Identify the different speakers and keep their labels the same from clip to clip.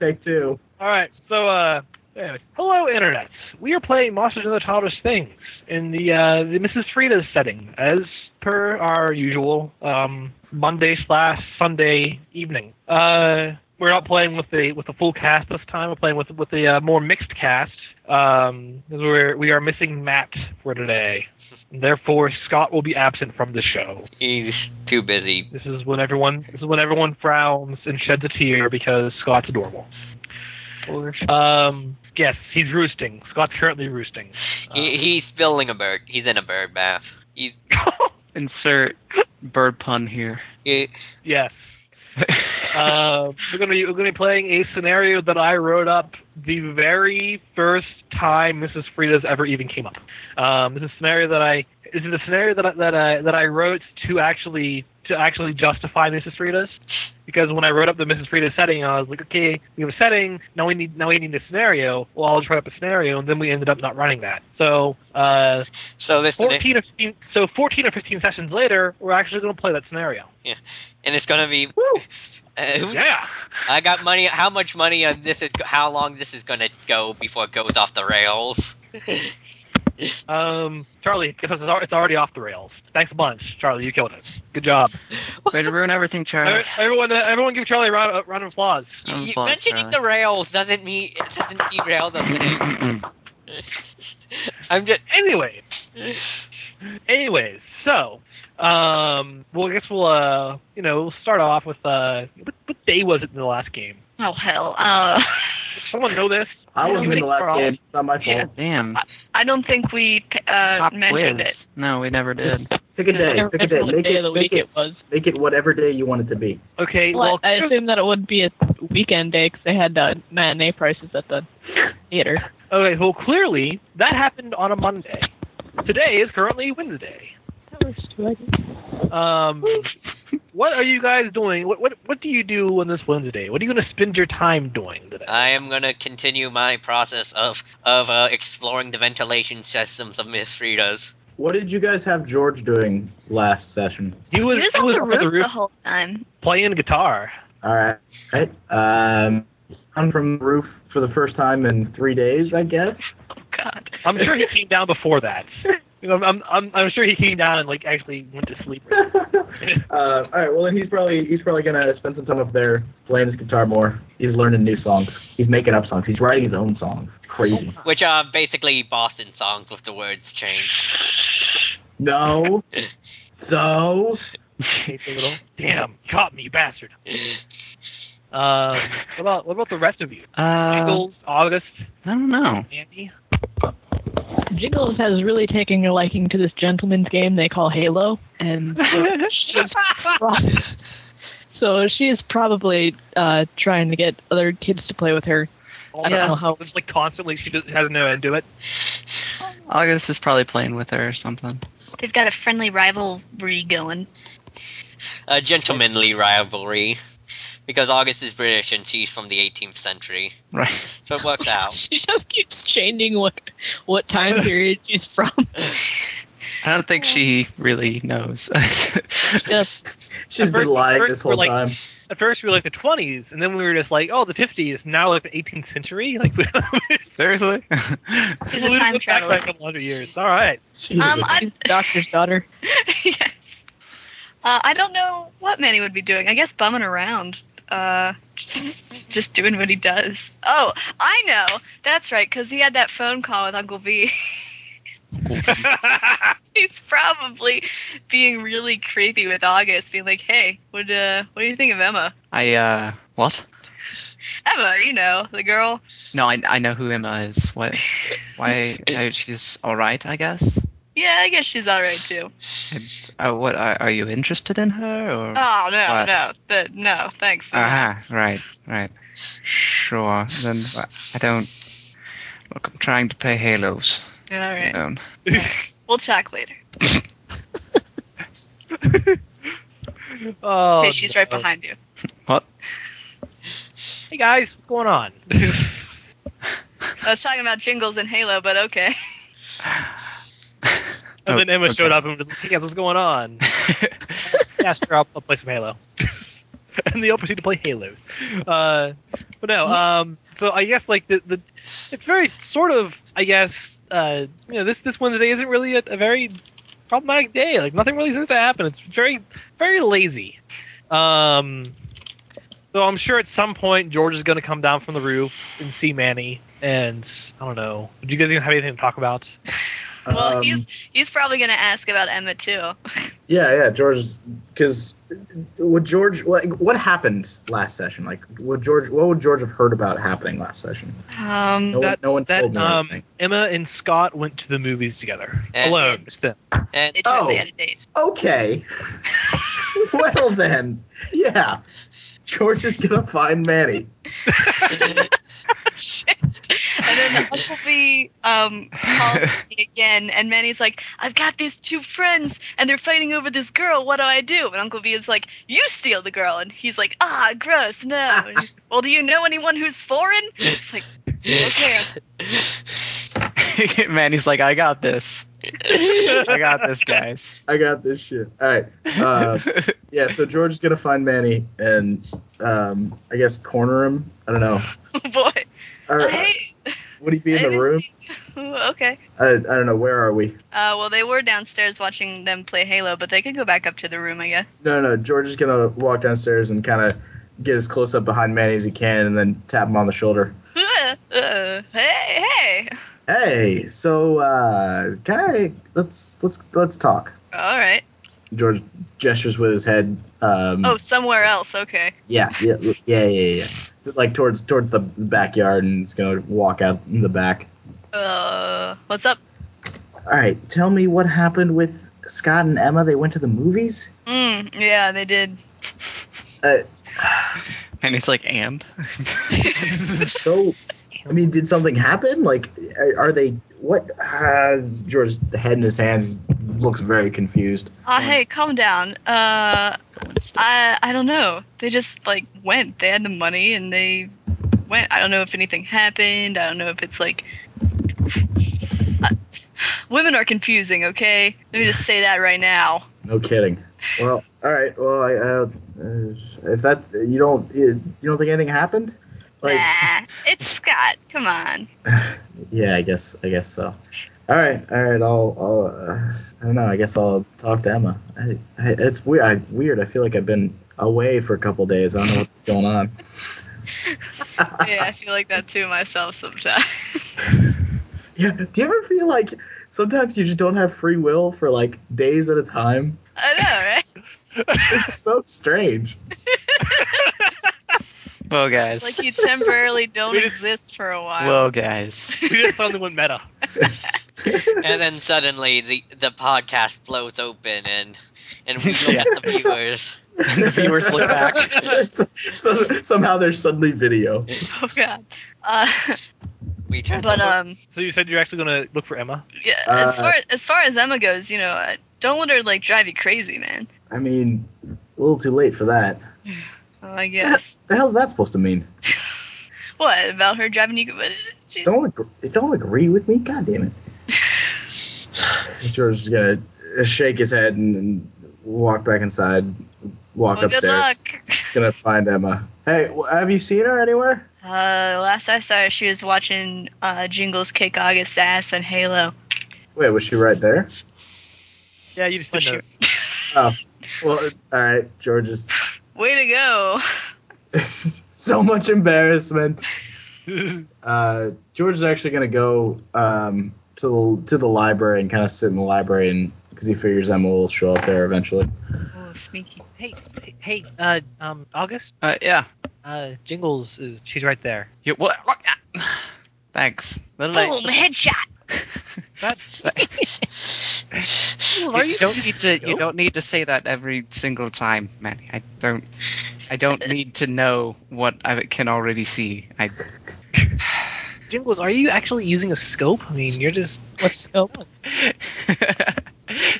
Speaker 1: Take two.
Speaker 2: All right, so uh, anyway. hello, internet. We are playing Monsters and Other Childish Things in the uh, the Mrs. Frida's setting, as per our usual um, Monday slash Sunday evening. Uh, we're not playing with the with the full cast this time. We're playing with with the uh, more mixed cast. Um, 'cause we're we are missing Matt for today. Therefore, Scott will be absent from the show.
Speaker 3: He's too busy.
Speaker 2: This is when everyone this is when everyone frowns and sheds a tear because Scott's adorable. Um, yes, he's roosting. Scott's currently roosting.
Speaker 3: He, he's spilling a bird. He's in a bird bath. He's
Speaker 4: Insert bird pun here.
Speaker 3: he,
Speaker 2: yes. Uh, we're gonna be, we're gonna be playing a scenario that I wrote up the very first time Mrs. Frida's ever even came up. Um, this is a scenario that I this is a scenario that I, that I that I wrote to actually to actually justify Mrs. Frida's. Because when I wrote up the Mrs. Frida setting, I was like, okay, we have a setting. Now we need now we need a scenario. Well, I'll just write up a scenario, and then we ended up not running that. So uh,
Speaker 3: so this is it.
Speaker 2: fourteen or 15, so fourteen or fifteen sessions later, we're actually going to play that scenario.
Speaker 3: and it's gonna be.
Speaker 2: Woo!
Speaker 3: Uh,
Speaker 2: Yeah.
Speaker 3: I got money. How much money on this is? How long this is gonna go before it goes off the rails?
Speaker 2: Um, Charlie, it's it's already off the rails. Thanks a bunch, Charlie. You killed it. Good job.
Speaker 4: Way to ruin everything, Charlie.
Speaker 2: Everyone, uh, everyone, give Charlie a round, a round of applause.
Speaker 4: I'm
Speaker 3: You-
Speaker 4: fine,
Speaker 3: mentioning
Speaker 4: Charlie.
Speaker 3: the rails doesn't mean it doesn't derail the thing. I'm just.
Speaker 2: Anyway, anyways, so um, well, I guess we'll uh, you know, we'll start off with uh, what, what day was it in the last game?
Speaker 5: Oh hell, uh,
Speaker 2: Does someone know this?
Speaker 1: I wasn't in the last game. It's not my fault.
Speaker 4: Yeah, damn.
Speaker 5: I don't think we uh,
Speaker 4: Pop
Speaker 5: mentioned
Speaker 4: quiz.
Speaker 5: it.
Speaker 4: No, we never did.
Speaker 1: Pick a
Speaker 6: I
Speaker 1: day.
Speaker 6: don't
Speaker 1: Pick a day.
Speaker 6: remember what
Speaker 1: Make
Speaker 6: day of the
Speaker 1: it, make
Speaker 6: week
Speaker 1: it,
Speaker 6: it was.
Speaker 1: make it whatever day you want it to be.
Speaker 2: Okay, well,
Speaker 6: Well, I assume that it would be a weekend day because they had uh, matinee prices at the theater.
Speaker 2: okay, well, clearly that happened on a Monday. Today is currently Wednesday.
Speaker 6: That works too, I guess.
Speaker 2: Um, what are you guys doing? What, what what do you do on this Wednesday? What are you going to spend your time doing today?
Speaker 5: Uh,
Speaker 3: I am gonna continue my process of of uh, exploring the ventilation systems of Miss Frida's.
Speaker 1: What did you guys have George doing last session?
Speaker 2: He was,
Speaker 5: he was
Speaker 2: he
Speaker 5: on
Speaker 2: was
Speaker 5: the roof, the whole time.
Speaker 2: playing guitar.
Speaker 1: All right. Right. Um, hung from the roof for the first time in three days, I guess.
Speaker 5: Oh god.
Speaker 2: I'm sure he came down before that. I'm, I'm, I'm, I'm sure he came down and like actually went to sleep.
Speaker 1: uh, all right. Well, then he's probably he's probably gonna spend some time up there playing his guitar more. He's learning new songs. He's making up songs. He's writing his own songs. Crazy.
Speaker 3: Which are basically Boston songs with the words changed.
Speaker 1: No. So
Speaker 2: Damn, caught me, you bastard. Um, what about what about the rest of you?
Speaker 4: Uh, I
Speaker 2: Jingles, August,
Speaker 4: don't know.
Speaker 2: Andy.
Speaker 6: Jiggles has really taken a liking to this gentleman's game they call Halo.
Speaker 4: And
Speaker 6: So she is probably uh, trying to get other kids to play with her. I don't know how.
Speaker 2: It's like constantly she just has no end to it.
Speaker 4: August is probably playing with her or something.
Speaker 5: They've got a friendly rivalry going.
Speaker 3: A gentlemanly rivalry. Because August is British and she's from the 18th century.
Speaker 4: Right.
Speaker 3: So it works out.
Speaker 6: She just keeps changing what what time period she's from.
Speaker 4: I don't think she really knows.
Speaker 6: Just
Speaker 1: she's been lying
Speaker 2: First-
Speaker 1: this whole
Speaker 2: we're like-
Speaker 1: time.
Speaker 2: At first we were like the 20s, and then we were just like, oh, the 50s. Now like the 18th century. Like
Speaker 4: Seriously?
Speaker 5: She's
Speaker 2: Well,
Speaker 5: a
Speaker 2: we went
Speaker 5: time
Speaker 2: back
Speaker 5: traveler.
Speaker 2: Like a couple hundred years. All right.
Speaker 1: Jesus.
Speaker 5: Um, I-
Speaker 6: she's the doctor's daughter.
Speaker 5: yes. Uh, I don't know what Manny would be doing. I guess bumming around. Uh, just doing what he does. Oh, I know. That's right, because he had that phone call with Uncle V. He's probably being really creepy with August, being like, "Hey, what uh, what do you think of Emma?
Speaker 4: I, uh, what?
Speaker 5: Emma, you know, the girl.
Speaker 4: No, I, I know who Emma is. What? Why? I, she's alright, I guess.
Speaker 5: Yeah, I guess she's all right too.
Speaker 4: It's, uh, what? Are, are you interested in her? Or?
Speaker 5: Oh no,
Speaker 4: What?
Speaker 5: no, the, no, thanks. for that.
Speaker 4: Ah, right, right. Sure. Then I don't. Look, I'm trying to play Halos.
Speaker 5: All right,
Speaker 4: Um,
Speaker 5: we'll talk later.
Speaker 2: Oh,
Speaker 5: Okay, she's right
Speaker 2: no.
Speaker 5: behind you.
Speaker 2: Hey guys, what's going on?
Speaker 5: I was talking about jingles and Halo, but okay.
Speaker 2: And then
Speaker 4: Oh,
Speaker 2: Emma
Speaker 4: okay.
Speaker 2: showed up and was like, "Hey guys, what's going on?" yeah, sure, I'll, I'll play some Halo. and they all proceed to play Halos. Uh, but But no, um, so I guess like the, the it's very sort of I guess uh, you know this this Wednesday isn't really a, a very problematic day. Like nothing really seems to happen. It's very very lazy. Um, so I'm sure at some point George is going to come down from the roof and see Manny, and I don't know. Do you guys even have anything to talk about?
Speaker 5: Well,
Speaker 1: Um,
Speaker 5: he's he's probably gonna ask about Emma too.
Speaker 1: Yeah, yeah, George, because would George like what happened last session? Like, would George what would George have heard about happening last session?
Speaker 5: Um,
Speaker 1: No one,
Speaker 2: That-
Speaker 1: no one told
Speaker 2: That
Speaker 1: me.
Speaker 2: um,
Speaker 1: anything.
Speaker 2: Emma and Scott went to the movies together
Speaker 3: And-
Speaker 2: alone. Just them.
Speaker 3: And
Speaker 5: it turns
Speaker 1: Oh.
Speaker 5: they had a date.
Speaker 1: Okay. well then, yeah, George is gonna find Manny.
Speaker 5: Shit. And then Huckabee um, calls me again, and Manny's like, I've got these two friends, and they're fighting over this girl. What do I do? And Uncle B is like, You steal the girl. And he's like, Ah, gross, no. And he's, well, do you know anyone who's foreign? It's like, okay.
Speaker 4: Man, he's like, I got this. I got this, guys.
Speaker 1: I got this shit. All right. Uh, yeah, so George is gonna find Manny and um, I guess corner him. I don't know.
Speaker 5: Oh, boy.
Speaker 1: Or, uh,
Speaker 5: Hey.
Speaker 1: would he be in
Speaker 5: I
Speaker 1: the
Speaker 5: didn't
Speaker 1: room?
Speaker 5: see- okay.
Speaker 1: I, I don't know. Where are we?
Speaker 5: Uh, well, they were downstairs watching them play Halo, but they could go back up to the room, I guess.
Speaker 1: No, no. George is gonna walk downstairs and kind of get as close up behind Manny as he can, and then tap him on the shoulder.
Speaker 5: Uh, uh, hey, hey.
Speaker 1: Hey, so uh, can I let's let's let's talk.
Speaker 5: All right.
Speaker 1: George gestures with his head. Um,
Speaker 5: Oh, somewhere else. Okay.
Speaker 1: yeah, yeah, yeah, yeah, yeah. yeah. Like towards towards the backyard, and it's gonna walk out in the back.
Speaker 5: Uh, what's up?
Speaker 1: All right, tell me what happened with Scott and Emma. They went to the movies.
Speaker 5: Mm, yeah, they did.
Speaker 1: Uh,
Speaker 4: And he's like, and?
Speaker 1: so, I mean, did something happen? Like, are, are they what? Uh, George's head in his hands looks very confused.
Speaker 5: Ah, hey, calm down. Uh, I I don't know. They just like went. They had the money and they went. I don't know if anything happened. I don't know if it's like. I- women are confusing. Okay, let me just say that right now.
Speaker 1: No kidding. Well, all right. Well, I, uh, uh, if that you don't you, you don't think anything happened? Like,
Speaker 5: nah, it's Scott. Come on.
Speaker 1: yeah, I guess I guess so. All right, all right. I'll, I'll uh, I don't know. I guess I'll talk to Emma. I, I, it's weird. I, weird. I feel like I've been away for a couple days. I don't know what's going on.
Speaker 5: Yeah, I feel like that too myself sometimes.
Speaker 1: Yeah. Do you ever feel like sometimes you just don't have free will for like days at a time?
Speaker 5: I know, right?
Speaker 1: It's so strange.
Speaker 4: Whoa, guys.
Speaker 5: Like you temporarily don't
Speaker 2: We just-
Speaker 5: exist for a while.
Speaker 4: Whoa, guys.
Speaker 2: We just suddenly went meta.
Speaker 3: and then suddenly the the podcast blows open and and we look
Speaker 4: Yeah.
Speaker 3: at the viewers.
Speaker 4: the viewers look back.
Speaker 1: so, so, somehow there's suddenly video.
Speaker 5: oh God. Uh,
Speaker 3: We turn
Speaker 5: but
Speaker 3: the look-
Speaker 5: um,
Speaker 2: So you said you're actually going to look for Emma.
Speaker 5: yeah.
Speaker 1: Uh,
Speaker 5: as far as far as Emma goes, you know, uh, don't let her like drive you crazy, man.
Speaker 1: I mean, a little too late for that.
Speaker 5: Well, I guess.
Speaker 1: The hell's that supposed to mean?
Speaker 5: what about her driving you? But she,
Speaker 1: Don't ag- don't agree with me? God damn it! George is gonna shake his head and, and walk back inside. Walk
Speaker 5: well, good
Speaker 1: upstairs.
Speaker 5: luck.
Speaker 1: Gonna find Emma. Hey, wh- have you seen her anywhere?
Speaker 5: Uh, last I saw her, she was watching uh, Jingles kick August ass on Halo.
Speaker 1: Wait, was she right there?
Speaker 2: Yeah, you just
Speaker 4: But
Speaker 2: didn't
Speaker 4: she-
Speaker 2: know.
Speaker 1: Oh, well, all right. George is
Speaker 5: Way to go!
Speaker 1: so much embarrassment. Uh, George is actually going to go um, to to the library and kind of sit in the library and because he figures Emma will show up there eventually.
Speaker 5: Oh, sneaky.
Speaker 2: Hey, hey, uh, um, August,
Speaker 4: Uh, yeah.
Speaker 2: uh, Jingles is she's right there.
Speaker 4: You, what? what- ah. Thanks. Little
Speaker 2: Oh
Speaker 5: Boom!
Speaker 4: late.
Speaker 5: Headshot.
Speaker 2: That Jingles, are
Speaker 4: You
Speaker 2: you?
Speaker 4: don't need to. You
Speaker 2: joking?
Speaker 4: don't need to say that every single time, man. I don't. I don't need to know what I can already see. I
Speaker 2: Jingles, are you actually using a scope? I mean, you're just
Speaker 6: What's going on?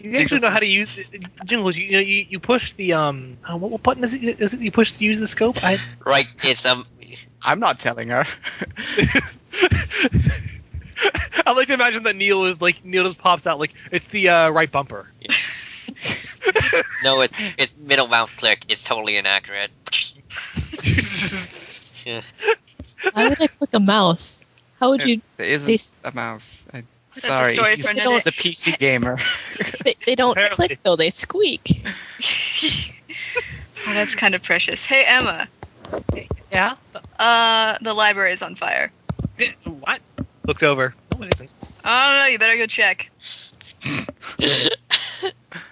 Speaker 2: you actually know how to use Jingles. You know, you, you push the um, uh, what, what button is it? Is it you push to use the scope? I
Speaker 3: right it's um
Speaker 4: I'm not telling her.
Speaker 2: I like to imagine that Neil is like Neil just pops out like it's the uh, right bumper.
Speaker 3: no it's it's middle mouse click. It's totally inaccurate. Yeah.
Speaker 6: Why would I click a mouse? How would you?
Speaker 4: There isn't
Speaker 6: This-
Speaker 4: a mouse. I'm
Speaker 5: That's a
Speaker 4: sorry.
Speaker 5: story
Speaker 4: He's
Speaker 5: for
Speaker 6: another-
Speaker 4: just a PC gamer.
Speaker 6: They, they don't
Speaker 2: Apparently.
Speaker 6: click though; they squeak.
Speaker 5: Oh, that's kind of precious. Hey Emma,
Speaker 2: Yeah.
Speaker 5: uh, the library is on fire.
Speaker 2: What? Looked over. Oh, what is it?
Speaker 5: I don't know. You better go check.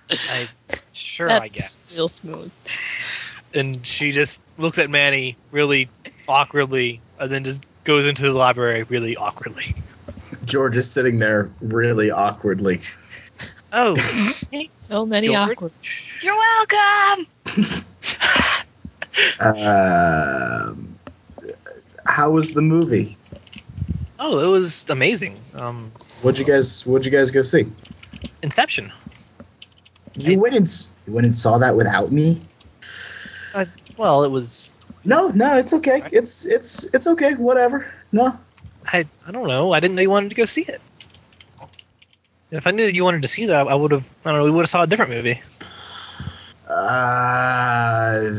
Speaker 2: I, sure, I guess.
Speaker 6: That's real smooth.
Speaker 2: And she just looks at Manny really awkwardly, and then just goes into the library really awkwardly.
Speaker 1: George is sitting there really awkwardly.
Speaker 2: Oh,
Speaker 6: So many
Speaker 2: George?
Speaker 6: awkward.
Speaker 5: You're welcome.
Speaker 1: Um, how was the movie?
Speaker 2: oh, it was amazing. Um,
Speaker 1: What'd you guys What'd you guys go see?
Speaker 2: Inception.
Speaker 1: You went and s- you went and saw that without me.
Speaker 2: Well, it was.
Speaker 1: No, no, it's okay. It's it's it's okay. Whatever. No,
Speaker 2: I I don't know. I didn't know you wanted to go see it. If I knew that you wanted to see that, I would have. I don't know. We would have saw a different movie.
Speaker 1: Uh,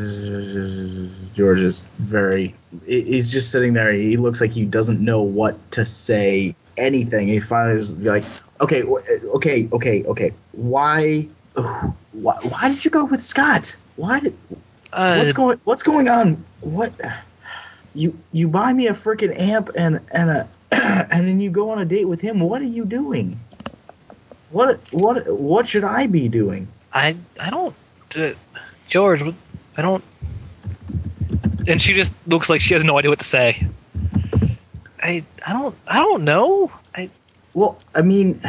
Speaker 1: George is very. he- He's just sitting there. He looks like he doesn't know what to say. Anything. He finally is like, okay, wh- okay, okay, okay. Why? Why, why did you go with Scott? Why did?
Speaker 2: Uh,
Speaker 1: what's going? What's going on? What? You you buy me a freaking amp and and a and then you go on a date with him. What are you doing? What what what should I be doing?
Speaker 2: I I don't, uh, George. what- I don't. And she just looks like she has no idea what to say. I I don't I don't know. I
Speaker 1: Well, I mean.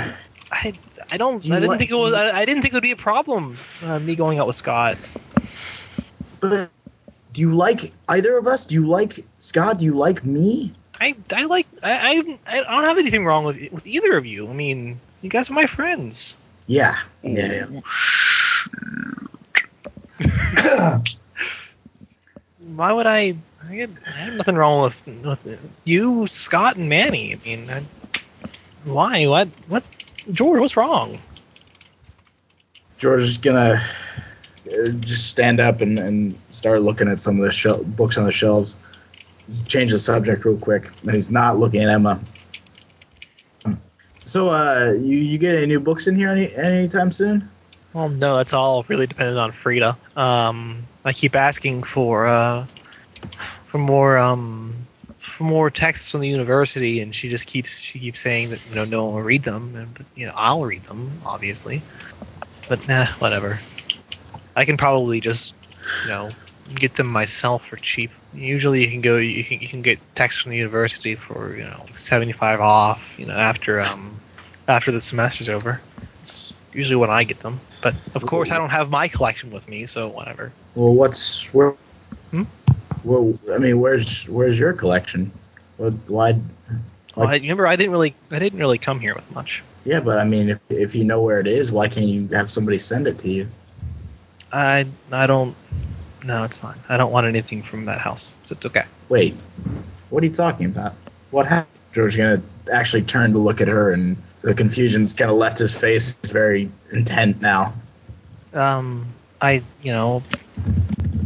Speaker 2: I I don't.
Speaker 1: Do you
Speaker 2: I didn't
Speaker 1: want-
Speaker 2: think it
Speaker 1: do you-
Speaker 2: was. I, I didn't think it would be a problem. Uh, me going out with Scott.
Speaker 1: But do you like either of us? Do you like Scott? Do you like me?
Speaker 2: I I like. I I, I don't have anything wrong with with either of you. I mean, you guys are my friends.
Speaker 1: Yeah. Yeah. yeah.
Speaker 2: Why would I? I had, I had nothing wrong with, with you, Scott, and Manny. I mean, I, why? What? What? George, what's wrong?
Speaker 1: George is gonna uh, just stand up and, and start looking at some of the shel- books on the shelves. Just change the subject real quick. He's not looking at Emma. So, uh, you, you get any new books in here any anytime soon?
Speaker 2: Well, no, that's all really dependent on Frida. Um, I keep asking for uh, for more um, for more texts from the university, and she just keeps she keeps saying that you know no one will read them, and but, you know I'll read them obviously, but nah, whatever. I can probably just you know get them myself for cheap. Usually, you can go you can you can get texts from the university for you know seventy five off, you know after um after the semester's over. It's usually when I get them. But of course, I don't have my collection with me, so whatever.
Speaker 1: Well, what's where?
Speaker 2: Hmm?
Speaker 1: Well, I mean, where's where's your collection? What, why
Speaker 2: Well, I, remember, I didn't really, I didn't really come here with much.
Speaker 1: Yeah, but I mean, if, if you know where it is, why can't you have somebody send it to you?
Speaker 2: I, I don't. No, it's fine. I don't want anything from that house, so it's okay.
Speaker 1: Wait, what are you talking about? What happened? George gonna actually turn to look at her, and the confusion's kind of left his face. It's very intent now.
Speaker 2: Um, I, you know,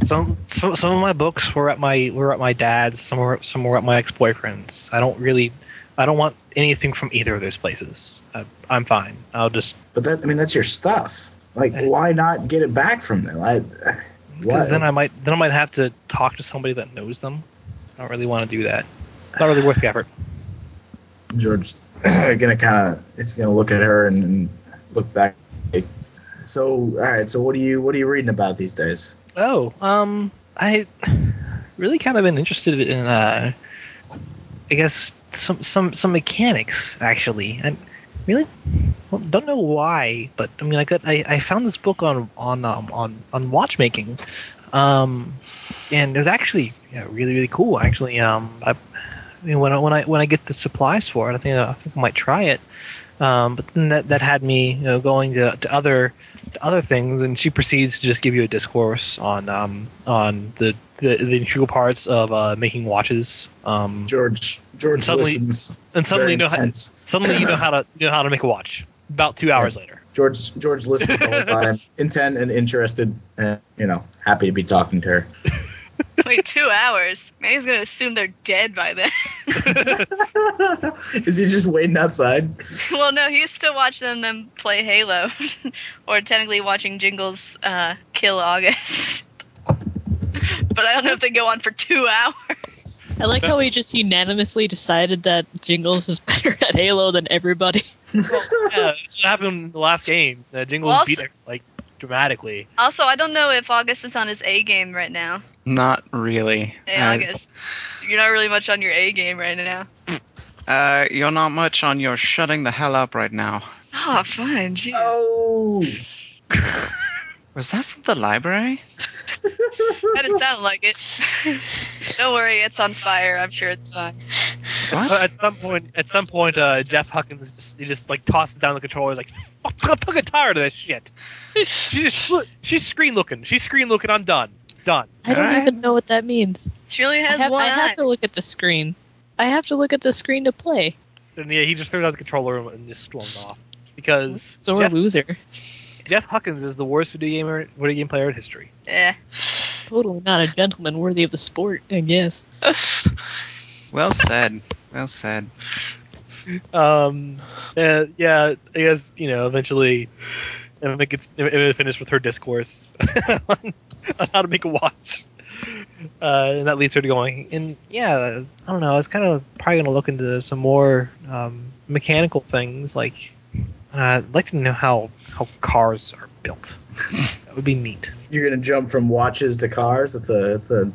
Speaker 2: some, some, some of my books were at my, were at my dad's. Some were, some were at my ex-boyfriend's. I don't really, I don't want anything from either of those places. I, I'm fine. I'll just
Speaker 1: But that, I mean, that's your stuff. Like, why not get it back from them? I,
Speaker 2: Because
Speaker 1: Why?
Speaker 2: then I might then I might have to talk to somebody that knows them. I don't really want to do that. Not really worth the effort.
Speaker 1: George gonna kind of, it's gonna look at her and, and look back. So, all right. So, what are you, what are you reading about these days?
Speaker 2: Oh, um, I really kind of been interested in, uh, I guess some some some mechanics actually. I really well, don't know why, but I mean, I got I, I found this book on on um, on on watchmaking, um, and it was actually yeah, really really cool. Actually, um, I, I mean, when I when I when I get the supplies for it, I think uh, I think I might try it. Um, but then that that had me you know going to to other to other things, and she proceeds to just give you a discourse on um, on the, the the integral parts of uh, making watches. Um,
Speaker 1: George, George
Speaker 2: Suddenly-
Speaker 1: listens.
Speaker 2: and suddenly
Speaker 1: very
Speaker 2: you know how,
Speaker 1: intense.
Speaker 2: suddenly you know how to you know how to make a watch. About two hours later.
Speaker 1: George George listened the whole time, intent and interested, and you know, happy to be talking to her.
Speaker 5: Wait, two hours. Manny's gonna assume they're dead by then.
Speaker 1: Is he just waiting outside?
Speaker 5: well, no, he's still watching them play Halo, or technically watching Jingles uh, kill August. but I don't know if they go on for two hours.
Speaker 6: I like how we just unanimously decided that Jingles is better at Halo than everybody.
Speaker 2: yeah, that's what happened in the last game. Uh, Jingles
Speaker 5: Well, also-
Speaker 2: beat it, like dramatically.
Speaker 5: Also, I don't know if August is on his A game right now.
Speaker 4: Not really.
Speaker 5: Hey,
Speaker 4: Uh,
Speaker 5: August, you're not really much on your A game right now.
Speaker 4: Uh, you're not much on your shutting the hell up right now.
Speaker 5: Oh, fine. Jeez.
Speaker 1: Oh,
Speaker 4: Was that from the library?
Speaker 5: That didn't sound like it. don't worry, it's on fire. I'm sure it's fine.
Speaker 4: What?
Speaker 2: Uh, at some point, at some point, uh, Jeff Huckins just he just like tosses down the controller. He's like, "Fuck, I'm fucking tired of this shit." She just look, she's screen looking. She's screen looking. I'm done. Done.
Speaker 6: I don't
Speaker 4: Alright.
Speaker 6: even know what that means.
Speaker 5: She only
Speaker 6: I
Speaker 5: has
Speaker 6: have,
Speaker 5: one
Speaker 6: I
Speaker 5: eye.
Speaker 6: have to look at the screen. I have to look at the screen to play.
Speaker 2: And yeah, he just threw down the controller and just stormed off because
Speaker 6: Sore
Speaker 2: Jeff,
Speaker 6: loser.
Speaker 2: Jeff Huckins is the worst video gamer, video game player in history.
Speaker 5: Yeah.
Speaker 6: Totally not a gentleman worthy of the sport, I guess.
Speaker 4: Well said. Well said.
Speaker 2: Um, uh, yeah, I guess you know eventually. Emma gets Emma finished with her discourse on, on how to make a watch, uh, and that leads her to going. And yeah, I don't know. I was kind of probably going to look into some more um, mechanical things. Like, uh, I'd like to know how how cars are built. that would be neat.
Speaker 1: you're gonna jump from watches to cars. That's a that's a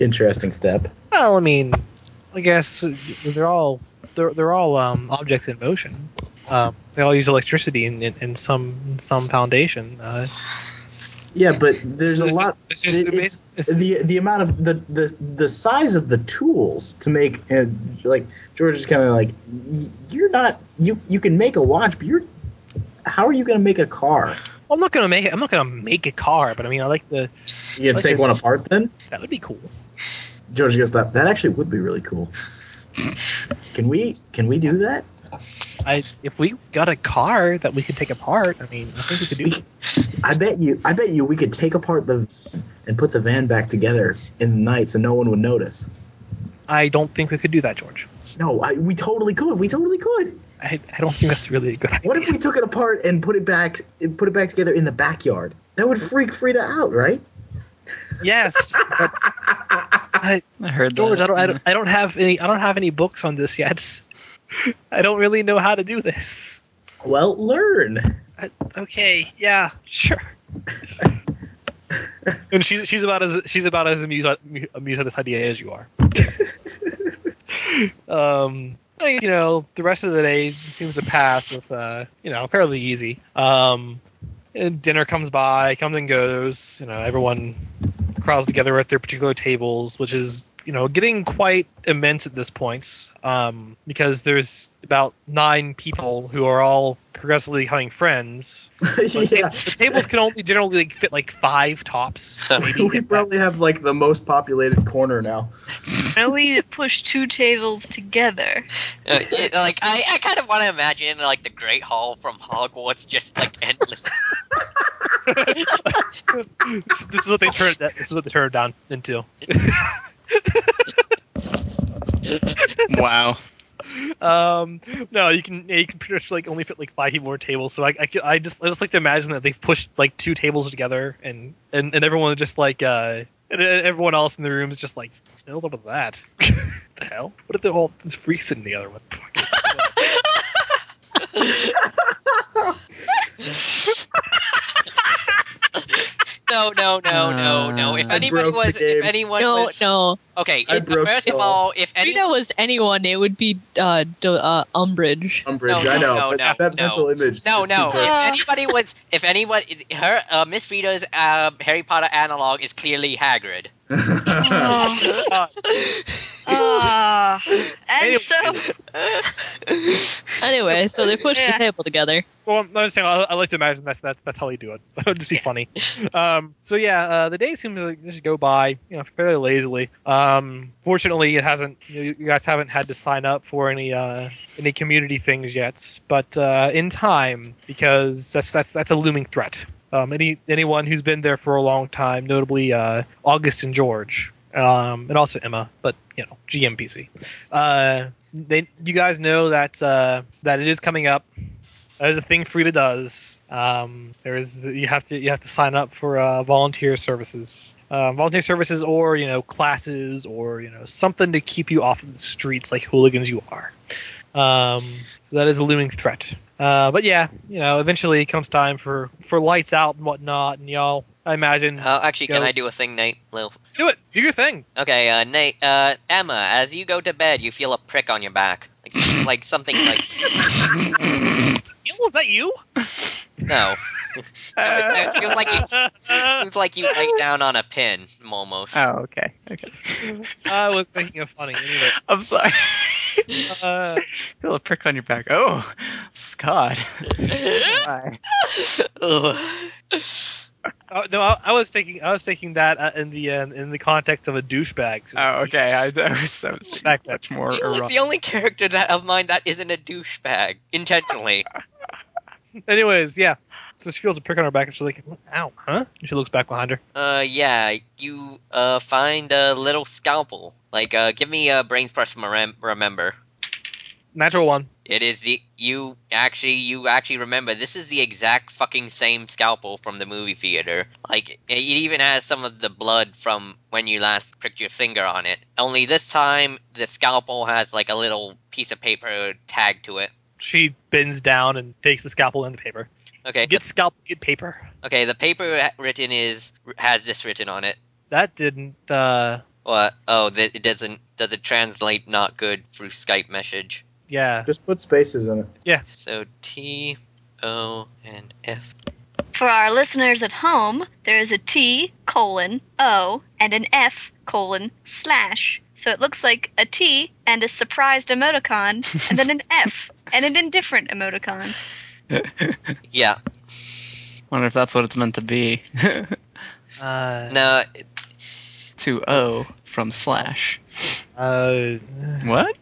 Speaker 1: interesting step.
Speaker 2: Well, I mean, I guess they're all they're they're all um, objects in motion. Um, they all use electricity in, in, in some in some foundation. Uh,
Speaker 1: Yeah, but there's a
Speaker 2: It's just-
Speaker 1: lot.
Speaker 2: it's just
Speaker 1: it-
Speaker 2: amazing.
Speaker 1: it's- the the amount of the the, the size of the tools to make and like George is kind of like y- you're not you you can make a watch but you're how are you going to make a car?
Speaker 2: I'm not gonna make it. I'm not gonna make a car, but I mean, I like the
Speaker 1: You gonna take
Speaker 2: Like there's-
Speaker 1: one apart then?
Speaker 2: that would be cool.
Speaker 1: George goes that that actually would be really cool. Can we can we do that?
Speaker 2: I if we got a car that we could take apart, I mean, I think we could do. it.
Speaker 1: I bet you I bet you we could take apart the and put the van back together in the night so no one would notice.
Speaker 2: I don't think we could do that, George.
Speaker 1: No, I, we totally could. We totally could.
Speaker 2: I, I don't think that's really a good idea.
Speaker 1: What if we took it apart and put it back and put it back together in the backyard? That would freak Frida out, right?
Speaker 2: Yes, but
Speaker 4: I heard
Speaker 2: George,
Speaker 4: that.
Speaker 2: I don't, I don't I don't have any I don't have any books on this yet. I don't really know how to do this.
Speaker 1: Well, learn.
Speaker 2: I, okay, yeah, sure. and she's she's about as she's about as amused amused at this idea as you are. um, like, you know, the rest of the day seems to pass with uh, you know, fairly easy. Um, and dinner comes by, comes and goes. You know, everyone crowds together at their particular tables, which is you know getting quite immense at this point um, because there's about nine people who are all progressively becoming friends. But
Speaker 1: yeah.
Speaker 2: The tables can only generally like, fit like five tops. Maybe
Speaker 1: We probably have like the most populated corner now.
Speaker 5: Now we push two tables together.
Speaker 3: Uh, yeah, like I, I kind of want to imagine like the Great Hall from Hogwarts, just like endless.
Speaker 2: this, this is what they turn this is what they turn it down into.
Speaker 4: Wow.
Speaker 2: Um, no, you can yeah, you can pretty much like only fit like five people on a table. So I, I, ca- I just I just like to imagine that they pushed like two tables together and and and everyone just like uh and, uh, everyone else in the room is just like filled up with that. the hell? What if they're all just freaks in the other one? Fuck it.
Speaker 3: no, no, no, no, no. If
Speaker 4: I
Speaker 3: anybody
Speaker 1: broke the
Speaker 3: was,
Speaker 1: game.
Speaker 3: if anyone
Speaker 6: No,
Speaker 3: was,
Speaker 6: no.
Speaker 3: okay.
Speaker 1: I
Speaker 3: if-
Speaker 1: broke
Speaker 3: first
Speaker 1: the
Speaker 3: of all, if
Speaker 6: If
Speaker 3: any,
Speaker 6: Frida was anyone, it would be uh, do, uh Umbridge.
Speaker 1: Umbridge,
Speaker 3: No,
Speaker 1: I know.
Speaker 3: no,
Speaker 1: but
Speaker 3: no,
Speaker 1: that
Speaker 3: no.
Speaker 1: mental image.
Speaker 3: no,
Speaker 1: is
Speaker 3: no.
Speaker 1: too
Speaker 3: If
Speaker 1: bad.
Speaker 3: anybody was, if anyone, her uh, Miss Frida's um, Harry Potter analog is clearly Hagrid.
Speaker 1: Uh,
Speaker 6: Oh.
Speaker 5: Ah, and
Speaker 2: Anyway.
Speaker 5: so
Speaker 6: Anyway, so they pushed
Speaker 5: Yeah.
Speaker 6: the table together.
Speaker 2: Well, I'm just saying, I, I like to imagine that's that's that's how they do it. That would just be funny. Um, so yeah, uh, the day seems to like, just go by, you know, fairly lazily. Um, fortunately, it hasn't. You, you guys haven't had to sign up for any uh, any community things yet, but uh, in time because that's that's that's a looming threat. Um, any anyone who's been there for a long time, notably uh, August and George, um, and also Emma, but you know GMPC. Uh, they, you guys know that uh, that it is coming up. That is a thing Frida does. Um, there is you have to you have to sign up for uh, volunteer services, uh, volunteer services, or you know classes, or you know something to keep you off of the streets like hooligans you are. Um, so that is a looming threat. Uh, but yeah, you know, eventually it comes time for for lights out and whatnot, and y'all. I imagine.
Speaker 3: Uh, actually, can
Speaker 2: Go.
Speaker 3: I do a thing, Nate? Lil.
Speaker 2: do it. Do your thing.
Speaker 3: Okay, uh, Nate. Uh, Emma, as you go to bed, you feel a prick on your back, like like something like
Speaker 2: Neil, is that you?
Speaker 3: no. it feels like you. It
Speaker 2: I
Speaker 3: feels like you lay down on a pin, almost.
Speaker 4: Oh, okay. Okay.
Speaker 2: was thinking of funny. Anyway,
Speaker 4: I'm sorry.
Speaker 2: uh,
Speaker 4: Feel a prick on your back. Oh, Scott. Why?
Speaker 3: Ugh.
Speaker 2: oh, no, I, I was thinking. I was thinking that uh, in the uh, in the context of a douchebag.
Speaker 4: Oh, okay. I, I was, I was thinking
Speaker 2: Back
Speaker 4: much more
Speaker 3: Neil is
Speaker 4: erotic.
Speaker 3: the only character that of mine that isn't a douchebag intentionally.
Speaker 2: Anyways, yeah. So she feels a prick on her back, and she's like, "Ow, huh?" And she looks back behind her.
Speaker 3: Uh, yeah, you uh find a little scalpel. Like, uh, give me a brains press. Remem- remember,
Speaker 2: Natural one.
Speaker 3: it is the you actually you actually remember. This is the exact fucking same scalpel from the movie theater. Like, it it even has some of the blood from when you last pricked your finger on it. Only this time, the scalpel has like a little piece of paper tagged to it.
Speaker 2: She bends down and takes the scalpel and the paper.
Speaker 3: Okay,
Speaker 2: Get scalpel, get paper.
Speaker 3: okay. The paper written is has this written on it.
Speaker 2: That didn't. uh
Speaker 3: What? Oh, th- it doesn't. Does it translate not good through Skype message?
Speaker 2: Yeah.
Speaker 1: Just put spaces in it.
Speaker 3: So T O and F.
Speaker 5: For our listeners at home, there is a T colon O and an F colon slash. So it looks like a T and a surprised emoticon, and then an F and an indifferent emoticon.
Speaker 3: Yeah.
Speaker 4: Wonder if that's what it's meant to be.
Speaker 2: Uh,
Speaker 3: No.
Speaker 4: to O from slash.
Speaker 2: uh,
Speaker 4: What?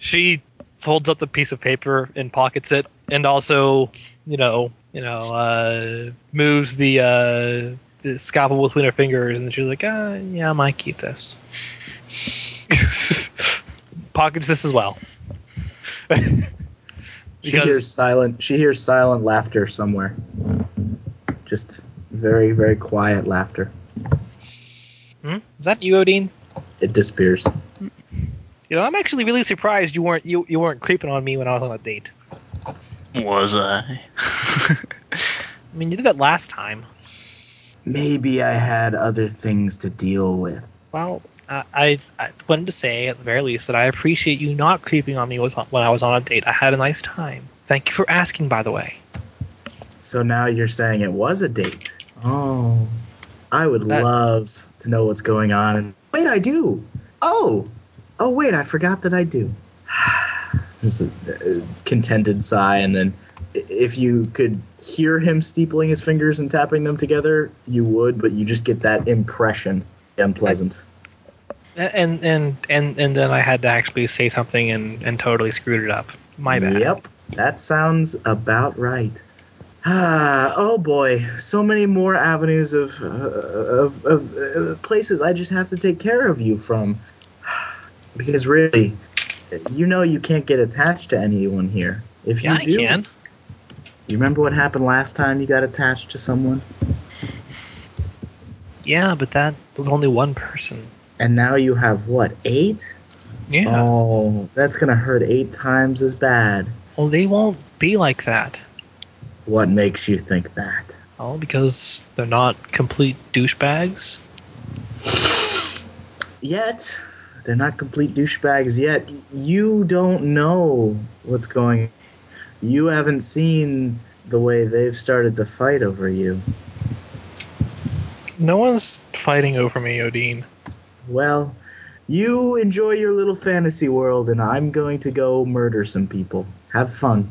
Speaker 2: she holds up the piece of paper and pockets it, and also, you know, you know, uh, moves the, uh, the scalpel between her fingers, and she's like, uh, "Yeah, I might keep this." pockets this as well.
Speaker 1: She
Speaker 2: Because-
Speaker 1: hears silent. She hears silent laughter somewhere. Just very, very quiet laughter.
Speaker 2: Hmm? Is that you, Odin?
Speaker 1: It disappears.
Speaker 2: You know, I'm actually really surprised you weren't you, you weren't creeping on me when I was on a date.
Speaker 4: Was I?
Speaker 2: I mean, you did that last time.
Speaker 1: Maybe I had other things to deal with.
Speaker 2: Well, Uh, I, I, I wanted to say at the very least that I appreciate you not creeping on me was when I was on a date. I had a nice time. Thank you for asking, by the way.
Speaker 1: So now you're saying it was a date. Oh, I would
Speaker 2: That-
Speaker 1: love to know what's going on. And wait, I do. Oh, oh wait, I forgot that I do. This is a uh, contented sigh, and then i- if you could hear him steepling his fingers and tapping them together, you would, but you just get that impression. Unpleasant.
Speaker 2: And and and and then I had to actually say something and and totally screwed it up. My bad.
Speaker 1: Yep, that sounds about right. Ah, oh boy, so many more avenues of, uh, of, of uh, places I just have to take care of you from. Because really, you know you can't get attached to anyone here. If you
Speaker 2: Yeah, I
Speaker 1: do,
Speaker 2: can.
Speaker 1: you remember what happened last time you got attached to someone,
Speaker 2: Yeah, but that was only one person.
Speaker 1: and now you have what eight?
Speaker 2: Yeah.
Speaker 1: Oh, that's gonna hurt eight times as bad.
Speaker 2: Well, they won't be like that.
Speaker 1: What makes you think that?
Speaker 2: All because they're not complete douchebags.
Speaker 1: yet. They're not complete douchebags yet. You don't know what's going on. You haven't seen the way they've started to fight over you.
Speaker 2: No one's fighting over me, Odin.
Speaker 1: Well, you enjoy your little fantasy world, and I'm going to go murder some people. Have fun.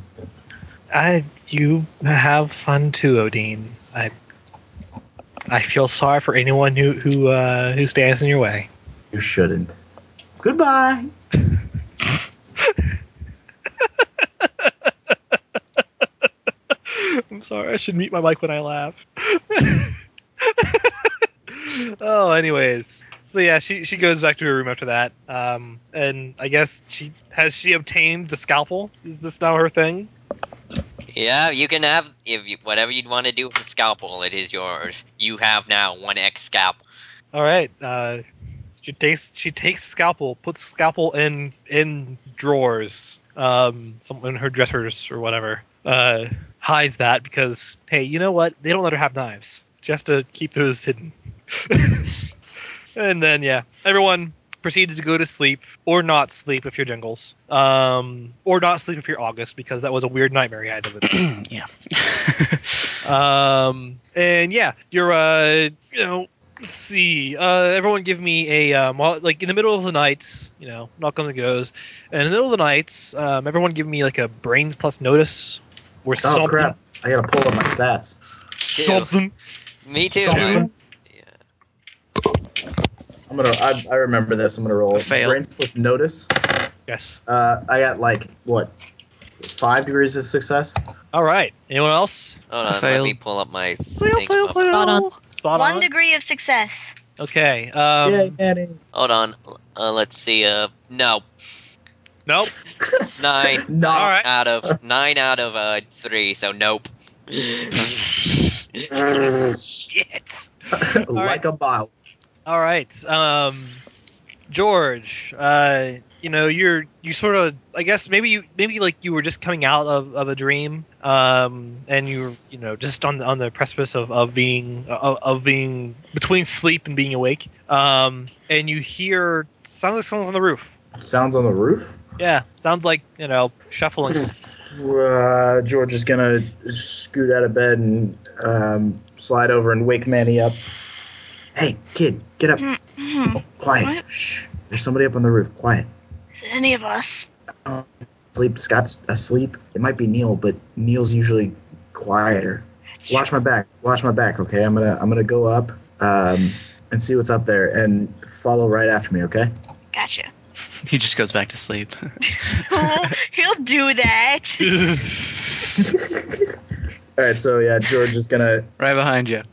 Speaker 2: I you have fun too, Odin. I I feel sorry for anyone who who uh, who stands in your way.
Speaker 1: You shouldn't. Goodbye.
Speaker 2: I'm sorry. I should mute my mic when I laugh. oh, anyways. So yeah, she she goes back to her room after that. Um, and I guess she has she obtained the scalpel. Is this now her thing?
Speaker 3: Yeah, you can have if you, whatever you'd want to do with the scalpel. It is yours. You have now one X scalpel.
Speaker 2: All right. Uh, she takes she takes scalpel, puts scalpel in in drawers, um, some in her dressers or whatever. Uh, hides that because hey, you know what? They don't let her have knives just to keep those hidden. and then yeah, everyone proceeds to go to sleep or not sleep if you're Jingles, um, or not sleep if you're August because that was a weird nightmare he had. the other day.
Speaker 4: yeah.
Speaker 2: Um, and yeah, you're uh, you know, let's see. Uh, everyone give me a um, while, like in the middle of the night. You know, knock on the goes, and in the middle of the night, um, everyone give me like a brains plus notice or
Speaker 1: Oh
Speaker 2: something.
Speaker 1: crap! I gotta pull up my stats.
Speaker 3: Two.
Speaker 2: Something.
Speaker 3: Me too.
Speaker 2: Something.
Speaker 1: I'm gonna. I, I remember this. I'm gonna roll. it.
Speaker 4: Fail.
Speaker 1: Brain plus notice.
Speaker 2: Yes.
Speaker 1: Uh, I got like what, five degrees of success.
Speaker 2: All right. Anyone else?
Speaker 3: Hold
Speaker 4: I
Speaker 3: on, let
Speaker 4: failed.
Speaker 3: me pull up my.
Speaker 2: Playo,
Speaker 3: thing.
Speaker 2: playo, playo.
Speaker 6: Spot on.
Speaker 2: Spot
Speaker 5: One
Speaker 2: on.
Speaker 5: degree of success.
Speaker 2: Okay. Um,
Speaker 1: Yay, Danny.
Speaker 3: Hold on. Uh, let's see. Uh, no,
Speaker 2: Nope.
Speaker 3: nine.
Speaker 1: No.
Speaker 3: out-
Speaker 2: All right.
Speaker 3: Out of nine out of uh three. So nope.
Speaker 2: Shit.
Speaker 1: like
Speaker 2: right.
Speaker 1: a bottle.
Speaker 2: All right, um, George. Uh, you know, you're you sort of. I guess maybe you maybe like you were just coming out of, of a dream, um, and you were you know just on the- on the precipice of of being of, of being between sleep and being awake. Um, and you hear sounds like someone's on the roof.
Speaker 1: Sounds on the roof.
Speaker 2: Yeah, sounds like you know shuffling.
Speaker 1: Uh, George is gonna scoot out of bed and um, slide over and wake Manny up. Hey, kid, get up.
Speaker 5: Hmm.
Speaker 1: Quiet.
Speaker 5: What?
Speaker 1: Shh. There's somebody up on the roof. Quiet.
Speaker 5: Is it any of us?
Speaker 1: Sleep. Scott's asleep. It might be Neil, but Neil's usually quieter.
Speaker 5: That's
Speaker 1: Watch my back. Watch my back. Okay, I'm gonna I'm gonna go up um, and see what's up there and follow right after me. Okay.
Speaker 5: true. Gotcha.
Speaker 4: he just goes back to sleep.
Speaker 5: He'll do that.
Speaker 1: All right. So yeah, George is gonna
Speaker 4: right behind you.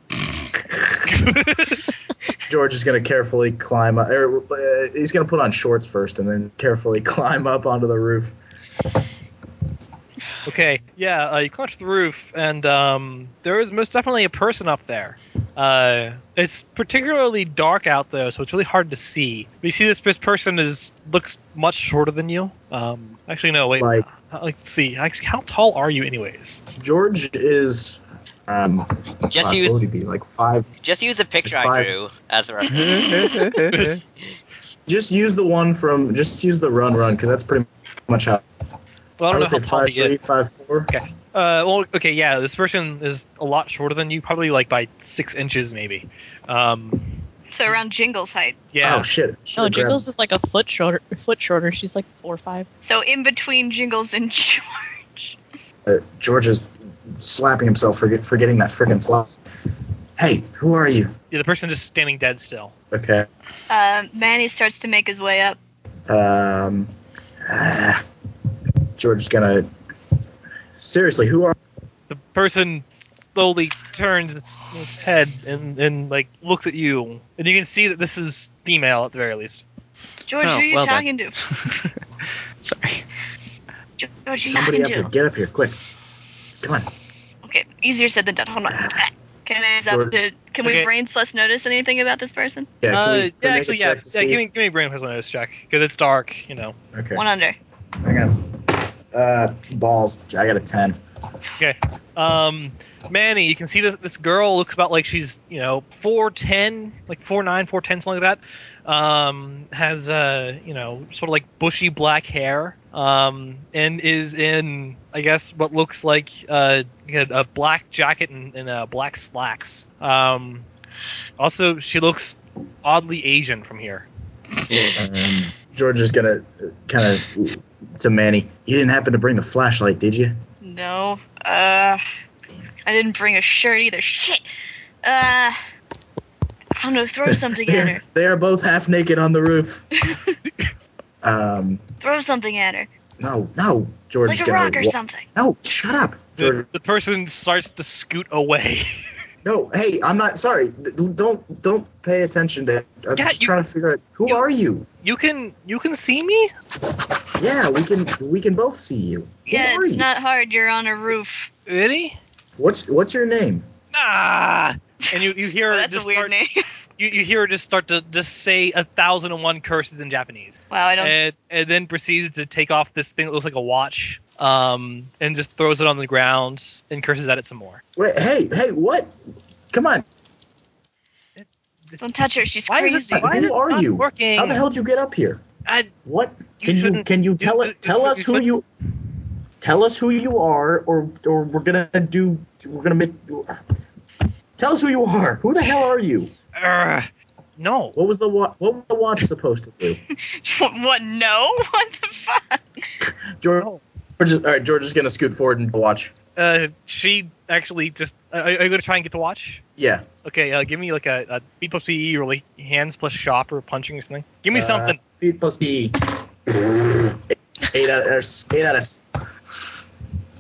Speaker 1: George is going to carefully climb up. Or, uh, he's going to put on shorts first and then carefully climb up onto the roof.
Speaker 2: Okay, yeah, uh, you climb to the roof, and um, there is most definitely a person up there. Uh, it's particularly dark out though, so it's really hard to see. But you see, this, this person is looks much shorter than you. Um, actually, no, wait.
Speaker 1: Like-
Speaker 2: uh, let's see. Actually, how tall are you, anyways?
Speaker 1: Jesse is. Um, fuck, what
Speaker 3: Just
Speaker 1: would he
Speaker 3: use
Speaker 1: be like five?
Speaker 3: just use a picture I
Speaker 1: Five.
Speaker 3: drew as a
Speaker 1: Just use the one from. Just use the run run because that's pretty much how.
Speaker 2: Well, I
Speaker 1: would
Speaker 2: don't know
Speaker 1: say
Speaker 2: how tall
Speaker 1: five
Speaker 2: he is.
Speaker 1: three, five four.
Speaker 2: Okay. Uh, well, okay, yeah, this person is a lot shorter than you, probably like by six inches, maybe. Um,
Speaker 5: So around Jingle's height.
Speaker 2: yeah.
Speaker 1: Oh shit! Should've
Speaker 6: No,
Speaker 1: grabbed-
Speaker 6: Jingles is like a foot shorter. Foot shorter. She's like four or five.
Speaker 5: So in between Jingles and George.
Speaker 1: Uh, George is slapping himself for get, for getting that freaking flop. Hey, who are you?
Speaker 2: yeah, the person just standing dead still.
Speaker 1: Okay.
Speaker 5: Uh, Manny starts to make his way up.
Speaker 1: Um, ah. George is gonna. Seriously, who are?
Speaker 2: the person slowly turns his head and, and like looks at you and you can see that this is female at the very least
Speaker 5: George,
Speaker 4: Oh,
Speaker 5: who are you
Speaker 4: well then.
Speaker 5: talking to?
Speaker 4: Sorry.
Speaker 5: George, who are you
Speaker 1: Somebody
Speaker 5: talking
Speaker 1: up
Speaker 5: to?
Speaker 1: here! Get up here, quick! Come on.
Speaker 5: Okay, easier said than done. Hold on. Can I
Speaker 1: George.
Speaker 5: up to, can we
Speaker 2: Okay.
Speaker 5: brains plus notice anything about this person?
Speaker 1: Yeah,
Speaker 2: uh,
Speaker 1: can we-
Speaker 2: yeah,
Speaker 1: can we make a
Speaker 2: actually yeah,
Speaker 1: check to
Speaker 2: yeah
Speaker 1: see?
Speaker 2: give me give me a brain plus notice check because it's dark you know
Speaker 1: Okay,
Speaker 5: One under.
Speaker 1: hang on. Uh, balls. I got a ten.
Speaker 2: um manny you can see this this girl looks about like she's you know 410 like 49 410 something like that um has uh you know sort of like bushy black hair um and is in i guess what looks like uh a, a black jacket and, and uh, black slacks um also she looks oddly asian from here
Speaker 1: Um, George is gonna kind of to Manny. You didn't happen to bring the flashlight, did you?
Speaker 5: No. Uh, I didn't bring a shirt either. Shit. Uh, I don't know. Throw some
Speaker 1: They're-
Speaker 5: together.
Speaker 1: they are both half naked on the roof. um,
Speaker 5: Throw something at her.
Speaker 1: No, no, George.
Speaker 5: like a
Speaker 1: gonna
Speaker 5: rock or
Speaker 1: wa-
Speaker 5: something.
Speaker 1: No, shut up, George.
Speaker 2: The, the person starts to scoot away.
Speaker 1: No, hey, I'm not sorry. D- Don't don't pay attention to. I'm
Speaker 2: Yeah,
Speaker 1: just
Speaker 2: you-
Speaker 1: trying to figure out who
Speaker 2: you-
Speaker 1: are you.
Speaker 2: You can you can see me.
Speaker 1: Yeah, we can we can both see you. Who
Speaker 5: Yeah,
Speaker 1: are
Speaker 5: it's
Speaker 1: you?
Speaker 5: not hard. You're on a roof.
Speaker 2: Really?
Speaker 1: What's what's your name?
Speaker 2: Nah. And you you hear
Speaker 5: Oh,
Speaker 2: her
Speaker 5: that's
Speaker 2: just
Speaker 5: a
Speaker 2: start,
Speaker 5: weird name.
Speaker 2: you you hear her just start to just say a thousand and one curses in Japanese.
Speaker 5: wow, I don't.
Speaker 2: and, and then proceeds to take off this thing that looks like a watch um, and just throws it on the ground and curses at it some more.
Speaker 1: Wait, hey, hey, what? Come on.
Speaker 5: don't touch her. She's
Speaker 2: Why
Speaker 5: crazy.
Speaker 2: is it, why
Speaker 1: Who
Speaker 2: is it
Speaker 1: are
Speaker 2: not
Speaker 1: you?
Speaker 2: working?
Speaker 1: How the hell did you get up here?
Speaker 2: I, you
Speaker 1: What can you
Speaker 2: shouldn't-
Speaker 1: can you tell
Speaker 2: you-
Speaker 1: it tell
Speaker 2: you-
Speaker 1: us
Speaker 2: you
Speaker 1: who
Speaker 2: should-
Speaker 1: you tell us who you are or or we're gonna do we're gonna make tell us who you are. Who the hell are you?
Speaker 4: Urgh.
Speaker 2: No.
Speaker 1: What was the wa- what was the watch supposed to do?
Speaker 5: what? No. What the fuck?
Speaker 1: George,
Speaker 2: No.
Speaker 1: George is, all right. George is gonna scoot forward and watch.
Speaker 2: Uh, she actually just. Are, are you going to try and get the watch?
Speaker 1: Yeah.
Speaker 2: Okay, uh, give me like a, a B plus CE or like hands plus shop or punching or something. Give me
Speaker 1: Uh,
Speaker 2: something.
Speaker 1: Speed plus B. eight out of eight out of.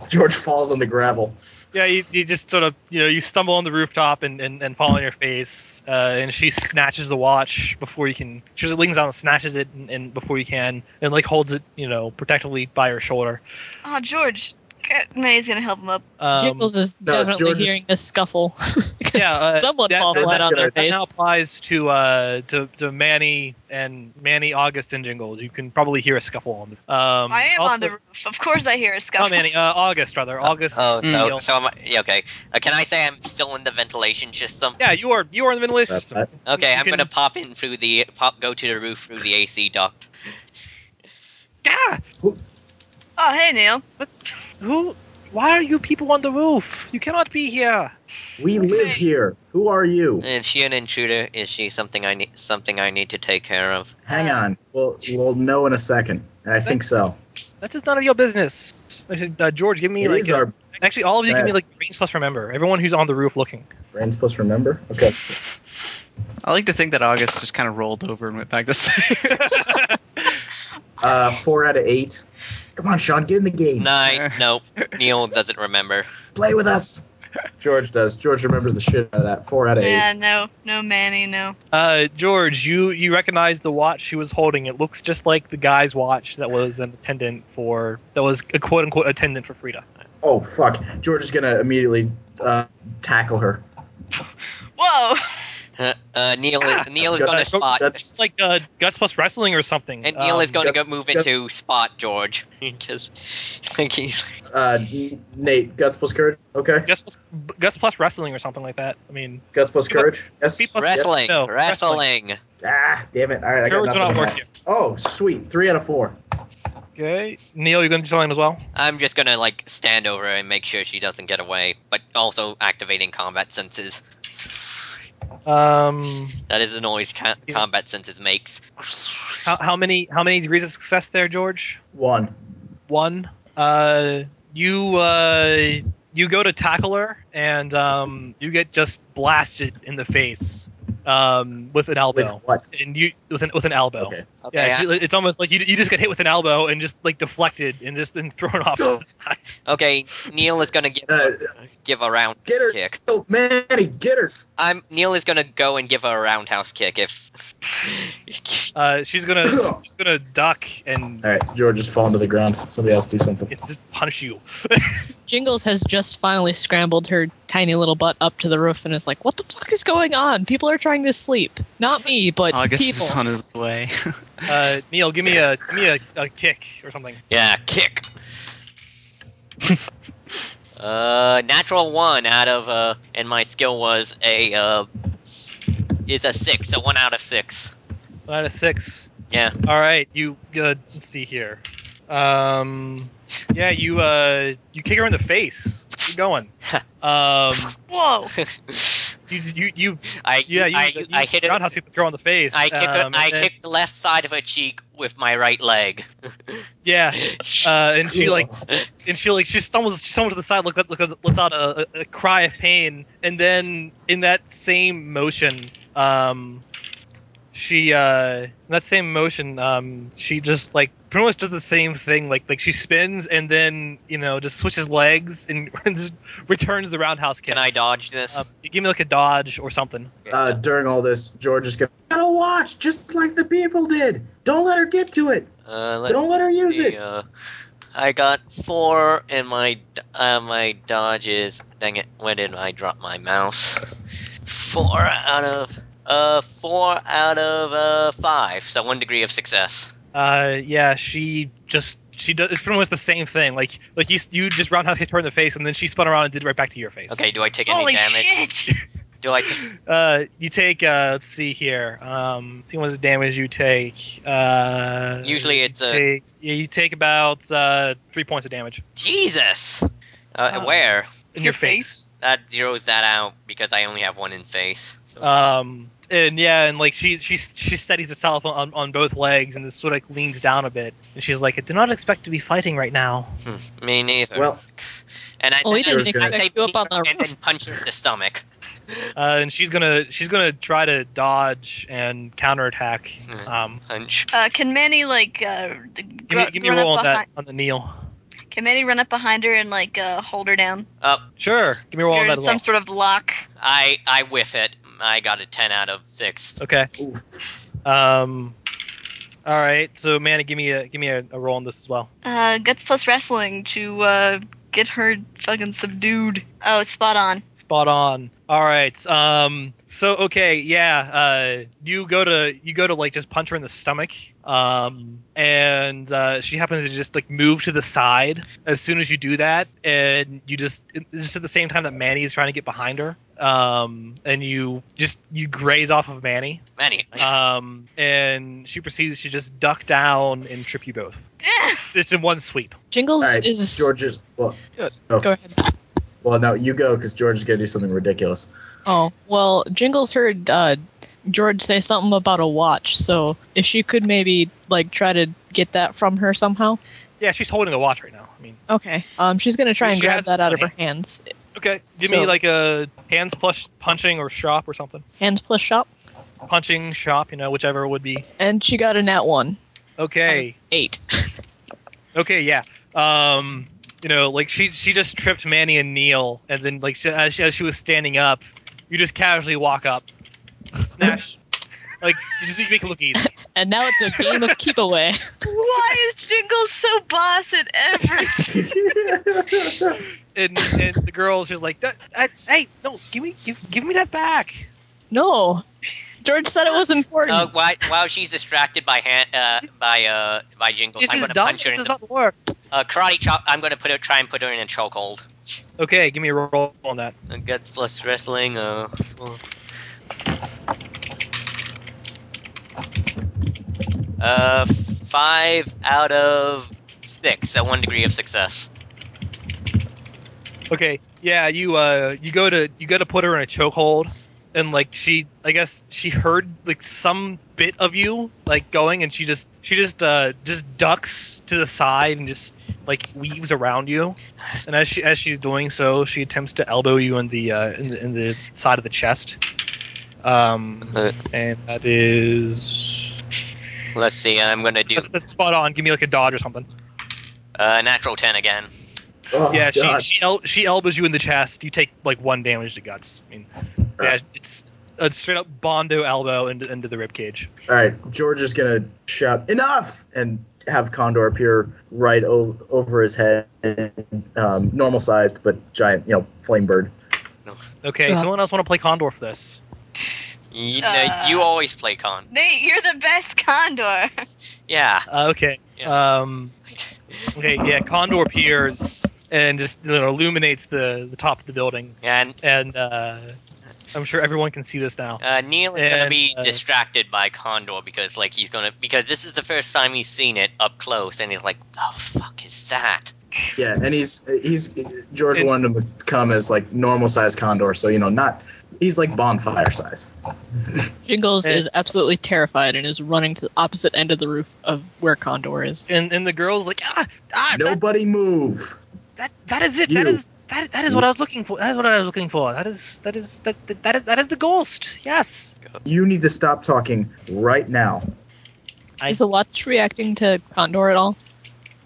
Speaker 1: George falls on the gravel.
Speaker 2: Yeah, you, you just sort of, you know, you stumble on the rooftop and, and, and fall on your face, uh, and she snatches the watch before you can. She just leans down and snatches it, and, and before you can, and like holds it, you know, protectively by her shoulder.
Speaker 5: Oh, George. Eh, Manny's gonna help him up.
Speaker 2: Um,
Speaker 6: Jiggles is
Speaker 1: no,
Speaker 6: definitely
Speaker 1: George is-
Speaker 6: hearing a scuffle. 'Cause
Speaker 2: Yeah, uh,
Speaker 6: someone
Speaker 2: that-
Speaker 6: falls
Speaker 1: that's
Speaker 6: flat on
Speaker 1: gonna-
Speaker 6: their
Speaker 2: that
Speaker 6: face.
Speaker 2: now applies to uh to, to Manny and Manny August and Jingles. You can probably hear a scuffle on. Them. Um,
Speaker 5: I am
Speaker 2: also,
Speaker 5: on the roof. Of course, I hear a scuffle.
Speaker 2: Oh, Manny, uh, August rather, August.
Speaker 1: uh,
Speaker 3: Oh,
Speaker 4: Mm.
Speaker 3: so so am I, yeah, okay. Uh, can I say I'm still in the ventilation system?
Speaker 2: yeah, you are you are in the ventilation
Speaker 1: That's
Speaker 2: system.
Speaker 1: right.
Speaker 3: Okay,
Speaker 2: You
Speaker 3: I'm
Speaker 2: can-
Speaker 3: gonna pop in through the pop, go to the roof through the AC duct.
Speaker 2: Yeah,
Speaker 5: Oh, hey, Neil.
Speaker 2: who? Why are you people on the roof? You cannot be here.
Speaker 1: We live
Speaker 5: Hey.
Speaker 1: here. Who are you?
Speaker 3: Is she an intruder? Is she something I need something I need to take care of?
Speaker 1: Hang on. We'll we'll know in a second. I think so.
Speaker 2: That is none of your business. I should- Uh, George, give me
Speaker 1: It
Speaker 2: like
Speaker 1: is
Speaker 2: a-
Speaker 1: our
Speaker 2: actually all of you give me
Speaker 1: bad.
Speaker 2: like range plus remember. Everyone who's on the roof looking.
Speaker 1: brains plus remember. Okay.
Speaker 4: I like to think that August just kind of rolled over and went back to sleep.
Speaker 1: Uh, four out of eight. Come on, Sean, get in the game.
Speaker 3: Nine. no, Neil doesn't remember.
Speaker 1: Play with us. George does. George remembers the shit out of that. Four out of
Speaker 5: Yeah,
Speaker 1: eight.
Speaker 5: no, no, Manny, no.
Speaker 2: Uh, George, you you recognize the watch she was holding. It looks just like the guy's watch that was an attendant for that was a quote unquote attendant for Frida.
Speaker 1: Oh fuck! George is gonna immediately uh, tackle her.
Speaker 5: Whoa.
Speaker 3: Uh, uh, Neil
Speaker 2: Ah.
Speaker 3: is, Neil is gonna
Speaker 1: That's-
Speaker 3: spot,
Speaker 1: That's
Speaker 2: It's like uh, Guts plus wrestling or something.
Speaker 3: and Neil
Speaker 2: Um,
Speaker 3: is gonna
Speaker 1: Gus-
Speaker 3: go move
Speaker 1: Gus-
Speaker 3: into spot George because think he's
Speaker 1: uh, Nate. Guts plus courage. Okay.
Speaker 2: Guts plus, Guts plus wrestling or something like that. I mean,
Speaker 1: Guts plus courage. Yes.
Speaker 2: B plus-
Speaker 3: wrestling,
Speaker 2: no,
Speaker 3: wrestling.
Speaker 1: Ah, damn it! All right, I got
Speaker 2: courage
Speaker 1: nothing.
Speaker 2: will not
Speaker 1: on
Speaker 2: work
Speaker 1: that.
Speaker 2: here.
Speaker 1: Oh, sweet. Three out of four.
Speaker 2: Okay, Neil, you're gonna do something as well.
Speaker 3: I'm just gonna like stand over her and make sure she doesn't get away, but also activating combat senses.
Speaker 2: Um,
Speaker 3: That is the noise ca-
Speaker 2: Yeah.
Speaker 3: combat senses makes.
Speaker 2: how, how many how many degrees of success there, George?
Speaker 1: One.
Speaker 2: one. Uh, you uh, you go to tackle her, and um, you get just blasted in the face um, with an
Speaker 1: With
Speaker 2: elbow,
Speaker 1: what?
Speaker 2: and you with an with an elbow.
Speaker 1: Okay.
Speaker 3: Okay,
Speaker 2: Yeah,
Speaker 3: I-
Speaker 2: she- it's almost like you, you just get hit with an elbow and just like deflected and just then thrown off.
Speaker 1: Oh.
Speaker 2: to the side.
Speaker 3: okay. Neil is gonna give
Speaker 1: Uh,
Speaker 3: give a round
Speaker 1: get her.
Speaker 3: kick.
Speaker 1: Oh, Manny, get her.
Speaker 3: I'm Neil is gonna go and give her a roundhouse kick if.
Speaker 2: Uh, she's gonna she's gonna duck and
Speaker 1: All right, George is falling to the ground. Somebody else do something.
Speaker 2: just punch you.
Speaker 6: Jingles has just finally scrambled her tiny little butt up to the roof and is like, "What the fuck is going on? People are trying to sleep. Not me, but
Speaker 4: August
Speaker 6: people."
Speaker 4: is on his way.
Speaker 2: Uh, Neil, give me a give me a, a kick or something.
Speaker 3: yeah, kick. uh, natural one out of uh, and my skill was a uh, is a six, so one out of six.
Speaker 2: One out of six.
Speaker 3: Yeah.
Speaker 2: All right, you. Uh, let's see here. Um, yeah, you. Uh, you kick her in the face. Keep going. Um,
Speaker 5: Whoa.
Speaker 2: you, you, you.
Speaker 3: I
Speaker 2: Yeah, you.
Speaker 3: I,
Speaker 2: you
Speaker 3: I hit it.
Speaker 2: Roundhouse kick this girl in the face.
Speaker 3: I kicked her,
Speaker 2: um,
Speaker 3: I
Speaker 2: and-
Speaker 3: kicked the left side of her cheek with my right leg.
Speaker 2: Yeah. Uh, and she like,
Speaker 1: Cool.
Speaker 2: and she like, she stumbles, she stumbles to the side, look, look, look, lets out a, a, a cry of pain, and then in that same motion, um, she uh in that same motion um she just like pretty much does the same thing like like she spins and then you know just switches legs and, just returns the roundhouse kick
Speaker 3: Can I dodge this?
Speaker 2: um, you give me like a dodge or something
Speaker 1: Uh, during all this, George is going, gotta watch, just like the people did. Don't let her get to it.
Speaker 3: Uh,
Speaker 1: Don't let her use
Speaker 3: see,
Speaker 1: it.
Speaker 3: Uh, I got four, and my d- uh, my dodges. Dang it! Where did I drop my mouse? Four out of uh four out of uh five. So one degree of success.
Speaker 2: uh yeah she just she does it's pretty much the same thing like like you you just roundhouse kicked her in the face and then she spun around and did it right back to your face
Speaker 3: Okay, do I take any
Speaker 5: Holy
Speaker 3: damage?
Speaker 5: shit!
Speaker 3: Do I take
Speaker 2: uh you take uh let's see here um see how much damage you take uh
Speaker 3: Usually it's,
Speaker 2: you
Speaker 3: uh,
Speaker 2: take, yeah you take about uh three points of damage
Speaker 3: Jesus? Uh,
Speaker 2: Uh,
Speaker 3: where
Speaker 2: in your
Speaker 5: Your
Speaker 2: face.
Speaker 3: that zeroes that out because I only have one in face. So,
Speaker 2: Um, and yeah, and like she she she steadies herself on, on both legs and sort of like leans down a bit, and she's like, "I do not expect to be fighting right now."
Speaker 3: me neither.
Speaker 1: Well,
Speaker 3: and I
Speaker 6: Well, we
Speaker 3: think
Speaker 1: didn't
Speaker 3: I-
Speaker 1: expect
Speaker 3: I say
Speaker 6: you up on the
Speaker 3: and then
Speaker 6: roof.
Speaker 3: punch her in the stomach.
Speaker 2: Uh, and she's gonna she's gonna try to dodge and counterattack.
Speaker 3: Hmm.
Speaker 2: Um,
Speaker 3: Punch.
Speaker 5: Uh, can Manny like uh,
Speaker 2: give me,
Speaker 5: gr-
Speaker 2: give me a
Speaker 5: run up
Speaker 2: roll on that
Speaker 5: behind-
Speaker 2: on the kneel.
Speaker 5: Can Manny run up behind her and like uh, hold her down?
Speaker 2: Sure, give me a roll
Speaker 5: You're
Speaker 2: on
Speaker 5: in
Speaker 2: that. as
Speaker 5: some
Speaker 2: well.
Speaker 5: sort of lock.
Speaker 3: I I whiff it. I got a ten out of six.
Speaker 2: Okay.
Speaker 1: oof.
Speaker 2: Um, all right. So Manny, give me a give me a, a roll on this as well.
Speaker 5: Uh, guts plus wrestling to uh, get her fucking subdued. Oh, spot on.
Speaker 2: Spot on. All right. Um. So okay. Yeah. Uh. You go to you go to like just punch her in the stomach. Um. And uh, she happens to just like move to the side as soon as you do that, and you just just at the same time that Manny is trying to get behind her. Um. And you just you graze off of Manny.
Speaker 3: Manny.
Speaker 2: Um. And she proceeds to just duck down and trip you both. It's in one sweep.
Speaker 1: All
Speaker 6: Jingles
Speaker 1: right,
Speaker 6: is.
Speaker 1: George is. Well,
Speaker 6: Good.
Speaker 1: oh,
Speaker 6: Go ahead.
Speaker 1: well, no, you go because George is going to do something ridiculous.
Speaker 6: Oh well, Jingles heard uh, George say something about a watch. So if she could maybe like try to get that from her somehow.
Speaker 2: Yeah. She's holding the watch right now. I mean.
Speaker 6: Okay. Um, she's gonna try and
Speaker 2: She
Speaker 6: grab
Speaker 2: has-
Speaker 6: that out of her hands.
Speaker 2: Okay. Give
Speaker 6: So-
Speaker 2: me like a hands plus punching or shop or something.
Speaker 6: Hands plus shop,
Speaker 2: punching shop, you know, whichever would be. Um,
Speaker 6: and she got a nat one
Speaker 2: Okay.
Speaker 6: eight.
Speaker 2: Okay, yeah. Um, you know, like she she just tripped Manny and Neil, and then like she, as, she, as she was standing up, you just casually walk up, snatch, like you just make it look easy.
Speaker 6: And now it's a game of keep away.
Speaker 5: Why is Jingles so boss at everything?
Speaker 1: Oh,
Speaker 2: And and the girl she's like, that, that, hey, no, give me give, give me that back.
Speaker 6: No, George said it was important.
Speaker 3: Uh, while, while she's distracted by hand, uh, by uh, by jingles,
Speaker 2: This
Speaker 3: I'm
Speaker 2: is
Speaker 3: gonna
Speaker 2: dumb.
Speaker 3: punch her
Speaker 2: This
Speaker 3: in
Speaker 2: does
Speaker 3: the
Speaker 2: not work.
Speaker 3: uh, karate chop. I'm gonna put her, try and put her in a chokehold.
Speaker 2: Okay, give me a roll on that.
Speaker 3: Uh, Guts plus wrestling. Uh, uh, five out of six, so one degree of success.
Speaker 2: Okay, yeah, you uh, you go to you go to put her in a chokehold, and like she, I guess she heard like some bit of you like going, and she just she just uh just ducks to the side and just like weaves around you, and as she as she's doing so, she attempts to elbow you in the uh, in the in the side of the chest. Um,
Speaker 3: Uh,
Speaker 2: and that is
Speaker 3: let's see. I'm gonna do
Speaker 2: that's spot on. Give me like a dodge or something.
Speaker 3: uh, natural ten again.
Speaker 1: Oh,
Speaker 2: yeah, she
Speaker 1: God.
Speaker 2: she, el- she elbows you in the chest. You take like one damage to guts. I mean, yeah, it's a straight up bondo elbow into, into the rib cage.
Speaker 1: All right, George is gonna shout enough and have Condor appear right o- over his head, um, normal sized but giant, you know, flame bird.
Speaker 2: Okay,
Speaker 6: Uh.
Speaker 2: someone else want to play Condor for this?
Speaker 3: You, know,
Speaker 5: Uh.
Speaker 3: you always play con.
Speaker 5: Nate, you're the best Condor.
Speaker 3: Yeah.
Speaker 2: Uh, okay. Um, okay. Yeah, Condor appears and just you know, illuminates the the top of the building,
Speaker 3: And
Speaker 2: and uh, I'm sure everyone can see this now.
Speaker 3: Uh, Neil is gonna
Speaker 2: And,
Speaker 3: be
Speaker 2: uh,
Speaker 3: distracted by Condor because like he's gonna because this is the first time he's seen it up close and he's like, the fuck is that?
Speaker 1: Yeah, and he's he's George
Speaker 2: And-
Speaker 1: wanted him to come as like normal sized Condor, so you know, not he's like bonfire size.
Speaker 6: Jingles
Speaker 2: Eh.
Speaker 6: is absolutely terrified and is running to the opposite end of the roof of where Condor is.
Speaker 2: And and the girl's like, ah, ah, that,
Speaker 1: Nobody move.
Speaker 2: that that is it. That
Speaker 1: You.
Speaker 2: is That, that is what I was looking for. That is what I was looking for. That is that is that that, that is, that is the ghost. Yes.
Speaker 1: You need to stop talking right now.
Speaker 2: I-
Speaker 6: Is the watch reacting to Condor at all?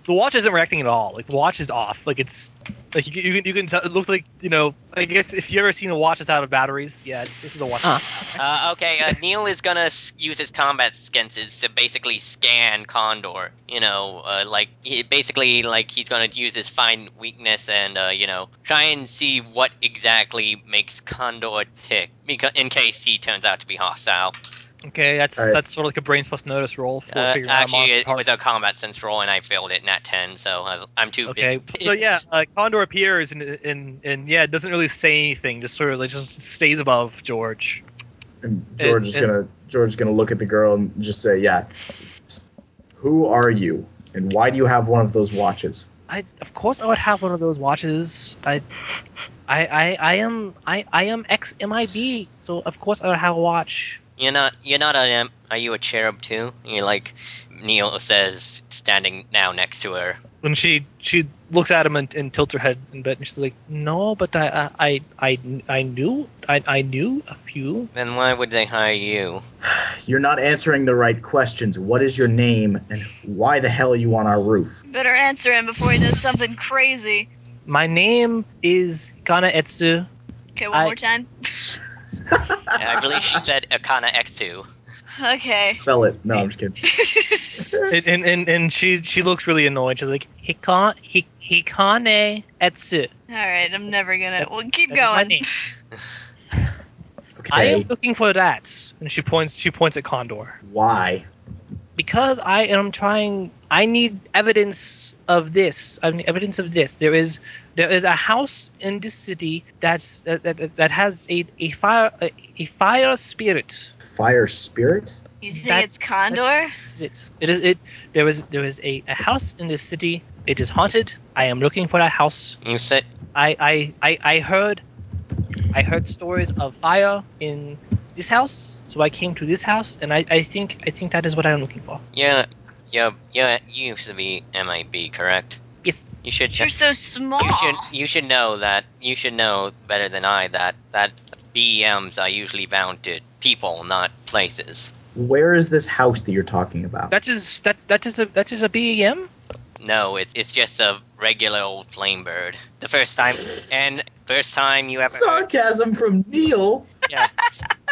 Speaker 2: the watch isn't reacting at all. Like the watch is off. Like it's like you, can- you can you can tell. It looks like you know. I guess if you ever seen a watch that's out of batteries, yeah, this is a watch.
Speaker 6: Ah.
Speaker 3: Uh, okay, uh, Neil is gonna s- use his combat senses to basically scan Condor. You know, uh, like he, basically, like he's gonna use his fine weakness and uh, you know try and see what exactly makes Condor tick, because in case he turns out to be hostile.
Speaker 2: Okay, that's
Speaker 1: All right.
Speaker 2: that's sort of like a brains plus notice roll for
Speaker 3: Uh,
Speaker 2: figuring out a
Speaker 3: actually,
Speaker 2: monster
Speaker 3: it
Speaker 2: part.
Speaker 3: was a combat sense roll, and I failed it, nat ten, so I was, I'm too.
Speaker 2: Okay, so yeah, uh, Condor appears and and and yeah, it doesn't really say anything. Just sort of like just stays above George.
Speaker 1: And George
Speaker 2: And-
Speaker 1: is
Speaker 2: and-
Speaker 1: gonna George is gonna look at the girl and just say, "Yeah, who are you, and why do you have one of those watches?"
Speaker 2: I of course I would have one of those watches. I, I, I, I am I I am ex MIB, so of course I would have a watch.
Speaker 3: You're not. You're not an. imp. Are you a cherub too? You're like Neil says, standing now next to her.
Speaker 2: And she she looks at him and, and tilts her head in bit, and she's like, "No, but I I I, I knew I, I knew a few."
Speaker 3: Then why would they hire you?
Speaker 1: You're not answering the right questions. What is your name, and why the hell are you on our roof?
Speaker 5: Better answer him before he does something crazy.
Speaker 2: My name is Kana Etsu.
Speaker 5: Okay, one
Speaker 2: I-
Speaker 5: more time.
Speaker 3: I believe she said Akana X2.
Speaker 5: Okay.
Speaker 1: Spell it. No, I'm just kidding.
Speaker 2: and, and, and and she she looks really annoyed. She's like, "Hikan Hik- Hikane Etsu."
Speaker 5: All right, I'm never gonna. Well, keep
Speaker 2: That's my
Speaker 5: going.
Speaker 2: name.
Speaker 1: Okay.
Speaker 2: I am looking for that. And she points she points at Condor.
Speaker 1: Why?
Speaker 2: because I am trying. I need evidence of this. I need evidence of this. There is there is a house in this city that's that that, that has a a fire a, a fire spirit.
Speaker 1: Fire spirit?
Speaker 5: You think
Speaker 2: That-
Speaker 5: it's Condor?
Speaker 2: Is it? It is it. There is there is a, a house in this city. It is haunted. I am looking for that house.
Speaker 3: You said
Speaker 2: I I I, I heard. I heard stories of fire in this house, so I came to this house, and I, I think I think that is what I'm looking for.
Speaker 3: yeah, yeah, yeah. You used to be MIB, correct?
Speaker 2: Yes.
Speaker 3: You should.
Speaker 5: You're so small.
Speaker 3: You should. You should know that. You should know better than I that that BEMs are usually bound to people, not places.
Speaker 1: Where is this house that you're talking about?
Speaker 2: That is that that is a that is a BEM.
Speaker 3: No, it's it's just a regular old flame bird. The first time and first time you ever heard,
Speaker 1: Sarcasm from Neil.
Speaker 3: yeah.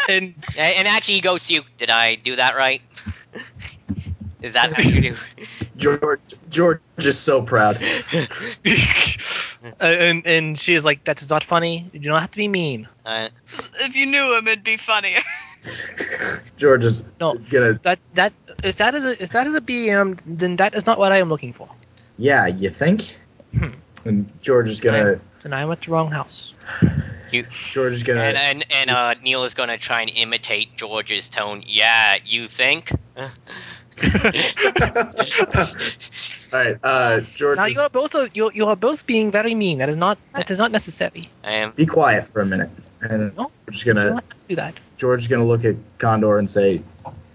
Speaker 2: and
Speaker 3: And, and actually, he goes to you. Did I do that right? Is that how you do?
Speaker 1: George George is so proud.
Speaker 2: uh, and and she is like, "That's not funny. You don't have to be mean."
Speaker 3: Uh,
Speaker 5: If you knew him, it'd be funnier.
Speaker 1: George is
Speaker 2: No.
Speaker 1: gonna
Speaker 2: That that if that is a, if that is a BM, then that is not what I am looking for.
Speaker 1: Yeah, you think?
Speaker 2: Hmm.
Speaker 1: And George is gonna
Speaker 2: Then I am at the wrong house.
Speaker 1: George is gonna
Speaker 3: and and, and uh, Neil is gonna try and imitate George's tone. Yeah, you think?
Speaker 1: Alright, uh George
Speaker 2: now
Speaker 1: is,
Speaker 2: you are both you you are both being very mean. That is not that is not necessary.
Speaker 3: I am.
Speaker 1: be quiet for a minute. And
Speaker 2: No.
Speaker 1: George is
Speaker 2: You
Speaker 1: gonna
Speaker 2: don't have to do that.
Speaker 1: George is gonna look at Condor and say,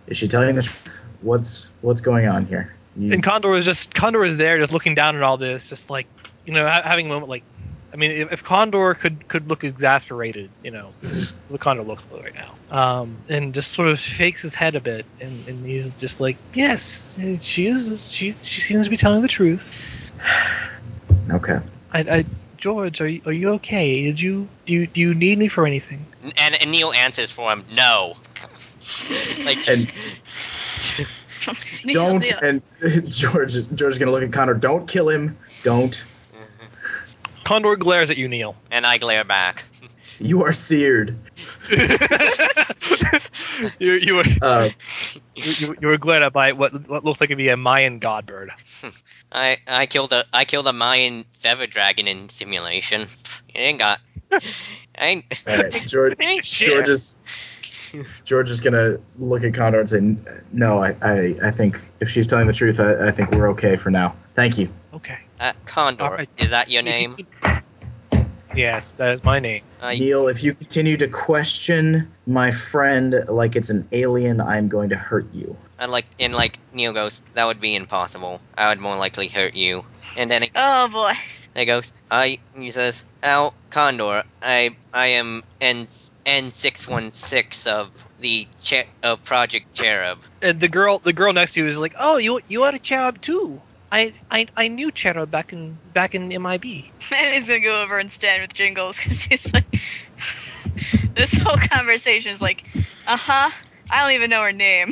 Speaker 1: Is she telling the truth? What's what's going on here? You-
Speaker 2: And Condor is just Condor is there, just looking down at all this, just like you know, ha- having a moment like. I mean, if, if Condor could, could look exasperated, you know,
Speaker 1: Mm-hmm.
Speaker 2: what Condor looks like right now, um, and just sort of shakes his head a bit, and, and he's just like, "Yes, she is. She she seems to be telling the truth."
Speaker 1: okay.
Speaker 2: I, I George, are you, are you okay? Did you do you, do you need me for anything?
Speaker 3: And, and Neil answers for him. No. like
Speaker 1: And
Speaker 5: Neil,
Speaker 1: don't
Speaker 5: Neil.
Speaker 1: and George is George is gonna look at Condor, don't kill him. Don't.
Speaker 2: Condor glares at you, Neil.
Speaker 3: and I glare back.
Speaker 1: You are seared.
Speaker 2: you you were
Speaker 1: Uh
Speaker 2: you, you were glared at by what what looks like to be a Mayan god bird.
Speaker 3: I I killed a I killed a Mayan feather dragon in simulation. It ain't got. I ain't,
Speaker 1: all right, George
Speaker 2: Ain't shit.
Speaker 1: George is George is gonna look at Condor and say, "No, I, I, I think if she's telling the truth, I, I think we're okay for now. Thank you."
Speaker 2: Okay.
Speaker 3: uh, Condor.
Speaker 2: Alright.
Speaker 3: Is that your name?
Speaker 2: Yes, that is my name.
Speaker 3: Uh,
Speaker 1: Neil, if you continue to question my friend like it's an alien, I'm going to hurt you.
Speaker 3: I'd like and like Neil goes. That would be impossible. I would more likely hurt you. And then
Speaker 5: Oh boy.
Speaker 3: There goes. I he says, Al Condor, I I am N N six one six of the che- of Project Cherub.
Speaker 7: And the girl, the girl next to you is like, "Oh, you you are a cherub too. I I, I knew cherub back in back in MIB."
Speaker 5: Man, he's gonna go over and stand with Jingles because he's like, this whole conversation is like, uh huh. I don't even know her name.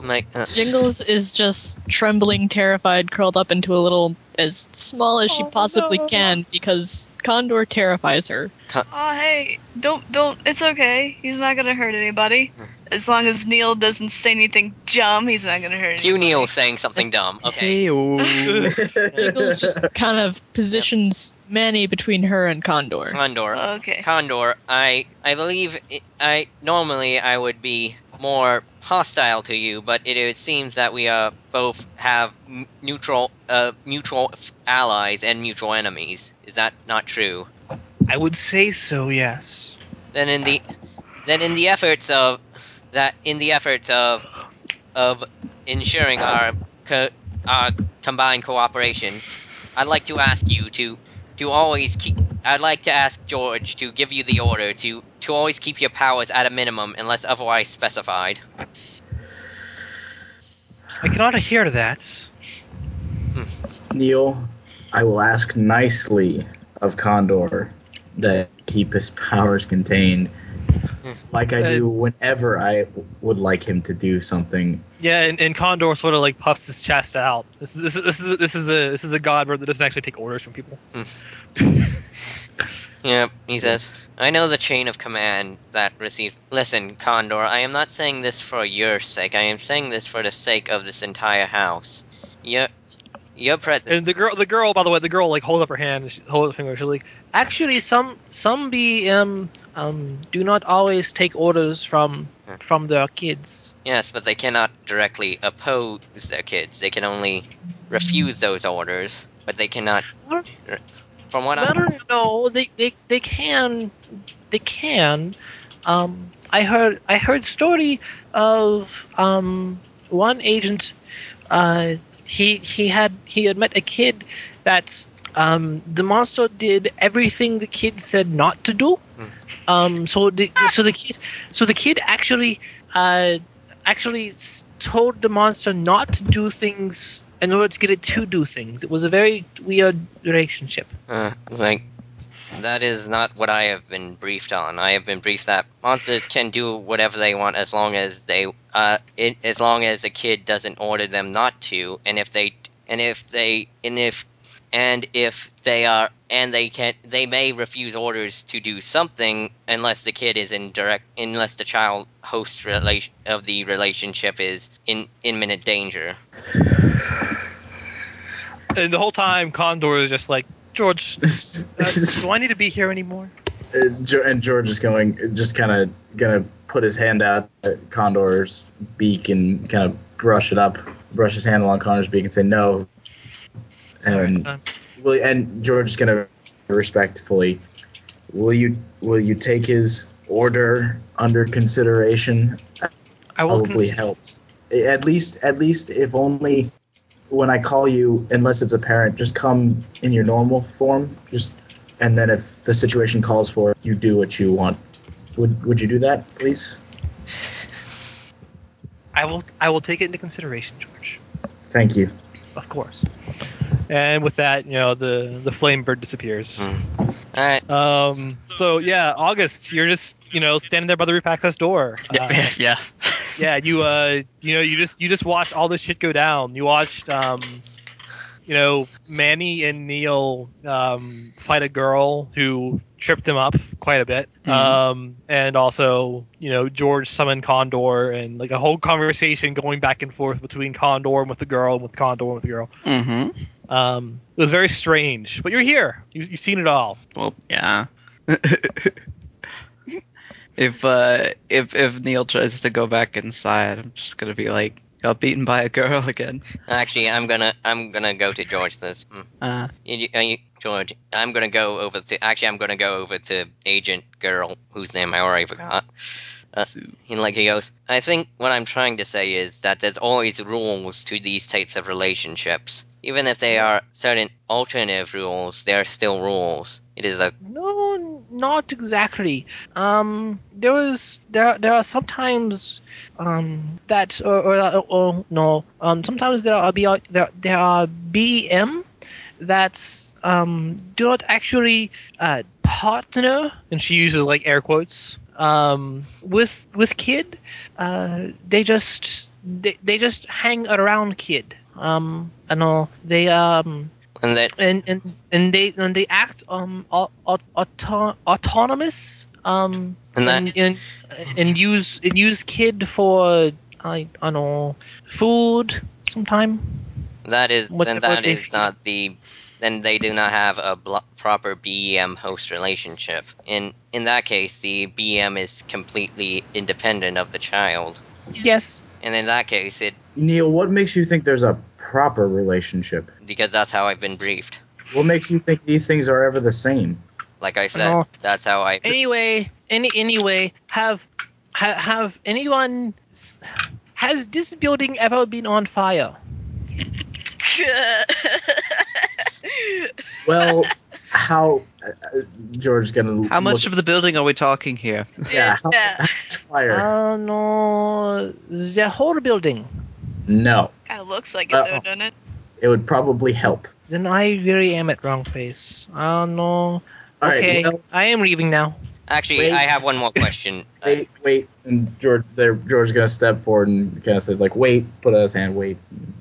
Speaker 3: My, uh,
Speaker 6: Jingles is just trembling, terrified, curled up into a little as small as she
Speaker 5: Oh,
Speaker 6: possibly
Speaker 5: no.
Speaker 6: can because Condor terrifies her.
Speaker 5: Oh hey, don't don't. It's okay. He's not gonna hurt anybody as long as Neil doesn't say anything dumb. He's not gonna hurt.
Speaker 3: Q
Speaker 5: anybody.
Speaker 3: Neil saying something dumb. Okay.
Speaker 4: Hey-o.
Speaker 6: Jingles just kind of positions Manny between her and Condor.
Speaker 3: Condor.
Speaker 5: Okay.
Speaker 3: Condor, I I believe it, I normally I would be more hostile to you, but it, it seems that we uh, both have n- neutral uh, mutual f- allies and mutual enemies. Is that not true?
Speaker 2: I would say so, yes.
Speaker 3: Then in the then in the efforts of that in the efforts of of ensuring our co- our combined cooperation, I'd like to ask you to to always keep. I'd like to ask George to give you the order to to always keep your powers at a minimum unless otherwise specified.
Speaker 2: I cannot adhere to that.
Speaker 1: Neil, I will ask nicely of Condor that keep his powers contained, like I do whenever I would like him to do something.
Speaker 2: Yeah, and, and Condor sort of like puffs his chest out. This is this is this is, this is a this is a god bird that doesn't actually take orders from people.
Speaker 3: Yep, he says. I know the chain of command that receives. Listen, Condor, I am not saying this for your sake. I am saying this for the sake of this entire house. Your your presence.
Speaker 2: And the girl, the girl, by the way, the girl like holds up her hand, she holds up her finger. She's like, actually, some some be um um do not always take orders from from their kids.
Speaker 3: Yes, but they cannot directly oppose their kids. They can only refuse those orders, but they cannot.
Speaker 2: What?
Speaker 3: From what
Speaker 2: No,
Speaker 3: I
Speaker 2: no, no, no, they they they can, they can. Um, I heard I heard story of um one agent. Uh, he he had he had met a kid that um the monster did everything the kid said not to do. Um, so the so the kid so the kid actually uh actually s- told the monster not to do things in order to get it to do things. It was a very weird relationship.
Speaker 3: uh, like, that is not what I have been briefed on. I have been briefed that monsters can do whatever they want as long as they, uh, it, as long as the kid doesn't order them not to, and if they, and if they, and if, and if they are, and they can, they may refuse orders to do something unless the kid is in direct, unless the child host relation of the relationship is in imminent danger.
Speaker 2: And the whole time, Condor is just like, George, uh, do I need to be here anymore?
Speaker 1: Uh, Ge- and George is going, just kind of gonna put his hand out at Condor's beak and kind of brush it up, brush his hand along Condor's beak and say no. And
Speaker 2: Um,
Speaker 1: will, and George is gonna respectfully, will you will you take his order under consideration?
Speaker 2: I will
Speaker 1: Probably
Speaker 2: consider-
Speaker 1: helps. At least at least if only when I call you, unless it's apparent, just come in your normal form. Just and then if the situation calls for it, you do what you want. Would would you do that, please?
Speaker 2: I will. I will take it into consideration, George.
Speaker 1: Thank you.
Speaker 2: Of course. And with that, you know, the the flame bird disappears.
Speaker 3: All right.
Speaker 2: Um. So yeah, August, you're just you know standing there by the roof access door. Uh,
Speaker 4: yeah.
Speaker 2: yeah. You uh. You know, you just you just watched all this shit go down. You watched um. You know, Manny and Neil um, fight a girl who tripped them up quite a bit.
Speaker 4: Mhm.
Speaker 2: Um, and also, you know, George summoned Condor and like a whole conversation going back and forth between Condor and with the girl and with Condor and with the girl.
Speaker 4: hmm
Speaker 2: Um, it was very strange, but you're here. You, you've seen it all.
Speaker 4: Well, yeah. if uh, if if Neil tries to go back inside, I'm just gonna be like, got beaten by a girl again.
Speaker 3: Actually, I'm gonna I'm gonna go to George. This mm.
Speaker 4: Uh,
Speaker 3: You- you- uh, you- George, I'm gonna go over to actually I'm gonna go over to Agent Girl, whose name I already forgot. Uh,
Speaker 4: so-
Speaker 3: And like he goes, I think what I'm trying to say is that there's always rules to these types of relationships. Even if they are certain alternative rules, they are still rules. It is a
Speaker 8: No, not exactly. Um, there was there there are sometimes um that or, or, or no um sometimes there are be there there are BM that um do not actually uh, partner and she uses like air quotes um with with kid uh they just they, they just hang around kid um I know they um
Speaker 3: and that
Speaker 8: and and and they and they act um au- au- auto- autonomous um
Speaker 3: and that
Speaker 8: and, and and use and use kid for I I know food sometime.
Speaker 3: that is
Speaker 8: What-
Speaker 3: then
Speaker 8: what
Speaker 3: that
Speaker 8: if-
Speaker 3: is not the then they do not have a blo- proper BEM host relationship. In in that case, the BEM is completely independent of the child.
Speaker 8: Yes.
Speaker 3: And in that case, it
Speaker 1: Neil, what makes you think there's a proper relationship?
Speaker 3: because that's how I've been briefed.
Speaker 1: What makes you think these things are ever the same?
Speaker 3: Like I said,
Speaker 8: No.
Speaker 3: that's how I
Speaker 8: Anyway, any anyway, have ha- have anyone s- has this building ever been on fire?
Speaker 1: Well, how uh, uh, George's gonna
Speaker 4: How much
Speaker 1: look-
Speaker 4: of the building are we talking here?
Speaker 1: yeah, how,
Speaker 5: Yeah.
Speaker 1: how much fire?
Speaker 8: Uh, no, the whole building.
Speaker 1: no,
Speaker 5: kind of looks like it
Speaker 1: Uh-oh.
Speaker 5: though, doesn't it?
Speaker 1: it would probably help.
Speaker 8: Then I really am at wrong place. Oh no.
Speaker 1: All right,
Speaker 8: okay,
Speaker 1: well,
Speaker 8: I am leaving now.
Speaker 3: actually
Speaker 1: Wait.
Speaker 3: I have one more question. Uh,
Speaker 1: wait, wait, and George, there, George's gonna step forward and kind of say like, wait, put out his hand, wait.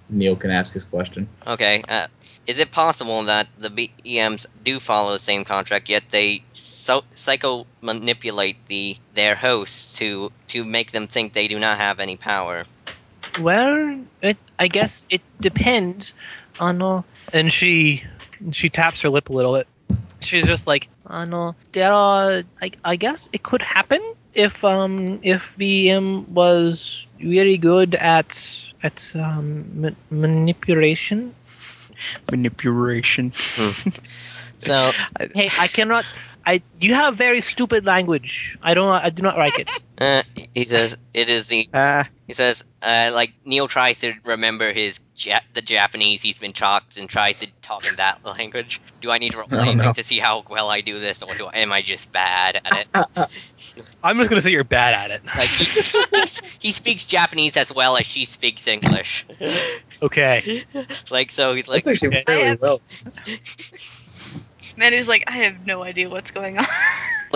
Speaker 1: Neil can ask his question.
Speaker 3: Okay. Uh, is it possible that the BEMs do follow the same contract, yet they so- psycho manipulate the their hosts to to make them think they do not have any power?
Speaker 8: Well, it, I guess it depends on. Uh, and she she taps her lip a little bit. She's just like, I know there are. I, I guess it could happen if um if VM was really good at at um, ma- manipulation.
Speaker 4: Manipulation. Hmm.
Speaker 3: So
Speaker 8: Hey, I cannot. I you have very stupid language. I don't. I do not like it.
Speaker 3: uh, he says it is the
Speaker 4: Ah,
Speaker 3: he says uh, like Neil tries to remember his ja- the Japanese he's been taught and tries to talk in that language. Do I need to roll
Speaker 1: Oh,
Speaker 3: anything
Speaker 1: no.
Speaker 3: to see how well I do this, or do am I just bad at it?
Speaker 2: I'm just gonna say you're bad at it.
Speaker 3: Like he speaks, he speaks Japanese as well as she speaks English.
Speaker 2: Okay.
Speaker 3: Like so, he's like
Speaker 1: That's actually
Speaker 2: okay.
Speaker 1: really
Speaker 5: I have-
Speaker 1: well.
Speaker 5: Man, he's like, I have no idea what's going on.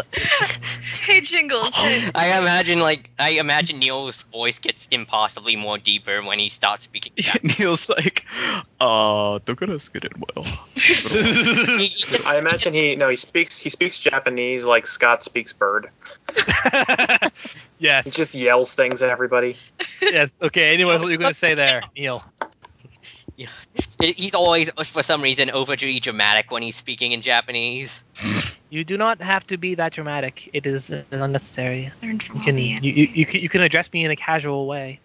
Speaker 5: hey, Jingles. Hey.
Speaker 3: I imagine like I imagine Neil's voice gets impossibly more deeper when he starts speaking. Japanese.
Speaker 4: Neil's like, oh, they're gonna get it well.
Speaker 3: He- he just-
Speaker 9: I imagine he no he speaks he speaks Japanese like Scott speaks bird.
Speaker 2: yes.
Speaker 9: He just yells things at everybody.
Speaker 2: yes. Okay. Anyway, what are you gonna say there, Neil?
Speaker 3: he's always for some reason overly dramatic when he's speaking in Japanese.
Speaker 8: You do not have to be that dramatic. It is uh, unnecessary.
Speaker 5: Learn from
Speaker 8: You
Speaker 5: all
Speaker 8: can
Speaker 5: the
Speaker 8: you, you, you, can- you can address me in a casual way.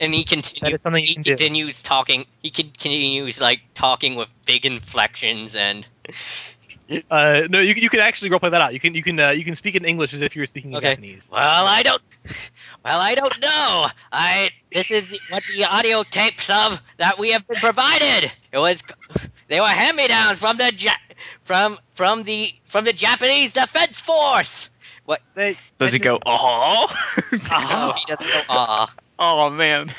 Speaker 3: And he
Speaker 2: That is
Speaker 3: continues.
Speaker 2: something
Speaker 3: He
Speaker 2: you can do.
Speaker 3: continues talking. He continues like talking with big inflections and
Speaker 2: Uh, no, you, you can actually roleplay that out. You can you can uh, you can speak in English as if you were speaking in
Speaker 3: Okay.
Speaker 2: Japanese.
Speaker 3: well, I don't. Well, I don't know. I this is what the audio tapes of that we have been provided. It was they were hand-me-downs from the ja- from from the from the Japanese Defense Force.
Speaker 2: They-
Speaker 4: Does he go, oh?
Speaker 3: Oh,
Speaker 8: Uh-huh.
Speaker 3: he doesn't go, "Aw."
Speaker 4: oh, man.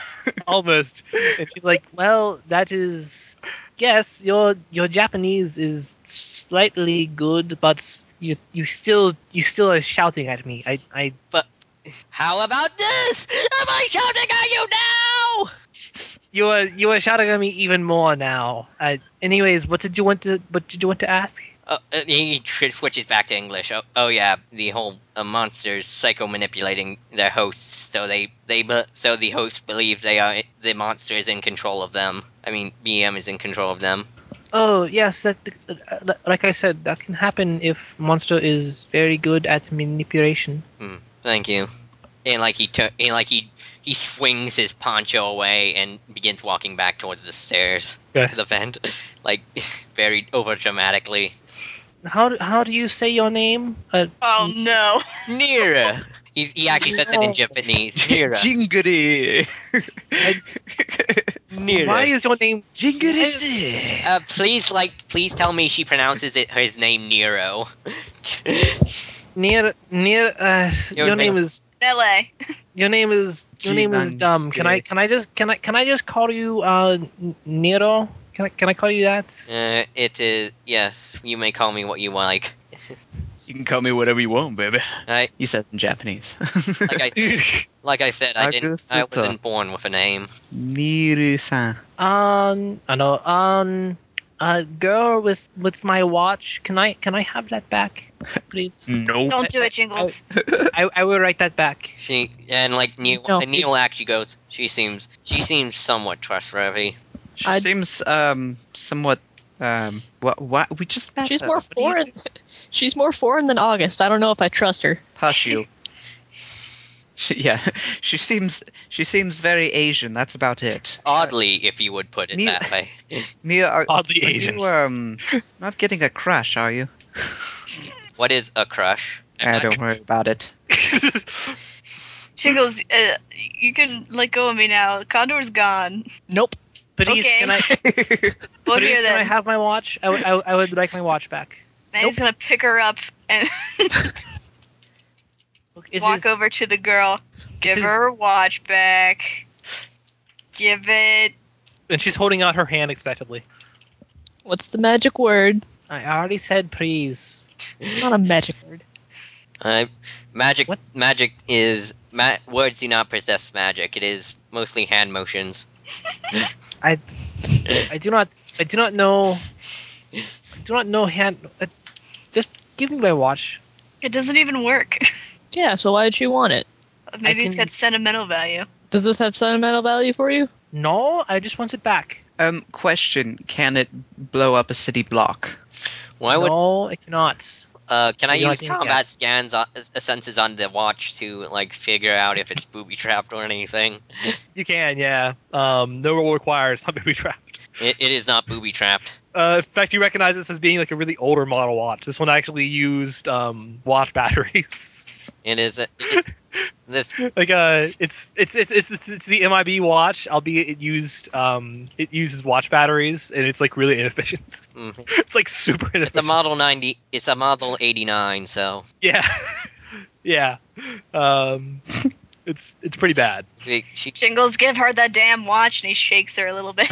Speaker 2: almost. And she's like,
Speaker 8: Well, that is yes. Your your Japanese is slightly good, but you you still you still are shouting at me. I I
Speaker 3: How about this? Am I shouting at you now?
Speaker 8: you are you are shouting at me even more now. Uh, anyways, what did you want to what did you want to ask?
Speaker 3: Oh, and he tr- switches back to English. Oh, oh yeah, the whole uh, monsters psycho manipulating their hosts, so they they be- so the hosts believe they are the monster is in control of them. I mean, BM is in control of them.
Speaker 8: Oh yes, that uh, like I said, that can happen if monster is very good at manipulation.
Speaker 3: Thank you. And like he took, and like he he swings his poncho away and begins walking back towards the stairs,
Speaker 2: Okay.
Speaker 3: the vent, like very over dramatically.
Speaker 8: How do- how do you say your name? Uh,
Speaker 5: Oh no.
Speaker 3: Nearer. He, he actually says it in Japanese. Nearer.
Speaker 4: Jingri.
Speaker 3: Near
Speaker 2: Why is your name?
Speaker 4: Jingle
Speaker 3: is Uh, please, like, please tell me she pronounces it his name Nero.
Speaker 2: Near near. Uh,
Speaker 3: Your
Speaker 2: your, name
Speaker 3: name-
Speaker 2: is
Speaker 5: LA.
Speaker 2: your name is your name is
Speaker 4: Jinan
Speaker 2: dumb. Can I
Speaker 4: Jay.
Speaker 2: can I just can I can I just call you uh N- Nero? Can I can I call you that?
Speaker 3: uh, it is yes. You may call me what you like.
Speaker 4: You can call me whatever you want, baby.
Speaker 3: I,
Speaker 4: He said in Japanese.
Speaker 3: like I, like I said, I didn't. I
Speaker 4: Agusta.
Speaker 3: wasn't born with a name.
Speaker 4: Niru-san.
Speaker 2: Um, I know. Um, uh, girl with with my watch. Can I can I have that back, please?
Speaker 4: Nope.
Speaker 5: Don't do it, Jingles.
Speaker 2: I I will write that back.
Speaker 3: She and like Neil.
Speaker 6: No.
Speaker 3: and Neil actually goes. She seems. She seems somewhat trustworthy.
Speaker 4: She
Speaker 6: I-
Speaker 4: seems um somewhat um what what we just met.
Speaker 6: She's
Speaker 4: her.
Speaker 6: more
Speaker 4: What do you-
Speaker 6: foreign. She's more foreign than August. I don't know if I trust her.
Speaker 4: Hush you. She, yeah, she seems she seems very Asian. That's about it.
Speaker 3: Oddly, if you would put it
Speaker 4: Neil-
Speaker 3: that way.
Speaker 4: Nia, are,
Speaker 2: Oddly
Speaker 4: are
Speaker 2: Asian.
Speaker 4: You, um, not getting a crush, are you?
Speaker 3: What is a crush?
Speaker 4: Eh, don't worry about it.
Speaker 5: Jingles, uh, you can let go of me now. Condor's gone.
Speaker 6: Nope.
Speaker 2: Please,
Speaker 5: Okay.
Speaker 2: can I
Speaker 5: We'll
Speaker 2: please,
Speaker 5: hear
Speaker 2: can I
Speaker 5: that.
Speaker 2: have my watch? I would- I would- I would like my watch back.
Speaker 5: And he's gonna pick her up and
Speaker 2: Look, it
Speaker 5: walk
Speaker 2: is-
Speaker 5: over to the girl. Give
Speaker 2: is-
Speaker 5: her her watch back. Give it.
Speaker 2: And she's holding out her hand expectantly.
Speaker 6: What's the magic word?
Speaker 2: I already said please.
Speaker 6: It's not a magic word.
Speaker 3: Uh, magic.
Speaker 2: What?
Speaker 3: Magic is ma- words do not possess magic. It is mostly hand motions.
Speaker 2: I do not. I do not know. I do not know hand. Uh, just give me my watch.
Speaker 5: It doesn't even work.
Speaker 6: Yeah. So why did she want it?
Speaker 5: Maybe it's
Speaker 2: can-
Speaker 5: got sentimental value.
Speaker 6: Does this have sentimental value for you?
Speaker 2: No, I just want it back.
Speaker 4: Um, question: Can it blow up a city block?
Speaker 3: Why would?
Speaker 2: no, I cannot.
Speaker 3: Uh, can I
Speaker 2: Would you like
Speaker 3: use
Speaker 2: me to
Speaker 3: combat scans on, uh, senses on the watch to like figure out if it's booby trapped or anything?
Speaker 2: You can, yeah. Um, no role required. It's not baby trapped.
Speaker 3: It, it is not booby trapped.
Speaker 2: Uh, in fact, you recognize this as being like a really older model watch. This one actually used um, watch batteries.
Speaker 3: It is. A, this
Speaker 2: like uh, it's it's, it's it's it's it's the MIB watch, albeit it used um, it uses watch batteries, and it's like really inefficient.
Speaker 3: Mhm.
Speaker 2: it's like super
Speaker 3: it's a
Speaker 2: inefficient.
Speaker 3: model ninety. It's a model eighty nine. So
Speaker 2: yeah, yeah. Um, it's it's pretty bad.
Speaker 3: she, she
Speaker 5: Jingles, give her the damn watch, and he shakes her a little bit.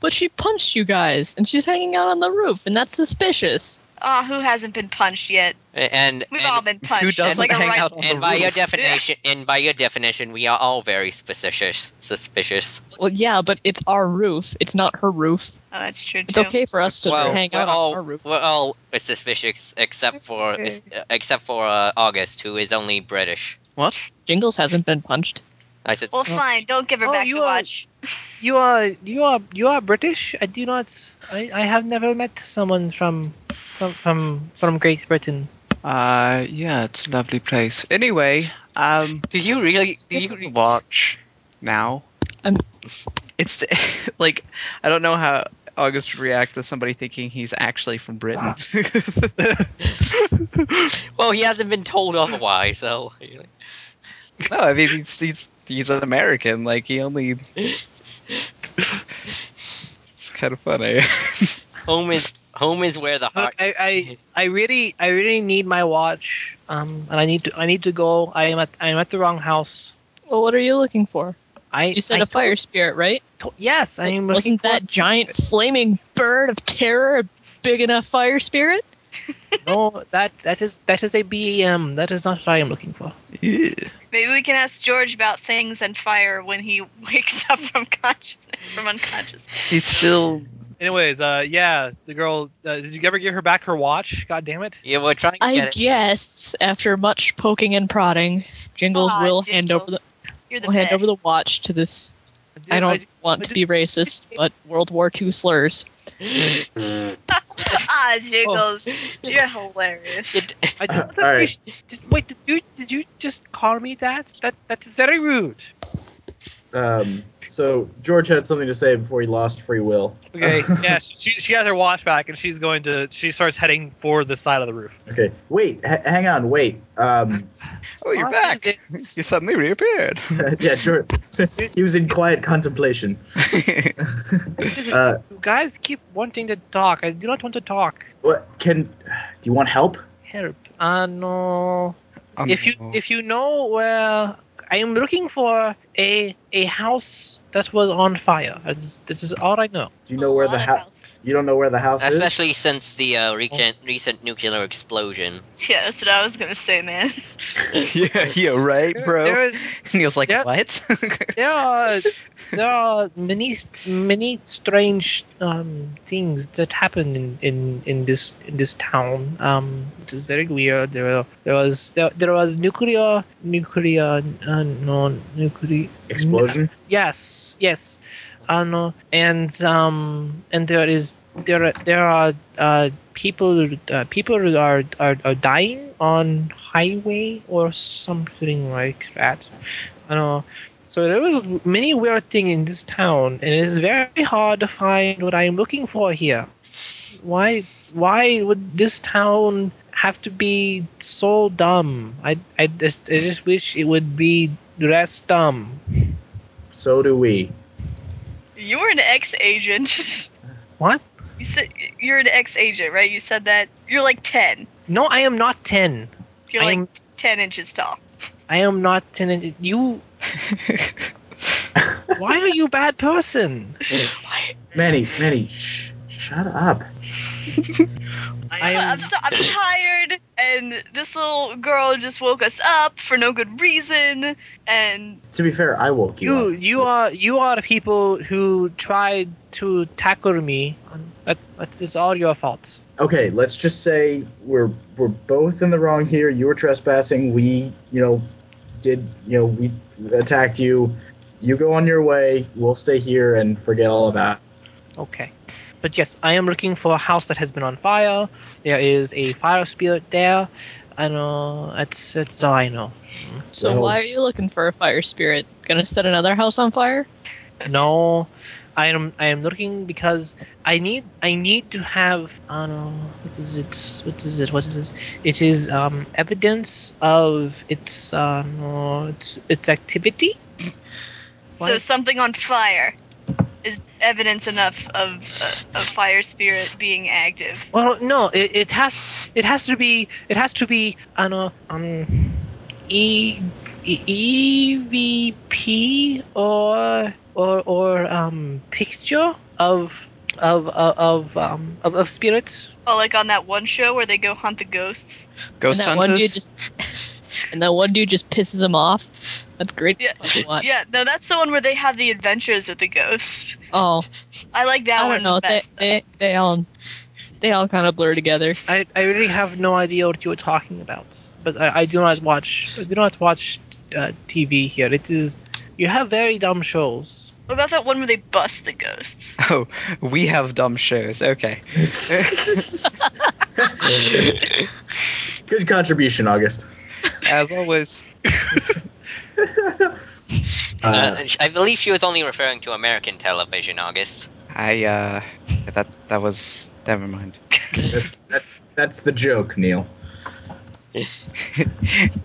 Speaker 6: But she punched you guys, and she's hanging out on the roof, and that's suspicious.
Speaker 5: Ah, who hasn't been punched yet?
Speaker 3: and
Speaker 5: We've
Speaker 3: and,
Speaker 5: all been punched. It's
Speaker 2: doesn't
Speaker 5: like a
Speaker 2: hang
Speaker 5: rifle.
Speaker 2: out on
Speaker 3: and
Speaker 2: the
Speaker 3: by your
Speaker 2: roof.
Speaker 3: definition, and by your definition, we are all very suspicious. Suspicious.
Speaker 6: Well, yeah, but it's our roof. It's not her roof.
Speaker 5: Oh, that's true
Speaker 6: It's
Speaker 5: too.
Speaker 6: okay for us to
Speaker 3: well,
Speaker 6: hang
Speaker 3: we're
Speaker 6: out
Speaker 3: all,
Speaker 6: on our roof.
Speaker 3: We're all suspicious except for
Speaker 4: Okay.
Speaker 3: except for uh, August, who is only British.
Speaker 4: What?
Speaker 6: Jingles hasn't been punched.
Speaker 3: I said,
Speaker 5: Well, fine. Don't give her
Speaker 2: Oh,
Speaker 5: back the
Speaker 2: you are-
Speaker 5: watch.
Speaker 2: You are you are you are British. I do not. I, I have never met someone from from from, from Great Britain.
Speaker 4: Uh, yeah, it's a lovely place. Anyway, um,
Speaker 3: "Do you really? Do you
Speaker 4: you watch now?
Speaker 6: Um,
Speaker 4: it's like I don't know how August would react to somebody thinking he's actually from Britain.
Speaker 3: Well, he hasn't been told otherwise, so
Speaker 4: no, I mean he's he's he's an American. Like he only. It's kind of funny.
Speaker 3: home is home is where the heart.
Speaker 2: Look, I, I I really I really need my watch. Um, and I need to I need to go. I am at I am at the wrong house.
Speaker 6: Well, what are you looking for?
Speaker 2: I
Speaker 6: You said
Speaker 2: I
Speaker 6: a fire spirit, right?
Speaker 2: told- yes, I am. looking
Speaker 6: Wasn't
Speaker 2: for-
Speaker 6: that giant flaming bird of terror a big enough fire spirit?
Speaker 2: no? That that is that is a BEM. That is not what I am looking for.
Speaker 5: Maybe we can ask George about things and fire when he wakes up from consciousness, from unconsciousness.
Speaker 4: He's still
Speaker 2: Anyways, uh, yeah, the girl. Uh, did you ever give her back her watch? God damn it!
Speaker 3: Yeah, we're trying to
Speaker 6: I
Speaker 3: get it.
Speaker 6: guess after much poking and prodding, Jingles
Speaker 5: Aw,
Speaker 6: will
Speaker 5: Jingles.
Speaker 6: hand over the
Speaker 5: You're the
Speaker 6: will hand
Speaker 5: best.
Speaker 6: over the watch to this. I don't want to be racist, but World War II slurs.
Speaker 5: ah, Jingles, you're hilarious.
Speaker 2: I don't
Speaker 1: All right.
Speaker 2: wish- did- wait, did you did you just call me that? That that is very rude.
Speaker 1: Um, So George had something to say before he lost free will.
Speaker 2: Okay, yeah, she, she has her watch back and she's going to. She starts heading for the side of the roof.
Speaker 1: Okay. Wait. H- hang on. Wait. Um,
Speaker 4: Oh, you're
Speaker 2: What
Speaker 4: back.
Speaker 2: is
Speaker 4: You suddenly reappeared.
Speaker 1: yeah, George. he was in quiet contemplation.
Speaker 2: This is-
Speaker 1: Uh,
Speaker 2: you guys keep wanting to talk. I do not want to talk.
Speaker 1: What can? Do you want help?
Speaker 2: Help. Uh, no.
Speaker 4: Oh,
Speaker 2: if you
Speaker 4: no.
Speaker 2: if you know where I am looking for a a house that was on fire. This, this is all I know.
Speaker 1: Do you know where the house? You don't know where the house is.
Speaker 3: Especially since the uh, recent, recent nuclear explosion.
Speaker 5: Yeah, that's what I was gonna say, man.
Speaker 4: yeah, yeah, right, bro.
Speaker 2: There is
Speaker 4: Neil's like,
Speaker 2: Yeah.
Speaker 4: what?
Speaker 2: there are there are many many strange um, things that happen in, in, in this in this town. Um, it is very weird. There were, there was there, there was nuclear nuclear uh, no nuclear
Speaker 1: Explosion.
Speaker 2: Yes, yes. Uh, no, and um, and there is there are- there are uh, people uh, people are, are are dying on highway or something like that. I know. So there was many weird thing in this town, and it is very hard to find what I am looking for here. Why why would this town have to be so dumb? I I just I just wish it would be less dumb.
Speaker 1: So do we.
Speaker 5: You were an ex agent.
Speaker 2: What?
Speaker 5: You said you're an ex agent, right? You said that you're like ten.
Speaker 2: No, I am not ten.
Speaker 5: You're
Speaker 2: I
Speaker 5: like
Speaker 2: am-
Speaker 5: ten inches tall.
Speaker 2: I am not ten. and- You. Why are you a bad person?
Speaker 1: Manny. Manny. Shh. Shut up.
Speaker 2: I am-
Speaker 5: I'm, so, I'm tired, and this little girl just woke us up for no good reason. And
Speaker 1: To be fair, I woke you.
Speaker 2: You
Speaker 1: up.
Speaker 2: you are you are the people who tried to tackle me. That, that is all your fault.
Speaker 1: okay, let's just say we're we're both in the wrong here. You were trespassing. We, you know, did you know we attacked you. You go on your way. We'll stay here and forget all about.
Speaker 2: Okay. But yes, I am looking for a house that has been on fire. There is a fire spirit there. I know. That's that's all I know.
Speaker 6: So
Speaker 1: Well-
Speaker 6: why are you looking for a fire spirit? Gonna set another house on fire?
Speaker 2: No, I am I am looking because I need I need to have I don't know what is it what is it what is this it is um evidence of its uh, no, its its activity.
Speaker 5: so
Speaker 2: What?
Speaker 5: something on fire is evidence enough of uh, of fire spirit being active.
Speaker 2: Well, no, it, it has it has to be it has to be I don't know um e e v p or or or um picture of of of, of um of, of spirits.
Speaker 5: Oh, like on that one show where they go hunt the ghosts.
Speaker 4: Ghost
Speaker 6: and that one dude
Speaker 4: hunters.
Speaker 6: just and that one dude just pisses him off. That's great.
Speaker 5: Yeah.
Speaker 6: to fucking watch.
Speaker 5: Yeah, no, that's the one where they have the adventures with the ghosts.
Speaker 6: Oh,
Speaker 5: I like that
Speaker 6: I
Speaker 5: one.
Speaker 6: don't know.
Speaker 5: the
Speaker 6: They,
Speaker 5: best.
Speaker 6: they they all they all kind of blur together.
Speaker 2: I, I really have no idea what you were talking about, but I, I do not watch I do not watch uh, TV here. It is you have very dumb shows.
Speaker 5: What about that one where they bust the ghosts?
Speaker 4: Oh, we have dumb shows. Okay.
Speaker 1: Good contribution, August.
Speaker 4: As always.
Speaker 1: Uh,
Speaker 3: Uh, I believe she was only referring to American television, August.
Speaker 4: I uh that that was never mind.
Speaker 1: that's, that's that's the joke, Neil.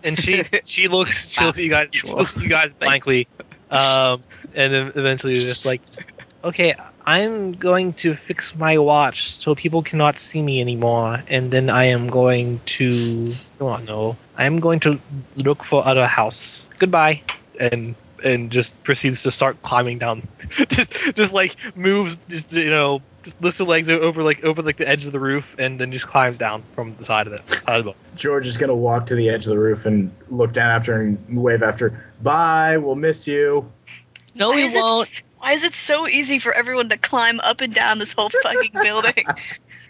Speaker 2: And she she looks she looks at you guys she looks at you guys
Speaker 4: Thank-
Speaker 2: blankly, um, and then eventually just like, okay, I'm going to fix my watch so people cannot see me anymore, and then I am going to oh no, I'm going to look for other house. Goodbye, and and just proceeds to start climbing down just just like moves just you know just lifts her legs o- over like over like the edge of the roof and then just climbs down from the side of it side of the boat.
Speaker 1: George is gonna walk to the edge of the roof and look down after her and wave after. her. Bye. We'll miss you.
Speaker 6: No, Oh, we
Speaker 5: is it
Speaker 6: won't.
Speaker 5: s- why is it so easy for everyone to climb up and down this whole fucking building?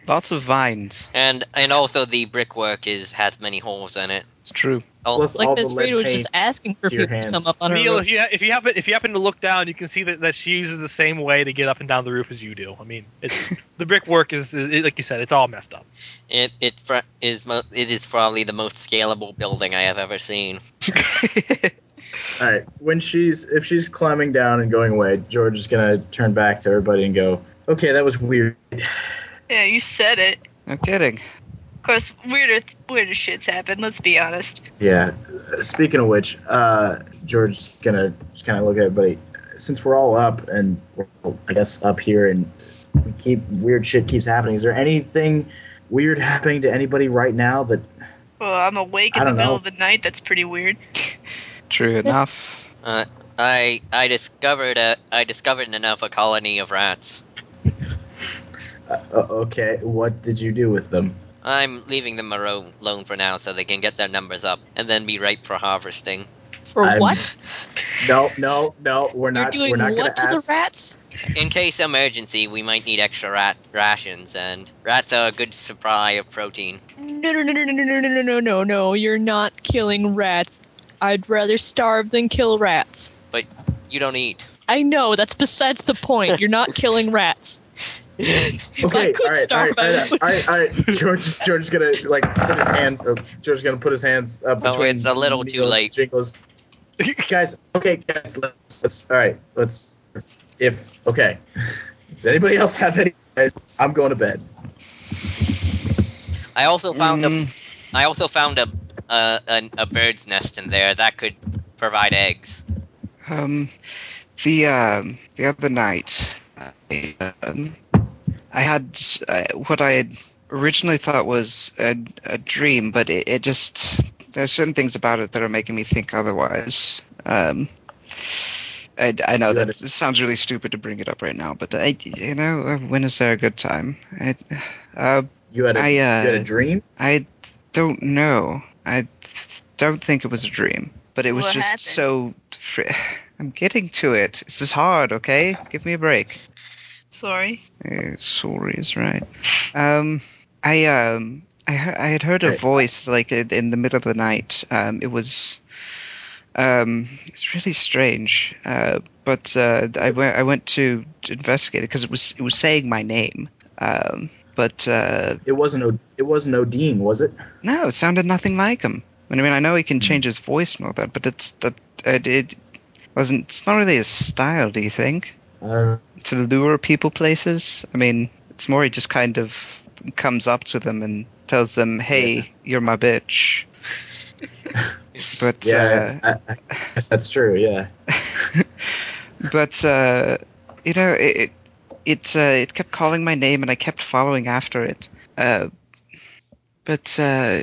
Speaker 4: Lots of vines.
Speaker 3: And and also the brickwork is has many holes in it.
Speaker 4: It's true.
Speaker 3: Oh,
Speaker 1: Plus all
Speaker 6: Like
Speaker 1: the
Speaker 6: Miss
Speaker 1: lead
Speaker 6: Reed was
Speaker 1: paint.
Speaker 6: just asking for
Speaker 1: to your
Speaker 6: people to
Speaker 1: hands.
Speaker 6: come up on her.
Speaker 2: Neil,
Speaker 6: roof.
Speaker 2: if you ha- if you happen if you happen to look down, you can see that, that she uses the same way to get up and down the roof as you do. I mean, it's, the brickwork is, is it, like you said, it's all messed up.
Speaker 3: It it fr- is mo- it is probably the most scalable building I have ever seen.
Speaker 1: All right. When she's if she's climbing down and going away, George is gonna turn back to everybody and go, "Okay, that was weird."
Speaker 5: Yeah, you said it.
Speaker 4: No kidding.
Speaker 5: Of course, weirder weirder shits happen. Let's be honest.
Speaker 1: Yeah. Speaking of which, uh, George's gonna just kind of look at everybody. Since we're all up and we're, all, I guess up here and we keep weird shit keeps happening. Is there anything weird happening to anybody right now that
Speaker 5: Well, I'm awake
Speaker 1: I
Speaker 5: in the
Speaker 1: don't
Speaker 5: middle
Speaker 1: know.
Speaker 5: of the night. That's pretty weird.
Speaker 4: True enough.
Speaker 3: Uh, I I discovered a I discovered enough a colony of rats.
Speaker 1: uh, okay, what did you do with them?
Speaker 3: I'm leaving them aro- alone for now so they can get their numbers up and then be ripe for harvesting.
Speaker 6: For
Speaker 1: I'm-
Speaker 6: what?
Speaker 1: No, no, no, we're
Speaker 6: You're
Speaker 1: not
Speaker 6: doing
Speaker 1: we're not
Speaker 6: what to
Speaker 1: gonna ask
Speaker 6: the rats?
Speaker 3: In case emergency, we might need extra rat rations, and rats are a good supply of protein.
Speaker 6: No, no, no, no, no, no, no, no, no, no, no, no. You're not killing rats. I'd rather starve than kill rats.
Speaker 3: You don't eat.
Speaker 6: I know, that's besides the point. You're not killing rats. If I could starve,
Speaker 1: all
Speaker 6: I
Speaker 1: right, all
Speaker 6: would.
Speaker 1: right, all right. George, is- George is gonna like put his hands. Up. George is gonna put his hands up.
Speaker 3: Oh,
Speaker 1: between
Speaker 3: it's a little too
Speaker 1: Neil's
Speaker 3: late.
Speaker 1: Jingles. guys, okay, guys, let's, let's. All right, let's. If okay, does anybody else have any? Guys, I'm going to bed.
Speaker 3: I also found a
Speaker 4: Mm,
Speaker 3: I also found a a, a a bird's nest in there that could provide eggs.
Speaker 4: um, the um, the other night, I, um, I had uh, what I had originally thought was a, a dream, but it, it just there's certain things about it that are making me think otherwise. Um, I, I know that it sounds really stupid to bring it up right now, but I, you know, uh, when is there a good time? I, uh,
Speaker 1: You had a
Speaker 4: I, uh,
Speaker 1: you had a dream.
Speaker 4: I don't know. I don't think it was a dream, but it was
Speaker 5: What
Speaker 4: just
Speaker 5: happened?
Speaker 4: so. Fr- I'm getting to it. This is hard. Okay, give me a break.
Speaker 5: Sorry.
Speaker 4: Uh, sorry is right. Um, I um, I, he- I had heard a
Speaker 1: Right.
Speaker 4: voice like in in the middle of the night. Um, it was. Um, it's really strange. Uh, but uh, I went I went to investigate it because it was it was saying my name. Um, but uh,
Speaker 1: It wasn't O- it wasn't Odin, was it?
Speaker 4: no, it sounded nothing like him. I mean, I know he can
Speaker 1: Hmm.
Speaker 4: change his voice and all that, but it's that it, it wasn't. It's not really his style. Do you think
Speaker 1: I don't know.
Speaker 4: to lure people places? I mean, it's more he just kind of comes up to them and tells them, "Hey,
Speaker 1: Yeah.
Speaker 4: you're my bitch." but
Speaker 1: Yeah,
Speaker 4: uh,
Speaker 1: I, I guess that's true. Yeah.
Speaker 4: but uh, you know, it it it, uh, it kept calling my name, and I kept following after it. Uh, but uh,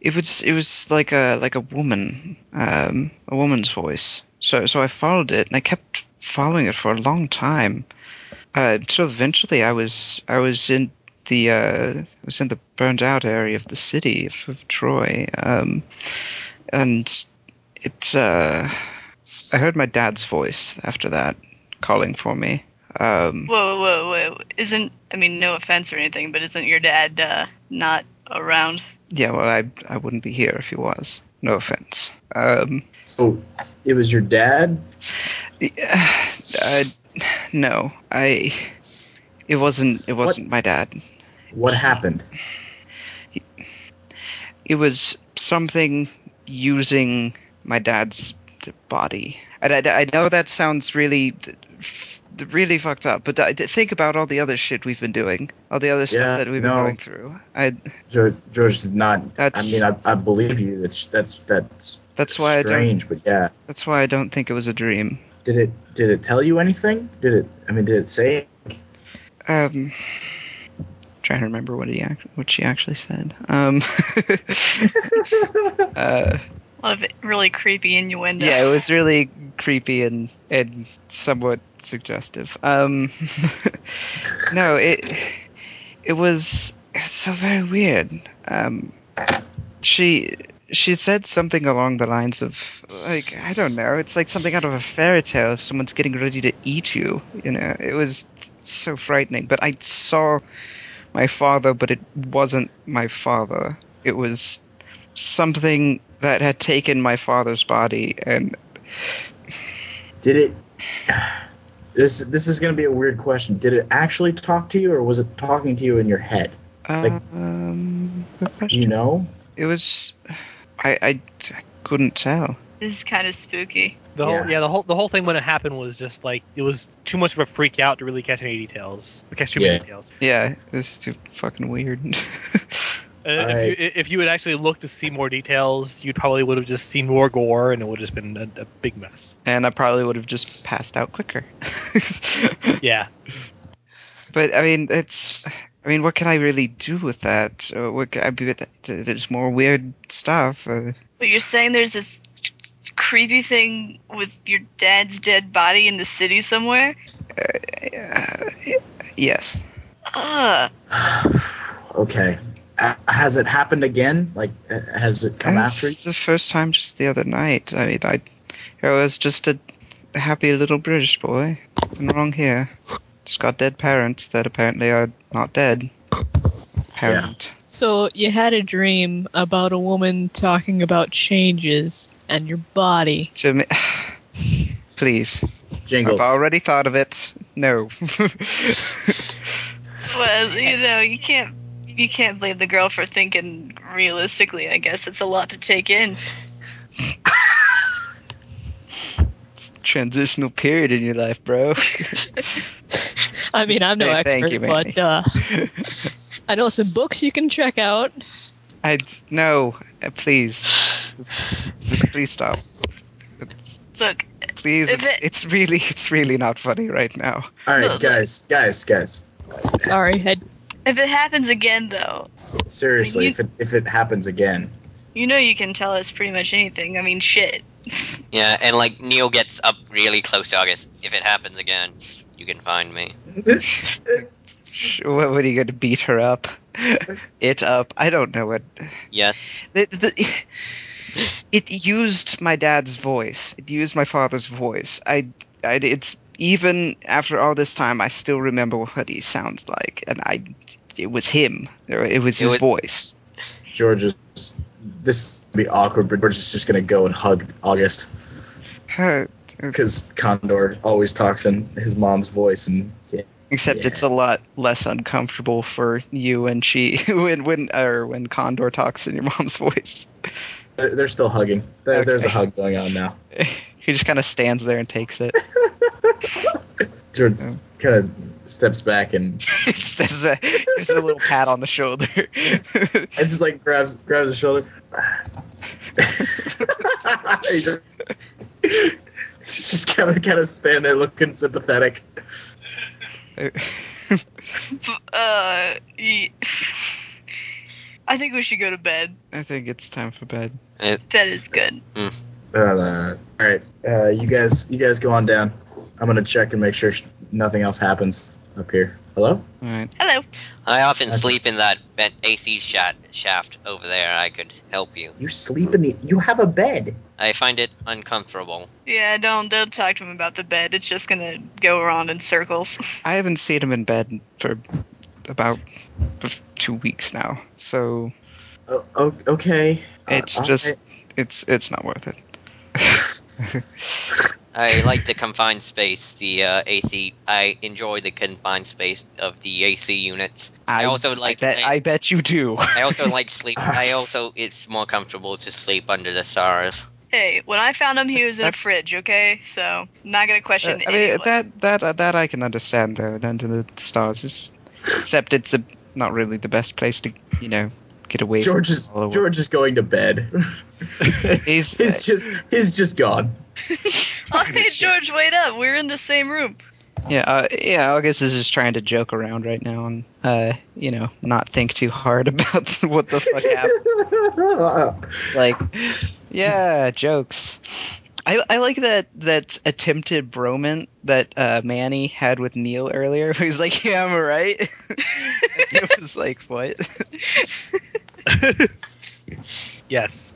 Speaker 4: it was it was like a like a woman, um, a woman's voice. So so I followed it, and I kept following it for a long time. Uh, until eventually, I was I was in the uh, I was in the burned out area of the city of, of Troy, um, and it. Uh, I heard my dad's voice after that calling for me. Um,
Speaker 5: Whoa, whoa, whoa! Isn't I mean, no offense or anything, but isn't your dad uh, not around?
Speaker 4: yeah, well, I I wouldn't be here if he was. No offense. Um,
Speaker 1: So it was your dad.
Speaker 4: yeah, I, no, I. It wasn't. It wasn't my dad.
Speaker 1: What happened?
Speaker 4: It was something using my dad's body. And I, I know that sounds really, really fucked up. But I- think about all the other shit we've been doing, all the other stuff
Speaker 1: Yeah,
Speaker 4: that we've
Speaker 1: no.
Speaker 4: been going through. I
Speaker 1: George, George did not.
Speaker 4: That's-
Speaker 1: I mean, I, I believe you. That's that's that's
Speaker 4: that's why I don't.
Speaker 1: strange. But yeah,
Speaker 4: That's why I don't think it was a dream.
Speaker 1: did it did it tell you anything? Did it? I mean, did it say?
Speaker 4: um trying to remember what he act- what she actually said um uh,
Speaker 5: A lot of really creepy innuendo.
Speaker 4: yeah it was really creepy and and somewhat suggestive um no it it was, it was so very weird um she she said something along the lines of like i don't know it's like something out of a fairy tale if someone's getting ready to eat you you know it was so frightening but i saw my father but it wasn't my father it was something that had taken my father's body and
Speaker 1: Did it? This this is going to be a weird question. Did it actually talk to you, or was it talking to you in your head? Like-
Speaker 4: um good
Speaker 1: Do you
Speaker 4: question.
Speaker 1: know?
Speaker 4: it was I, I i couldn't tell
Speaker 5: This is kind of spooky.
Speaker 2: The
Speaker 1: Yeah.
Speaker 2: whole yeah, the whole the whole thing when it happened was just like it was too much of a freak out to really catch any details. Or catch too
Speaker 1: Yeah.
Speaker 2: many details.
Speaker 4: Yeah, this is too fucking weird.
Speaker 2: And if
Speaker 1: Alright.
Speaker 2: you if you had actually looked to see more details, you probably would have just seen more gore, and it would have just been a, a big mess.
Speaker 4: and I probably would have just passed out quicker.
Speaker 2: Yeah,
Speaker 4: but I mean, it's. I mean, what can I really do with that? Uh, what can I be with that? There's more weird stuff. Uh,
Speaker 5: But you're saying there's this creepy thing with your dad's dead body in the city somewhere?
Speaker 4: yes.
Speaker 5: Ugh.
Speaker 1: okay. Uh, has it happened again? Like, uh, has it come after?
Speaker 4: That's the first time just the other night. I mean, I, I was just a happy little British boy. Nothing wrong here. Just got dead parents that apparently are not dead. Parent.
Speaker 6: So you had a dream about a woman talking about changes and your body.
Speaker 4: To me, please.
Speaker 1: Jingles.
Speaker 4: I've already thought of it. No.
Speaker 5: Well, you know, you can't you can't blame the girl for thinking realistically. I guess it's a lot to take in.
Speaker 4: Transitional period in your life, bro.
Speaker 6: I mean, I'm no
Speaker 4: Hey,
Speaker 6: expert,
Speaker 4: thank you, Mandy.
Speaker 6: but uh, I know some books you can check out.
Speaker 4: I no. Uh, Please, just, just please stop. It's-
Speaker 5: Look,
Speaker 4: please,
Speaker 5: is
Speaker 4: it's,
Speaker 5: it-
Speaker 4: it's really, it's really not funny right now.
Speaker 1: All right, guys, guys, guys.
Speaker 6: Sorry, I, uh,
Speaker 5: if it happens again, though,
Speaker 1: Seriously,
Speaker 5: You-
Speaker 1: if it if it happens again,
Speaker 5: you know you can tell us pretty much anything. I mean, shit.
Speaker 3: Yeah, and like Neil gets up really close to August. If it happens again, you can find me.
Speaker 4: Sh- What, what are you going to beat her up? it up? I don't know what.
Speaker 3: Yes.
Speaker 4: The, the, it used my dad's voice. It used my father's voice. I, I. It's even after all this time, I still remember what he sounds like, and I. It was him. It was
Speaker 3: It
Speaker 4: his
Speaker 3: was-
Speaker 4: voice.
Speaker 1: George is this would be awkward, but George is just gonna go and hug August
Speaker 4: Huh,
Speaker 1: because Condor always talks in his mom's voice, and
Speaker 4: Except
Speaker 1: Yeah.
Speaker 4: it's a lot less uncomfortable for you and she when when or when Condor talks in your mom's voice.
Speaker 1: they're, they're still hugging. There- There's a
Speaker 4: Okay.
Speaker 1: hug going on now.
Speaker 4: He just kind of stands there and takes it.
Speaker 1: George
Speaker 4: Yeah.
Speaker 1: kind of steps back and
Speaker 4: Steps back, gives it a little pat on the shoulder.
Speaker 1: and just like grabs grabs his shoulder. He just- just kind of kind of stand there looking sympathetic.
Speaker 5: F- Uh, ye- I think we should go to bed.
Speaker 4: I think it's time for bed.
Speaker 5: That is good.
Speaker 1: Uh, all right, uh, you guys, you guys go on down. I'm gonna check and make sure sh- nothing else happens up here. Hello.
Speaker 4: All right.
Speaker 5: Hello.
Speaker 3: I often
Speaker 1: Okay.
Speaker 3: sleep in that vent AC shat- shaft over there. I could help you.
Speaker 1: You sleep in the. You have a bed.
Speaker 3: I find it uncomfortable.
Speaker 5: Yeah, don't don't talk to him about the bed. It's just gonna go around in circles.
Speaker 4: I haven't seen him in bed for about f- two weeks now, so
Speaker 1: Oh, oh, okay.
Speaker 4: it's
Speaker 1: Uh, all
Speaker 4: just
Speaker 1: right.
Speaker 4: it's it's not worth it.
Speaker 3: I like the confined space. The uh, AC. I enjoy the confined space of the AC units. I also like-
Speaker 4: I bet, I bet you do.
Speaker 3: I also like sleep. I also it's more comfortable to sleep under the stars.
Speaker 5: Hey, when I found him, he was in a fridge. Okay, so not gonna
Speaker 4: Uh,
Speaker 5: question.
Speaker 4: I mean
Speaker 5: anyone.
Speaker 4: that that uh, that I can understand though. Under the stars is, except it's a, not really the best place to you know get away. from
Speaker 1: George is
Speaker 4: all the work.
Speaker 1: George is going to bed.
Speaker 4: He's,
Speaker 1: he's just he's just gone.
Speaker 5: Oh, hey, George, wait up. We're in the same room.
Speaker 4: yeah uh, yeah. August is just trying to joke around right now and uh you know not think too hard about what the fuck happened. It's like yeah jokes. I, I like that that attempted bromance that uh, Manny had with Neil earlier. He's like, "Yeah, I'm alright." And it was like, "What?"
Speaker 2: yes.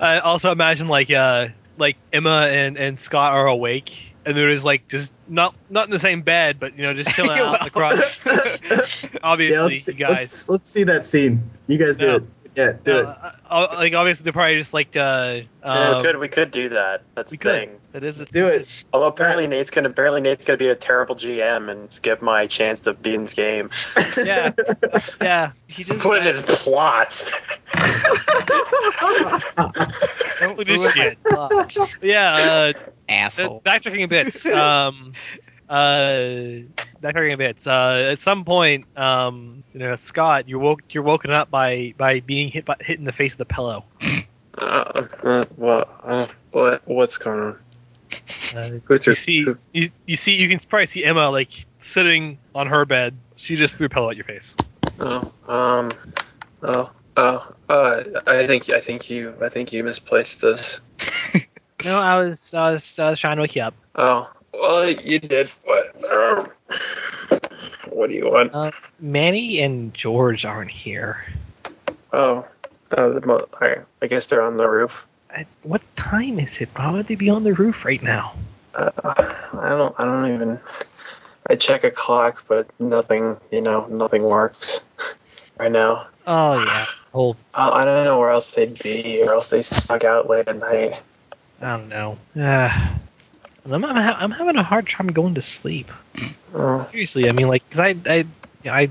Speaker 2: I also imagine like uh like Emma and and Scott are awake, and they're just like just not not in the same bed, but you know just chilling out on the crotch. Obviously,
Speaker 1: yeah, let's,
Speaker 2: you
Speaker 1: see,
Speaker 2: guys.
Speaker 1: let's let's see that scene. You guys do
Speaker 2: No.
Speaker 1: it. Yeah, do
Speaker 2: No,
Speaker 1: it.
Speaker 2: uh, uh, like obviously they're probably just like uh,
Speaker 9: Yeah, we
Speaker 2: um,
Speaker 9: could we could do that. That's
Speaker 2: we
Speaker 9: the
Speaker 2: could.
Speaker 9: thing.
Speaker 2: That is a
Speaker 1: Do it.
Speaker 9: Although apparently Nate's gonna apparently Nate's gonna be a terrible GM and skip my chance to be in this game.
Speaker 2: Yeah. yeah.
Speaker 4: He
Speaker 9: Put in his plot.
Speaker 2: Look at
Speaker 4: ruin my
Speaker 2: this shit. Yeah, uh,
Speaker 4: Asshole.
Speaker 2: Uh, backtracking a bit. Um, uh, backtracking a bit. Uh, at some point, um, you know, Scott, you woke you're woken up by by being hit by, hit in the face with a pillow.
Speaker 9: Uh, uh, what, uh, what? What's going on?
Speaker 2: Uh,
Speaker 9: Who's
Speaker 2: you
Speaker 9: your-
Speaker 2: see,
Speaker 9: who-
Speaker 2: you, you see, you can probably see Emma like sitting on her bed. She just threw a pillow at your face.
Speaker 9: Oh, um, oh, oh, uh, I think, I think you, I think you misplaced this.
Speaker 2: No, I was I was I was trying to wake you up.
Speaker 9: Oh, well, you did. What? Um, what do you want?
Speaker 2: Manny and George aren't here.
Speaker 9: Oh, oh, the mo- I, I guess they're on the roof.
Speaker 2: At what time is it? Why would they be on the roof right now?
Speaker 9: Uh, I don't, I don't even. I check a clock, but nothing, you know, nothing works right now.
Speaker 2: Oh yeah, whole
Speaker 9: Uh, I don't know where else they'd be, or else they snuck out late at night.
Speaker 2: I don't know. Uh, I'm, I'm, ha- I'm having a hard time going to sleep.
Speaker 9: Oh,
Speaker 2: Seriously, I mean, like, 'cause I, I, you know, I,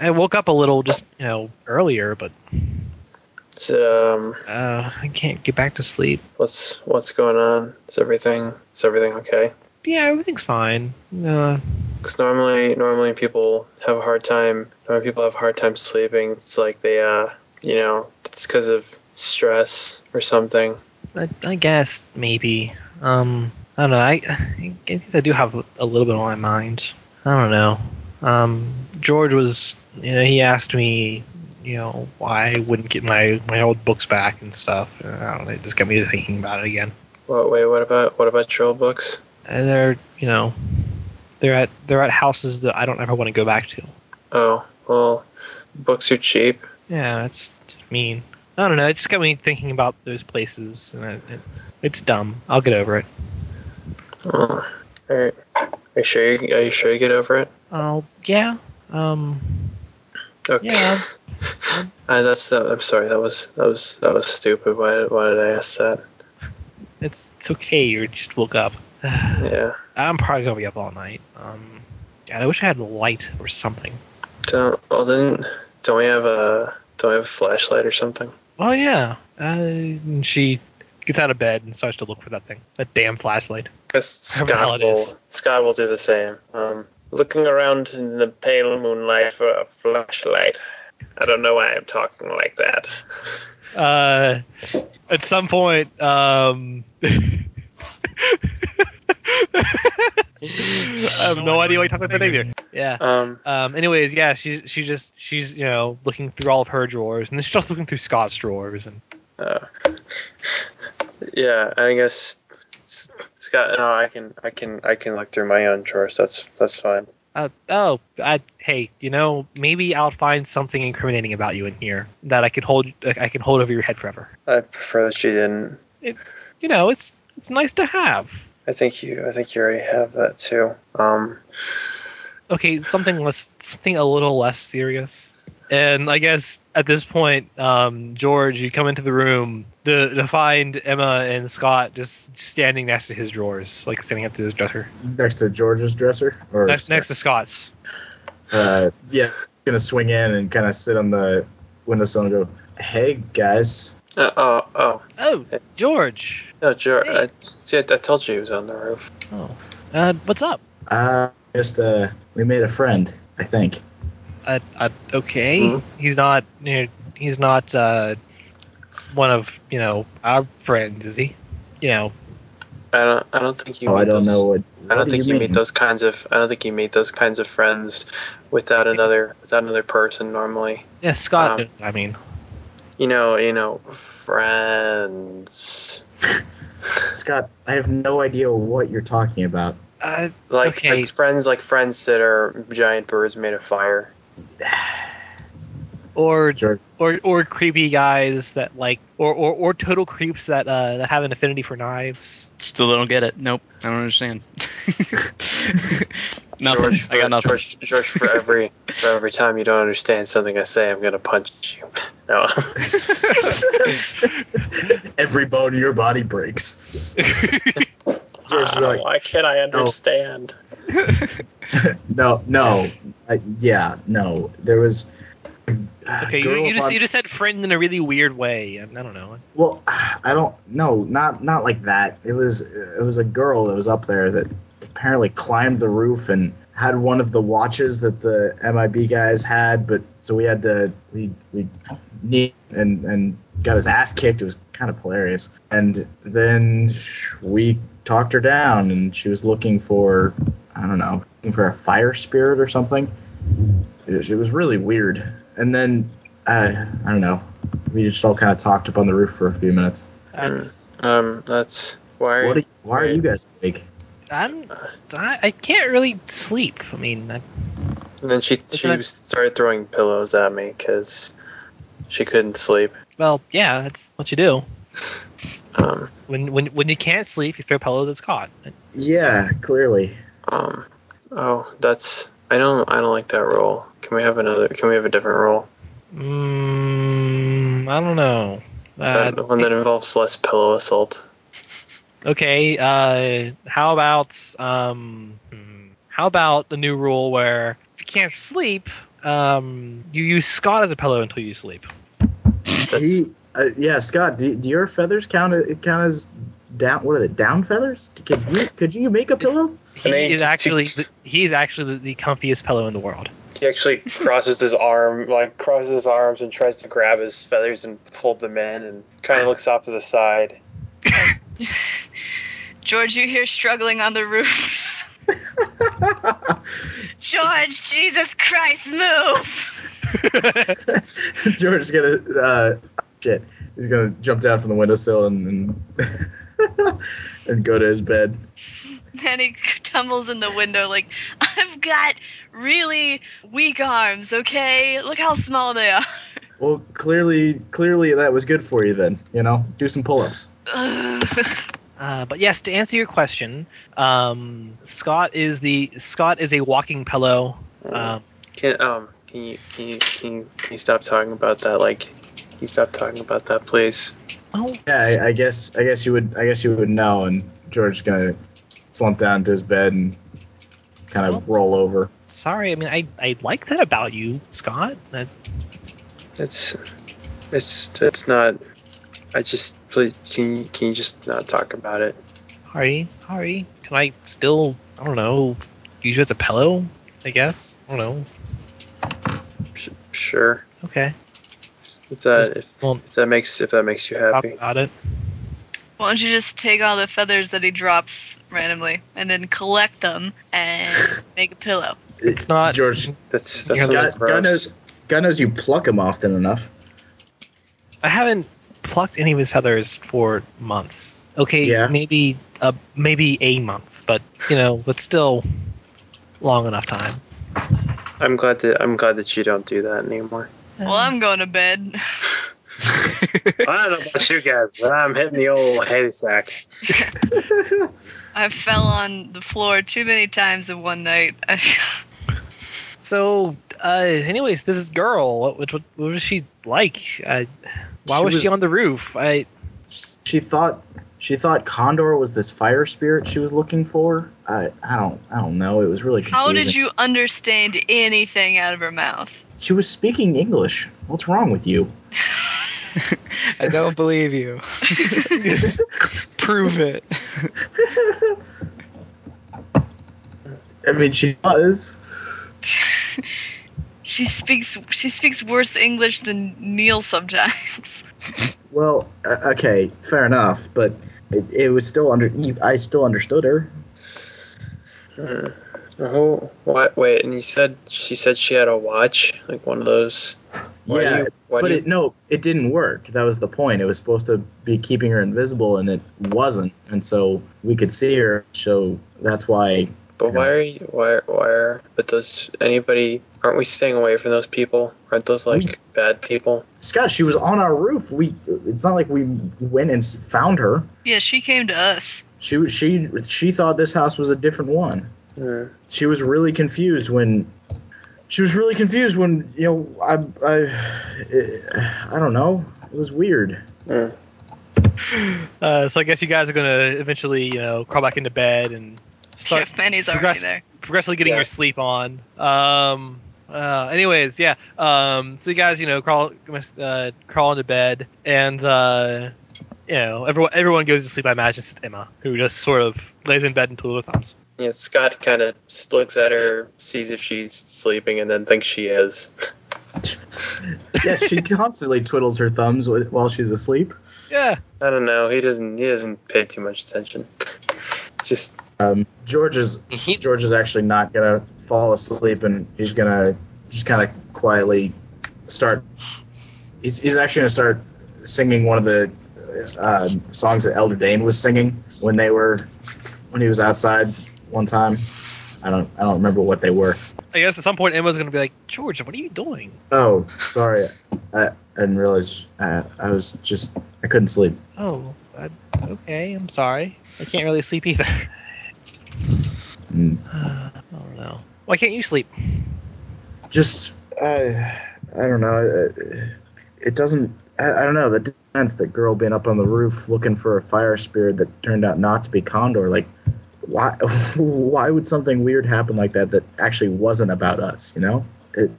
Speaker 2: I woke up a little just you know earlier, but
Speaker 9: is it, um,
Speaker 2: uh, I can't get back to sleep.
Speaker 9: what's what's going on? Is everything is everything okay?
Speaker 2: Yeah, everything's fine. Uh,
Speaker 9: Because normally, normally people have a hard time. Normally people have a hard time sleeping. It's like they, uh, you know, it's because of stress or something.
Speaker 2: I, I guess maybe. Um, I don't know. I, I guess I do have a little bit on my mind. I don't know. Um, George was, you know, he asked me, you know, why I wouldn't get my my old books back and stuff. And I don't know. It just got me thinking about it again.
Speaker 9: What? Wait, what about what about trail books?
Speaker 2: Uh, they're, you know, they're at they're at houses that I don't ever want to go back to.
Speaker 9: Oh, well, books are cheap.
Speaker 2: Yeah, that's mean. I don't know. It just got me thinking about those places, and it, it, it's dumb. I'll get over it.
Speaker 9: Oh, are, are you sure? You, are you sure you get over it?
Speaker 2: Oh yeah. Um.
Speaker 9: Okay.
Speaker 2: Yeah.
Speaker 9: Uh, that's that. I'm sorry. That was that was that was stupid. Why did why did I ask that?
Speaker 2: It's it's okay. You just woke up.
Speaker 9: Yeah.
Speaker 2: I'm probably gonna be up all night. Um, God, I wish I had light or something.
Speaker 9: Don't. Well, then don't we have a don't we have a flashlight or something?
Speaker 2: Oh yeah. Uh, and she gets out of bed and starts to look for that thing, that damn flashlight.
Speaker 9: Guess
Speaker 2: Well,
Speaker 9: Scott
Speaker 2: it
Speaker 9: will
Speaker 2: is.
Speaker 9: Scott will do the same. Um, looking around in the pale moonlight for a flashlight. I don't know why I'm talking like that.
Speaker 2: Uh, at some point, um. I have no idea why you talk like that either. Yeah.
Speaker 9: Um,
Speaker 2: Um, anyways, yeah, she's she just she's you know looking through all of her drawers, and then she's also looking through Scott's drawers, and
Speaker 9: uh, yeah, I guess S- Scott. No, I can, I can, I can look through my own drawers. That's that's fine.
Speaker 2: uh, oh, I, hey, you know maybe I'll find something incriminating about you in here that I can hold like, I can hold over your head forever.
Speaker 9: I prefer that you didn't.
Speaker 2: You know, it's it's nice to have.
Speaker 9: I think you, I think you already have that too. Um,
Speaker 2: Okay, something less something a little less serious. And I guess at this point, um, George, you come into the room to, to find Emma and Scott just standing next to his drawers, like standing up to his dresser,
Speaker 1: next to George's dresser, or
Speaker 2: next next to Scott's.
Speaker 1: Uh, yeah, gonna swing in and kind of sit on the windowsill and go, "Hey guys,
Speaker 9: Uh, oh, oh,
Speaker 2: Oh, George.
Speaker 9: no, Jer-
Speaker 2: Hey.
Speaker 9: I, see, I, I told you he was on the roof.
Speaker 2: Oh, uh, what's up?
Speaker 1: I just uh, we made a friend, I think."
Speaker 2: Uh, uh, okay.
Speaker 9: Hmm?
Speaker 2: He's not. You know, he's not uh, one of you know our friends, is he? You know.
Speaker 9: I don't, I don't think you.
Speaker 1: oh,
Speaker 9: meet
Speaker 1: I don't
Speaker 9: those,
Speaker 1: know what.
Speaker 9: I
Speaker 1: what
Speaker 9: don't
Speaker 1: do
Speaker 9: think you, meet
Speaker 1: mean?
Speaker 9: those kinds of. I don't think you meet those kinds of friends without another, without another person normally.
Speaker 2: Yeah, Scott.
Speaker 9: Um,
Speaker 2: I mean,
Speaker 9: You know, you know, friends.
Speaker 1: Scott, I have no idea what you're talking about.
Speaker 2: uh,
Speaker 9: Like,
Speaker 2: Okay.
Speaker 9: like friends, like friends that are giant birds made of fire.
Speaker 2: or
Speaker 1: George,
Speaker 2: or or creepy guys that like, or or, or total creeps that uh, that have an affinity for knives.
Speaker 4: Still don't get it. Nope. I don't understand. nothing.
Speaker 9: George,
Speaker 4: I got nothing.
Speaker 9: George, George, for every, for every time you don't understand something I say, I'm gonna punch you. No.
Speaker 1: every bone in your body breaks. George, you're like,
Speaker 9: why can't I understand?
Speaker 1: no, no, I, yeah, no. There was
Speaker 2: Okay, you,
Speaker 1: girl
Speaker 2: you just
Speaker 1: on-
Speaker 2: you just said friend in a really weird way. I, I don't know.
Speaker 1: Well, I don't. No, not not like that. It was it was a girl that was up there that apparently climbed the roof and had one of the watches that the MIB guys had. But so we had to we we knee and and got his ass kicked. It was kind of hilarious. And then sh- we talked her down, and she was looking for I don't know, looking for a fire spirit or something. It was, it was really weird. And then uh, I don't know we just all kind of talked up on the roof for a few minutes.
Speaker 2: That's,
Speaker 9: Um, that's why.
Speaker 1: What are, why are you guys awake?
Speaker 2: I'm I, I can't really sleep. I mean, I,
Speaker 9: and then she she
Speaker 2: Okay.
Speaker 9: started throwing pillows at me because she couldn't sleep.
Speaker 2: well, yeah, that's what you do
Speaker 9: Um,
Speaker 2: when when when you can't sleep. You throw pillows. It's caught.
Speaker 1: Yeah, clearly.
Speaker 9: um, oh, that's I don't I don't like that role. Can we have another? Can we have a different role?
Speaker 2: Mm, I don't know.
Speaker 9: Is
Speaker 2: Uh,
Speaker 9: that the one that involves less pillow assault.
Speaker 2: okay. Uh, how about um, hmm, how about the new rule where if you can't sleep, um, you use Scott as a pillow until you sleep.
Speaker 9: That's,
Speaker 1: He- uh, yeah, Scott, do, do your feathers count as, count as down? What are they? Down feathers? Could you could you make a pillow?
Speaker 2: He
Speaker 9: And then
Speaker 2: is
Speaker 9: he-
Speaker 2: actually the, he is actually the, the comfiest pillow in the world.
Speaker 10: He actually crosses his arm, like crosses his arms, and tries to grab his feathers and fold them in, and kind of looks off to the side.
Speaker 5: George, you here struggling on the roof. George, Jesus Christ, move!
Speaker 1: George's gonna uh, shit. He's gonna jump down from the windowsill and and, and go to his bed.
Speaker 5: And he tumbles in the window like, I've got really weak arms, okay? Look how small they are.
Speaker 1: Well, clearly, clearly that was good for you then. You know, do some pull-ups.
Speaker 5: Ugh.
Speaker 2: Uh, but yes, to answer your question, um, Scott is the Scott is a walking pillow. Um,
Speaker 9: can um can you can you, can you can you stop talking about that? Like, can you stop talking about that, please.
Speaker 2: oh,
Speaker 1: Yeah, I, I guess I guess you would I guess you would know. And George's gonna slump down to his bed and kind of roll over.
Speaker 2: sorry. I mean, I, I like that about you, Scott. That,
Speaker 9: It's it's it's not. I just please can you, can you just not talk about it?
Speaker 2: sorry, sorry. Can I still I don't know use you as a pillow? I guess I don't know.
Speaker 9: Sh- sure.
Speaker 2: Okay,
Speaker 9: If that if,
Speaker 2: well,
Speaker 9: if that makes if that makes you
Speaker 2: talk
Speaker 9: happy.
Speaker 2: about it.
Speaker 5: Why don't you just take all the feathers that he drops randomly and then collect them and make a pillow?
Speaker 2: It's not.
Speaker 1: George.
Speaker 9: That's
Speaker 2: Yeah,
Speaker 9: that's
Speaker 1: God,
Speaker 9: sounds
Speaker 1: God
Speaker 9: gross.
Speaker 1: knows, God knows you pluck him often enough.
Speaker 2: I haven't plucked any of his feathers for months. Okay,
Speaker 1: Yeah.
Speaker 2: maybe uh, maybe a month, but you know, but still long enough time.
Speaker 9: I'm glad that I'm glad that you don't do that anymore.
Speaker 5: Well, I'm going to bed.
Speaker 10: I don't know about you guys, but I'm hitting the old hay sack.
Speaker 5: I fell on the floor too many times in one night.
Speaker 2: So, uh, anyways, this is girl. What, what, what was she like? Uh, why
Speaker 1: She
Speaker 2: was, she
Speaker 1: was-
Speaker 2: on the roof? I
Speaker 1: She thought she thought Condor was this fire spirit she was looking for. I, I don't I don't know. It was really confusing.
Speaker 5: How did you understand anything out of her mouth?
Speaker 1: She was speaking English. What's wrong with you?
Speaker 4: I don't believe you. Prove it.
Speaker 1: I mean, she does.
Speaker 5: She speaks she speaks worse English than Neil sometimes.
Speaker 1: Well, uh, okay, fair enough, but it, it was still under. You, I still understood her.
Speaker 9: Oh, Hmm. what? Wait, and you said she said she had a watch, like one of those. Why
Speaker 1: yeah,
Speaker 9: do you, why
Speaker 1: but
Speaker 9: do you,
Speaker 1: it no, it didn't work. That was the point. It was supposed to be keeping her invisible, and it wasn't. And so we could see her. So that's why
Speaker 9: but why are you? Why? Why are? But does anybody? Aren't we staying away from those people? Aren't those like bad people?
Speaker 1: Scott, she was on our roof. We it's not like we went and s- found her.
Speaker 5: Yeah, she came to us.
Speaker 1: She she she thought this house was a different one.
Speaker 9: Hmm.
Speaker 1: She was really confused when she was really confused when you know I I I don't know. It was weird.
Speaker 2: uh, so I guess you guys are gonna eventually, you know, crawl back into bed and start
Speaker 5: Jeff Manny's already
Speaker 2: progress-
Speaker 5: there.
Speaker 2: progressively getting
Speaker 9: Yeah.
Speaker 2: your sleep on. Um, Uh, anyways, yeah. Um, so you guys, you know, crawl uh, crawl into bed, and uh, you know, everyone everyone goes to sleep. I imagine except Emma, who just sort of lays in bed and twiddles her thumbs.
Speaker 9: Yeah, Scott kind of looks at her, sees if she's sleeping, and then thinks she is.
Speaker 1: yeah, she constantly twiddles her thumbs wh- while she's asleep.
Speaker 2: Yeah.
Speaker 9: I don't know. He doesn't. He doesn't pay too much attention. Just
Speaker 1: Um, George is
Speaker 3: He's-
Speaker 1: George is actually not gonna fall asleep, and he's gonna just kind of quietly start. He's, he's actually gonna start singing one of the uh, songs that Elder Dane was singing when they were when he was outside one time. I don't I don't remember what they were.
Speaker 2: I guess at some point Emma's gonna be like, George, what are you doing?
Speaker 1: Oh, sorry, I, I didn't realize I, I was just I couldn't sleep.
Speaker 2: Oh, I, okay. I'm sorry. I can't really sleep either.
Speaker 1: Mm.
Speaker 2: Uh, I don't know. Why can't you sleep?
Speaker 1: just I I don't know. It, it doesn't. I, I don't know. The sense that girl being up on the roof looking for a fire spirit that turned out not to be Condor. Like, why why would something weird happen like that that actually wasn't about us? You know, it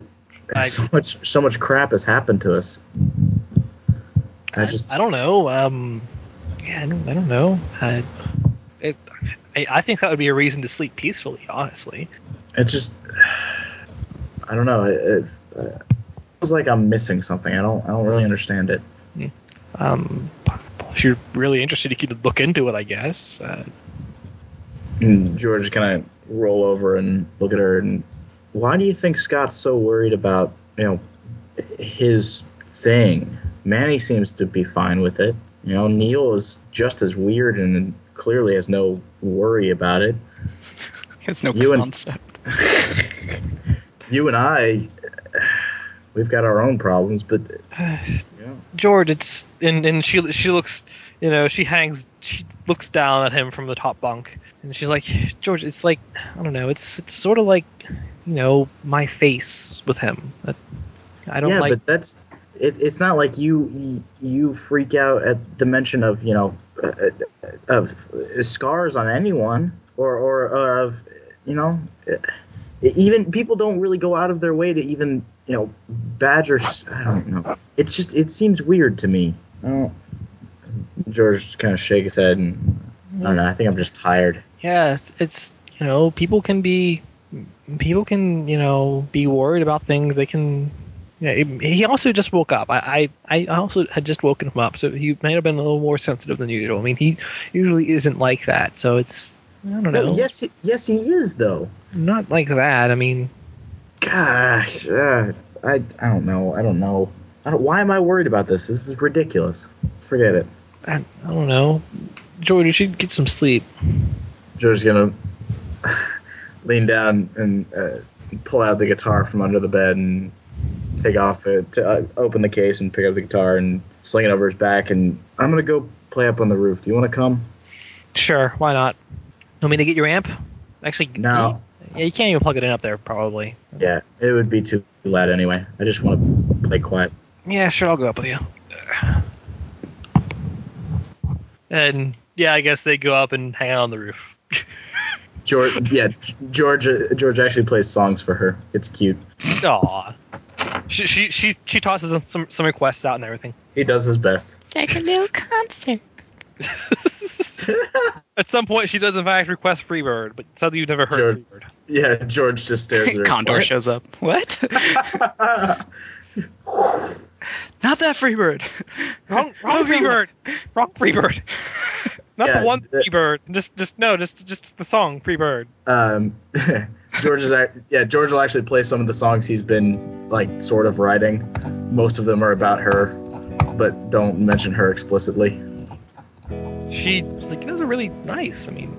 Speaker 2: I-
Speaker 1: so much so much crap has happened to us. I just
Speaker 2: I don't know. Um, yeah, I don't, I don't know. I, it, I, I think that would be a reason to sleep peacefully. Honestly,
Speaker 1: it just I don't know. It, it, uh, feels like I'm missing something. I don't I don't really understand it.
Speaker 2: um, if you're really interested, you could look into it. I guess. Uh,
Speaker 1: And George is gonna roll over and look at her and why do you think Scott's so worried about you know his thing? Manny seems to be fine with it. You know, Neil is just as weird and clearly has no worry about it.
Speaker 4: It's no
Speaker 1: You and-
Speaker 4: concept.
Speaker 1: You and I, we've got our own problems, but yeah,
Speaker 2: George, it's and and she she looks, you know, she hangs, she looks down at him from the top bunk, and she's like, George, it's like, I don't know, it's it's sort of like, you know, my face with him. I, I don't
Speaker 1: yeah,
Speaker 2: like.
Speaker 1: but that's it, it's not like you you freak out at the mention of you know uh, of scars on anyone or or of you know even people don't really go out of their way to even you know badger I don't know it's just it seems weird to me. I don't, George kind of shakes his head and I don't know. I think I'm just tired.
Speaker 2: yeah it's you know people can be people can you know be worried about things they can yeah, it- he also just woke up. I, I, I also had just woken him up, so he may have been a little more sensitive than usual. I mean, he usually isn't like that, so it's I don't know,
Speaker 1: No, yes, he- yes, he is though.
Speaker 2: not like that. I mean,
Speaker 1: Gosh, uh, I I don't know. I don't know. I don't, why am I worried about this? This is ridiculous. Forget it.
Speaker 2: I, I don't know. George, you should get some sleep.
Speaker 1: George's gonna lean down and uh, pull out the guitar from under the bed and take off it to uh, open the case and pick up the guitar and sling it over his back. And I'm gonna go play up on the roof. Do you want to come?
Speaker 2: Sure, why not? Want me to get your amp? Actually,
Speaker 1: No.
Speaker 2: Yeah, you can't even plug it in up there, probably.
Speaker 1: Yeah, it would be too loud anyway. I just want to play quiet.
Speaker 2: Yeah, sure, I'll go up with you. And yeah, I guess they go up and hang out on the roof.
Speaker 1: George, yeah, George. uh, George actually plays songs for her. It's cute.
Speaker 2: Aw. She she she, she tosses them some some requests out and everything.
Speaker 1: He does his best.
Speaker 11: Like a little concert.
Speaker 2: At some point, she does in fact request Freebird, but suddenly you've never heard
Speaker 1: Sure.
Speaker 2: Freebird.
Speaker 1: Yeah, George just stares at her.
Speaker 4: Condor
Speaker 1: What?
Speaker 4: shows up. What? Not that Freebird.
Speaker 2: Wrong, wrong Freebird, wrong Freebird. Not
Speaker 1: Yeah,
Speaker 2: the one
Speaker 1: the-
Speaker 2: Freebird. Just just no, just just the song Freebird.
Speaker 1: um, George is act- yeah. George will actually play some of the songs he's been like sort of writing. Most of them are about her, but don't mention her explicitly.
Speaker 2: She was like, "Those are really nice." I mean,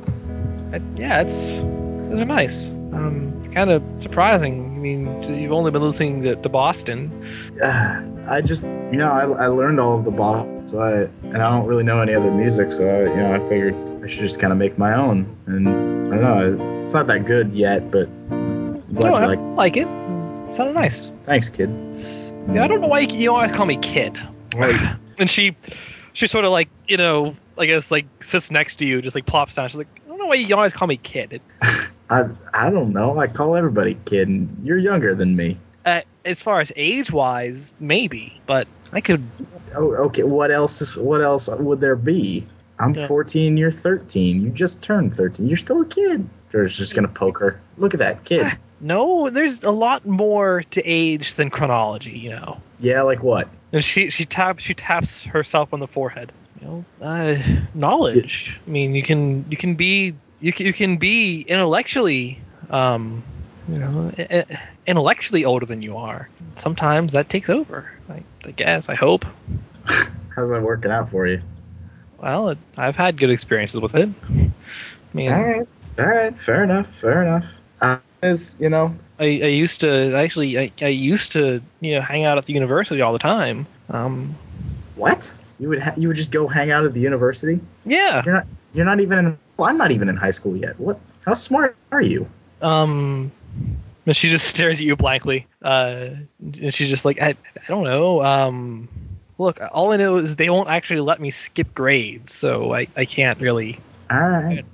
Speaker 2: I, yeah, it's those are nice. Um, it's kind of surprising. I mean, you've only been listening to, to Boston.
Speaker 1: Ah, I just you know I, I learned all of the bop, so I and I don't really know any other music, so I, you know I figured I should just kind of make my own. And I don't know, it's not that good yet, but I'm glad
Speaker 2: no,
Speaker 1: you
Speaker 2: I
Speaker 1: like.
Speaker 2: like it. It sounded nice.
Speaker 1: Thanks, kid.
Speaker 2: Yeah, I don't know why you, you always call me kid. and she, she sort of like you know, I guess like sits next to you, just like plops down. She's like, "I don't know why you always call me kid." It,
Speaker 1: I I don't know. I call everybody kid, and you're younger than me.
Speaker 2: Uh, as far as age wise, maybe, but I could.
Speaker 1: Oh, okay. What else? Is, what else would there be? I'm
Speaker 2: Yeah.
Speaker 1: 14. You're 13. You just turned 13. You're still a kid. George's just gonna poke her. Look at that kid.
Speaker 2: No, there's a lot more to age than chronology, you know.
Speaker 1: Yeah, like what?
Speaker 2: And she she taps she taps herself on the forehead. You know, uh, knowledge. I mean, you can you can be you can, you can be intellectually, um, you know, i- i- intellectually older than you are. Sometimes that takes over. I, I guess. I hope.
Speaker 1: How's that working out for you?
Speaker 2: Well, it, I've had good experiences with it. I mean,
Speaker 1: All right. All right. Fair enough. Fair enough. Uh, is you know
Speaker 2: I, I used to actually I, I used to you know hang out at the university all the time. Um,
Speaker 1: what? You would ha- you would just go hang out at the university?
Speaker 2: yeah.
Speaker 1: You're not you're not even in. Well, I'm not even in high school yet. What? How smart are you?
Speaker 2: Um, and she just stares at you blankly. Uh, and she's just like, I, I don't know. Um, look, all I know is they won't actually let me skip grades, so I, I can't really.
Speaker 1: All right.
Speaker 2: Good.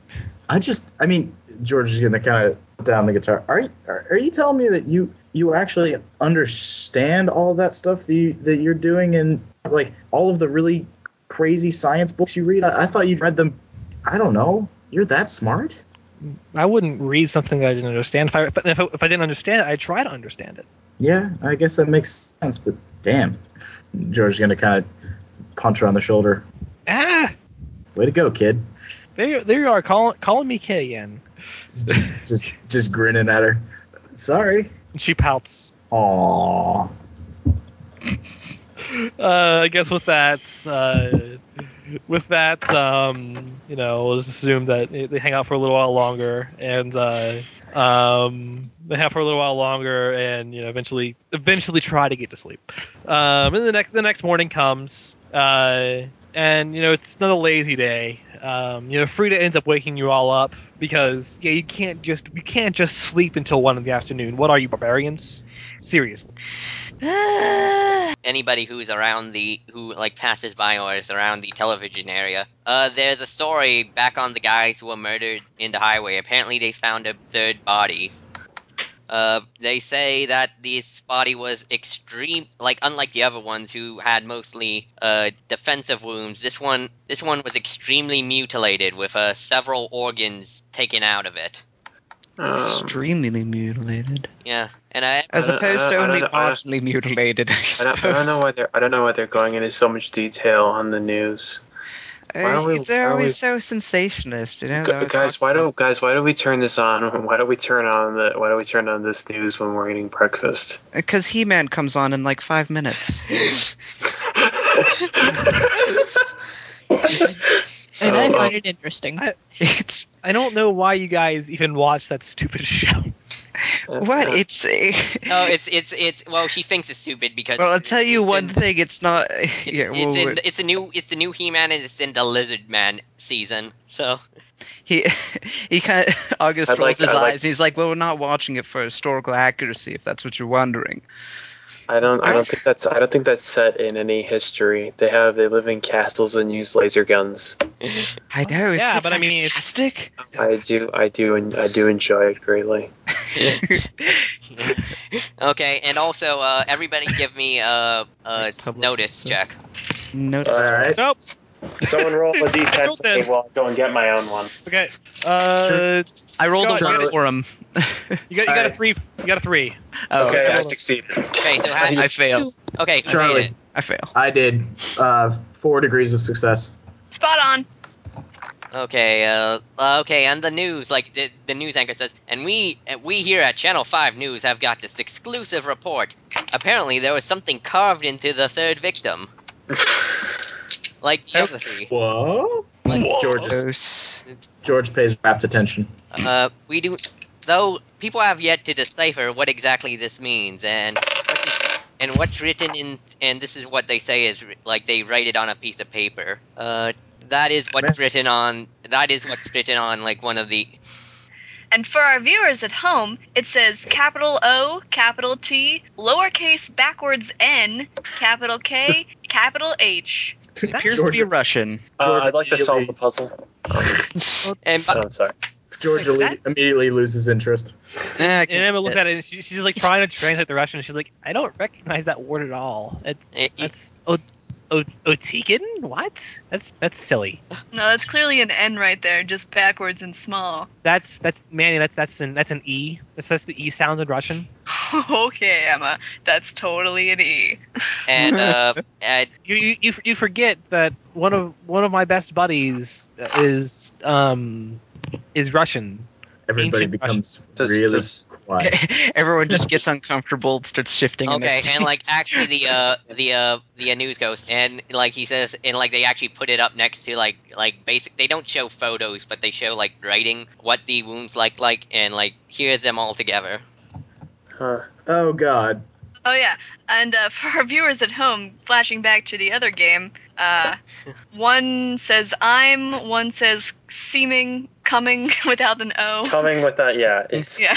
Speaker 1: I just, I mean, George is going to kind of put down the guitar. Are you, are, are you telling me that you you actually understand all that stuff that, you, that you're doing and like all of the really crazy science books you read? I, I thought you'd read them. I don't know. You're that smart?
Speaker 2: I wouldn't read something that I didn't understand. If I but if I, if I didn't understand it, I try to understand it.
Speaker 1: Yeah, I guess that makes sense. But damn, George is going to kind of punch her on the shoulder.
Speaker 2: Ah,
Speaker 1: Way to go, kid!
Speaker 2: there there you are, calling calling me K again.
Speaker 1: Just just grinning at her. Sorry.
Speaker 2: And she pouts.
Speaker 1: Aww.
Speaker 2: uh, I guess with that, uh, with that, um, you know, we'll just assume that they hang out for a little while longer, and uh, um, they have for a little while longer, and you know, eventually, eventually, try to get to sleep. Um, and the next, the next morning comes, uh, and you know, it's another lazy day. Um, you know, Frida ends up waking you all up because yeah, you can't just you can't just sleep until one in the afternoon. What are you barbarians? Seriously.
Speaker 3: anybody who's around the who like passes by or is around the television area. Uh, there's a story back on the guys who were murdered in the highway. Apparently, they found a third body. Uh, they say that this body was extreme, like unlike the other ones who had mostly uh, defensive wounds. This one, this one was extremely mutilated with uh, several organs taken out of it.
Speaker 10: Um,
Speaker 4: Extremely mutilated.
Speaker 3: Yeah, and I
Speaker 4: As
Speaker 9: I don't-
Speaker 4: opposed to
Speaker 9: I don't- I
Speaker 4: only
Speaker 9: don't- I don't-
Speaker 4: partially mutilated, I
Speaker 9: I
Speaker 4: suppose.
Speaker 9: don't, I don't know why they're I don't know why they're going into so much detail on the news. why
Speaker 4: Uh,
Speaker 9: are we-
Speaker 4: they're
Speaker 9: why are
Speaker 4: always
Speaker 9: we-
Speaker 4: so sensationalist, you know?
Speaker 9: Gu-
Speaker 4: they always
Speaker 9: guys,
Speaker 4: talk
Speaker 9: why
Speaker 4: about-
Speaker 9: don't guys why do we turn this on? Why do we turn on the Why do we turn on this news when we're eating breakfast?
Speaker 4: Because He Man comes on in like five minutes.
Speaker 6: And I
Speaker 9: Oh, wow.
Speaker 6: find it interesting.
Speaker 4: it's
Speaker 2: I don't know why you guys even watch that stupid show.
Speaker 4: what? It's.
Speaker 3: no, oh, it's it's it's well, she thinks it's stupid because
Speaker 4: well, I'll tell you
Speaker 3: it's
Speaker 4: one
Speaker 3: in-
Speaker 4: thing. It's not.
Speaker 3: It's,
Speaker 4: yeah,
Speaker 3: it's
Speaker 4: well,
Speaker 3: in it's a new it's the new He-Man and it's in the Lizard Man season. So
Speaker 4: he he kind of August
Speaker 9: I'd
Speaker 4: rolls his
Speaker 9: like- I'd
Speaker 4: eyes
Speaker 9: like-
Speaker 4: and he's like, "Well, we're not watching it for historical accuracy, if that's what you're wondering."
Speaker 9: I don't. I don't think that's. I don't think that's set in any history. They have. They live in castles and use laser guns.
Speaker 4: I know. Isn't
Speaker 2: Yeah,
Speaker 4: it
Speaker 2: but I mean, it's-
Speaker 4: fantastic.
Speaker 9: I do. I do. And I do enjoy it greatly.
Speaker 3: okay, and also uh, everybody give me a, a
Speaker 4: public-
Speaker 3: notice check.
Speaker 4: Notice.
Speaker 10: All right.
Speaker 2: Nope.
Speaker 10: Someone roll a
Speaker 2: Still
Speaker 10: d10 for me
Speaker 2: dead.
Speaker 10: while I go and get my own one.
Speaker 2: Okay. Uh,
Speaker 4: I rolled
Speaker 2: Scott,
Speaker 4: a
Speaker 2: you
Speaker 4: one
Speaker 2: got
Speaker 4: for him.
Speaker 2: it. You got, you got a
Speaker 10: Alright.
Speaker 2: three. You got a three.
Speaker 4: Oh,
Speaker 10: okay, I
Speaker 2: hold on.
Speaker 10: succeeded.
Speaker 3: Okay, so
Speaker 4: I,
Speaker 3: how,
Speaker 4: fail.
Speaker 3: okay, so
Speaker 1: Charlie.
Speaker 3: wait
Speaker 4: I fail.
Speaker 1: I did uh, four degrees of success.
Speaker 5: Spot on.
Speaker 3: a minute. Okay, uh, uh, okay, on the news, like the, the news anchor says, and we uh, we here at Channel Five News have got this exclusive report. Apparently, there was something carved into the third victim, like the other three.
Speaker 1: Whoa.
Speaker 3: Like,
Speaker 1: George is
Speaker 4: Gross.
Speaker 1: George pays rapt attention.
Speaker 3: Uh, we do, though. People have yet to decipher what exactly this means, and what is, and what's written in, and this is what they say is wri- like they write it on a piece of paper. Uh, that is what's written on. That is what's written on like one of the.
Speaker 5: And for our viewers at home, it says capital O, capital T, lowercase backwards n, capital K, capital H.
Speaker 4: Appears to be Russian.
Speaker 9: Uh,
Speaker 1: George
Speaker 9: I'd like to solve
Speaker 1: immediately-
Speaker 9: the puzzle.
Speaker 3: And
Speaker 9: Oh, I'm sorry.
Speaker 1: Georgia
Speaker 2: Like,
Speaker 1: le-
Speaker 2: that-
Speaker 1: immediately loses interest.
Speaker 4: Nah, I
Speaker 2: And
Speaker 4: can't-
Speaker 2: Emma looked at it and she, she's like trying to translate the Russian. She's like, I don't recognize that word at all. It,
Speaker 3: It- it-
Speaker 2: that's o- o- Otikin? What? That's that's silly.
Speaker 5: No, that's clearly an N right there, just backwards and small.
Speaker 2: That's that's Manny. That's that's an that's an e. That's, that's the e sound in Russian.
Speaker 5: okay, Emma, that's totally an E.
Speaker 3: and uh, and
Speaker 2: You you, you, you forget that one of one of my best buddies is um is Russian.
Speaker 1: Everybody
Speaker 2: Ancient
Speaker 1: becomes
Speaker 10: Does-
Speaker 1: really
Speaker 10: does-
Speaker 1: quiet.
Speaker 4: Everyone just gets uncomfortable, starts shifting. in their
Speaker 3: okay, and like
Speaker 4: seats.
Speaker 3: actually the uh the uh the uh, news ghost and like he says and like they actually put it up next to like like basic they don't show photos but they show like writing what the wounds like like and like here's them all together.
Speaker 10: Huh.
Speaker 1: Oh God.
Speaker 5: Oh yeah, and uh, for our viewers at home, flashing back to the other game, uh, one says I'm, one says seeming, coming without an O.
Speaker 10: Coming with that, yeah, it's
Speaker 5: Yeah,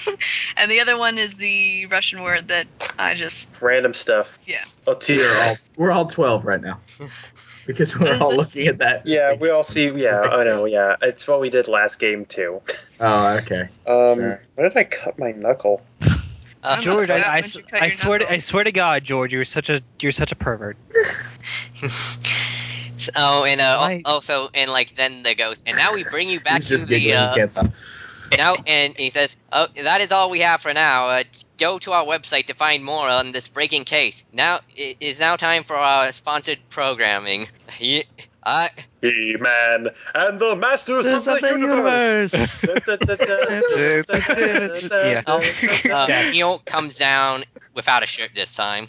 Speaker 5: and the other one is the Russian word that I just
Speaker 10: random stuff.
Speaker 5: yeah.
Speaker 10: Oh, dear.
Speaker 1: We're all we're all twelve right now because we're all looking at that.
Speaker 10: Yeah, we all see. Yeah,
Speaker 1: Sorry.
Speaker 10: I know. Yeah, it's what we did last game too.
Speaker 1: Oh, okay.
Speaker 10: Um,
Speaker 1: Sure.
Speaker 10: where did I cut my knuckle?
Speaker 3: Uh,
Speaker 5: I'm not
Speaker 2: George,
Speaker 5: sure
Speaker 2: I,
Speaker 5: that
Speaker 2: I,
Speaker 5: once
Speaker 2: s-
Speaker 5: you cut
Speaker 2: I
Speaker 5: your
Speaker 2: swear to,
Speaker 5: knuckle.
Speaker 2: I swear to God, George, you're such a you're such a pervert.
Speaker 3: Oh, and uh, al-
Speaker 2: Right.
Speaker 3: also, and like then the ghost, and now we bring you back
Speaker 1: He's
Speaker 3: to
Speaker 1: just
Speaker 3: the
Speaker 1: giggling.
Speaker 3: uh,
Speaker 1: Can't stop.
Speaker 3: now, and he says, "Oh, that is all we have for now. Uh, go to our website to find more on this breaking case. Now it is now time for our sponsored programming. uh, Ye- I
Speaker 10: He Man and the Masters
Speaker 4: Masters
Speaker 10: of the, Universe.
Speaker 4: Yeah.
Speaker 3: uh,
Speaker 4: Yes.
Speaker 3: Neil comes down without a shirt this time.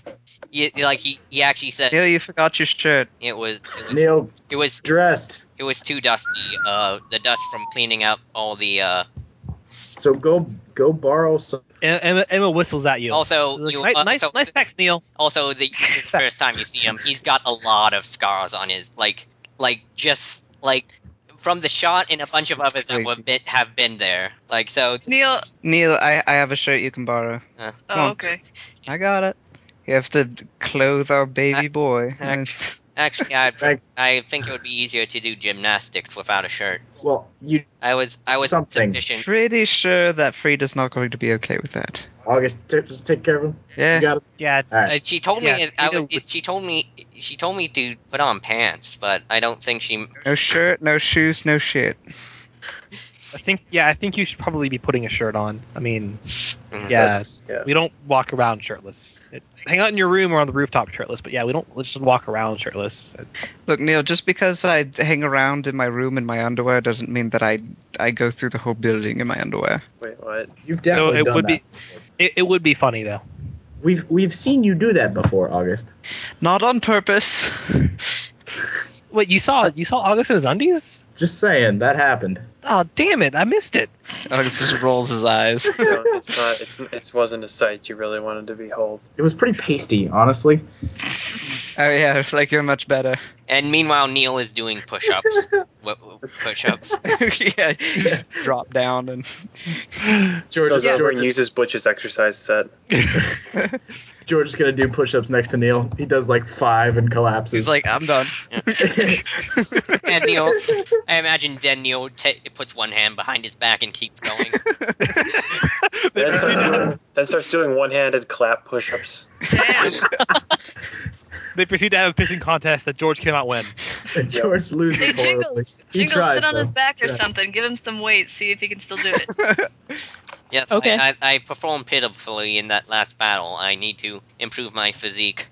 Speaker 3: He, like he, he actually said
Speaker 4: Neil, you forgot your shirt.
Speaker 3: it was it was
Speaker 1: Neil
Speaker 3: it was,
Speaker 1: dressed.
Speaker 3: it was too dusty. Uh, the dust from cleaning up all the uh.
Speaker 1: So go go borrow some.
Speaker 2: And E, Emma, Emma whistles at you.
Speaker 3: Also,
Speaker 2: Like,
Speaker 3: you,
Speaker 2: "Ni-
Speaker 3: uh,
Speaker 2: nice,
Speaker 3: so-
Speaker 2: nice pecs, Neil.
Speaker 3: Also, the the first time you see him, he's got a lot of scars on his like, like just like from the shot and a bunch of
Speaker 4: It's
Speaker 3: others that
Speaker 4: crazy.
Speaker 3: were bit have been there. Like so,
Speaker 5: Neil.
Speaker 4: Neil, I, I have a shirt you can borrow.
Speaker 5: Oh,
Speaker 4: Well,
Speaker 5: okay.
Speaker 4: I got it. You have to clothe our baby boy.
Speaker 3: act- actually, I
Speaker 1: Thanks.
Speaker 3: I think it would be easier to do gymnastics without a shirt.
Speaker 1: Well, you
Speaker 3: I was I was
Speaker 1: Something.
Speaker 3: sufficient.
Speaker 4: Pretty sure that Frida's not going to be okay with that.
Speaker 1: August t- just take care of him. You
Speaker 4: Yeah.
Speaker 1: got him.
Speaker 2: Yeah,
Speaker 1: All right.
Speaker 3: Uh, she told
Speaker 2: Yeah,
Speaker 3: me it, I,
Speaker 2: you know,
Speaker 3: would- it, she told me she told me to put on pants, but I don't think she.
Speaker 4: No shirt, no shoes, no shit.
Speaker 2: I think yeah, I think you should probably be putting a shirt on. I mean,
Speaker 3: Mm.
Speaker 2: yeah,
Speaker 10: yeah.
Speaker 2: we don't walk around shirtless. It, hang out in your room or on the rooftop shirtless, but yeah, we don't let's just walk around shirtless.
Speaker 4: Look, Neil, just because I hang around in my room in my underwear doesn't mean that I I go through the whole building in my underwear.
Speaker 10: Wait, what?
Speaker 1: You've definitely
Speaker 2: no, it
Speaker 1: done
Speaker 2: would
Speaker 1: that.
Speaker 2: be it, it would be funny though.
Speaker 1: We've we've seen you do that before, August.
Speaker 4: Not on purpose.
Speaker 2: Wait, you saw you saw August in his undies?
Speaker 1: Just saying that happened.
Speaker 2: Oh damn it, I missed it.
Speaker 4: Alex Oh, just rolls his eyes.
Speaker 10: No, it's not. It's it wasn't a sight you really wanted to behold.
Speaker 1: It was pretty pasty, honestly.
Speaker 4: Oh yeah, it's like you're much better.
Speaker 3: And meanwhile, Neil is doing push-ups. Wha- wha- push-ups.
Speaker 4: yeah, you just drop down and
Speaker 1: George,
Speaker 10: Those
Speaker 1: George,
Speaker 10: everyone
Speaker 1: is,
Speaker 10: uses Butch's exercise set.
Speaker 1: George is gonna do push-ups next to Neil. He does like five and collapses.
Speaker 4: he's like, I'm done.
Speaker 3: and Neil, I imagine then Neil t- puts one hand behind his back and keeps going.
Speaker 10: Then starts doing, then starts doing one-handed clap push-ups.
Speaker 5: Damn.
Speaker 2: They proceed to have a pissing contest that George cannot win.
Speaker 1: And George loses
Speaker 5: Hey,
Speaker 1: horribly.
Speaker 5: Jingles,
Speaker 1: He
Speaker 5: Jingles,
Speaker 1: tries,
Speaker 5: sit on
Speaker 1: though.
Speaker 5: his back or
Speaker 1: Tries.
Speaker 5: something. Give him some weight. See if he can still do it.
Speaker 3: Yes,
Speaker 6: Okay.
Speaker 3: I, I, I performed pitifully in that last battle. I need to improve my physique.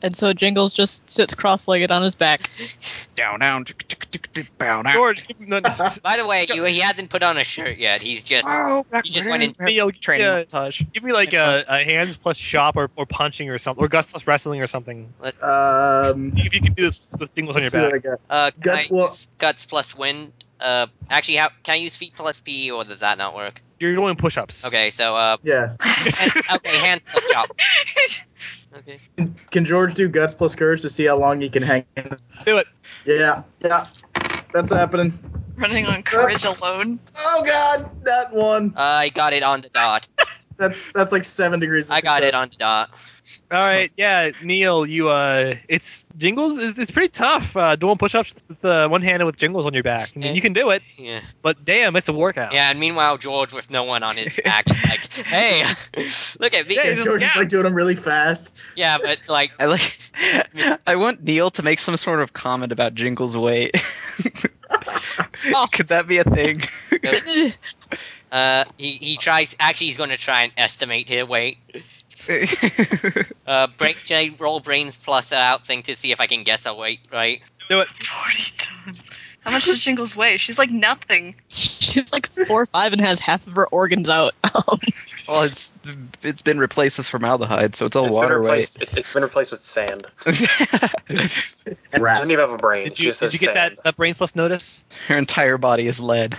Speaker 6: And so Jingles just sits cross-legged on his back.
Speaker 4: Down, down, tick, tick, tick, tick, bow down.
Speaker 2: George, no, no,
Speaker 3: By the way, you, he hasn't put on a shirt yet. He's just
Speaker 4: Oh,
Speaker 3: he just went in.
Speaker 2: Neil,
Speaker 4: training
Speaker 2: yeah,
Speaker 4: montage.
Speaker 2: give me like a, a hands plus shop or, or punching or something or guts plus wrestling or something.
Speaker 1: Um,
Speaker 2: See if you can do this with Jingles on your
Speaker 1: let's see what
Speaker 2: back.
Speaker 1: I got.
Speaker 3: Uh, can
Speaker 1: Guts
Speaker 3: I
Speaker 1: wa-
Speaker 3: use guts plus wind. Uh, actually, how can I use feet plus P or does that not work?
Speaker 2: You're doing push-ups.
Speaker 3: Okay, so uh,
Speaker 1: Yeah.
Speaker 3: hand, okay, hands plus chop. Okay.
Speaker 1: Can George do guts plus courage to see how long he can hang? in?
Speaker 2: Do it.
Speaker 1: Yeah, yeah. That's happening. Uh,
Speaker 5: Running on courage alone.
Speaker 1: Oh God, that one.
Speaker 3: I got it on the dot.
Speaker 1: that's that's like seven degrees. Of
Speaker 3: I got it
Speaker 1: success.
Speaker 3: on the dot.
Speaker 2: All right, yeah, Neil, you uh, it's jingles is it's pretty tough uh, doing push-ups with uh, one hand and with jingles on your back. I mean, you can do it,
Speaker 3: Yeah.
Speaker 2: but damn, it's a workout.
Speaker 3: Yeah, and meanwhile, George with no one on his back, like, hey, look at me.
Speaker 2: Yeah,
Speaker 3: Yeah,
Speaker 2: you're just-
Speaker 1: George is like doing them really fast.
Speaker 3: but like,
Speaker 4: I like. I want Neil to make some sort of comment about Jingle's weight. Could that be a thing?
Speaker 3: uh, he, he tries, actually, he's going to try and estimate his weight. Uh, break, should I roll brains plus out thing to see if I can guess a weight, right?
Speaker 5: Forty tons. How much does Jingles weigh? She's like nothing.
Speaker 6: She's like four or five and has half of her organs out. Um,
Speaker 4: well, it's it's been replaced with formaldehyde, so it's all
Speaker 10: It's been
Speaker 4: water weight.
Speaker 10: replaced. It, it's been replaced with sand.
Speaker 1: Rat.
Speaker 10: Doesn't even have a brain.
Speaker 2: Did
Speaker 10: It's
Speaker 2: you,
Speaker 10: just
Speaker 2: did
Speaker 10: says
Speaker 2: you get
Speaker 10: sand.
Speaker 2: that, that brains plus notice?
Speaker 4: Her entire body is lead.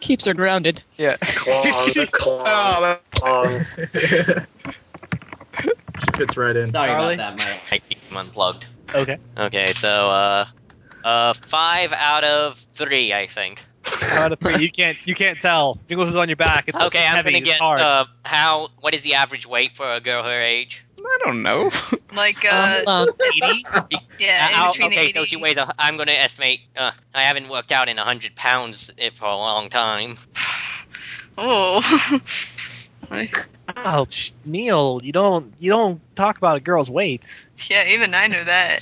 Speaker 6: keeps her grounded.
Speaker 4: Yeah.
Speaker 10: Clong, clong,
Speaker 4: Oh,
Speaker 10: clong.
Speaker 1: she fits right in.
Speaker 8: Sorry
Speaker 2: Charlie?
Speaker 8: about that,
Speaker 3: I keep him unplugged.
Speaker 2: Okay.
Speaker 3: Okay, so, uh, uh, five out of three, I think.
Speaker 2: Out of three, you can't you can't tell. Jingles is on your back. It's,
Speaker 3: Okay,
Speaker 2: it's
Speaker 3: I'm
Speaker 2: heavy,
Speaker 3: gonna
Speaker 2: it's
Speaker 3: guess,
Speaker 2: hard.
Speaker 3: uh, how, what is the average weight for a girl her age?
Speaker 4: I don't know.
Speaker 5: Like
Speaker 6: Uh,
Speaker 5: uh,
Speaker 6: hold on.
Speaker 3: 80?
Speaker 5: yeah,
Speaker 3: Uh,
Speaker 5: in
Speaker 3: I'll-
Speaker 5: between
Speaker 3: okay,
Speaker 5: 80.
Speaker 3: so she weighs. A, I'm going to estimate. Uh, I haven't worked out in 100 pounds it for a long time.
Speaker 5: Oh,
Speaker 2: Ouch, Neil, you don't you don't talk about a girl's weight.
Speaker 5: yeah. Even I know that.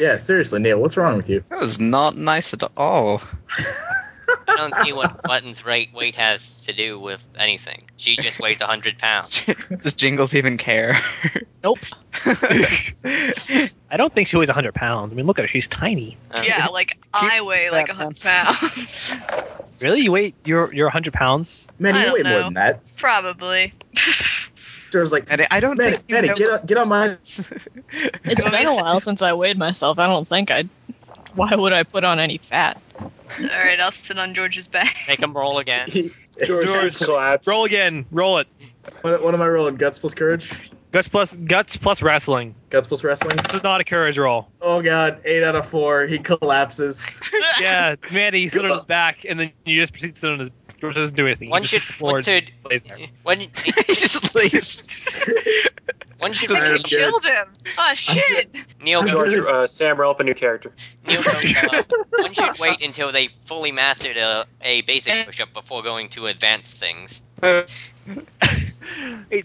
Speaker 1: Yeah, seriously, Neil, what's wrong with you?
Speaker 4: That was not nice at all.
Speaker 3: I don't see what Button's rate weight has to do with anything. She just weighs 100 pounds.
Speaker 4: Does Jingles even care?
Speaker 6: Nope.
Speaker 2: I don't think she weighs 100 pounds. I mean, look at her; she's tiny.
Speaker 3: Uh,
Speaker 5: yeah, like I weigh like a hundred pounds,
Speaker 2: Really, you weight you're you're 100 pounds?
Speaker 1: Man,
Speaker 5: I
Speaker 1: you
Speaker 5: don't
Speaker 1: weigh more
Speaker 5: know.
Speaker 1: than that.
Speaker 5: probably.
Speaker 1: George's like,
Speaker 4: and I- I don't
Speaker 1: Manny,
Speaker 4: think you
Speaker 1: Manny, get
Speaker 4: noticed-
Speaker 1: on, get on my.
Speaker 6: It's been a while since I weighed myself. I don't think I. Why would I put on any fat?
Speaker 5: All right, I'll sit on George's back.
Speaker 3: Make him roll again.
Speaker 10: George slaps.
Speaker 2: Roll again. Roll it.
Speaker 1: What, what am I rolling? Guts plus courage.
Speaker 2: Guts plus guts plus wrestling.
Speaker 1: Guts plus wrestling.
Speaker 2: This is not a courage roll.
Speaker 1: Oh god, eight out of four. He collapses.
Speaker 2: Yeah, Mandy, you sit on his back, and then you just proceed to sit on his. George doesn't do anything. He
Speaker 3: One
Speaker 2: just
Speaker 3: should,
Speaker 2: sits
Speaker 3: one
Speaker 2: forward
Speaker 3: should,
Speaker 2: and lays there.
Speaker 3: one,
Speaker 4: he just leaves.
Speaker 3: one should,
Speaker 1: Doesn't I'm
Speaker 5: I
Speaker 3: Neil,
Speaker 1: good.
Speaker 5: killed him. Oh shit!
Speaker 3: Neil,
Speaker 1: I'm
Speaker 3: goes,
Speaker 1: good.
Speaker 10: George, uh, Sam, roll up a new character.
Speaker 3: Neil goes, uh, one should wait until they fully mastered a, a basic push-up before going to advanced things.
Speaker 2: Hey,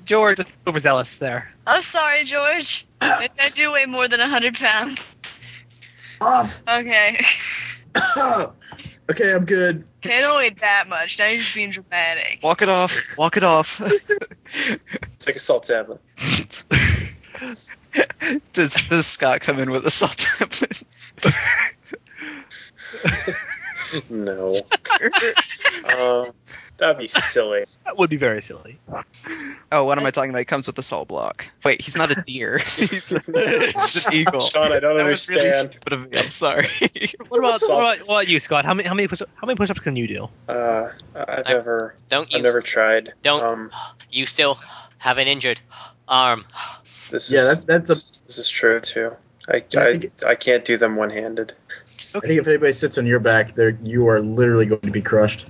Speaker 2: George, overzealous there.
Speaker 5: I'm sorry, George. Maybe I do weigh more than hundred pounds.
Speaker 1: Off.
Speaker 5: Okay.
Speaker 1: okay, I'm good.
Speaker 5: Okay, I don't weigh that much. Now you're just being dramatic.
Speaker 4: Walk it off. Walk it off.
Speaker 10: Take a salt tablet.
Speaker 4: does does Scott come in with a salt tablet?
Speaker 10: No. um, that'd be silly.
Speaker 2: That would be very silly.
Speaker 4: Oh, what am I talking about? He comes with a salt block. Wait, he's not a deer. he's an eagle.
Speaker 10: Sean, I don't
Speaker 4: That was really
Speaker 10: understand.
Speaker 4: stupid of me. I'm sorry.
Speaker 2: What about,
Speaker 10: Assault.
Speaker 2: what about, what about you, Scott? How many how many push how many push-ups can you do?
Speaker 10: Uh, I've
Speaker 3: I-
Speaker 10: never,
Speaker 3: Don't you,
Speaker 10: I've never tried.
Speaker 3: don't-
Speaker 10: Um,
Speaker 3: you still have an injured arm.
Speaker 10: this is,
Speaker 1: Yeah, that, that's a.
Speaker 10: this is true too. I,
Speaker 1: Yeah, I
Speaker 10: I,
Speaker 1: think
Speaker 10: I can't do them one-handed.
Speaker 1: I think if anybody sits on your back, there you are literally going to be crushed.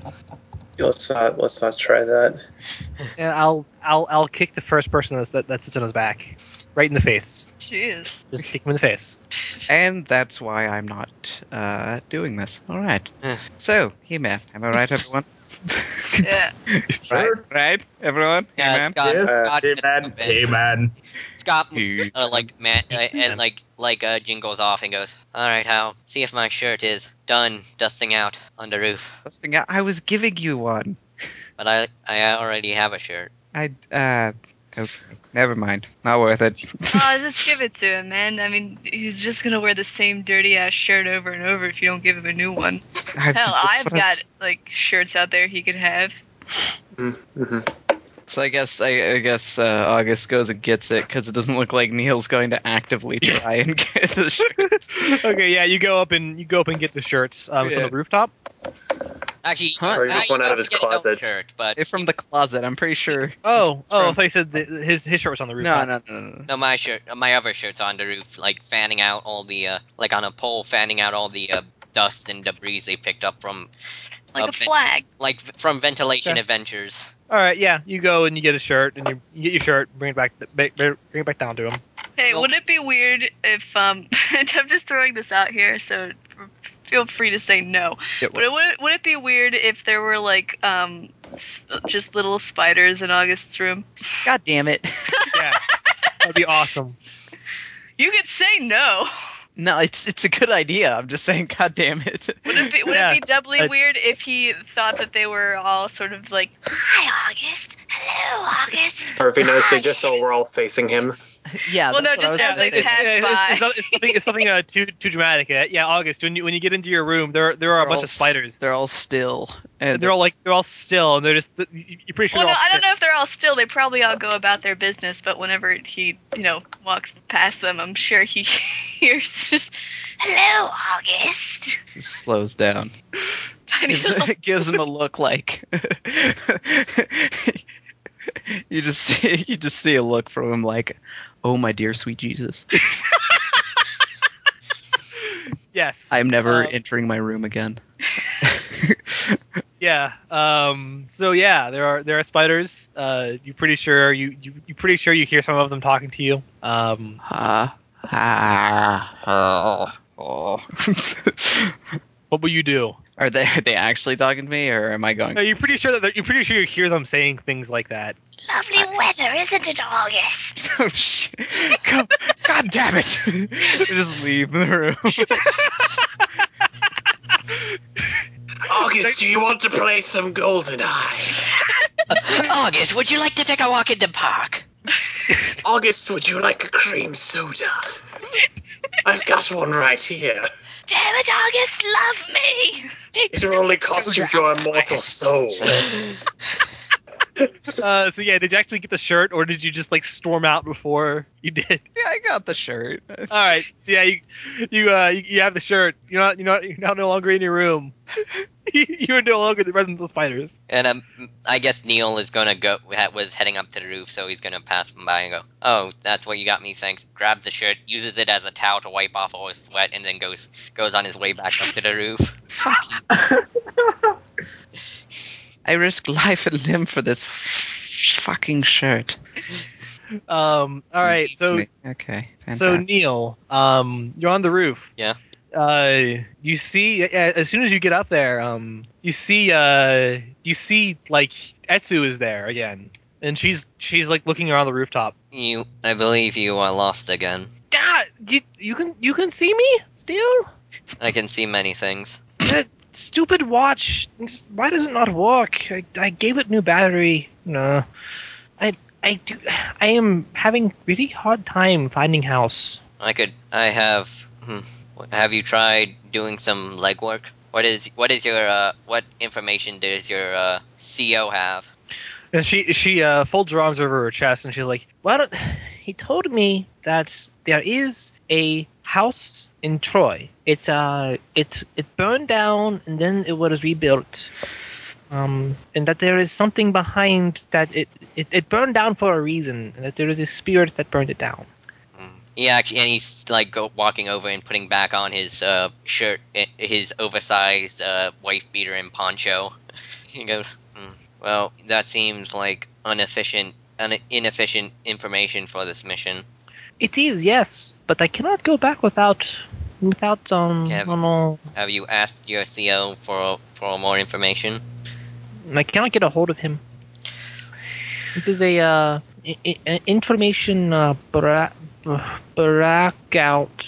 Speaker 10: Let's not, let's not try that.
Speaker 2: Yeah, I'll I'll I'll kick the first person that's, that that sits on his back, right in the face.
Speaker 5: Jeez.
Speaker 2: Just kick him in the face.
Speaker 4: and that's why I'm not uh, doing this. All right. so, He Man. Am I right, everyone?
Speaker 5: Yeah.
Speaker 1: Sure.
Speaker 4: Right, right, everyone?
Speaker 3: Yeah,
Speaker 4: He-Man?
Speaker 3: Uh, Scott,
Speaker 1: Yes.
Speaker 3: Scott, uh,
Speaker 1: Hey man, hey man.
Speaker 3: Scott
Speaker 4: He-
Speaker 3: uh, like man, uh, and like like uh, Jin goes off and goes, "All right, Hal, see if my shirt is done dusting out on the roof."
Speaker 4: Let's think out- I was giving you one.
Speaker 3: But I I already have a shirt.
Speaker 4: I, uh, okay. Never mind. Not worth it.
Speaker 5: Oh, just give it to him, man. I mean, he's just gonna wear the same dirty ass shirt over and over if you don't give him a new one.
Speaker 4: I-
Speaker 5: Hell,
Speaker 4: that's
Speaker 5: I've
Speaker 4: what I was-
Speaker 5: got like shirts out there he could have.
Speaker 10: Mm-hmm.
Speaker 4: So I guess I, I guess uh, August goes and gets it because it doesn't look like Neil's going to actively try and get the shirt.
Speaker 2: okay, yeah, you go up and you go up and get the shirts. Um, it's
Speaker 4: Yeah.
Speaker 2: on the rooftop.
Speaker 3: Actually,
Speaker 4: Huh.
Speaker 10: Or just
Speaker 3: I
Speaker 10: one out of
Speaker 3: used
Speaker 10: his
Speaker 3: to get his own
Speaker 10: closet.
Speaker 3: Shirt, but
Speaker 4: It's from the closet. I'm pretty sure.
Speaker 2: Oh,
Speaker 4: oh, I
Speaker 2: oh, I said his his shirt was on the
Speaker 4: No,
Speaker 2: rooftop.
Speaker 4: no, no, no. no.
Speaker 3: no, my shirt, my other shirt's on the roof, like fanning out all the uh, like on a pole, fanning out all the uh, dust and debris they picked up from
Speaker 5: Like
Speaker 3: uh,
Speaker 5: a
Speaker 3: ven-
Speaker 5: flag.
Speaker 3: like v- from ventilation
Speaker 2: Okay.
Speaker 3: adventures.
Speaker 2: all right, yeah, you go and you get a shirt and you, you get your shirt, bring it back, ba- ba- bring it back down to him.
Speaker 5: Hey, would it be weird if um? and I'm just throwing this out here, so feel free to say no.
Speaker 2: It
Speaker 5: But it, would would it be weird if there were like um, s- just little spiders in August's room?
Speaker 4: God damn it.
Speaker 2: yeah, that'd be awesome.
Speaker 5: You could say no.
Speaker 4: No, it's it's a good idea. I'm just saying, god damn it.
Speaker 5: Would it be, would
Speaker 2: Yeah,
Speaker 5: it be doubly
Speaker 2: I-
Speaker 5: weird if he thought that they were all sort of like, "Hi, August. Hello, August."
Speaker 9: Or if he noticed they just all were all facing him.
Speaker 4: Yeah,
Speaker 5: Well,
Speaker 4: that's
Speaker 5: no,
Speaker 4: what I
Speaker 5: just
Speaker 4: was
Speaker 5: as
Speaker 4: gonna
Speaker 5: they
Speaker 4: say.
Speaker 5: pass-
Speaker 2: yeah, it's,
Speaker 5: by.
Speaker 2: it's, not- it's something, it's something uh, too too dramatic. Uh, yeah, August, when you when you get into your room, there there are
Speaker 4: They're
Speaker 2: a bunch
Speaker 4: all
Speaker 2: of spiders.
Speaker 4: s- They're all still. And
Speaker 2: they're all like they're all still, and they're just you- you're pretty sure
Speaker 5: Well, no,
Speaker 2: they're all
Speaker 5: I don't
Speaker 2: still.
Speaker 5: know if they're all still. They probably all go about their business, but whenever he, you know, walks past them, I'm sure he hears just, "Hello, August."
Speaker 4: slows down.
Speaker 5: Tiny
Speaker 4: Gives,
Speaker 5: little-
Speaker 4: gives him a look like you just see, you just see a look from him like, oh my dear sweet Jesus,
Speaker 2: Yes,
Speaker 4: I'm never
Speaker 2: Uh,
Speaker 5: Oh.
Speaker 4: entering my room again.
Speaker 2: yeah. Um, so yeah, there are there are spiders. Uh, you pretty sure you you you pretty sure you hear some of them talking to you. Um,
Speaker 4: Ah, ah, oh, oh.
Speaker 2: what will you do?
Speaker 4: Are they are they actually talking to me, or am I going?
Speaker 2: No, you're pretty sure that they're- you're pretty sure you hear them saying things like that.
Speaker 11: Lovely weather, isn't it, August?
Speaker 4: Oh, shit. Come, God damn it! just leave the room.
Speaker 10: August, do you want to play some Golden Eye?
Speaker 3: August, would you like to take a walk in the park?
Speaker 10: August, would you like a cream soda? I've got one right here.
Speaker 11: Damn it, August, love me!
Speaker 10: It will only cost you your immortal soul.
Speaker 2: Uh, so yeah, did you actually get the shirt, or did you just like storm out before you did?
Speaker 4: yeah, I got the shirt.
Speaker 2: All right, yeah, you you uh, you, you have the shirt. You're not you're not you're now no longer in your room. you are no longer the resident of spiders.
Speaker 3: And um, I guess Neil is gonna go. ha- Was heading up to the roof, so he's gonna pass them by and go, "Oh, that's what you got me. Thanks." Grabs the shirt, uses it as a towel to wipe off all his sweat, and then goes goes on his way back up to the roof.
Speaker 4: I risk life and limb for this f- fucking shirt.
Speaker 2: Um, all right,
Speaker 4: Leaves
Speaker 2: so
Speaker 4: me. okay,
Speaker 2: so
Speaker 4: fantastic.
Speaker 2: Neil, um, you're on the roof.
Speaker 3: Yeah.
Speaker 2: Uh, you see, a- a- as soon as you get up there, um, you see, uh, you see, like Etsu is there again, and she's she's like looking around the rooftop.
Speaker 3: You, I believe you are lost again.
Speaker 2: Dad, Ah, you, you can you can see me still?
Speaker 3: I can see many things.
Speaker 2: That stupid watch. Why does it not work? I, I gave it new battery. No, I I do. I am having really hard time finding house.
Speaker 3: I could. I have. Hmm, what- have you tried doing some legwork? What is what is your uh, what information does your uh, CO have?
Speaker 2: And she she uh, folds her arms over her chest and she's like, "Why don't?" He told me that there is a house in Troy. It uh it it burned down and then it was rebuilt. Um, and that there is something behind that it, it it burned down for a reason. And that there is a spirit that burned it down.
Speaker 3: Mm. He actually, and he's like go, walking over and putting back on his uh, shirt, i- his oversized uh, wife beater and poncho. He goes, "Hmm, "Well, that seems like inefficient, un- inefficient information for this mission."
Speaker 2: It is yes, but I cannot go back without without um.
Speaker 3: Yeah, but-
Speaker 2: no,
Speaker 3: Have you asked your CO for for more information?
Speaker 2: no, I cannot get a hold of him. It is a uh, i- i- information uh, bra- bra- blackout.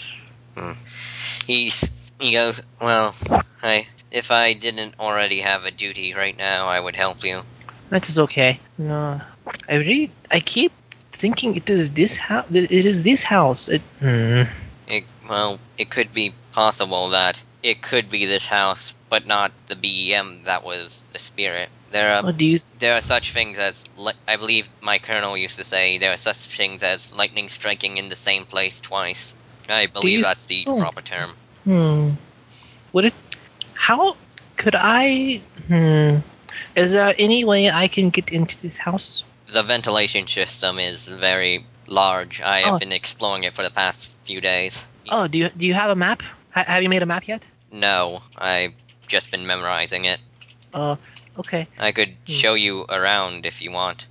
Speaker 3: He's he goes, "Well, I if I didn't already have a duty right now, I would help you."
Speaker 2: That is okay. No, I really I keep thinking it is this house. It is this house. It. Hmm.
Speaker 3: It, well, it could be possible that it could be this house, but not the BEM that was the spirit. There are
Speaker 2: What do you?
Speaker 3: there are such things as li- I believe my colonel used to say there are such things as lightning striking in the same place twice. I believe
Speaker 2: you
Speaker 3: that's the
Speaker 2: think-
Speaker 3: proper term.
Speaker 2: Hmm. Would it? How could I? Hmm. Is there any way I can get into this house?
Speaker 3: The ventilation system is very large. I have
Speaker 2: Oh.
Speaker 3: been exploring it for the past few days.
Speaker 2: Oh, do you do you have a map? Ha- have you made a map yet?
Speaker 3: No, I've just been memorizing it.
Speaker 2: Uh,
Speaker 8: Okay,
Speaker 3: I could show you around if you want.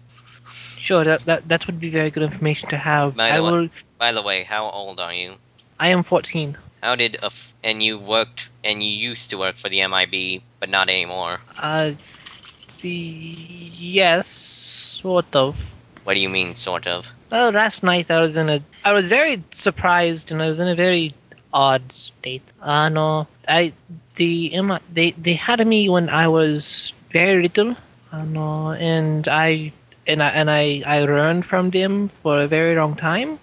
Speaker 8: sure. That, that that would be very good information to have.
Speaker 3: By the
Speaker 8: I
Speaker 3: wa-
Speaker 8: will.
Speaker 3: By the way, how old are you?
Speaker 8: I am fourteen.
Speaker 3: How did a f- and you worked and you used to work for the MIB, but not anymore.
Speaker 8: Uh, see, yes, sort of.
Speaker 3: What do you mean, sort of?
Speaker 8: Well, last night I was in a. I was very surprised, and I was in a very odd state. Uh, no, I the Emma they they had me when I was very little. Uh, no, and I and I and I I learned from them for a very long time.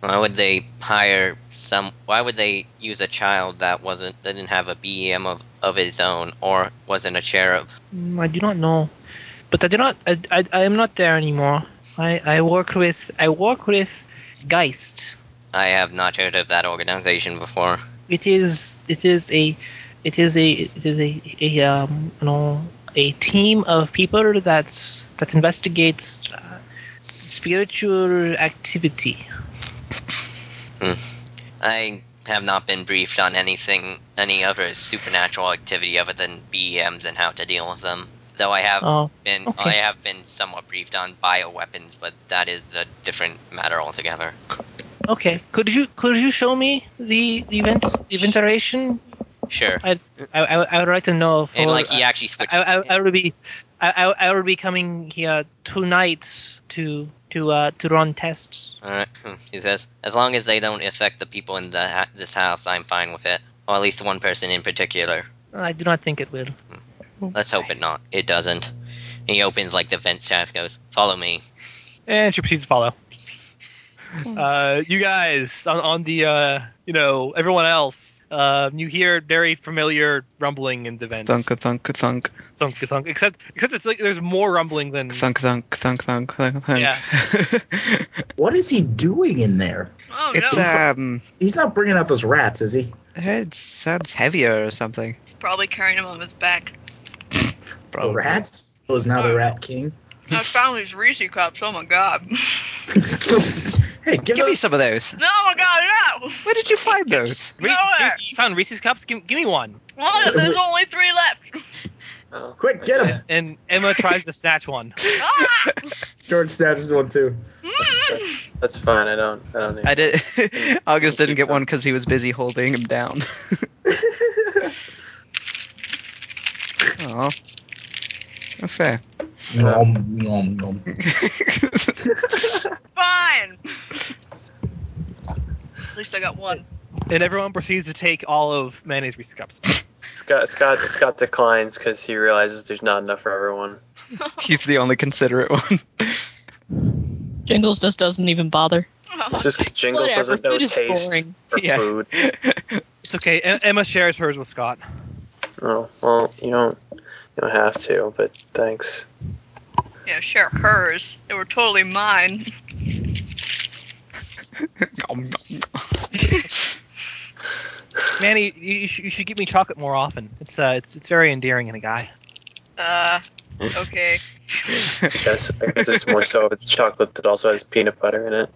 Speaker 3: Why would they hire some? Why would they use a child that wasn't that didn't have a BEM of of his own or wasn't a cherub?
Speaker 8: Mm, I do not know, but I do not. I I, I am not there anymore. I I work with I work with Geist.
Speaker 3: I have not heard of that organization before.
Speaker 8: it is it is a it is a it is a, a um you know a team of people that's that investigates uh, spiritual activity
Speaker 3: I have not been briefed on anything, any other supernatural activity other than BEMs and how to deal with them. Though I have
Speaker 8: oh
Speaker 3: been,
Speaker 8: okay.
Speaker 3: I have been somewhat briefed on bioweapons, but that is a different matter altogether.
Speaker 8: okay could you could you show me the the event the ventilation
Speaker 3: Sure.
Speaker 8: I, I, I would like to know for,
Speaker 3: and like he actually switches.
Speaker 8: I, I, I would be I, I, I would be coming here tonight to to uh to run tests
Speaker 3: Alright, hmm, he says, as long as they don't affect the people in the ha- this house, I'm fine with it. Or at least one person in particular.
Speaker 8: I do not think it will Oh,
Speaker 3: Let's hope it not. It doesn't. He opens like the vent shaft, goes, "Follow me."
Speaker 8: And she proceeds to follow. Uh, you guys on, on the uh, you know everyone else, uh, you hear very familiar rumbling in the vents.
Speaker 4: Thunk, thunk, thunk,
Speaker 8: thunk, thunk. Except except it's like there's more rumbling than
Speaker 4: thunk, thunk, thunk, thunk, thunk, thunk.
Speaker 8: Yeah.
Speaker 1: What is he doing in there?
Speaker 5: Oh
Speaker 4: it's
Speaker 5: no,
Speaker 2: uh,
Speaker 4: um,
Speaker 1: He's not bringing out those rats, is he?
Speaker 4: it sounds heavier or something.
Speaker 5: he's probably carrying him on his back.
Speaker 1: The rats? He was now the Rat King.
Speaker 5: I found these Reese cups. Oh my god.
Speaker 1: hey, give,
Speaker 4: Give me
Speaker 1: us
Speaker 4: some of those.
Speaker 5: No, my god, no.
Speaker 4: Where did you find those?
Speaker 8: Re-
Speaker 5: No way.
Speaker 8: seriously, you found Reese's cups. Give, give me one.
Speaker 5: Well, there's only three left.
Speaker 9: Oh,
Speaker 1: quick, get him.
Speaker 8: And Emma tries to snatch one.
Speaker 5: Ah!
Speaker 1: George snatches one too.
Speaker 5: Mm.
Speaker 9: That's fine. I don't. I don't need.
Speaker 4: I did. August didn't get one because he was busy holding him down. Oh, fair.
Speaker 1: Nom, nom, nom.
Speaker 5: Fine. At least I got one.
Speaker 8: And everyone proceeds to take all of Manny's Reese's cups.
Speaker 9: Scott Scott Scott declines because he realizes there's not enough for everyone.
Speaker 4: He's the only considerate one.
Speaker 6: Jingles just doesn't even bother.
Speaker 5: Oh,
Speaker 9: It's just 'cause Jingles
Speaker 6: Whatever,
Speaker 9: doesn't know
Speaker 6: food is
Speaker 9: taste
Speaker 6: boring.
Speaker 9: for
Speaker 4: Yeah.
Speaker 9: food.
Speaker 8: It's okay. E- Emma shares hers with Scott.
Speaker 9: Oh well, you don't. You don't have to, but thanks.
Speaker 5: yeah, share hers. They were totally mine.
Speaker 8: Manny, you, you, should, you should give me chocolate more often. It's uh, it's it's very endearing in a guy.
Speaker 5: Uh, okay.
Speaker 9: Yes, because it's more so it's chocolate that also has peanut butter in it.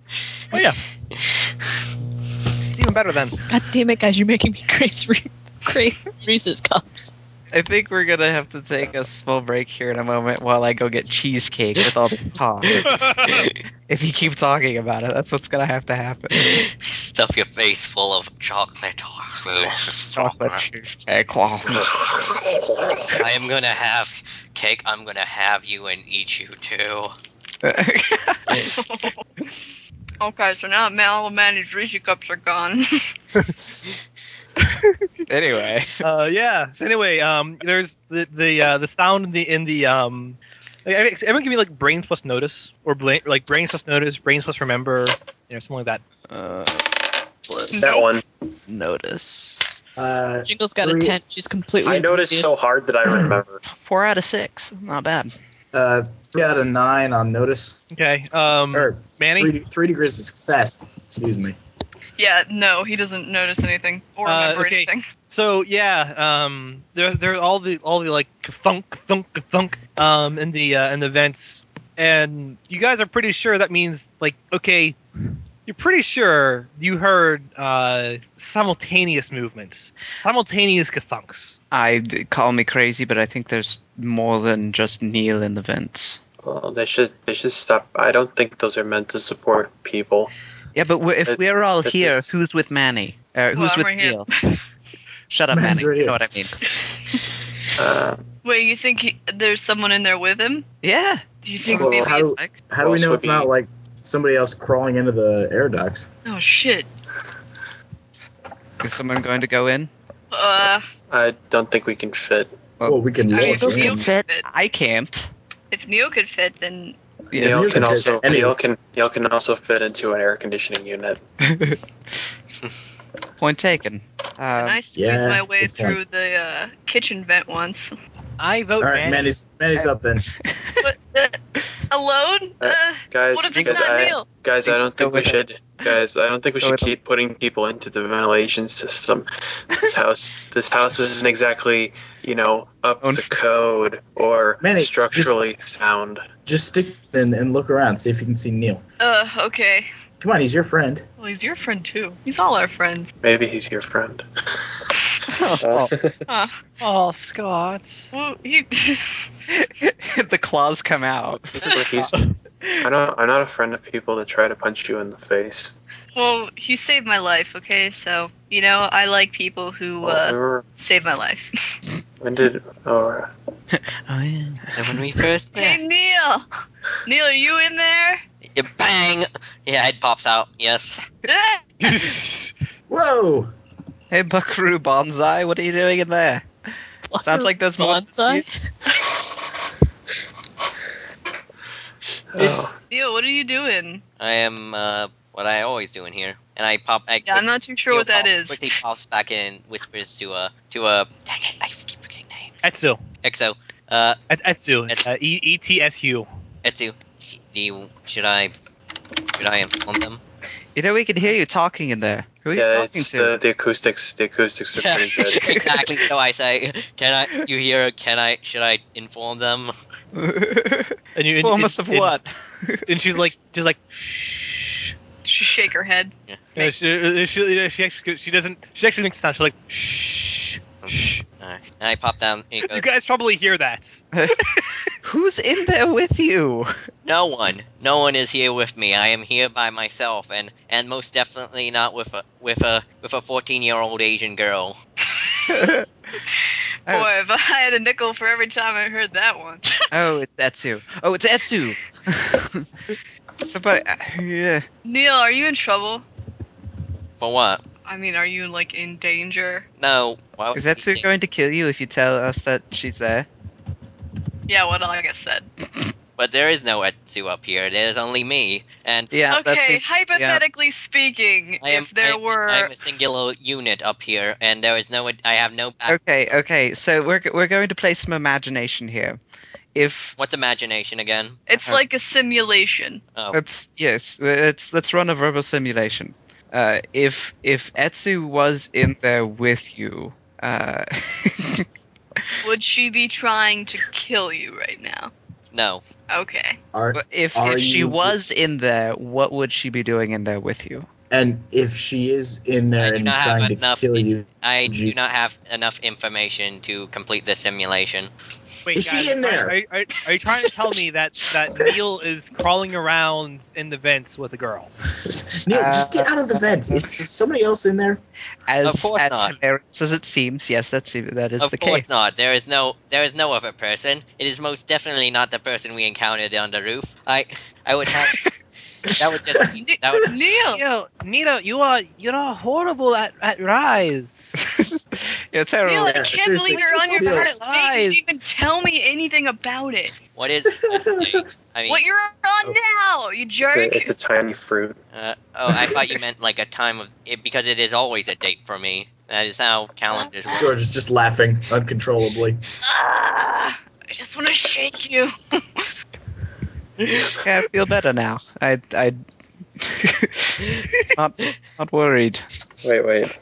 Speaker 8: Oh yeah. It's even better than
Speaker 6: God damn it, guys, you're making me craze, re- craze Reese's cups.
Speaker 4: I think we're gonna have to take a small break here in a moment while I go get cheesecake with all this talk. if you keep talking about it, that's what's gonna have to happen.
Speaker 3: Stuff your face full of chocolate.
Speaker 4: Chocolate cheesecake.
Speaker 3: I am gonna have cake. I'm gonna have you and eat you too.
Speaker 5: Okay, so now Mal and Manny's Reese cups are gone.
Speaker 4: anyway,
Speaker 8: uh, yeah. So anyway, um, there's the the uh, the sound in the in the um. Like, every- everyone give me like brains plus notice or bla- like brains plus notice, brains plus remember, you know, something like that.
Speaker 4: uh,
Speaker 9: That one.
Speaker 4: notice
Speaker 1: Uh,
Speaker 6: Jingle's got a
Speaker 1: Three.
Speaker 6: tent. She's completely.
Speaker 9: I noticed so
Speaker 6: oblivious.
Speaker 9: hard that I remember.
Speaker 4: four out of six. Not bad.
Speaker 1: uh, three out of nine on notice.
Speaker 8: Okay. Um,
Speaker 1: Or
Speaker 8: Manny.
Speaker 1: three, three degrees of success. Excuse me.
Speaker 5: yeah, no, he doesn't notice anything or
Speaker 8: Uh,
Speaker 5: remember
Speaker 8: okay.
Speaker 5: anything.
Speaker 8: So yeah, um, there there are all the all the like thunk thunk thunk um in the uh, in the vents, and you guys are pretty sure that means like okay,
Speaker 2: You're pretty sure you heard uh, simultaneous movements, simultaneous gathunks.
Speaker 4: I d- call me crazy, but I think there's more than just Neil in the vents.
Speaker 9: Well, they should they should stop. I don't think those are meant to support people.
Speaker 4: Yeah, but we if
Speaker 9: That-
Speaker 4: we're all
Speaker 9: that
Speaker 4: here,
Speaker 9: is-
Speaker 4: who's with Manny? Or
Speaker 5: Well,
Speaker 4: who's
Speaker 5: I'm
Speaker 4: with
Speaker 5: right here.
Speaker 4: Neil? Shut up,
Speaker 1: Man's
Speaker 4: Manny.
Speaker 1: right
Speaker 4: You
Speaker 1: here.
Speaker 4: know what I mean?
Speaker 9: Uh,
Speaker 5: Wait, you think he, there's someone in there with him?
Speaker 4: Yeah.
Speaker 5: Do
Speaker 4: You
Speaker 5: you think?
Speaker 4: can see
Speaker 1: Well,
Speaker 4: what
Speaker 1: how-
Speaker 4: it's like.
Speaker 1: How do we
Speaker 9: Well,
Speaker 1: know
Speaker 9: so
Speaker 1: it's not
Speaker 9: be-
Speaker 1: like somebody else crawling into the air ducts?
Speaker 5: Oh shit.
Speaker 4: Is someone going to go in?
Speaker 5: Uh,
Speaker 9: I don't think we can fit.
Speaker 4: Well,
Speaker 1: Well, we can
Speaker 5: I mean,
Speaker 1: look.
Speaker 5: if Neil
Speaker 1: in.
Speaker 5: could fit,
Speaker 4: I can't.
Speaker 5: if Neil could fit, then
Speaker 4: Yeah.
Speaker 9: Neil
Speaker 1: you can
Speaker 9: can
Speaker 1: fit
Speaker 9: also
Speaker 1: any-
Speaker 9: Neil can Neil can also fit into an air conditioning unit.
Speaker 4: Point taken.
Speaker 5: and I
Speaker 4: Um,
Speaker 5: squeezed
Speaker 1: yeah,
Speaker 5: my way
Speaker 1: good
Speaker 5: through
Speaker 1: point.
Speaker 5: the uh, kitchen vent once.
Speaker 2: I vote
Speaker 1: All right,
Speaker 2: Manny.
Speaker 1: Manny's Manny's up then.
Speaker 5: But, uh, alone? Uh,
Speaker 9: Guys,
Speaker 5: what if
Speaker 9: guys,
Speaker 5: it's not
Speaker 9: I,
Speaker 5: Neil?
Speaker 9: guys, I don't
Speaker 4: Let's go
Speaker 9: think we
Speaker 4: with him.
Speaker 9: should. Guys, I don't think we
Speaker 4: Go
Speaker 9: should
Speaker 4: with him.
Speaker 9: keep putting people into the ventilation system. This house, this house isn't exactly, you know, up
Speaker 4: Own-
Speaker 9: to code or
Speaker 1: Manny, just-
Speaker 9: structurally sound.
Speaker 1: Just stick in and look around, see if you can see Neil.
Speaker 5: Uh, okay.
Speaker 1: Come on, he's your friend.
Speaker 5: Well, he's your friend too. He's all our friends.
Speaker 9: Maybe he's your friend.
Speaker 4: oh.
Speaker 5: Huh.
Speaker 2: Oh, Scott.
Speaker 5: Well, he.
Speaker 4: the claws come out.
Speaker 9: He's- I don't. I'm not a friend of people that try to punch you in the face.
Speaker 5: Well, he saved my life. Okay, so you know I like people who
Speaker 9: Well, we
Speaker 5: uh,
Speaker 9: were,
Speaker 5: save my life.
Speaker 9: when did? Oh,
Speaker 4: Oh yeah.
Speaker 3: And when we first met,
Speaker 5: Hey, Neil. Neil, are you in there?
Speaker 3: Yeah, bang! Yeah, head pops out. Yes.
Speaker 5: Ah!
Speaker 1: Whoa!
Speaker 4: Hey, Buckaroo Bonsai, what are you doing in there? Sounds like there's more.
Speaker 6: Bonsai?
Speaker 9: oh.
Speaker 5: Neil, what are you doing?
Speaker 3: I am uh, what I always do in here, and I pop. I
Speaker 5: Yeah, I'm not too sure what that
Speaker 3: Neil
Speaker 5: is.
Speaker 3: pops- Quickly pops back in, and whispers to a to a. Dang it! I keep forgetting names.
Speaker 2: Etsu.
Speaker 3: Exo. Uh,
Speaker 2: Et- Etsu.
Speaker 3: Etsu.
Speaker 2: Uh, e- E-T-S-U.
Speaker 3: Etsu. Do you, should I? Should I inform them?
Speaker 4: You know, we can hear you talking in there. Who are you
Speaker 9: yeah,
Speaker 4: talking
Speaker 9: it's
Speaker 4: to?
Speaker 9: the, the acoustics. The acoustics are pretty good.
Speaker 3: exactly. So I say, can I? You hear? Can I? Should I inform them?
Speaker 2: And you
Speaker 4: Inform us of
Speaker 2: and-
Speaker 4: what?
Speaker 2: And she's like, she's like, shh.
Speaker 5: She shake her head.
Speaker 2: You know, she, uh, she, uh, she actually, she doesn't. She actually makes a sound. She's like, shh, shh.
Speaker 3: All right. And I pop down. And he
Speaker 2: You
Speaker 3: goes,
Speaker 2: guys probably hear that.
Speaker 4: Who's in there with you?
Speaker 3: no one, no one is here with me. I am here by myself, and and most definitely not with a with a with a fourteen year old Asian girl.
Speaker 4: Oh.
Speaker 5: Boy, if I had a nickel for every time I heard that one.
Speaker 4: Oh, it's Etsu. Oh, it's Etsu. uh, Somebody, yeah.
Speaker 5: Neil, are you in trouble?
Speaker 3: For what?
Speaker 5: I mean, are you like in danger?
Speaker 3: No. Why would
Speaker 4: Is
Speaker 3: he
Speaker 4: Etsu
Speaker 3: say-
Speaker 4: going to kill you if you tell us that she's there?
Speaker 5: Yeah, what I guess said.
Speaker 3: But there is no Etsu up here. There's only me, and
Speaker 4: Yeah. that
Speaker 5: okay,
Speaker 4: seems- yeah.
Speaker 5: hypothetically speaking,
Speaker 3: I am.
Speaker 5: if there
Speaker 3: I am-
Speaker 5: were
Speaker 3: I'm a singular unit up here, and there is no. I have no. Back-
Speaker 4: Okay, okay. So we're g- we're going to play some imagination here. If
Speaker 3: What's imagination again?
Speaker 5: It's
Speaker 4: Uh,
Speaker 5: like a simulation.
Speaker 3: Oh.
Speaker 4: Let's yes, let's let's run a verbal simulation. Uh, if if Etsu was in there with you, uh,
Speaker 5: Would she be trying to kill you right now?
Speaker 3: No.
Speaker 5: Okay.
Speaker 1: Are,
Speaker 4: if
Speaker 1: Are
Speaker 4: if she
Speaker 1: you-
Speaker 4: was in there, what would she be doing in there with you?
Speaker 1: and if she is in
Speaker 3: I
Speaker 1: there
Speaker 3: do
Speaker 1: and
Speaker 3: not have
Speaker 1: trying to
Speaker 3: enough-
Speaker 1: kill you,
Speaker 3: I
Speaker 1: Would you-
Speaker 3: do not have enough information to complete the simulation.
Speaker 2: Wait,
Speaker 1: Is she
Speaker 2: guys,
Speaker 1: in there?
Speaker 2: Are, are, are you trying to tell me that that Neil is crawling around in the vents with a girl?
Speaker 1: Neil, just get out of the vent.
Speaker 4: Uh,
Speaker 1: Is there somebody else in there?
Speaker 4: As
Speaker 3: Of course
Speaker 4: as
Speaker 3: not.
Speaker 4: hilarious as it seems, yes, that's that is
Speaker 3: of
Speaker 4: the
Speaker 3: course
Speaker 4: case.
Speaker 3: not. There is no there is no other person. It is most definitely not the person we encountered on the roof. I I would have that would just be, that would
Speaker 5: Neil!
Speaker 2: Neil, Nina, you are you are horrible at at rise.
Speaker 4: yeah, terrible.
Speaker 5: Neil, I
Speaker 1: Yeah,
Speaker 5: can't
Speaker 1: seriously.
Speaker 5: believe you're on your
Speaker 1: Neil.
Speaker 5: first date. and You
Speaker 2: Lies.
Speaker 5: didn't even tell me anything about it.
Speaker 3: what is I mean
Speaker 5: What you're on now, you
Speaker 9: Oh. It's
Speaker 5: jerk.
Speaker 9: a, it's a tiny fruit.
Speaker 3: uh, oh I thought you meant like a time of it, because it is always a date for me. That is how calendars work.
Speaker 1: George is just laughing uncontrollably.
Speaker 5: Ah, I just want to shake you.
Speaker 4: Okay, I feel better now. I I not not worried.
Speaker 9: Wait, wait.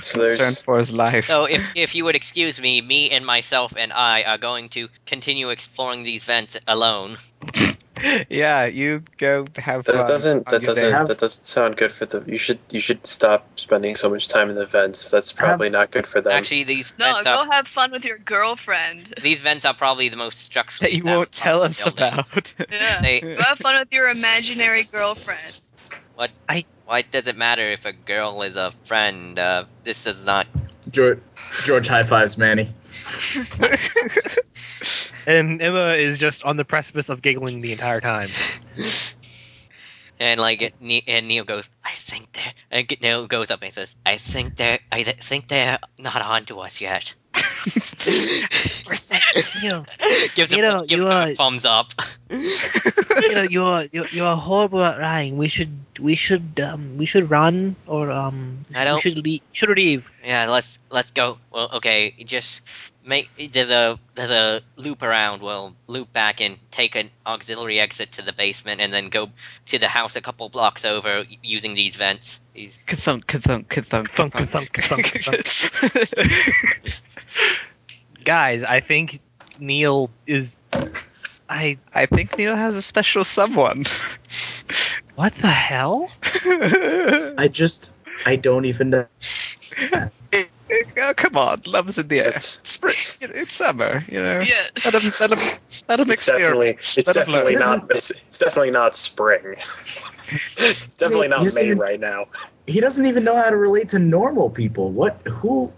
Speaker 9: So
Speaker 4: Concerned
Speaker 9: there's
Speaker 4: for his life.
Speaker 3: So if if you would excuse me, me and myself and I are going to continue exploring these vents alone.
Speaker 4: yeah, you go have
Speaker 9: That
Speaker 4: fun.
Speaker 9: doesn't.
Speaker 4: on
Speaker 9: That
Speaker 4: your day.
Speaker 9: doesn't.
Speaker 1: Have-
Speaker 9: That doesn't sound good for the. You should. You should stop spending so much time in the vents. That's probably not good for them.
Speaker 3: Actually, these
Speaker 5: No,
Speaker 3: vents
Speaker 5: go
Speaker 3: are
Speaker 5: have fun with your girlfriend.
Speaker 3: these vents are probably the most structurally
Speaker 4: That you
Speaker 3: sound
Speaker 4: won't tell
Speaker 3: part of
Speaker 4: us
Speaker 3: the building.
Speaker 4: about.
Speaker 5: Yeah.
Speaker 3: They,
Speaker 5: Go have fun with your imaginary girlfriend.
Speaker 3: why does it matter if a girl is a friend? Uh, this does not.
Speaker 1: George, George high fives Manny.
Speaker 2: And Emma is just on the precipice of giggling the entire time.
Speaker 3: And like, it, Ne- and Neil goes, "I think they're." And G- Neil goes up and says, "I think they're. I th- think they're not onto us yet."
Speaker 2: You know,
Speaker 3: gives
Speaker 2: You
Speaker 3: him,
Speaker 2: know,
Speaker 3: gives
Speaker 2: you
Speaker 3: him
Speaker 2: are-
Speaker 3: a thumbs up.
Speaker 2: you know, you're, you're you're horrible at lying. We should we should um we should run or um
Speaker 3: I don't-
Speaker 2: should leave should leave.
Speaker 3: Yeah, let's let's go. Well, okay, just make there's a there's a loop around. We'll loop back and take an auxiliary exit to the basement, and then go to the house a couple blocks over y- using these vents. These
Speaker 4: Kathunk, kathunk, kathunk,
Speaker 2: Thunk, thunk, thunk, Guys, I think Neil is I
Speaker 4: I think Neil has a special someone.
Speaker 2: what the hell?
Speaker 4: oh,
Speaker 1: I just, I don't even know.
Speaker 4: Oh, come on, love's in the air.
Speaker 9: That's-
Speaker 4: Spring, it's summer, you know.
Speaker 5: Yeah.
Speaker 4: Let him, let him, let him
Speaker 9: It's definitely.
Speaker 4: experience.
Speaker 9: It's
Speaker 4: Let 'em
Speaker 9: definitely
Speaker 4: learn.
Speaker 9: not. It's, it's definitely not spring. definitely not
Speaker 1: Isn't-
Speaker 9: May right now.
Speaker 1: He doesn't even know how to relate to normal people. What? Who?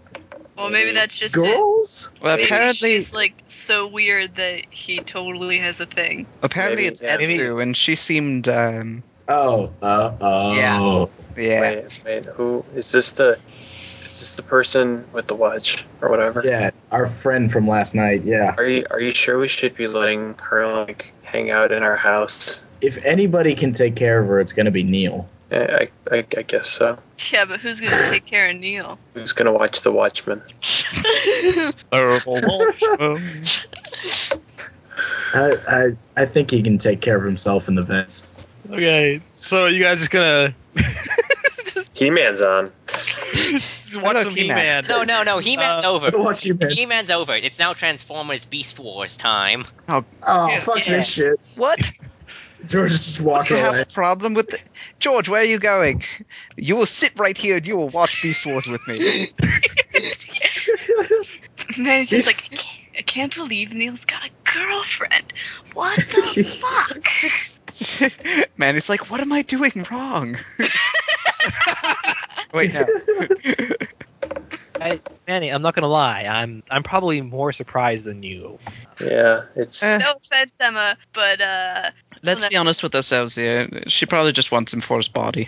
Speaker 5: Well, maybe that's just it.
Speaker 1: Girls?
Speaker 4: Well,
Speaker 5: Maybe
Speaker 4: apparently,
Speaker 5: she's like so weird that he totally has a thing.
Speaker 4: apparently
Speaker 9: Maybe,
Speaker 4: it's
Speaker 9: yeah.
Speaker 4: Etsu, and she seemed, um,
Speaker 1: Oh, uh, oh.
Speaker 4: Yeah. yeah.
Speaker 9: Wait, wait. Who is this? The is this the person with the watch or whatever?
Speaker 1: Yeah, our friend from last night. Yeah.
Speaker 9: Are you Are you sure we should be letting her like hang out in our house?
Speaker 1: If anybody can take care of her, it's going to be Neil.
Speaker 9: I I, I, I guess so.
Speaker 5: Yeah, but who's gonna take care of Neil?
Speaker 9: Who's gonna watch The Watchmen?
Speaker 4: Horrible watchman.
Speaker 1: I, I, I think he can take care of himself in the vents.
Speaker 2: Okay, so you guys just gonna
Speaker 9: He Man's on.
Speaker 2: just watch
Speaker 4: about
Speaker 2: some
Speaker 4: He-Man?
Speaker 2: He-Man.
Speaker 3: no, no, no. He Man's
Speaker 2: Uh,
Speaker 3: over.
Speaker 1: Watch you, man.
Speaker 3: He Man's over. It's now Transformers Beast Wars time.
Speaker 1: Oh,
Speaker 4: Yeah.
Speaker 1: fuck this shit.
Speaker 4: What?
Speaker 1: George is just walking
Speaker 4: You have
Speaker 1: away.
Speaker 4: a problem with the- George? Where are you going? You will sit right here and you will watch Beast Wars with me.
Speaker 5: Man, it's just like I can't, I can't believe Neil's got a girlfriend. What the fuck?
Speaker 4: Man, it's like, what am I doing wrong? Wait, no.
Speaker 2: Manny, I'm not gonna lie. I'm I'm probably more surprised than you.
Speaker 9: Yeah, it's
Speaker 4: Eh.
Speaker 5: No offense, Emma, but uh,
Speaker 4: Let's be honest with ourselves here. She probably just wants him for his body.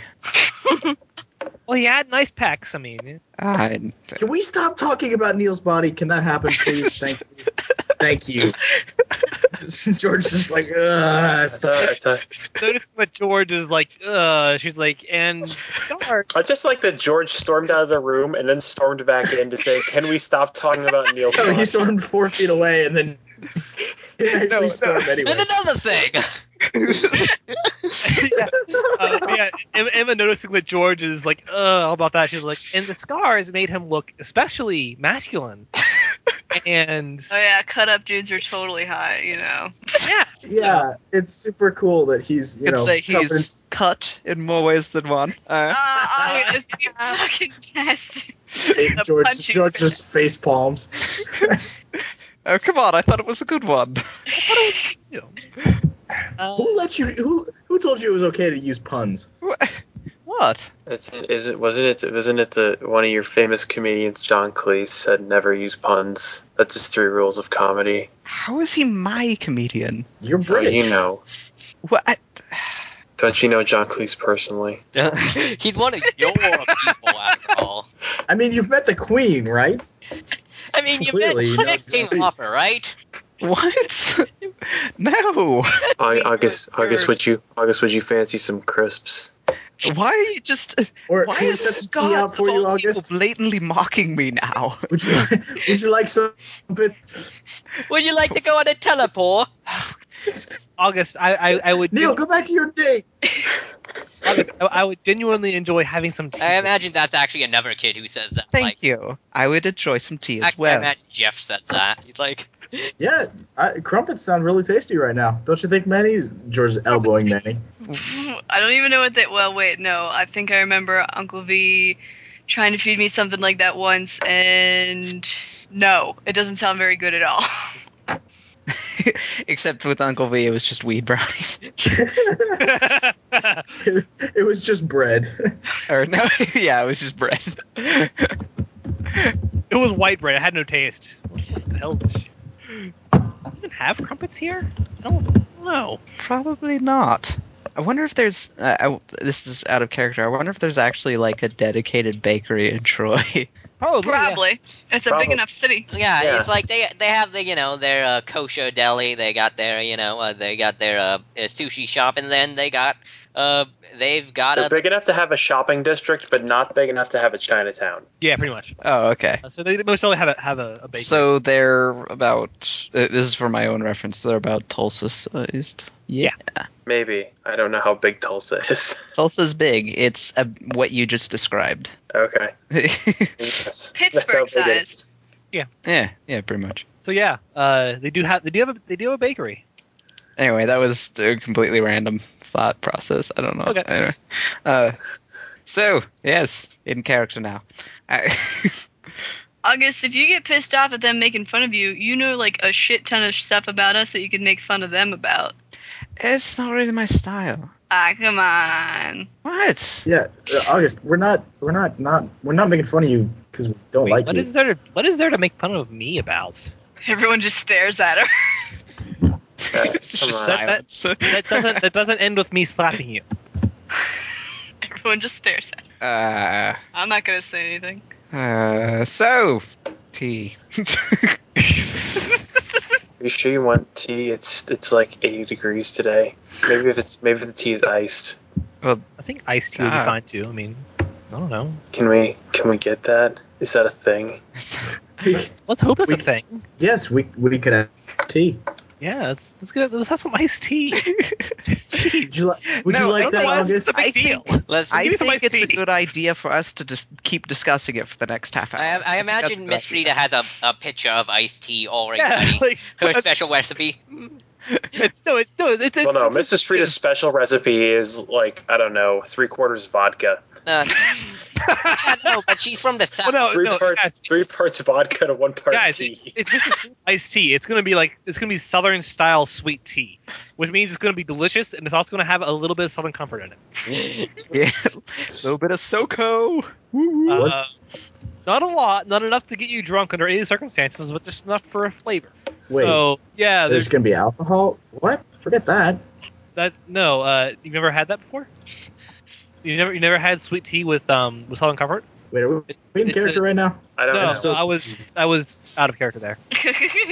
Speaker 2: Well, he had nice packs. I mean,
Speaker 4: I,
Speaker 1: Can we stop talking about Neil's body? Can that happen, please? Thank you. Thank you. George is just like, ugh,
Speaker 9: I thought- I
Speaker 1: stop.
Speaker 9: thought-
Speaker 2: notice what George is like. Uh, she's like, and Star.
Speaker 9: I just like that George stormed out of the room and then stormed back in to say, "Can we stop talking about Neil?"
Speaker 1: No, he
Speaker 9: Fox?"
Speaker 1: stormed four feet away and then he actually
Speaker 4: No, no.
Speaker 1: stormed anyway.
Speaker 3: And another thing.
Speaker 2: yeah. Uh, yeah, Emma, Emma noticing that George is like, uh, all about that. She's like, and the scars made him look especially masculine. and
Speaker 5: oh yeah, cut up dudes are totally hot. You know,
Speaker 2: yeah,
Speaker 1: Yeah, it's super cool that he's, you
Speaker 4: I'd
Speaker 1: know,
Speaker 4: say
Speaker 1: covered in-
Speaker 4: he's cut in more ways than one.
Speaker 5: uh,
Speaker 4: Uh,
Speaker 5: I you fucking bastard. a
Speaker 1: George,
Speaker 5: punching
Speaker 1: George
Speaker 5: bag.
Speaker 1: just face palms.
Speaker 4: oh, come on! I thought it was a good one.
Speaker 2: you know. Uh,
Speaker 1: who let you? Who who told you it was okay to use puns?
Speaker 4: What?
Speaker 9: It's, is it wasn't it wasn't it the one of your famous comedians, John Cleese, said never use puns. That's his three rules of comedy.
Speaker 4: How is he my comedian?
Speaker 1: You're
Speaker 9: How do
Speaker 1: British.
Speaker 9: you know?
Speaker 4: What? I-
Speaker 9: Don't you know John Cleese personally?
Speaker 3: He's one of your people, after all.
Speaker 1: I mean, you've met the Queen, right?
Speaker 3: I mean, you met
Speaker 1: Clearly, you know
Speaker 3: King
Speaker 1: exactly.
Speaker 3: Hopper, right?
Speaker 4: What? no.
Speaker 9: Au- August, August, would you August would you fancy some crisps?
Speaker 4: Why are you just?
Speaker 1: Or
Speaker 4: Why
Speaker 1: can we
Speaker 4: is
Speaker 1: set some tea
Speaker 4: Scott
Speaker 1: up for
Speaker 4: of
Speaker 1: you,
Speaker 4: all people,
Speaker 1: August?
Speaker 4: blatantly mocking me now?
Speaker 1: Would you would you like some? But
Speaker 3: Would you like to go on a teleport?
Speaker 2: August, I, I, I would
Speaker 1: Neil, go back to your date.
Speaker 2: August, I, I would genuinely enjoy having some tea.
Speaker 3: I imagine that's actually another kid who says that.
Speaker 4: Thank
Speaker 3: like,
Speaker 4: you. I would enjoy some tea as
Speaker 3: actually, I
Speaker 4: well.
Speaker 3: imagine Jeff says that. He's like,
Speaker 1: Yeah, I, crumpets sound really tasty right now. Don't you think, Manny? George is elbowing Manny.
Speaker 5: I don't even know what they. Well, wait, no. I think I remember Uncle V trying to feed me something like that once, and no, it doesn't sound very good at all.
Speaker 4: Except with Uncle V, it was just weed brownies.
Speaker 1: it, it was just bread.
Speaker 4: or no, yeah, it was just bread.
Speaker 2: It was white bread. It had no taste. What the hell? is this shit? Do we even have crumpets here? I don't know.
Speaker 4: Probably not. I wonder if there's. Uh, I, this is out of character. I wonder if there's actually like a dedicated bakery in Troy.
Speaker 2: Probably.
Speaker 5: Probably. It's a big
Speaker 9: Probably.
Speaker 5: enough city.
Speaker 3: Yeah,
Speaker 9: Yeah.
Speaker 3: it's like they they have the you know their uh, kosher deli. They got their you know uh, they got their uh, uh, sushi shop, and then they got uh they've got
Speaker 9: They're
Speaker 3: a
Speaker 9: big enough to have a shopping district, but not big enough to have a Chinatown.
Speaker 2: Yeah, pretty much.
Speaker 4: Oh, okay.
Speaker 2: Uh, so they most only have a have a, a bakery.
Speaker 4: So they're about. Uh, this is for my own reference. They're about Tulsa sized.
Speaker 2: Yeah.
Speaker 9: Maybe I don't know how big Tulsa is.
Speaker 4: Tulsa's big. It's uh what you just described.
Speaker 9: okay,
Speaker 4: yeah,
Speaker 9: yes.
Speaker 5: Pittsburgh
Speaker 9: That's how big it
Speaker 5: size.
Speaker 9: is.
Speaker 4: yeah, pretty much.
Speaker 2: So yeah, uh, they do have they do have a, they do have a bakery.
Speaker 4: Anyway, that was a completely random thought process. I don't know.
Speaker 2: Okay.
Speaker 4: Anyway. Uh, so yes, in character now. I,
Speaker 5: August, if you get pissed off at them making fun of you, you know like a shit ton of stuff about us that you could make fun of them about.
Speaker 4: it's not really my style.
Speaker 5: Ah, come on.
Speaker 4: What?
Speaker 1: Yeah, uh, August, we're not, we're not, not, we're not making fun of you because we don't
Speaker 2: Wait,
Speaker 1: like
Speaker 2: what
Speaker 1: you.
Speaker 2: is there to, what is there to make fun of me about?
Speaker 5: Everyone just stares at her.
Speaker 9: Yeah,
Speaker 4: it's
Speaker 9: come
Speaker 4: just
Speaker 9: on.
Speaker 2: That-
Speaker 4: silence.
Speaker 2: That doesn't that doesn't end with me slapping you.
Speaker 5: Everyone just stares at her.
Speaker 4: uh,
Speaker 5: I'm not gonna say anything.
Speaker 4: uh, so T.
Speaker 9: Are you sure you want tea? It's it's like eighty degrees today. Maybe if it's maybe if the tea is iced.
Speaker 2: I think iced tea would be
Speaker 4: Ah.
Speaker 2: fine too. I mean, I don't know.
Speaker 9: Can we can we get that? Is that a thing?
Speaker 1: Yes,
Speaker 2: Let's hope it's a
Speaker 1: We-
Speaker 2: thing.
Speaker 1: yes, we we could have tea.
Speaker 2: Yeah, let's let's go. Let's have some iced tea.
Speaker 1: Would you, li- would
Speaker 4: No,
Speaker 1: you
Speaker 4: I
Speaker 1: like
Speaker 4: don't
Speaker 1: that,
Speaker 4: know why
Speaker 1: August?
Speaker 2: It's a big
Speaker 4: I
Speaker 2: deal.
Speaker 4: think-
Speaker 3: let's
Speaker 4: I
Speaker 2: Give me some
Speaker 4: think
Speaker 2: iced
Speaker 4: it's a
Speaker 2: tea.
Speaker 4: good idea for us to just keep discussing it for the next half hour.
Speaker 3: I, I
Speaker 4: think that's a
Speaker 3: imagine
Speaker 4: good
Speaker 3: Miss
Speaker 4: idea.
Speaker 3: Rita has a, a picture of iced tea already
Speaker 2: yeah,
Speaker 3: ready.
Speaker 2: like
Speaker 3: Her special recipe.
Speaker 2: it, no, it, no, it's, it's
Speaker 9: Well, no.
Speaker 2: it's-
Speaker 9: Mrs. Frida's special recipe is like I don't know, three quarters vodka,
Speaker 3: Uh, yeah, no, but she's from the south.
Speaker 2: Well, no,
Speaker 9: three
Speaker 2: Oh, no,
Speaker 9: parts
Speaker 2: guys,
Speaker 9: three parts vodka to one part
Speaker 2: guys,
Speaker 9: tea.
Speaker 2: it's, it's this is iced tea. It's gonna be like it's gonna be southern style sweet tea, which means it's gonna be delicious and it's also gonna have a little bit of southern comfort in it.
Speaker 4: Yeah, a little bit of SoCo.
Speaker 1: What?
Speaker 2: Uh, not a lot, not enough to get you drunk under any circumstances, but just enough for a flavor.
Speaker 1: Wait,
Speaker 2: So yeah,
Speaker 1: there's
Speaker 2: there's
Speaker 1: gonna be alcohol. What? Forget that.
Speaker 2: that. No, uh, you've never had that before. You never, you never had sweet tea with um with southern comfort.
Speaker 1: Wait, are we, we in
Speaker 2: It's
Speaker 1: character right now?
Speaker 9: I don't
Speaker 2: no,
Speaker 9: know.
Speaker 1: so
Speaker 2: I was I was out of character there.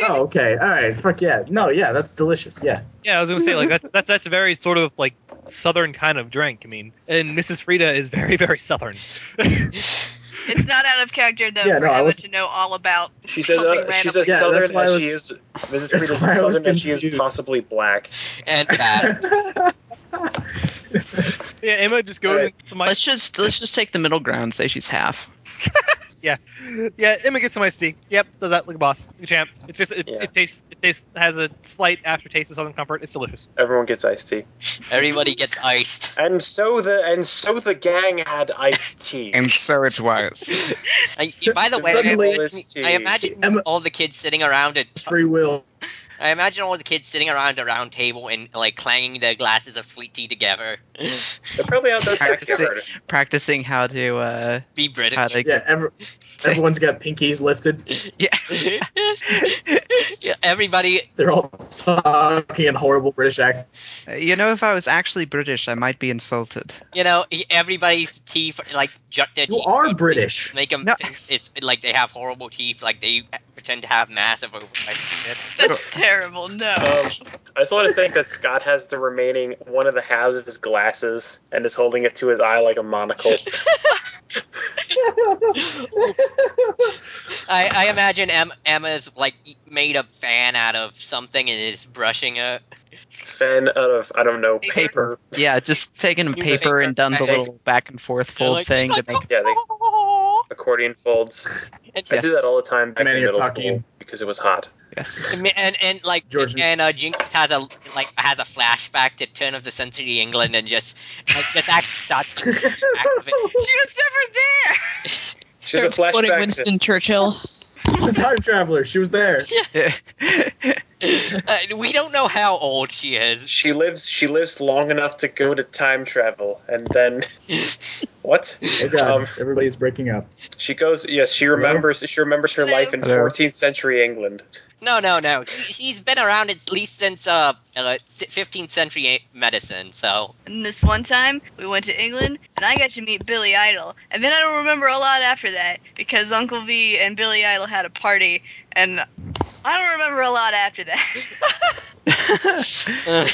Speaker 1: Oh, okay. All right. Fuck yeah. No, yeah, that's delicious. Yeah.
Speaker 2: Yeah, I was gonna say like that's that's that's a very sort of like southern kind of drink. I mean, and Mrs. Frida is very very southern.
Speaker 5: it's not out of character though
Speaker 1: Yeah,
Speaker 5: for
Speaker 1: no, I
Speaker 5: Emma
Speaker 1: was-
Speaker 5: to know all about.
Speaker 9: She says
Speaker 5: something
Speaker 9: uh, she's
Speaker 5: randomly.
Speaker 9: as
Speaker 1: Yeah, that's
Speaker 9: southern
Speaker 1: why I
Speaker 9: as
Speaker 1: was-
Speaker 9: she is. Mrs.
Speaker 1: that's
Speaker 9: Frida's
Speaker 1: why I
Speaker 9: as
Speaker 1: was
Speaker 9: southern as she is
Speaker 1: confused.
Speaker 9: possibly black.
Speaker 3: And uh, fat.
Speaker 2: Yeah, Emma just goes
Speaker 9: All right.
Speaker 2: and gets some ice.
Speaker 4: Let's just let's just take the middle ground. Say she's half.
Speaker 2: Yeah, yeah. Emma gets some iced tea. Yep, does that like a boss, like a champ. It just it,
Speaker 9: Yeah.
Speaker 2: it tastes it tastes has a slight aftertaste of Southern comfort. It's delicious.
Speaker 9: Everyone gets iced tea.
Speaker 3: Everybody gets iced.
Speaker 9: And so the and so the gang had iced tea.
Speaker 4: so it was.
Speaker 3: I, by the way, I
Speaker 1: Suddenly-
Speaker 3: imagine, I imagine
Speaker 1: Emma-
Speaker 3: all the kids sitting around a
Speaker 1: Free will.
Speaker 3: I imagine all the kids sitting around a round table and like clanging their glasses of sweet tea together.
Speaker 9: They're probably out there backyard.
Speaker 4: Practicing how to uh
Speaker 3: Be
Speaker 4: how
Speaker 3: British.
Speaker 4: to
Speaker 1: Yeah. Every, everyone's got pinkies lifted.
Speaker 4: yeah.
Speaker 3: Yeah, Everybody,
Speaker 1: They're all talking in horrible British accent.
Speaker 4: You know, if I was actually British, I might be insulted.
Speaker 3: you know, everybody's teeth like jut their
Speaker 1: You
Speaker 3: teeth.
Speaker 1: are
Speaker 3: up,
Speaker 1: British.
Speaker 3: Make them.
Speaker 4: No.
Speaker 3: It's like they have horrible teeth. Like they pretend to have massive overbite.
Speaker 5: That's terrible. No.
Speaker 9: Um, I just want to think that Scott has the remaining one of the halves of his glasses and is holding it to his eye like a monocle.
Speaker 3: I, I imagine em, Emma's like made a fan out of something and is brushing it.
Speaker 9: Fan out of I don't know paper.
Speaker 4: Yeah, just taken
Speaker 3: You
Speaker 4: paper
Speaker 3: make
Speaker 4: and done the
Speaker 3: her-
Speaker 4: little back and forth fold
Speaker 3: like-
Speaker 4: thing to make.
Speaker 9: Yeah, they accordion folds.
Speaker 3: And
Speaker 9: I did
Speaker 4: Yes.
Speaker 9: that all the time back
Speaker 1: Manny,
Speaker 9: in
Speaker 1: you're
Speaker 9: middle
Speaker 1: talking.
Speaker 9: school because it was hot.
Speaker 4: Yes.
Speaker 3: And and, and like
Speaker 1: George-
Speaker 3: and uh, Jinx has a like has a flashback to turn of the century England and just like just actually starts thinking back of it.
Speaker 5: She was never there.
Speaker 10: She has a
Speaker 6: Starts quoting
Speaker 10: flashback. to-
Speaker 6: Winston Churchill.
Speaker 1: It's a time traveler. She was there.
Speaker 3: Uh, we don't know how old she is.
Speaker 10: she lives. She lives long enough to go to time travel, and then what?
Speaker 1: Oh god,
Speaker 10: Um,
Speaker 1: everybody's breaking up.
Speaker 10: She goes. Yes, she remembers. She remembers her
Speaker 5: Hello?
Speaker 10: life in
Speaker 4: Hello.
Speaker 10: 14th century England.
Speaker 3: No, no, no. She, she's been around at least since uh, uh 15th century medicine. So
Speaker 5: And this one time, we went to England, and I got to meet Billy Idol. And then I don't remember a lot after that because Uncle V and Billy Idol had a party, and I don't remember a lot after that.
Speaker 3: uh,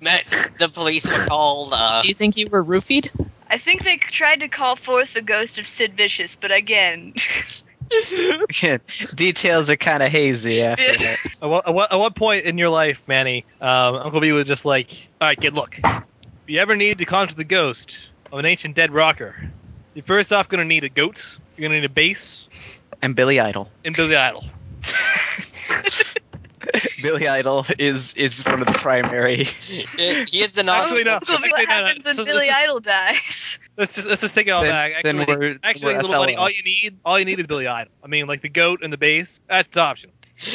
Speaker 3: met, the police were called. Uh,
Speaker 6: Do you think you were roofied?
Speaker 5: I think they tried to call forth the ghost of Sid Vicious, but again,
Speaker 4: Details are kind of hazy after that.
Speaker 2: At what, at what- at what point in your life, Manny, um, Uncle B was just like, all right, kid, look. If you ever need to conjure the ghost of an ancient dead rocker, you're first off going to need a goat, you're going to need a bass,
Speaker 4: And Billy Idol.
Speaker 2: and Billy Idol.
Speaker 4: Billy Idol is is one of the primary.
Speaker 3: here's the non.
Speaker 2: Actually, no.
Speaker 5: Uncle V,
Speaker 2: Actually,
Speaker 5: what
Speaker 2: no, no.
Speaker 5: happens when
Speaker 2: So- so-
Speaker 5: Billy Idol dies?
Speaker 2: Let's just, let's just take it all
Speaker 4: Then-
Speaker 2: back.
Speaker 4: then
Speaker 2: Actually,
Speaker 4: we're-
Speaker 2: actually
Speaker 4: we're
Speaker 2: little buddy,
Speaker 4: SLL.
Speaker 2: all you need, all you need is Billy Idol. I mean, like the goat and the bass, that's optional.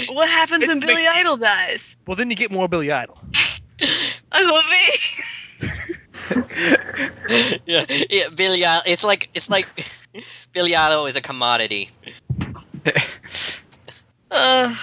Speaker 5: What happens
Speaker 2: It's
Speaker 5: when Billy
Speaker 2: making-
Speaker 5: Idol dies?
Speaker 2: Well, then you get more Billy Idol.
Speaker 5: Uncle V.
Speaker 3: yeah, yeah, Billy Idol. It's like it's like Billy Idol is a commodity.
Speaker 5: Ugh.
Speaker 10: Yes.
Speaker 5: Uh,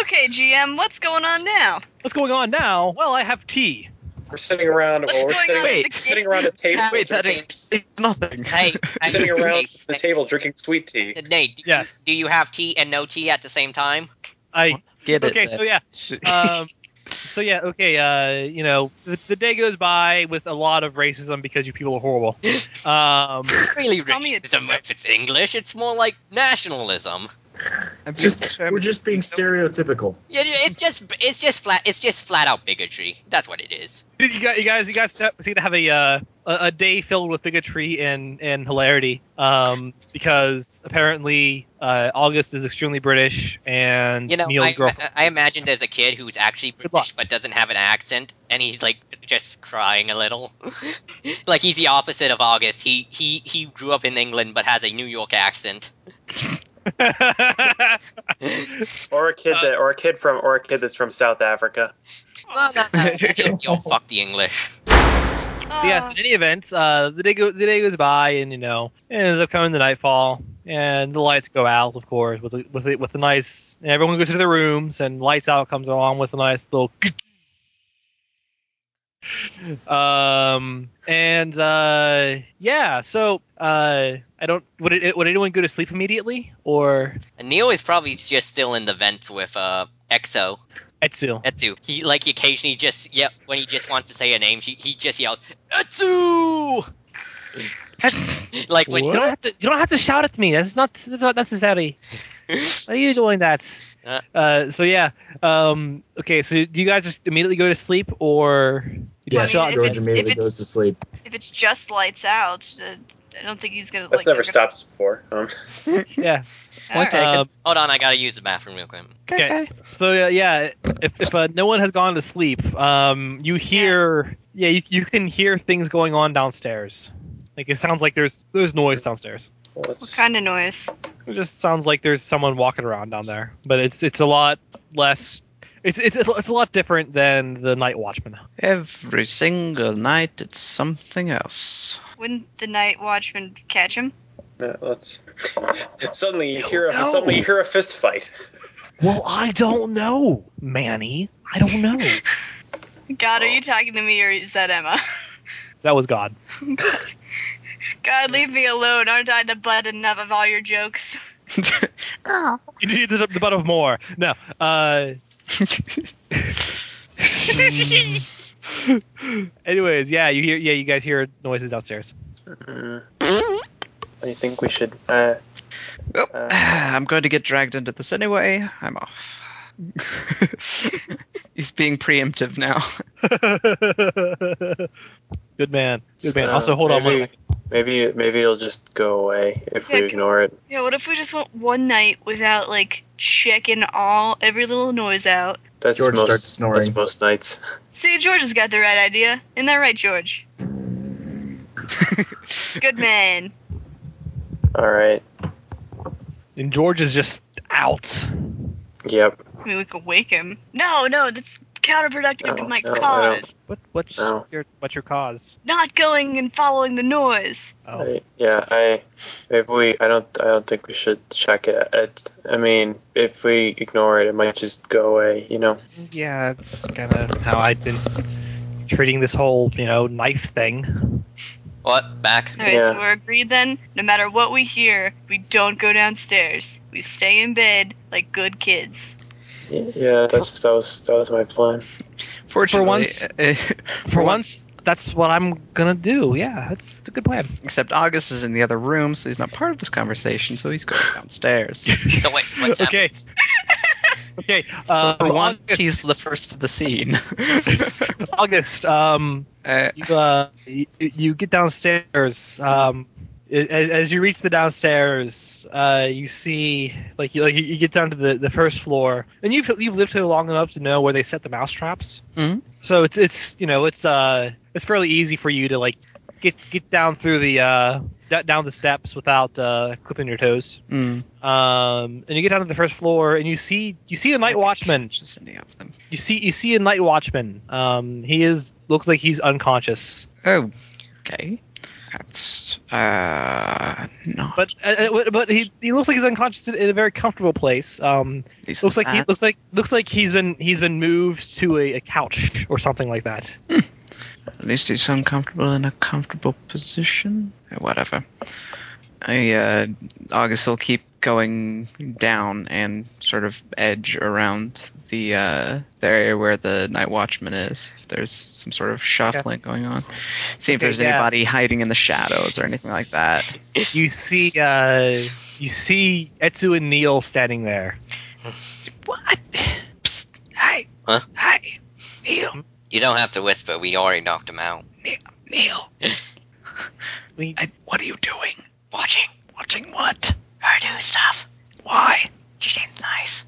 Speaker 5: Okay, GM, what's going on now?
Speaker 2: What's going on now? Well, I have tea.
Speaker 10: We're sitting around.
Speaker 5: What's
Speaker 10: well, we're
Speaker 5: going
Speaker 10: sitting,
Speaker 5: on?
Speaker 4: Wait.
Speaker 10: sitting around a table.
Speaker 4: Wait, that is nothing.
Speaker 3: Hey, I-
Speaker 10: sitting around
Speaker 3: Nate,
Speaker 10: the table drinking sweet tea.
Speaker 3: Nate, Nate, do,
Speaker 2: Yes.
Speaker 3: do you have tea and no tea at the same time?
Speaker 2: I
Speaker 4: Get it?
Speaker 2: okay.
Speaker 4: then.
Speaker 2: So yeah, um, so yeah, okay. Uh, you know, the, the day goes by with a lot of racism because you people are horrible. Um,
Speaker 3: Really
Speaker 5: Tell me it's-
Speaker 3: racism if it's English. It's more like nationalism.
Speaker 4: I'm
Speaker 1: It's just-
Speaker 4: pretty sure-
Speaker 1: We're just being stereotypical.
Speaker 3: Yeah, it's just it's just flat it's just flat out bigotry. That's what it is.
Speaker 2: you guys, you guys, you guys seem to have a uh, a, a day filled with bigotry and and hilarity. Um, because apparently uh, August is extremely British, and
Speaker 3: You know,
Speaker 2: Neil's
Speaker 3: I,
Speaker 2: girlfriend.
Speaker 3: I, I imagine there's a kid who's actually
Speaker 2: Good luck.
Speaker 3: British but doesn't have an accent, and he's like just crying a little. like he's the opposite of August. He he he grew up in England but has a New York accent.
Speaker 10: Or a kid
Speaker 5: Uh,
Speaker 10: that, or a kid from, or a kid that's from South Africa.
Speaker 3: Well, no, no, you'll, you'll fuck the English.
Speaker 2: But
Speaker 5: Oh.
Speaker 2: yes, in any event, uh, the day go- the day goes by, and you know, it ends up coming to nightfall, and the lights go out, of course, with a, with a, with a nice. And everyone goes to their rooms, and lights out comes along with a nice little. um and uh yeah, so uh I don't would it would anyone go to sleep immediately or
Speaker 3: And Neil is probably just still in the vents with uh Exo.
Speaker 2: Etsu?
Speaker 3: Etsu. He like he occasionally just yep when he just wants to say a name, he, he just yells Etsu. like when
Speaker 2: You don't have to you don't have to shout at me. That's not that's not necessary. Why are you doing that?
Speaker 3: Uh.
Speaker 2: Uh, so yeah. Um, okay. So do you guys just immediately go to sleep, or you
Speaker 5: Yeah,
Speaker 1: Yes,
Speaker 2: just shut?
Speaker 5: if
Speaker 1: George
Speaker 5: it's-
Speaker 1: immediately
Speaker 5: if it's-
Speaker 1: goes to sleep.
Speaker 5: If it's just lights out, uh, I don't think he's gonna.
Speaker 10: That's
Speaker 5: like,
Speaker 10: never
Speaker 5: they're
Speaker 10: stopped
Speaker 5: gonna-
Speaker 10: us before. Um,
Speaker 2: Yeah.
Speaker 5: All
Speaker 4: One
Speaker 5: right.
Speaker 4: thing.
Speaker 2: Um,
Speaker 3: Hold on, I gotta use the bathroom real quick.
Speaker 2: okay. so uh, yeah, if, if uh, no one has gone to sleep, um, you hear yeah, you, you can hear things going on downstairs. Like it sounds like there's there's noise downstairs.
Speaker 10: well,
Speaker 5: What
Speaker 10: let's-
Speaker 5: kind of noise?
Speaker 2: It just sounds like there's someone walking around down there, but it's it's a lot less. It's it's it's, it's a lot different than the night watchman.
Speaker 4: Every single night, it's something else.
Speaker 5: Wouldn't the night watchman catch him?
Speaker 10: no, let's. Suddenly you hear a
Speaker 2: No.
Speaker 10: suddenly you hear a fist fight.
Speaker 2: Well, I don't know, Manny. I don't know.
Speaker 5: God,
Speaker 9: Oh.
Speaker 5: are you talking to me or is that Emma?
Speaker 2: that was God.
Speaker 5: God, leave me alone. Aren't I the butt enough of all your jokes?
Speaker 11: Oh,
Speaker 2: You need the, the butt of more. No. Uh, anyways, yeah, you hear, yeah, you guys hear noises downstairs.
Speaker 10: Mm. I think we should. Uh,
Speaker 4: Oh,
Speaker 10: Uh.
Speaker 4: I'm going to get dragged into this anyway. I'm off. He's being preemptive now.
Speaker 2: Good man. Good man. Also, hold on one
Speaker 10: maybe-
Speaker 2: second.
Speaker 9: Maybe maybe it'll just go away if
Speaker 5: Yeah,
Speaker 9: we
Speaker 5: c-
Speaker 9: ignore it.
Speaker 5: Yeah, what if we just went one night without like checking all every little noise out?
Speaker 9: That's
Speaker 1: George
Speaker 9: most,
Speaker 1: starts snoring.
Speaker 9: That's most nights.
Speaker 5: See, George has got the right idea. Isn't that right, George? Good man.
Speaker 9: All right.
Speaker 2: And George is just out.
Speaker 9: Yep.
Speaker 5: I mean, we could wake him. No, no, that's counterproductive to
Speaker 9: No,
Speaker 5: my
Speaker 9: no, I don't.
Speaker 5: cause.
Speaker 2: What what's
Speaker 9: No.
Speaker 2: your what's your cause?
Speaker 5: Not going and following the noise.
Speaker 2: Oh,
Speaker 9: I- yeah. I if we I don't I don't think we should check it. It. I mean, if we ignore it, it might just go away. You know.
Speaker 2: yeah, that's kind of how I've been treating this whole you know knife thing.
Speaker 3: What? Back?
Speaker 5: All right, so
Speaker 9: Yeah.
Speaker 5: we're agreed then. No matter what we hear, we don't go downstairs. We stay in bed like good kids.
Speaker 9: Yeah. That's that was that was my plan.
Speaker 4: Fortunately,
Speaker 2: once-
Speaker 4: eh,
Speaker 2: For once, that's what I'm gonna do. Yeah, that's a good plan.
Speaker 4: except August is in the other room, so he's not part of this conversation. So he's going downstairs.
Speaker 3: So wait, what's up?
Speaker 2: Okay. okay. Uh,
Speaker 4: For
Speaker 2: for
Speaker 4: once,
Speaker 2: August,
Speaker 4: he's the first of the scene.
Speaker 2: August. Um,
Speaker 4: uh,
Speaker 2: you, uh, you, you get downstairs. Um, a- as, as you reach the downstairs, uh, you see like you, like you- you get down to the, the first floor, and you've you've lived here long enough to know where they set the mouse traps.
Speaker 4: Mhm.
Speaker 2: So it's it's you know it's uh it's fairly easy for you to like get get down through the uh da- down the steps without uh, clipping your toes.
Speaker 4: mm.
Speaker 2: Um, and you get down to the first floor, and you see you see a night watchman.
Speaker 4: Just any of them.
Speaker 2: You see you see a night watchman. Um, he is looks like he's unconscious.
Speaker 4: Oh, okay. That's uh, not.
Speaker 2: but uh, uh, but he he looks like he's unconscious in, in a very comfortable place. Um,
Speaker 4: decent
Speaker 2: looks like he
Speaker 4: at.
Speaker 2: looks like looks like he's been he's been moved to a, a couch or something like that.
Speaker 4: At least he's uncomfortable in a comfortable position. Eh, Whatever. I, uh, August will keep going down and sort of edge around the uh, the area where the night watchman is. If there's some sort of shuffling going on, see if
Speaker 2: Okay,
Speaker 4: there's
Speaker 2: yeah.
Speaker 4: anybody hiding in the shadows or anything like that.
Speaker 2: You see uh, you see Etsu and Neil standing there.
Speaker 4: What? Psst. Hey.
Speaker 3: Huh?
Speaker 4: Hey. Neil.
Speaker 3: You don't have to whisper. We already knocked him out.
Speaker 4: Neil.
Speaker 2: We-
Speaker 4: I, what are you doing? Watching. Watching what? Her do stuff. Why? She seems nice.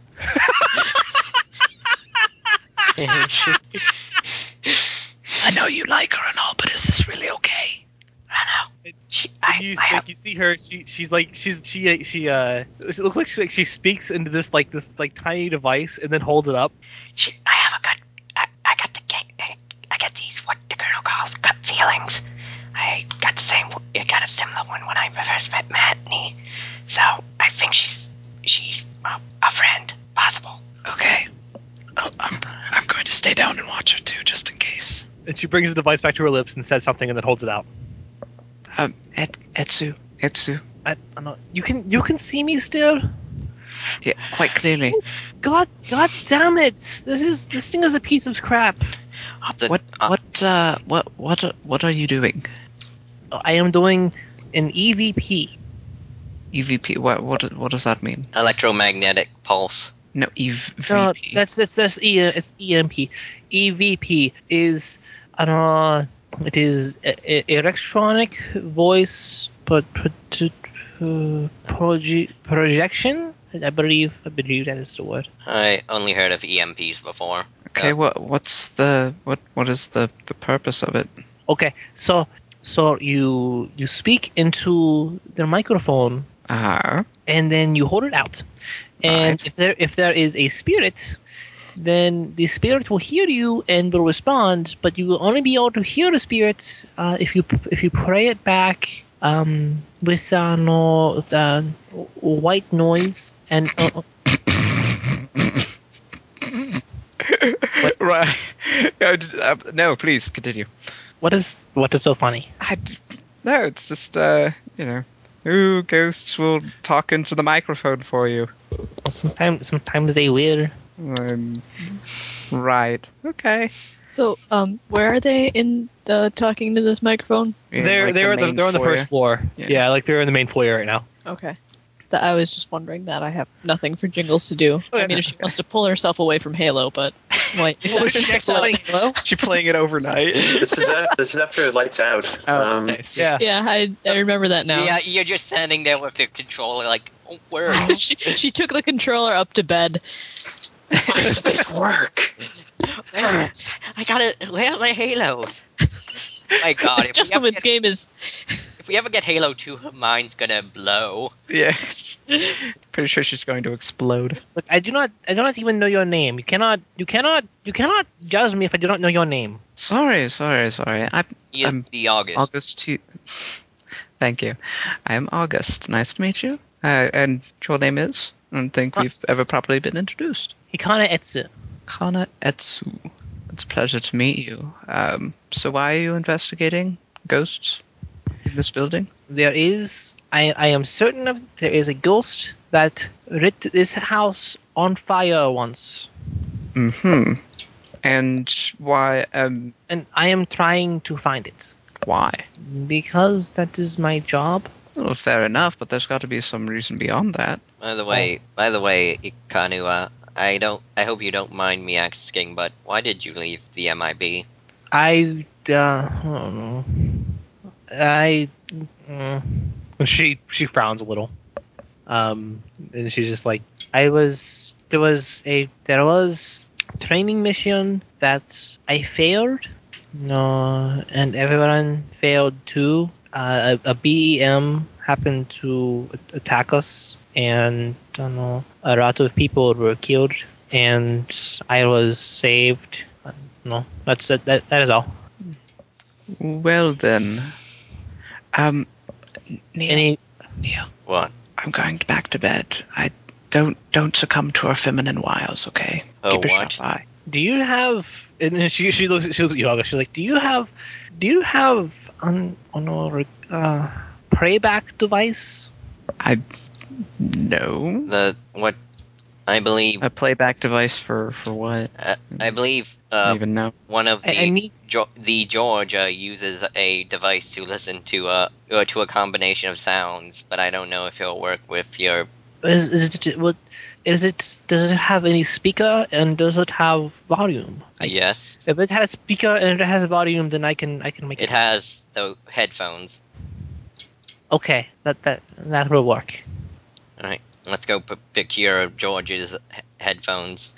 Speaker 4: I know you like her and all, but is this really okay? I know. She,
Speaker 2: you, like, you see her. She she's like she's she she uh it looks like she like she speaks into this like this like tiny device and then holds it up.
Speaker 11: She, I have a gut. I, I got the ga- I, I got these what the colonel calls gut feelings. I got the same. I got a similar one when I first met Matney. So I think she's she's a, a friend, possible.
Speaker 4: okay. Oh, I'm, I'm going to stay down and watch her too, just in case.
Speaker 2: And she brings the device back to her lips and says something and then holds it out.
Speaker 4: Um, Et, Etsu. Etsu.
Speaker 2: I, I'm not, you can you can see me still.
Speaker 4: Yeah, quite clearly.
Speaker 2: God, god damn it! This is this thing is a piece of crap.
Speaker 3: The-
Speaker 4: What?
Speaker 3: uh,
Speaker 4: What? Uh, what? What? are- What are you doing?
Speaker 2: I am doing an E EVP.
Speaker 4: EVP. E What? What? What does that mean?
Speaker 3: electromagnetic pulse.
Speaker 4: No, EVP.
Speaker 2: No, that's that's that's e, it's EMP. EVP is uh, it is e- e- electronic voice pro- pro- pro- proje- projection. I believe I believe that is the word.
Speaker 3: I only heard of EMPs before.
Speaker 4: okay.
Speaker 3: uh,
Speaker 4: What? What's the? What? What is the? The purpose of it?
Speaker 2: Okay, so so you you speak into the microphone
Speaker 4: Ah.
Speaker 2: and then you hold it out. And
Speaker 4: Right.
Speaker 2: if there if there is a spirit, then the spirit will hear you and will respond. But you will only be able to hear the spirit uh, if you if you pray it back um, with uh, no with, uh, white noise and uh,
Speaker 4: right. No, just, uh, no, please continue.
Speaker 2: what is what is so funny?
Speaker 4: I d no, it's just uh, you know, ooh, ghosts will talk into the microphone for you.
Speaker 2: Sometimes sometimes they will.
Speaker 4: Um, right. Okay.
Speaker 6: So, um, where are they in the talking to this microphone?
Speaker 4: Yeah, like main foyer.
Speaker 2: floor.
Speaker 4: Yeah.
Speaker 2: like they're in the main foyer right now.
Speaker 6: Okay. That I was just wondering that. I have nothing for Jingles to do. I mean, if she wants to pull herself away from Halo, but like,
Speaker 4: was she actually-
Speaker 6: Halo?
Speaker 4: She playing it overnight.
Speaker 9: this is a, this is after lights out. Um,
Speaker 4: Nice.
Speaker 8: Yeah.
Speaker 6: Yeah, I, I remember that now.
Speaker 3: Yeah, you're just standing there with the controller, like, oh, word.
Speaker 6: she, she took the controller up to bed.
Speaker 9: How does this work?
Speaker 3: Where? I gotta. Where are my halos? my God,
Speaker 6: This
Speaker 3: if we, ever
Speaker 6: gentleman's
Speaker 3: get,
Speaker 6: game is
Speaker 3: if we ever get Halo 2, her mind's gonna blow.
Speaker 4: Yeah. Pretty sure she's going to explode.
Speaker 8: Look, I do not. I do not even know your name. You cannot. You cannot. You cannot judge me if I do not know your name.
Speaker 4: Sorry, sorry, sorry. I'm
Speaker 3: He is
Speaker 4: Um,
Speaker 3: the August.
Speaker 4: August two. Thank you. I'm August. Nice to meet you. Uh, and your name is? I don't think
Speaker 8: Huh.
Speaker 4: we've ever properly been introduced.
Speaker 8: Hikana Etsu.
Speaker 4: Kana Etsu. It's a pleasure to meet you. Um, so why are you investigating ghosts in this building?
Speaker 8: There is. I. I am certain of. There is a ghost that lit this house on fire once,
Speaker 4: hmm And why? Um,
Speaker 8: and I am trying to find it
Speaker 4: why?
Speaker 8: because that is my job.
Speaker 4: Well, fair enough, but there's got to be some reason beyond that.
Speaker 3: By the way, by the way, Ikanua, I don't. I hope you don't mind me asking, but why did you leave the MIB?
Speaker 8: I. Uh, I don't know. I. Uh, she she frowns a little, um, and she's just like, "I was there was a there was training mission that I failed, no, and everyone failed too. Uh, a, a BEM happened to a- attack us, and I don't know, a lot of people were killed, and I was saved. Uh, No, that's it. That, that is all.
Speaker 4: Well then, um, Neil,
Speaker 8: Any
Speaker 3: What?
Speaker 4: I'm going back to bed. I don't don't succumb to our feminine wiles, okay?
Speaker 3: Oh,
Speaker 4: Keep a
Speaker 3: what?
Speaker 4: sharp eye.
Speaker 8: do you have and then she she looks she looks at Yaga, she's like, Do you have do you have an on our uh prayback device?
Speaker 4: I no
Speaker 3: The what? I believe.
Speaker 4: a playback device for for what?
Speaker 3: Uh, I believe
Speaker 4: I don't
Speaker 3: uh,
Speaker 4: even know.
Speaker 3: one of the
Speaker 8: I, I need
Speaker 3: Geo- the Georgia uses a device to listen to a or to a combination of sounds, but I don't know if it'll work with your.
Speaker 8: is, is it what is it does it have any speaker and does it have volume? I-
Speaker 3: yes,
Speaker 8: If it has speaker and it has volume then I can I can make
Speaker 3: it
Speaker 8: it,
Speaker 3: has the headphones.
Speaker 8: okay. That that that will work.
Speaker 3: Let's go p- procure George's he- headphones.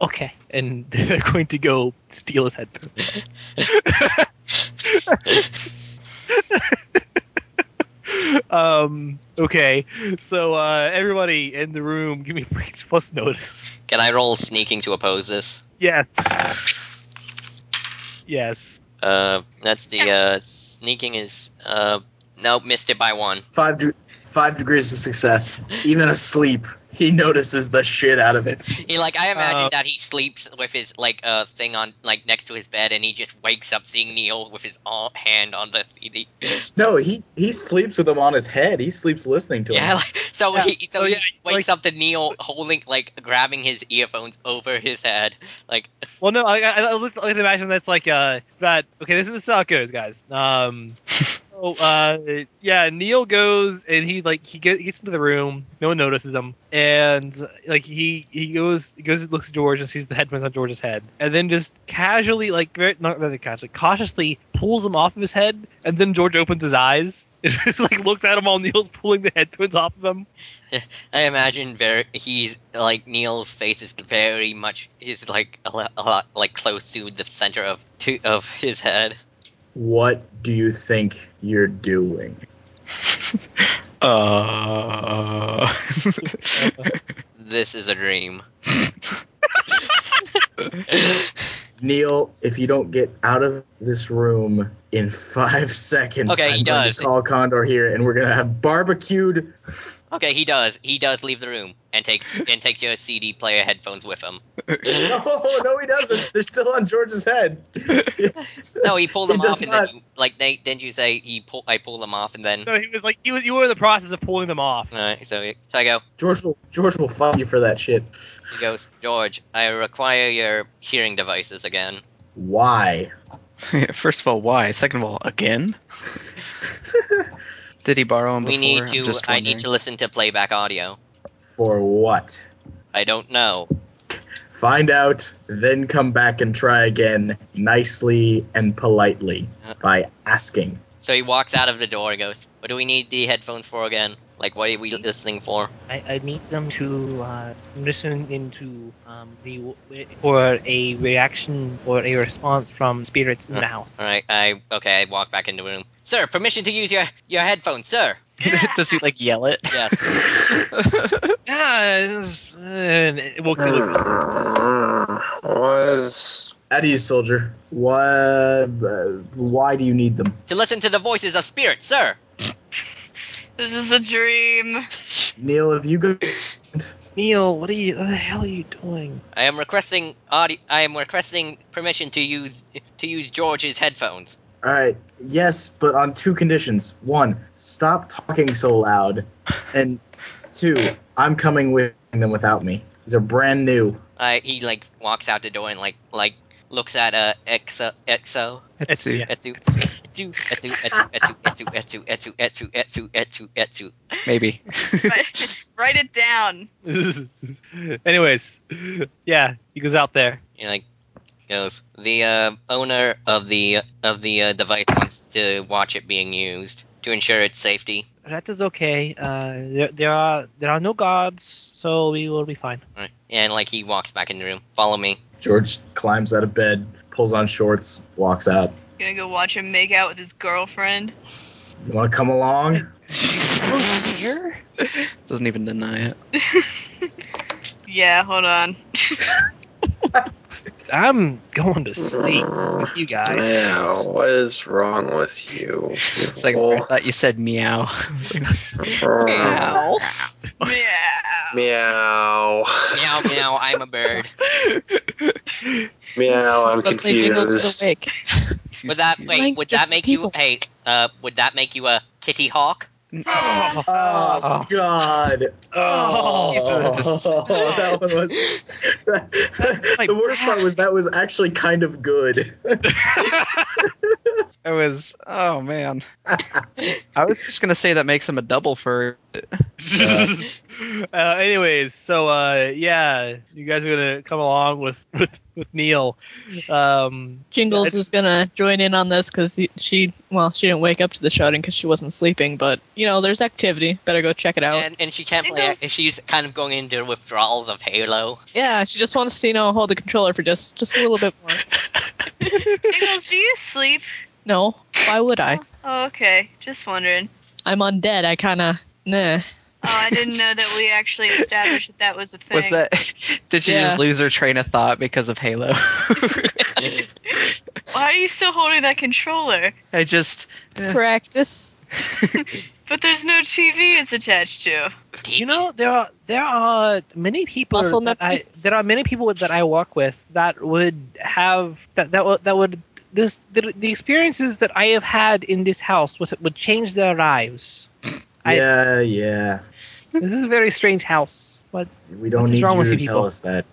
Speaker 8: Okay. And they're going to go steal his headphones. um okay. So uh everybody in the room give me breaks plus notice.
Speaker 3: Can I roll sneaking to oppose this?
Speaker 8: Yes. Yes.
Speaker 3: Uh, that's the uh, sneaking is uh, nope, missed it by one.
Speaker 1: Five de- five degrees of success. Even asleep, he notices the shit out of it.
Speaker 3: He like I imagine
Speaker 8: Uh,
Speaker 3: that he sleeps with his like uh thing on like next to his bed, and he just wakes up seeing Neil with his all- hand on the CD.
Speaker 1: No, he he sleeps with him on his head. He sleeps listening to him.
Speaker 3: Yeah, like, so
Speaker 8: Yeah,
Speaker 3: he
Speaker 1: Oh,
Speaker 3: so
Speaker 8: so
Speaker 3: he
Speaker 8: yeah,
Speaker 3: wakes up to Neil holding like grabbing his earphones over his head. Like
Speaker 8: Well no, I I, I like to imagine that's like uh that okay, this is, this is how it goes, guys. Um so uh yeah, Neil goes and he like he get, gets into the room, no one notices him, and like he he goes he goes and looks at George and sees the headphones on George's head, and then just casually like very not really casually, cautiously pulls them off of his head, and then George opens his eyes and just like looks at him while Neil's pulling the headphones off of him.
Speaker 3: I imagine very he's like Neil's face is very much is like a, lo- a lot like close to the center of to, of his head.
Speaker 1: What do you think you're doing?
Speaker 4: Uh,
Speaker 3: This is a dream.
Speaker 1: Neil, if you don't get out of this room in five seconds,
Speaker 3: Okay,
Speaker 1: I'm
Speaker 3: he
Speaker 1: going
Speaker 3: does.
Speaker 1: to call Condor here, and we're gonna have barbecued.
Speaker 3: Okay, he does. He does leave the room and takes and takes your CD player headphones with him.
Speaker 1: No, no, he doesn't. They're still on George's head.
Speaker 3: No, he pulled
Speaker 1: He
Speaker 3: them
Speaker 1: does
Speaker 3: off and
Speaker 1: not.
Speaker 3: then you, like Nate, didn't you say he pull? I pull them off and then.
Speaker 8: So he was like he was you were in the process of pulling them off.
Speaker 3: Alright, so, he- so I go.
Speaker 1: George will George will fight you for that shit.
Speaker 3: He goes, George, I require your hearing devices again.
Speaker 1: Why?
Speaker 4: first of all, why? Second of all, again? Did he borrow them
Speaker 3: We
Speaker 4: before?
Speaker 3: need
Speaker 4: I'm
Speaker 3: to.
Speaker 4: just
Speaker 3: I need
Speaker 4: wondering.
Speaker 3: to listen to playback audio.
Speaker 1: For what?
Speaker 3: I don't know.
Speaker 1: Find out, then come back and try again nicely and politely
Speaker 3: Uh.
Speaker 1: by asking.
Speaker 3: So he walks out of the door and goes, "What do we need the headphones for again? Like, what are we listening for?"
Speaker 8: I, I need them to uh, listen into um, the or a reaction or a response from spirits in the house.
Speaker 3: All right. I okay. I walk back into the room. Sir, permission to use your your headphones, sir.
Speaker 4: Does he like yell it?
Speaker 3: Yes.
Speaker 2: Yeah, it's- uh, it will. It will
Speaker 10: Um,
Speaker 9: Was
Speaker 1: At ease, soldier. Why, uh, why do you need them?
Speaker 3: to listen to the voices of spirits, sir.
Speaker 5: This is a dream.
Speaker 1: Neil, if you go.
Speaker 2: Neil, what are you? What the hell are you doing?
Speaker 3: I am requesting audio. I am requesting permission to use to use George's headphones.
Speaker 1: All right. Yes, but on two conditions. One, stop talking so loud, and two, I'm coming with them without me. These are brand new.
Speaker 3: I he like walks out the door and like like looks at uh Exo Exo
Speaker 4: Etsu.
Speaker 3: Etsu Etsu Etsu Etsu Etsu Etsu Etsu Etsu Etsu Etsu Etsu.
Speaker 4: Maybe.
Speaker 5: Write- Write it down.
Speaker 2: Anyways, yeah, he goes out there.
Speaker 3: He like goes. The uh, owner of the of the uh, device wants to watch it being used to ensure its safety.
Speaker 8: That is okay. Uh, there, there are there are no guards, so we will be fine.
Speaker 3: Right. And like he walks back in the room. Follow me.
Speaker 1: George climbs out of bed, pulls on shorts, walks out.
Speaker 5: Gonna go watch him make out with his girlfriend.
Speaker 1: You want to come along?
Speaker 4: Doesn't even deny it.
Speaker 5: Yeah, hold on.
Speaker 2: I'm going to sleep with you guys.
Speaker 9: Now, what is wrong with you?
Speaker 4: It's like
Speaker 3: Oh.
Speaker 4: I thought you said meow.
Speaker 9: meow.
Speaker 5: Yeah.
Speaker 9: Meow.
Speaker 3: Meow meow. I'm a bird.
Speaker 9: Meow. I'm
Speaker 6: But they jingles
Speaker 9: confused.
Speaker 6: awake.
Speaker 3: Would that wait?
Speaker 6: Like
Speaker 3: Would that
Speaker 6: different
Speaker 3: make you
Speaker 6: people.
Speaker 3: hey? Uh, would that make you a kitty hawk?
Speaker 1: Oh, God.
Speaker 2: Oh,
Speaker 4: Jesus.
Speaker 1: that one was.
Speaker 2: my
Speaker 1: the worst part was that was actually kind of good.
Speaker 4: It was. Oh man. I was just gonna say that makes him a double for.
Speaker 2: uh, anyways, so uh, yeah, you guys are gonna come along with with, with Neil. Um,
Speaker 6: Jingles
Speaker 2: Yeah,
Speaker 6: is gonna join in on this because she, well, she didn't wake up to the shouting because she wasn't sleeping. But you know, there's activity. Better go check it out.
Speaker 3: And and she can't play.
Speaker 5: Jingles.
Speaker 3: it. She's kind of going into withdrawals of Halo.
Speaker 6: yeah, she just wants to, you know, hold the controller for just just a little bit more.
Speaker 5: Jingles, do you sleep?
Speaker 6: No, why would I?
Speaker 5: Oh, okay. Just wondering.
Speaker 6: I'm undead. I kind of nah.
Speaker 5: Oh, I didn't know that we actually established that that was a thing.
Speaker 4: Was that? Did she just
Speaker 6: Yeah.
Speaker 4: lose her train of thought because of Halo?
Speaker 5: Why are you still holding that controller?
Speaker 4: I just. eh.
Speaker 6: Practice.
Speaker 5: But there's no TV it's attached to.
Speaker 8: You know, there are there are many people
Speaker 6: Muscle
Speaker 8: that
Speaker 6: memory.
Speaker 8: I there are many people that I work with that would have that that would, that would this the, the experiences that I have had in this house would would change their lives. I-
Speaker 1: yeah, yeah.
Speaker 8: this is a very strange house, but
Speaker 1: We don't
Speaker 8: What is
Speaker 1: need
Speaker 8: wrong
Speaker 1: you
Speaker 8: with
Speaker 1: to
Speaker 8: you
Speaker 1: tell
Speaker 8: people?
Speaker 1: us that.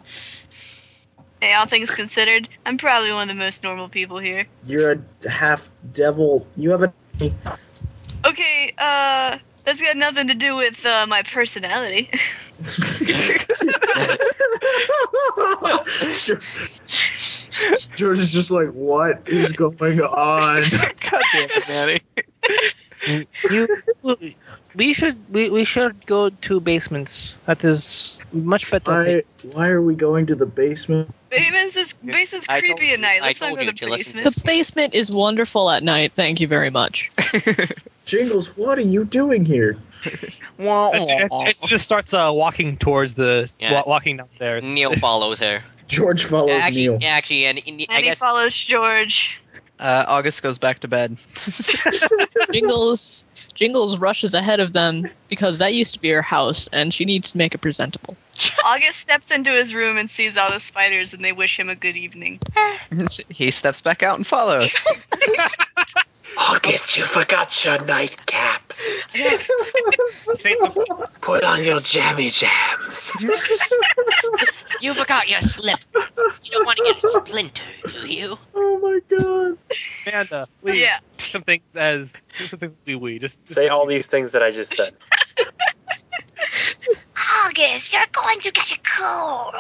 Speaker 5: Hey, all things considered, I'm probably one of the most normal people here.
Speaker 1: You're a half devil. You have a.
Speaker 5: Okay, uh, that's got nothing to do with uh, my personality.
Speaker 1: George is just like, what is going on?
Speaker 4: God damn it, Manny.
Speaker 8: you we should we, we should go to basements. That is much better.
Speaker 1: Why, why are we going to the basement?
Speaker 5: Basement's, is, basement's
Speaker 3: I told
Speaker 5: creepy
Speaker 3: you-
Speaker 5: at night.
Speaker 3: I
Speaker 5: Let's not
Speaker 3: told
Speaker 5: go
Speaker 3: you
Speaker 5: to
Speaker 3: to
Speaker 5: the
Speaker 3: listen to
Speaker 5: basement.
Speaker 6: The basement is wonderful at night. Thank you very much.
Speaker 1: Jingles, what are you doing here?
Speaker 4: Wah,
Speaker 2: it's,
Speaker 4: wah.
Speaker 2: it's, it just starts uh, walking towards the
Speaker 3: Yeah.
Speaker 2: wa- walking down there.
Speaker 10: Mm-hmm.
Speaker 3: Neil follows her.
Speaker 1: George follows
Speaker 3: actually,
Speaker 1: Neil.
Speaker 3: actually, and, and I
Speaker 5: and he
Speaker 3: guess
Speaker 5: follows George.
Speaker 4: Uh, August goes back to bed.
Speaker 6: Jingles Jingles rushes ahead of them because that used to be her house, and she needs to make it presentable.
Speaker 5: August steps into his room and sees all the spiders, and they wish him a good evening.
Speaker 4: he steps back out and follows.
Speaker 10: August, you forgot your nightcap.
Speaker 2: Say something.
Speaker 10: Put on your jammy jams.
Speaker 11: You forgot your slip. You don't want to get splintered, do you?
Speaker 1: Oh my god.
Speaker 2: Amanda, please.
Speaker 5: Yeah.
Speaker 2: some things as some things wee wee. Just
Speaker 10: Say all these things that I just said.
Speaker 11: August, you're going to get a cold.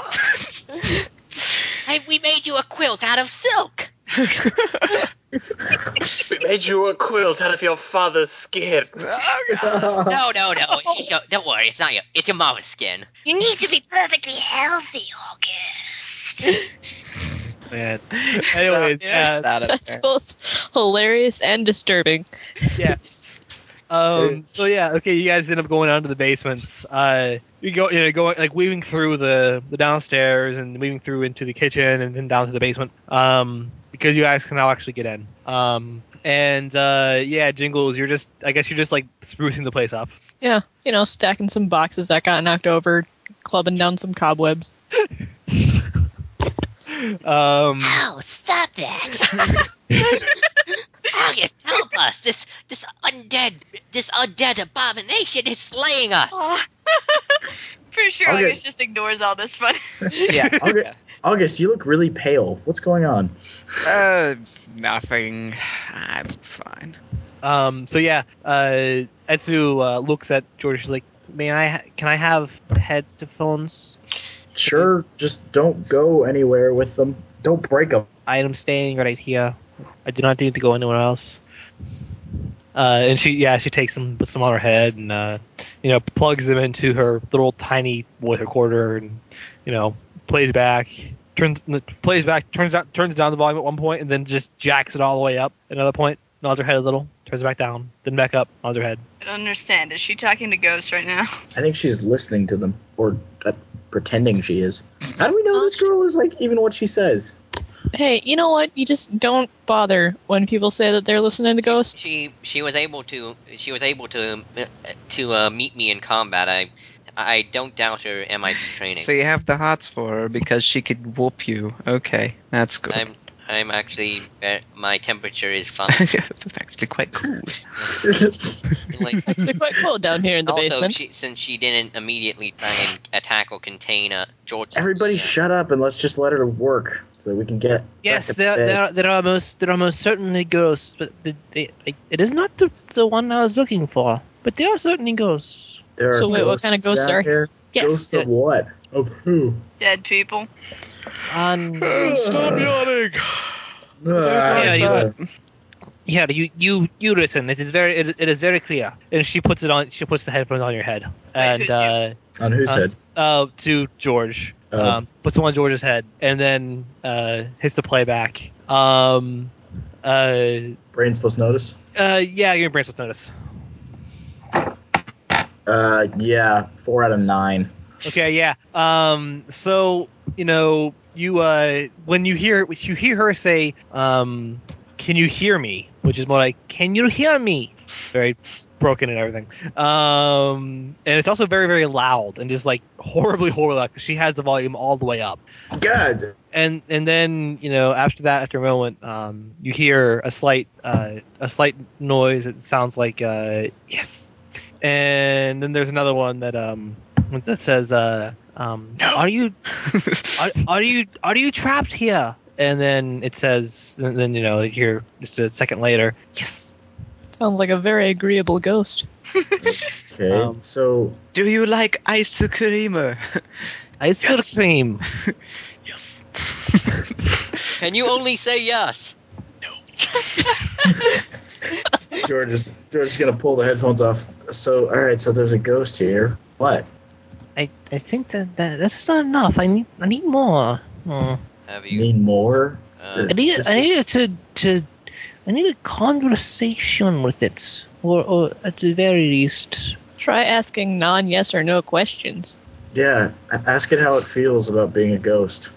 Speaker 11: and we made you a quilt out of silk.
Speaker 10: we made you a quilt out of your father's skin.
Speaker 3: No, no, no. It's just your, don't worry. It's not your. It's your mama's skin.
Speaker 11: You need to be perfectly healthy, August.
Speaker 2: Man. Anyways, yeah,
Speaker 6: That's both hilarious and disturbing.
Speaker 2: yes. Um, so yeah, okay, you guys end up going down to the basements. Uh, you go, you know, going like weaving through the the downstairs and weaving through into the kitchen and then down to the basement. Um, because you guys can now actually get in. Um, and uh, yeah, Jingles, you're just, I guess you're just like sprucing the place up.
Speaker 6: Yeah, you know, stacking some boxes that got knocked over, clubbing down some cobwebs.
Speaker 2: Um,
Speaker 11: oh, stop that.
Speaker 3: August, help us! This this undead this undead abomination is slaying us.
Speaker 5: Pretty sure
Speaker 1: Okay.
Speaker 5: August just ignores all this fun.
Speaker 2: yeah.
Speaker 1: August, August, you look really pale. What's going on?
Speaker 4: Uh, nothing. I'm fine.
Speaker 2: Um, so yeah, uh, Etsu uh, looks at George. She's like, "May I? Ha- can I have headphones?
Speaker 1: Sure, just don't go anywhere with them. Don't break them.
Speaker 2: I am staying right here. I do not need to go anywhere else." Uh, and she, yeah, she takes them, puts them on her head, and uh, you know, plugs them into her little tiny what recorder, and you know, plays back, turns plays back, turns out turns down the volume at one point, and then just jacks it all the way up. At another point, nods her head a little, turns it back down, then back up, nods her head.
Speaker 5: I don't understand. Is she talking to ghosts right now?
Speaker 1: I think she's listening to them, or uh, pretending she is. How do we know this girl is like even what she says?
Speaker 6: Hey, you know what? You just don't bother when people say that they're listening to ghosts.
Speaker 3: She she was able to she was able to uh, to uh, meet me in combat. I I don't doubt her MIP training.
Speaker 4: So you have the hots for her because she could whoop you. Okay, that's good.
Speaker 3: I'm I'm actually uh, my temperature is fine.
Speaker 4: that's actually quite cool.
Speaker 3: And, like,
Speaker 6: They're quite cool down here in the
Speaker 3: also,
Speaker 6: basement.
Speaker 3: she, since she didn't immediately try and attack or contain uh, George,
Speaker 1: Everybody, shut up and let's just let her work so that we can get.
Speaker 8: Yes,
Speaker 1: back to
Speaker 8: there,
Speaker 1: bed.
Speaker 8: there, are, there are most there are most certainly ghosts, but the, they, I, it is not the, the one I was looking for. But there are certainly ghosts.
Speaker 1: There are
Speaker 6: So wait, what kind of
Speaker 1: ghosts
Speaker 6: ghosts
Speaker 1: out
Speaker 6: are-
Speaker 1: here?
Speaker 8: Yes,
Speaker 1: ghosts
Speaker 8: yes.
Speaker 1: of what? Of who?
Speaker 5: Dead people.
Speaker 8: Um,
Speaker 1: Stop
Speaker 2: yawning.
Speaker 8: yeah, you-
Speaker 1: Ah,
Speaker 8: here, you, you you listen. It is very it, it is very clear. And she puts it on. She puts the headphones on your head, and
Speaker 5: who's
Speaker 8: uh,
Speaker 1: On whose
Speaker 8: Uh,
Speaker 1: head?
Speaker 8: uh,
Speaker 2: to George.
Speaker 1: Oh.
Speaker 2: Um, puts them on George's head and then uh, hits the playback. Um, uh,
Speaker 1: Brain's supposed to notice.
Speaker 2: uh, yeah, your bracelets notice.
Speaker 1: Uh, yeah, four out of nine.
Speaker 2: Okay, yeah. Um, so you know you uh, when you hear which you hear her say, um, "Can you hear me?" Which is more like, "Can you hear me?" Very broken and everything. Um, and it's also very very loud and just like horribly horribly loud. 'cause She has the volume all the way up.
Speaker 1: God,
Speaker 2: and and then you know after that after a moment um, you hear a slight uh, a slight noise it sounds like uh, yes and then there's another one that um that says uh um are you are, are you are you trapped here and then it says then, then you know you hear just a second later yes
Speaker 6: Sounds like a very agreeable ghost.
Speaker 1: Okay,
Speaker 2: Um,
Speaker 1: so
Speaker 4: Do you like ice creamer?
Speaker 2: ice
Speaker 4: Yes.
Speaker 2: cream
Speaker 4: Yes.
Speaker 3: can you only say yes?
Speaker 1: George is George is gonna pull the headphones off. So all right, so there's a ghost here. What?
Speaker 8: I, I think that, that that's not enough. I need I need more. Oh.
Speaker 3: Have
Speaker 1: You
Speaker 3: you?
Speaker 1: need more?
Speaker 3: Uh,
Speaker 8: I need
Speaker 1: This
Speaker 8: I
Speaker 1: is-
Speaker 8: need to to I need a conversation with it, or or at the very least.
Speaker 6: Try asking non yes or no questions.
Speaker 1: Yeah, a- ask it how it feels about being a ghost.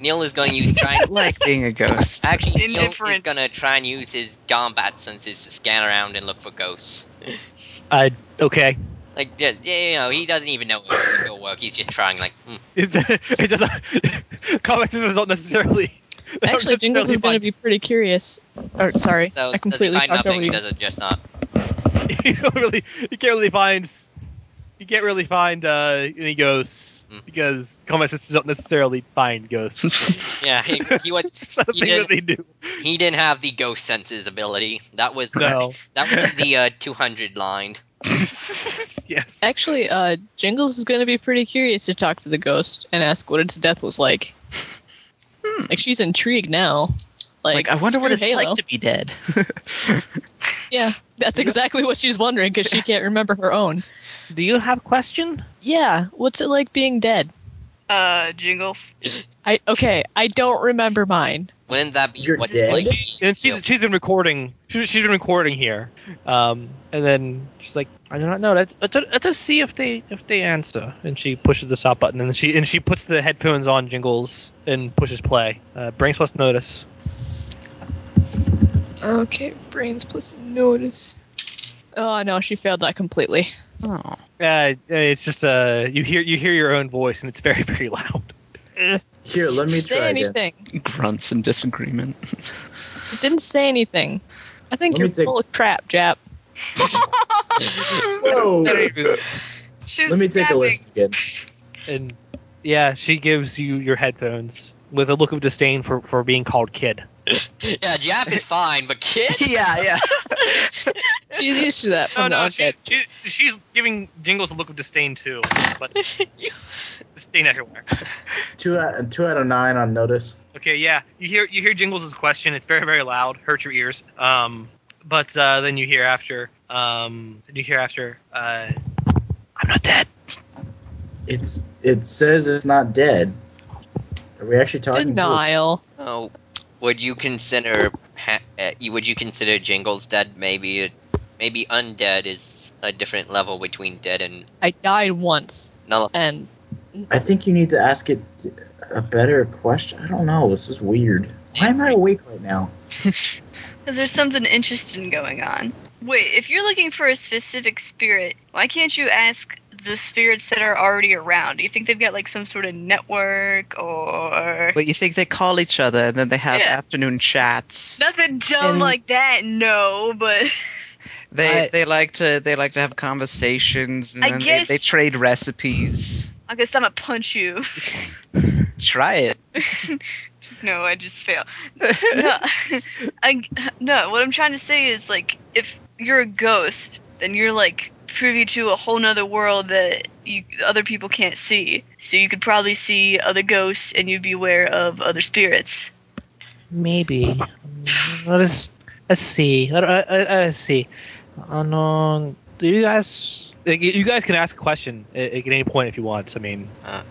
Speaker 3: Neil is going to use try.
Speaker 4: like being a ghost.
Speaker 3: Actually, Neil is
Speaker 5: Indifferent.
Speaker 3: going to try and use his combat senses to scan around and look for ghosts.
Speaker 2: uh okay
Speaker 3: Like, yeah, yeah, you know, he doesn't even know it's will work. He's just trying, like, hmm.
Speaker 2: it's it doesn't comic scissors don't necessarily they don't
Speaker 6: Actually, Jingles
Speaker 2: necessarily
Speaker 6: is going to
Speaker 2: find-
Speaker 6: be pretty curious. Or sorry,
Speaker 3: so does
Speaker 6: I
Speaker 3: he
Speaker 6: completely
Speaker 3: find
Speaker 6: talked
Speaker 3: nothing?
Speaker 6: over you.
Speaker 3: Does it just not?
Speaker 2: you don't really you can't really find you can't really find uh, any ghosts because combat systems don't necessarily find ghosts.
Speaker 3: Yeah, he, he was.
Speaker 2: it's not a
Speaker 3: he
Speaker 2: thing
Speaker 3: did-
Speaker 2: that they do.
Speaker 3: He didn't have the ghost senses ability. That was
Speaker 2: No.
Speaker 3: that was in the uh, 200 line.
Speaker 2: yes.
Speaker 6: Actually, uh, Jingles is going to be pretty curious to talk to the ghost and ask what its death was like. Like she's intrigued now. Like,
Speaker 12: Like, I wonder what it's
Speaker 6: screw Halo.
Speaker 12: like to be dead.
Speaker 6: Yeah, that's exactly what she's wondering because she can't remember her own.
Speaker 8: Do you have question?
Speaker 6: Yeah, what's it like being dead?
Speaker 5: Uh, Jingles.
Speaker 6: I okay, I don't remember mine.
Speaker 3: Wouldn't that be what's
Speaker 2: dead?
Speaker 3: like?
Speaker 2: And she's she's been recording. She, she's been recording here, um, and then she's like, "I do not know. Let's, let's, let's just see if they if they answer." And she pushes the stop button, and she and she puts the headphones on, jingles, and pushes play. Uh, brings plus notice.
Speaker 6: Okay, brains plus notice. Oh no, she failed that completely.
Speaker 12: Oh.
Speaker 2: Uh, it's just uh, you hear you hear your own voice, and it's very very loud.
Speaker 1: Here, let me
Speaker 6: Say
Speaker 1: try again.
Speaker 6: anything.
Speaker 12: Grunts and disagreement.
Speaker 6: It didn't say anything. I think
Speaker 12: Let
Speaker 6: you're
Speaker 12: me take-
Speaker 6: full of crap, Jap.
Speaker 1: Whoa. Let me take a listen again.
Speaker 2: And yeah, she gives you your headphones with a look of disdain for for being called kid.
Speaker 3: Yeah, Jap is fine, but kid.
Speaker 12: yeah, yeah.
Speaker 6: She's used to that
Speaker 3: Oh,
Speaker 2: No,
Speaker 6: from the
Speaker 2: no, she,
Speaker 6: outset.
Speaker 2: she, she's giving Jingles a look of disdain too, but disdain everywhere.
Speaker 1: Two out, two out of nine on notice.
Speaker 2: Okay, yeah, you hear you hear Jingles' question. It's very very loud, hurt your ears. Um, but uh, then you hear after, um, then you hear after, uh, I'm not dead.
Speaker 1: It's it says it's not dead. Are we actually talking? to it?
Speaker 6: Denial.
Speaker 3: Oh, would you consider ha- uh, would you consider Jingles dead? Maybe maybe undead is a different level between dead and
Speaker 6: I died once,
Speaker 3: null.
Speaker 6: and
Speaker 1: I think you need to ask it a better question. I don't know. This is weird. Why am I awake right now?
Speaker 5: Because there's something interesting going on. Wait, if you're looking for a specific spirit, why can't you ask the spirits that are already around? Do you think they've got like some sort of network or
Speaker 12: But you think they call each other and then they have
Speaker 5: Yeah.
Speaker 12: afternoon chats.
Speaker 5: nothing dumb like that? No, but
Speaker 12: They they like to they like to have conversations and
Speaker 5: I
Speaker 12: then they-
Speaker 5: guess-
Speaker 12: they, trade recipes.
Speaker 5: I guess I'm gonna punch you.
Speaker 12: Try it.
Speaker 5: no, I just fail. No, I, no, what I'm trying to say is like if you're a ghost, then you're like privy to a whole nother world that you other people can't see. So you could probably see other ghosts and you'd be aware of other spirits.
Speaker 8: Maybe. Let's let's see. Let, let, let- let's see. Uh, no, do you guys?
Speaker 2: Like, you you guys can ask a question at, at any point if you want. I mean,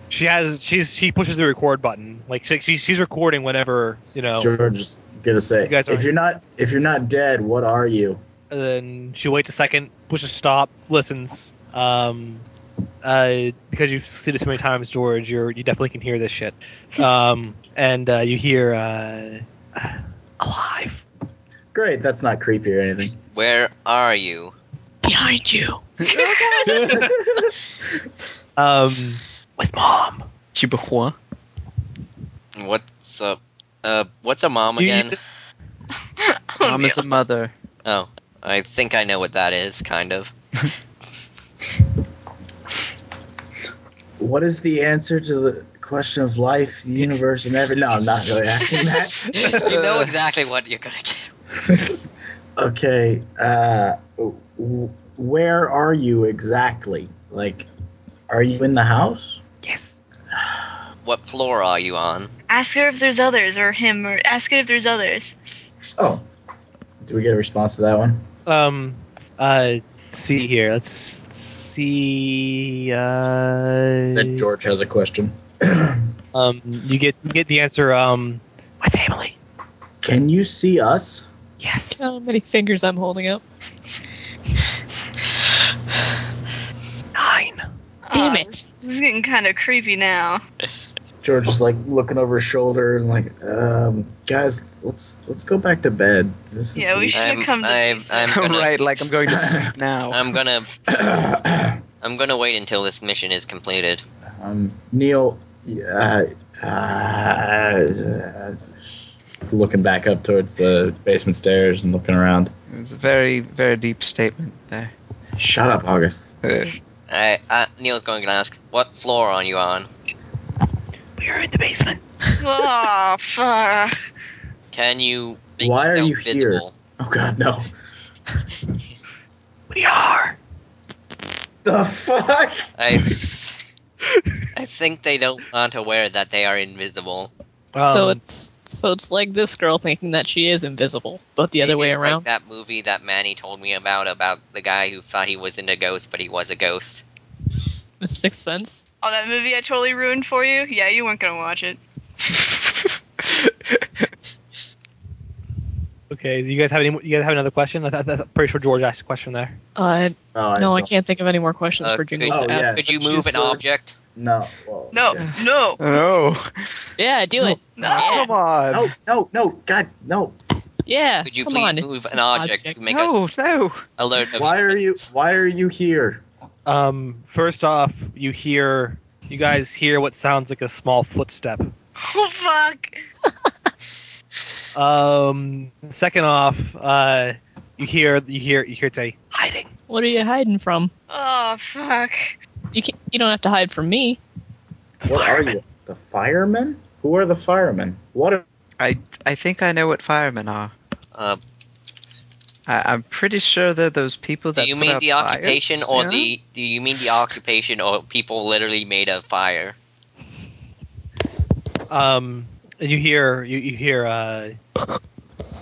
Speaker 2: she has she's she pushes the record button. Like she, she's she's recording whenever you know.
Speaker 1: George is gonna say,
Speaker 2: Oh. You guys are-
Speaker 1: if you're not if you're not dead, what are you?
Speaker 2: And then she waits a second, pushes stop, listens. Um, uh, because you've seen it so many times, George, you're you definitely can hear this shit. Um, and uh, you hear uh, alive.
Speaker 1: Great, that's not creepy or anything.
Speaker 3: Where are you?
Speaker 6: behind you
Speaker 2: Um, with mom.
Speaker 12: Tu bois?
Speaker 3: What's up? Uh, what's a mom again?
Speaker 12: Mom is a mother.
Speaker 3: Oh, I think I know what that is, kind of.
Speaker 1: What is the answer to the question of life, the universe, and everything? No, I'm not really asking that.
Speaker 3: you know exactly what you're gonna get.
Speaker 1: okay, uh, w- where are you exactly? Like, are you in the house?
Speaker 2: Yes.
Speaker 3: What floor are you on?
Speaker 5: Ask her if there's others or him or ask it if there's others.
Speaker 1: Oh, do we get a response to that one?
Speaker 2: Um, uh, let's see here. Let's see. Uh,
Speaker 1: Then George has a question.
Speaker 2: um, you get you get the answer. Um, my family.
Speaker 1: Can you see us?
Speaker 2: Yes.
Speaker 6: how many fingers I'm holding up.
Speaker 2: Nine.
Speaker 6: Damn
Speaker 5: Aw,
Speaker 6: it.
Speaker 5: This is getting kind of creepy now.
Speaker 1: George is like looking over his shoulder and like, um, guys, let's let's go back to bed. This is
Speaker 5: Yeah, we
Speaker 1: weird.
Speaker 5: should have
Speaker 3: I'm-
Speaker 5: come to
Speaker 3: I'm-
Speaker 5: these.
Speaker 3: I'm gonna- Um,
Speaker 12: right, like I'm going to sleep now.
Speaker 3: I'm gonna. I'm gonna wait until this mission is completed.
Speaker 1: Um, Neil, uh, uh, looking back up towards the basement stairs and looking around.
Speaker 12: It's a very very deep statement there.
Speaker 1: Shut up, August.
Speaker 12: Uh,
Speaker 3: Uh, uh, Neil's going to ask, what floor are you on?
Speaker 8: We are in the basement.
Speaker 5: oh, fuck.
Speaker 3: Can you make
Speaker 1: Why are
Speaker 3: yourself
Speaker 1: you here?
Speaker 3: visible?
Speaker 1: Oh God, no.
Speaker 8: We are.
Speaker 1: The fuck?
Speaker 3: I, I think they don't aren't aware that they are invisible.
Speaker 6: so it's so it's like this girl thinking that she is invisible, but the other way
Speaker 3: It's like
Speaker 6: around.
Speaker 3: that movie that Manny told me about about the guy who thought he wasn't a ghost, but he was a ghost.
Speaker 6: The Sixth Sense.
Speaker 5: Oh, that movie I totally ruined for you? Yeah, you weren't gonna watch it.
Speaker 2: Okay, do you guys have any? more- You guys have another question? I th- I th- I'm pretty sure George asked a question there.
Speaker 6: Uh,
Speaker 1: Oh,
Speaker 6: no, I
Speaker 1: don't-
Speaker 6: can't think of any more questions
Speaker 3: Uh,
Speaker 6: for Jingles
Speaker 1: could-
Speaker 6: to
Speaker 1: oh,
Speaker 6: ask.
Speaker 3: Could you
Speaker 1: She
Speaker 3: move an
Speaker 1: says-
Speaker 3: object?
Speaker 1: No. Well,
Speaker 5: No, no,
Speaker 4: Oh.
Speaker 6: Yeah, do it.
Speaker 5: no.
Speaker 12: Come on.
Speaker 1: no, no, no, God, no.
Speaker 6: Yeah.
Speaker 3: Could you
Speaker 6: come
Speaker 3: please
Speaker 6: on, it's
Speaker 3: move
Speaker 6: just
Speaker 3: an object, to make
Speaker 4: no,
Speaker 3: us
Speaker 4: no.
Speaker 3: alert? Of
Speaker 1: Why are you? Why are you here?
Speaker 2: Um, first off, you hear you guys hear what sounds like a small footstep.
Speaker 5: Oh, fuck.
Speaker 2: Um, second off, uh, you hear you hear you hear Teddy.
Speaker 8: Hiding.
Speaker 6: What are you hiding from?
Speaker 5: Oh, fuck.
Speaker 6: You can You don't have to hide from me.
Speaker 1: What are you? The firemen? Who are the firemen? What? Are,
Speaker 4: I I think I know what firemen are.
Speaker 6: Oh,
Speaker 3: Uh,
Speaker 4: I, I'm pretty sure they're those people that.
Speaker 3: do you
Speaker 4: put
Speaker 3: mean
Speaker 4: out
Speaker 3: the occupation
Speaker 4: fires,
Speaker 3: or
Speaker 4: yeah?
Speaker 3: the? Do you mean the occupation or people literally made of fire?
Speaker 2: Um, and you hear you, you hear uh,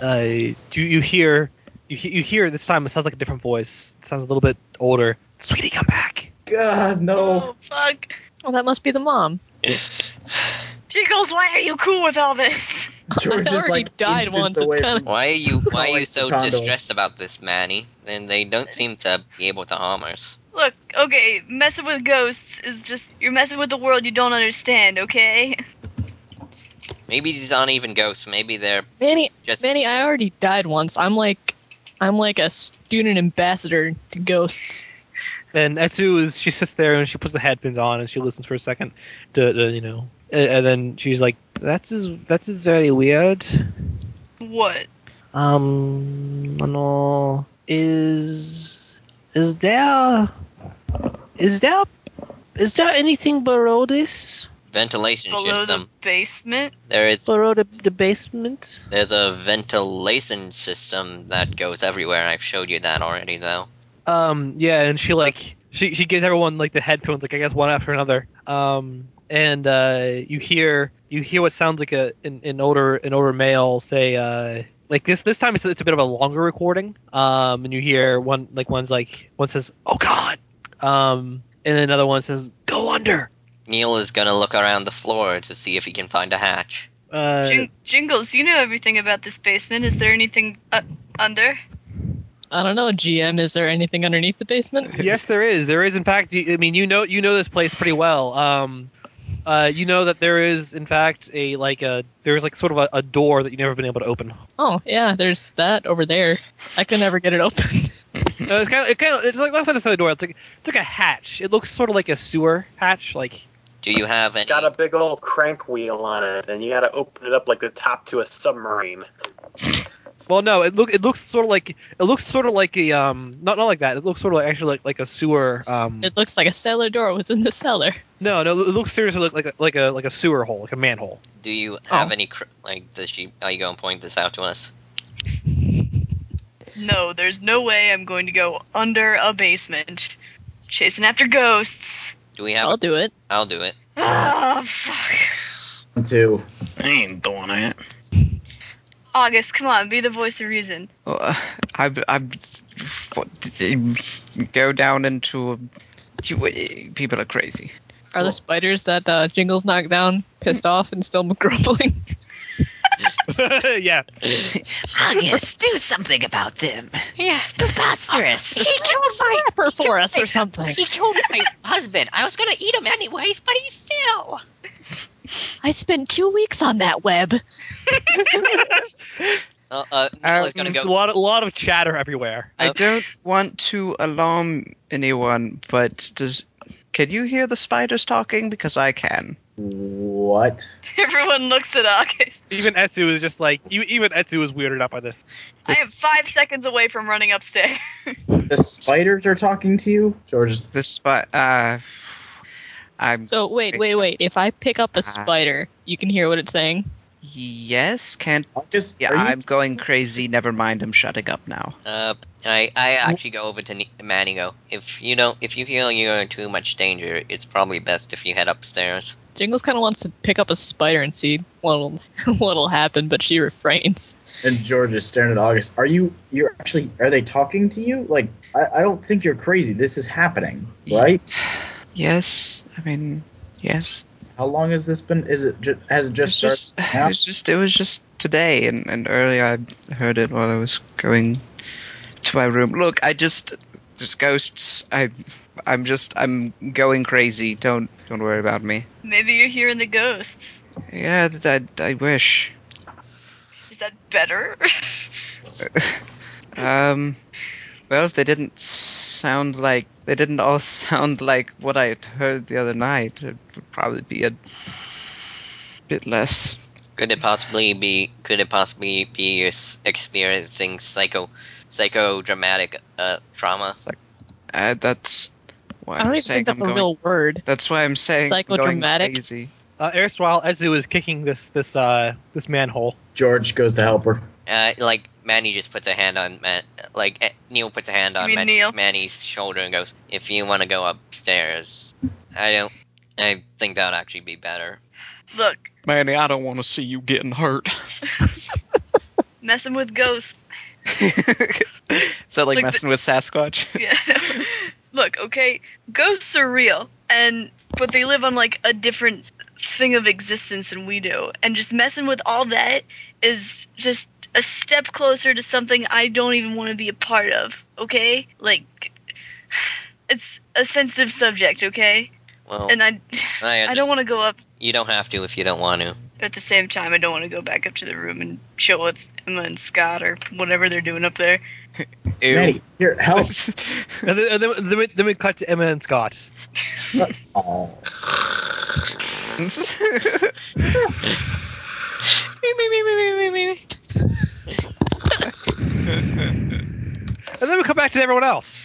Speaker 2: uh, you you hear you, he- you hear this time. It sounds like a different voice. It sounds a little bit older. Sweetie, come back.
Speaker 1: God, no.
Speaker 5: Oh, fuck.
Speaker 6: Well, that must be the mom.
Speaker 5: Jiggles, why are you cool with all this?
Speaker 1: George
Speaker 6: I
Speaker 1: is
Speaker 6: already
Speaker 1: like
Speaker 6: died
Speaker 1: instance
Speaker 6: once, it's
Speaker 1: away
Speaker 6: kinda-
Speaker 1: from.
Speaker 3: Why are you? Why
Speaker 1: Like
Speaker 3: are you
Speaker 1: the
Speaker 3: so
Speaker 1: condor.
Speaker 3: distressed about this, Manny? And they don't seem to be able to harm us.
Speaker 5: Look, okay, messing with ghosts is just you're messing with the world you don't understand, okay?
Speaker 3: Maybe these aren't even ghosts. Maybe they're
Speaker 6: Manny,
Speaker 3: just.
Speaker 6: Manny, I already died once. I'm like, I'm like a student ambassador to ghosts.
Speaker 2: And Etsu is she sits there and she puts the headpins on and she listens for a second to, to you know, and, and then she's like, "That's is that's is very weird."
Speaker 5: What?
Speaker 2: Um, no, is is there is there is there anything below this
Speaker 3: ventilation
Speaker 5: Below
Speaker 3: system.
Speaker 5: the basement?
Speaker 3: There is
Speaker 2: below the, the basement?
Speaker 3: there's a ventilation system that goes everywhere. I've showed you that already, though.
Speaker 2: Um, yeah, and she like she she gives everyone like the headphones, like I guess one after another. Um, and uh, you hear you hear what sounds like a an, an older an older male say uh. Like this, this time it's, it's a bit of a longer recording, um, and you hear one like one's like one says, "Oh God," um, and then another one says, "Go under."
Speaker 3: Neil is gonna look around the floor to see if he can find a hatch.
Speaker 2: Uh,
Speaker 5: Jing- Jingles, you know everything about this basement. Is there anything uh, under?
Speaker 6: I don't know, GM. Is there anything underneath the basement?
Speaker 2: yes, there is. There is, in fact. you- I mean, you know, you know this place pretty well. Um, uh, you know that there is, in fact, a like a there is like sort of a, a door that you've never been able to open.
Speaker 6: Oh, yeah. There's that over there. I could never get it open.
Speaker 2: No, it's kind of, it kind of, it's like that's not necessarily a door. It's like it's like a hatch. It looks sort of like a sewer hatch. Like
Speaker 3: Do you have any?
Speaker 10: Got a big old crank wheel on it, and you got to open it up like the top to a submarine.
Speaker 2: Well, no, it look it looks sort of like it looks sort of like a um not not like that. It looks sort of like actually like, like a sewer um
Speaker 6: It looks like a cellar door within the cellar.
Speaker 2: no no it looks seriously like like a, like a like a sewer hole like a manhole.
Speaker 3: Do you have
Speaker 10: Oh.
Speaker 3: any? Cr- like, does she? Are you gonna point this out to us?
Speaker 5: No, there's no way I'm going to go under a basement. Chasing after ghosts.
Speaker 3: Do we have?
Speaker 6: I'll do it.
Speaker 3: I'll do it.
Speaker 5: Oh, fuck.
Speaker 1: Two.
Speaker 12: I ain't doing it.
Speaker 5: August, come on, be the voice of reason.
Speaker 4: Well, uh, I, I go down into. you- uh, People are crazy.
Speaker 6: Are the spiders that uh, Jingles knocked down pissed off and still grumbling?
Speaker 2: yeah.
Speaker 11: August, do something about them.
Speaker 3: Yes.
Speaker 11: Preposterous.
Speaker 3: He killed my
Speaker 6: Pepper for us or something.
Speaker 3: killed my husband. I was gonna eat him anyways, but he still.
Speaker 6: I spent two weeks on that web.
Speaker 3: Uh, uh, Neil is gonna
Speaker 4: Um,
Speaker 2: Just a
Speaker 3: go.
Speaker 2: lot a lot of chatter everywhere.
Speaker 4: I
Speaker 3: Oh.
Speaker 4: don't want to alarm anyone, but does. Can you hear the spiders talking? Because I can.
Speaker 1: What?
Speaker 5: Everyone looks at August.
Speaker 2: Even Etsu is just like e- even Etsu was weirded out by this.
Speaker 5: I am five seconds away from running upstairs.
Speaker 1: The spiders are talking to you? George is
Speaker 4: the spot. Uh, I'm
Speaker 6: So wait, wait, wait. If I pick up a spider, you can hear what it's saying.
Speaker 4: yes, can't.
Speaker 1: Just,
Speaker 4: yeah, I'm going crazy. Never mind. I'm shutting up now.
Speaker 3: Uh, I I actually go over to Ni- Manny. Go if you don't if you feel you're in too much danger, it's probably best if you head upstairs.
Speaker 6: Jingles kind of wants to pick up a spider and see what'll what'll happen, but she refrains.
Speaker 1: And George is staring at August. Are you? You're actually? Are they talking to you? Like, I, I don't think you're crazy. This is happening, right?
Speaker 4: Yes. I mean, yes.
Speaker 1: How long has this been? Is it? Ju- has it just
Speaker 4: It's
Speaker 1: started?
Speaker 4: just, it was just, it was just today, and, and earlier I heard it while I was going to my room. Look, I just, there's ghosts. I, I'm just, I'm going crazy. Don't, don't worry about me.
Speaker 5: Maybe you're hearing the ghosts.
Speaker 4: Yeah, th- I, I wish.
Speaker 5: Is that better?
Speaker 4: Um, well, if they didn't sound like they didn't all sound like what I had heard the other night, it would probably be a bit less.
Speaker 3: Could it possibly be? Could it possibly be you're s- experiencing psycho psychodramatic uh, trauma?
Speaker 4: Uh, that's why
Speaker 6: I don't
Speaker 4: am
Speaker 6: even
Speaker 4: saying
Speaker 6: think that's
Speaker 4: I'm
Speaker 6: a
Speaker 4: going,
Speaker 6: real word.
Speaker 4: That's why I'm saying I'm going
Speaker 6: Psychodramatic?
Speaker 4: crazy.
Speaker 2: Uh, erstwhile, Etsu is kicking this this uh this manhole.
Speaker 1: George goes to help her.
Speaker 3: Uh, like Manny just puts a hand on Man, like eh, Neil puts a hand on
Speaker 5: mean
Speaker 3: Man-
Speaker 5: Neil?
Speaker 3: Manny's shoulder and goes, "If you want to go upstairs, I don't. I think that would actually be better."
Speaker 5: Look,
Speaker 4: Manny, I don't want to see you getting hurt.
Speaker 5: messing with ghosts.
Speaker 4: Is that like,
Speaker 5: Like the-
Speaker 4: messing with Sasquatch?
Speaker 5: Yeah. Look, okay, ghosts are real, and but they live on like a different thing of existence than we do, and just messing with all that is just a step closer to something I don't even want to be a part of. Okay, like it's a sensitive subject. Okay,
Speaker 3: Well,
Speaker 5: and I
Speaker 3: I,
Speaker 5: I don't want to go up.
Speaker 3: You don't have to if you don't want to.
Speaker 5: At the same time, I don't want to go back up to the room and chill with Emma and Scott or whatever they're doing up there.
Speaker 1: Manny, here, help.
Speaker 2: And then, and then, then, we, then we cut to Emma and Scott.
Speaker 1: oh.
Speaker 2: And then we come back to everyone else.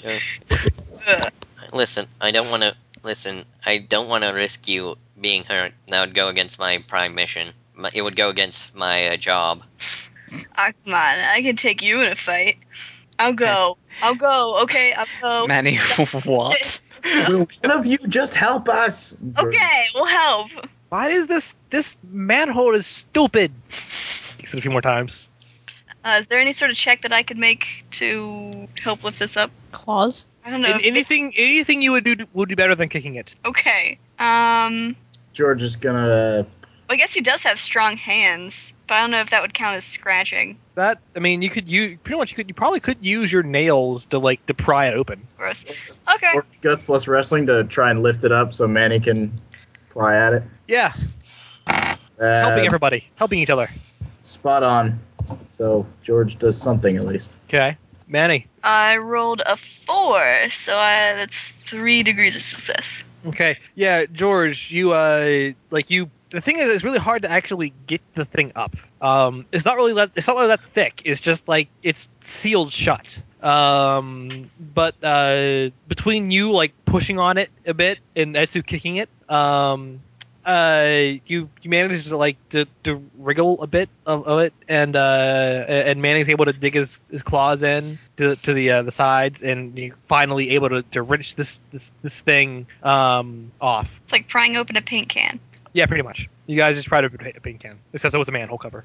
Speaker 3: Just- listen, I don't want to. Listen, I don't want to risk you being hurt. That would go against my prime mission. My- It would go against my uh, job.
Speaker 5: Ah, come on, I can take you in a fight. I'll go. I'll go. Okay, I'll go.
Speaker 4: Manny, what?
Speaker 1: Will one of you just help us?
Speaker 5: Okay, we'll help.
Speaker 2: Why is this this manhole is stupid? Kicks it a few more times.
Speaker 5: Uh, is there any sort of check that I could make to help lift this up?
Speaker 6: Claws.
Speaker 5: I don't know.
Speaker 2: And
Speaker 5: if-
Speaker 2: anything anything you would do would do better than kicking it.
Speaker 5: okay. Um,
Speaker 1: George is gonna.
Speaker 5: I guess he does have strong hands, but I don't know if that would count as scratching.
Speaker 2: That I mean, you could you pretty much you could you probably could use your nails to like to pry it open.
Speaker 5: Gross. Okay.
Speaker 1: Work guts plus wrestling to try and lift it up so Manny can pry at it.
Speaker 2: Yeah,
Speaker 1: Uh,
Speaker 2: helping everybody, helping each other.
Speaker 1: Spot on. So George does something at least.
Speaker 2: Okay, Manny.
Speaker 5: I rolled a four, so I, that's three degrees of success.
Speaker 2: Okay, yeah, George, you uh, like you. The thing is, it's really hard to actually get the thing up. Um, it's not really that. It's not really that thick. It's just like it's sealed shut. Um, but uh, between you like pushing on it a bit and Etsu kicking it, um, uh, you you manage to like to, to wriggle a bit of, of it, and uh, and Manning's able to dig his, his claws in to, to the uh, the sides, and you finally able to, to wrench this this this thing um, off.
Speaker 5: It's like prying open a paint can.
Speaker 2: Yeah, pretty much. You guys just tried to put a paint can, except it was a manhole cover.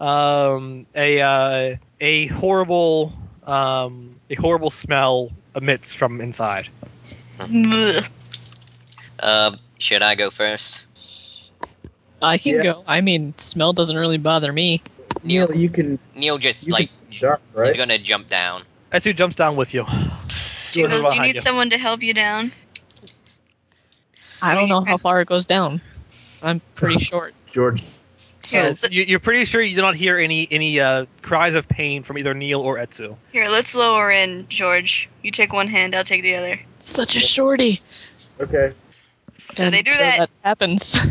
Speaker 2: Um, a uh, a horrible um, a horrible smell emits from inside.
Speaker 5: Blech.
Speaker 3: Uh, should I go first?
Speaker 6: I can
Speaker 1: Yeah.
Speaker 6: go. I mean, smell doesn't really bother me.
Speaker 1: Neil, you can.
Speaker 3: Neil just
Speaker 1: You
Speaker 3: like
Speaker 1: can jump,
Speaker 3: he's
Speaker 1: right?
Speaker 3: gonna jump down.
Speaker 2: Etsu jumps down with you. George is
Speaker 5: Jingles, you
Speaker 2: behind
Speaker 5: need
Speaker 2: you.
Speaker 5: someone to help you down.
Speaker 6: I don't know how far it goes down. I'm pretty short.
Speaker 1: George.
Speaker 6: So
Speaker 5: Yeah,
Speaker 2: Yes, you, you're pretty sure you do not hear any any uh, cries of pain from either Neil or Etsu.
Speaker 5: Here, let's lower in, George. You take one hand, I'll take the other.
Speaker 6: such a shorty.
Speaker 1: Okay.
Speaker 5: So they
Speaker 2: And
Speaker 5: do
Speaker 2: so
Speaker 5: that.
Speaker 2: that
Speaker 6: happens.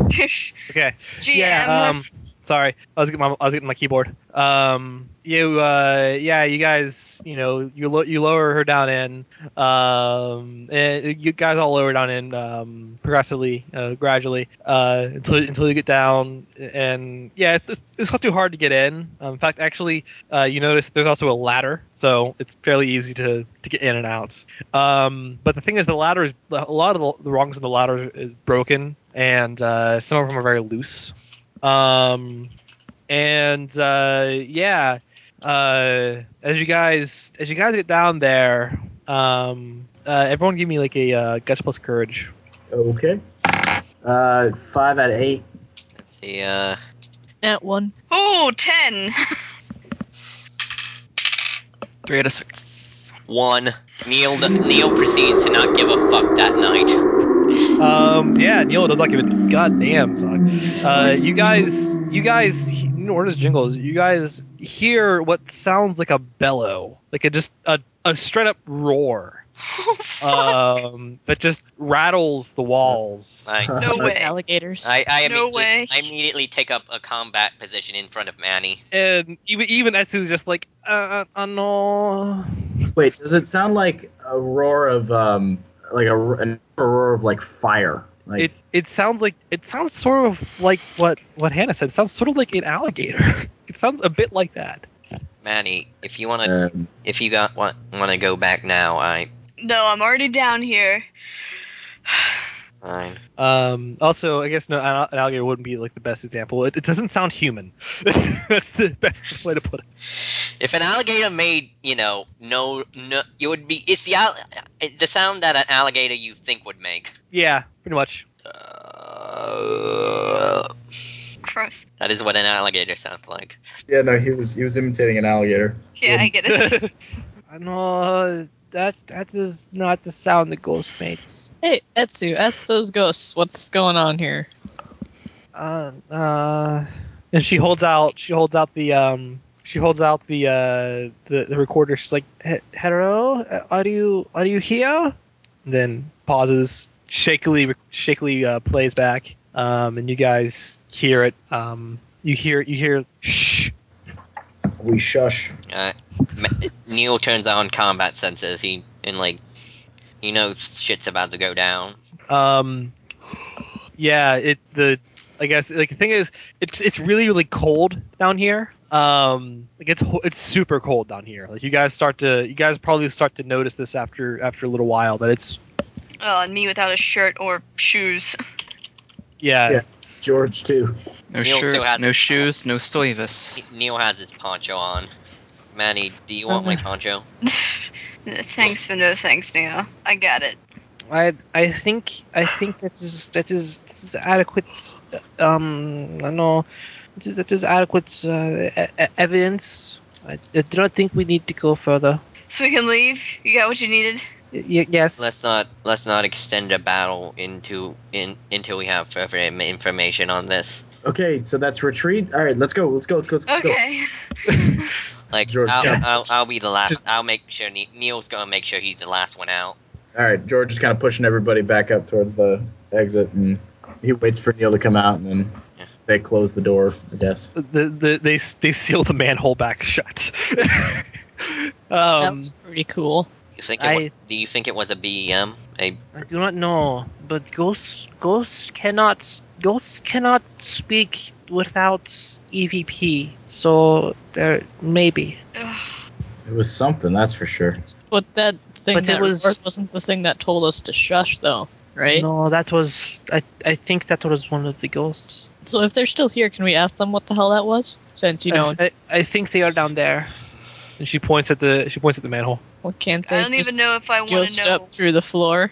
Speaker 2: Okay.
Speaker 5: GM.
Speaker 2: Yeah. Um, sorry, I was getting my I was getting my keyboard. Um, you uh, yeah, you guys, you know, you lo- you lower her down in. Um, and you guys all lower down in um, progressively, uh, gradually, uh, until until you get down. And yeah, it's, it's not too hard to get in. Um, in fact, actually, uh, you notice there's also a ladder, so it's fairly easy to to get in and out. Um, but the thing is, the ladder is a lot of the, the rungs in the ladder is broken, and uh, some of them are very loose. Um, and uh, yeah, uh, as you guys as you guys get down there, um, uh, everyone give me like a uh, guts plus courage.
Speaker 1: Okay. Uh, five out of eight.
Speaker 3: Yeah.
Speaker 6: At one.
Speaker 5: Ooh, ten.
Speaker 3: Three out of six. One. Neil Neil proceeds to not give a fuck that night.
Speaker 2: Um, yeah, Neil does not give a goddamn fuck. Uh, you guys, you guys, he- nor does Jingles. You guys hear what sounds like a bellow, like a just a, a straight up roar. um, that just rattles the walls.
Speaker 3: Like,
Speaker 6: Alligators.
Speaker 3: I, I,
Speaker 6: No
Speaker 3: immediately, I immediately take up a combat position in front of Manny.
Speaker 2: And even even Etsu's just like, uh, uh no.
Speaker 1: Wait, does it sound like a roar of um, like a, an- a roar of like fire? Like
Speaker 2: It it sounds like it sounds sort of like what what Hannah said. It sounds sort of like an alligator. it sounds a bit like that.
Speaker 3: Manny, if you want to,
Speaker 1: um,
Speaker 3: if you got want want to go back now, I
Speaker 5: No, I'm already down here.
Speaker 3: fine.
Speaker 2: Um, also, I guess no, an an alligator wouldn't be like the best example. It, it doesn't sound human. That's the best way to put it.
Speaker 3: If an alligator made, you know, no, no, it would be. It's the al- it- the sound that an alligator you think would make.
Speaker 2: Yeah, pretty much.
Speaker 3: Uh,
Speaker 5: Gross.
Speaker 3: that is what an alligator sounds like.
Speaker 1: yeah, no, he was he was imitating an alligator.
Speaker 5: Yeah, I get it.
Speaker 8: No, that's that is not the sound the ghost makes.
Speaker 6: Hey, Etsu, ask those ghosts what's going on here.
Speaker 2: Uh, uh, and she holds out. She holds out the um. She holds out the uh the, the recorder. She's like, "He- "Hello, Uh, are you are you here?" Then pauses, shakily shakily uh, plays back. Um, and you guys hear it. Um, you hear you hear shh.
Speaker 1: We shush.
Speaker 3: Uh, Ma- Neil turns on combat sensors. He and like, he knows shit's about to go down.
Speaker 2: Um, yeah, it the I guess like the thing is it's it's really really cold down here. Um, like it's ho- it's super cold down here. Like you guys start to you guys probably start to notice this after after a little while that it's
Speaker 5: Oh, and me without a shirt or shoes.
Speaker 2: yeah.
Speaker 1: Yeah, George too.
Speaker 4: No
Speaker 3: Neil still
Speaker 4: shirt,
Speaker 3: has-
Speaker 4: no shoes, no soivas.
Speaker 3: Neil has his poncho on. Manny, do you want my poncho?
Speaker 5: Thanks for no thanks, Neil. I got it.
Speaker 8: I I think I think that is that is, that is adequate. Um, no, that is- that is adequate uh, e- e- evidence. I, I do not think we need to go further.
Speaker 5: So we can leave. You got what you needed.
Speaker 8: Y- y- yes.
Speaker 3: Let's not let's not extend a battle into in until we have further im- information on this.
Speaker 1: Okay, so that's retreat. All right, let's go. Let's go. Let's go. Let's go.
Speaker 5: Okay.
Speaker 3: Like
Speaker 1: George,
Speaker 3: I'll,
Speaker 1: yeah.
Speaker 3: I'll, I'll be the last. I'll make sure Ne- Neil's gonna make sure he's the last one out.
Speaker 1: All right, George is kind of pushing everybody back up towards the exit, and he waits for Neil to come out, and then they close the door. I guess.
Speaker 2: The, the, they they seal the manhole back shut. um,
Speaker 6: That's pretty cool.
Speaker 3: You think? It
Speaker 8: I-
Speaker 3: wa- do you think it was a E BEM? A
Speaker 8: I do not know, but ghosts ghosts cannot ghosts cannot speak without EVP. So there maybe.
Speaker 1: It was something, that's for sure.
Speaker 6: But that thing
Speaker 8: But it
Speaker 6: that
Speaker 8: was-
Speaker 6: was... wasn't the thing that told us to shush, though, right?
Speaker 8: No, that was I I think that was one of the ghosts.
Speaker 6: So if they're still here, can we ask them what the hell that was? Since you
Speaker 8: I-
Speaker 6: know,
Speaker 8: I, I think they are down there.
Speaker 2: and she points at the she points at the manhole.
Speaker 6: well, can't they
Speaker 5: I don't even
Speaker 6: just
Speaker 5: know if I want
Speaker 6: ghost
Speaker 5: to know.
Speaker 6: up through the floor?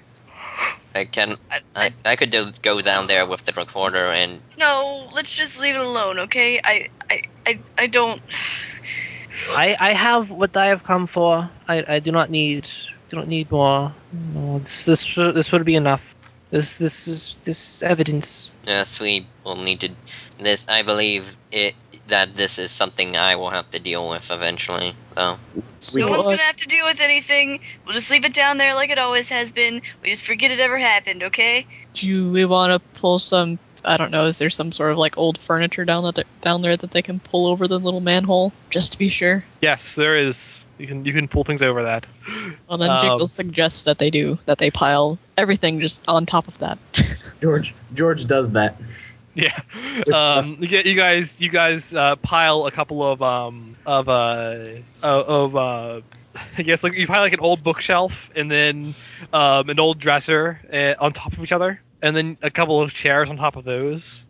Speaker 3: I can I, I could do, go down there with the recorder and
Speaker 5: No, let's just leave it alone, okay? I I I, I don't.
Speaker 8: I I have what I have come for. I I do not need do not need more. No, this this will- this would be enough. This this is this is evidence.
Speaker 3: yes we will need to this I believe it that this is something I will have to deal with eventually. So
Speaker 5: no one's gonna have to deal with anything. We'll just leave it down there like it always has been. We just forget it ever happened, okay?
Speaker 6: Do you, we want to pull some? I don't know. Is there some sort of like old furniture down the, down there that they can pull over the little manhole just to be sure?
Speaker 2: Yes, there is. You can you can pull things over that.
Speaker 6: Well, then
Speaker 2: Um,
Speaker 6: Jiggles suggests that they do that they pile everything just on top of that.
Speaker 1: George George does that.
Speaker 2: Yeah. Um, you, get- you guys, you guys uh, pile a couple of um, of uh, of of, uh, I guess like you pile like an old bookshelf and then um, an old dresser uh, on top of each other, and then a couple of chairs on top of those.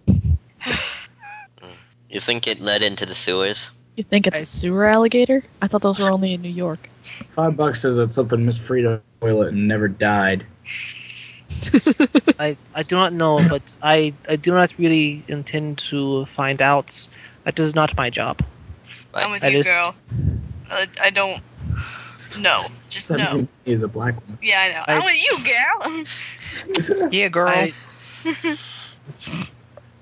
Speaker 3: you think it led into the sewers?
Speaker 6: You think it's a sewer alligator? I thought those were only in New York.
Speaker 8: Mm.
Speaker 1: Five bucks says it's something Miss Frida toilet and never died.
Speaker 8: I, I do not know, but I, I do not really intend to find out. That is not my job.
Speaker 5: I'm with
Speaker 8: I
Speaker 5: you,
Speaker 8: just-
Speaker 5: girl. I, I don't. No, just no.
Speaker 1: He's a black one.
Speaker 5: Yeah, I know. I, am with you, girl.
Speaker 12: Yeah, girl.
Speaker 8: I-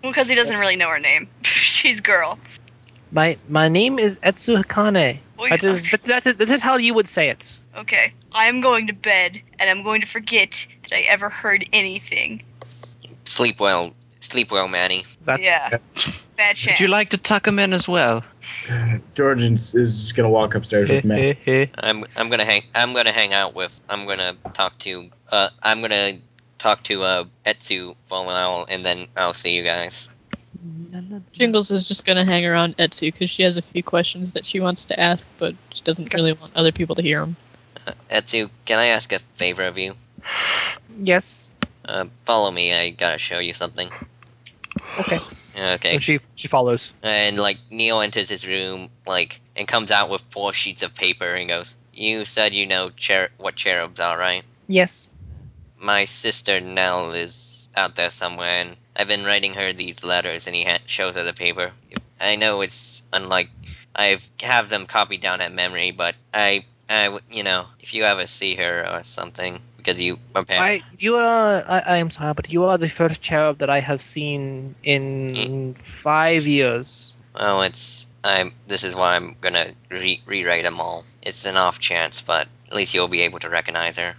Speaker 5: well, because he doesn't really know her name. She's girl.
Speaker 8: My my name is Etsu Hakane.
Speaker 5: Well,
Speaker 8: That
Speaker 5: yeah.
Speaker 8: is that, that, that is how you would say it.
Speaker 5: Okay. I'm going to bed, and I'm going to forget that I ever heard anything.
Speaker 3: Sleep well, sleep well, Manny.
Speaker 5: yeah. Bad
Speaker 12: Would
Speaker 5: chance.
Speaker 12: you like to tuck him in as well?
Speaker 1: George is, is just gonna walk upstairs with me.
Speaker 3: I'm I'm gonna hang I'm gonna hang out with I'm gonna talk to uh I'm gonna talk to uh Etsu for a while and then I'll see you guys.
Speaker 6: Jingles is just going to hang around Etsu because she has a few questions that she wants to ask, but she doesn't really want other people to hear them.
Speaker 3: Uh, Etsu, can I ask a favor of you?
Speaker 8: Yes.
Speaker 3: Uh, follow me. I gotta show you something.
Speaker 8: Okay.
Speaker 3: Okay.
Speaker 2: And she she follows.
Speaker 3: And like Neil enters his room, like, and comes out with four sheets of paper and goes, "You said you know cher- what cherubs are, right?
Speaker 8: Yes.
Speaker 3: My sister Nell is out there somewhere, and I've been writing her these letters." And he ha- shows her the paper. I know it's unlike I've have them copied down at memory, but I, I, w- you know, if you ever see her or something, because you,
Speaker 8: I you are I, I am sorry, but you are the first cherub that I have seen in five years.
Speaker 3: Oh, it's I'm. This is why I'm gonna re- rewrite them all. It's an off chance, but at least you'll be able to recognize her.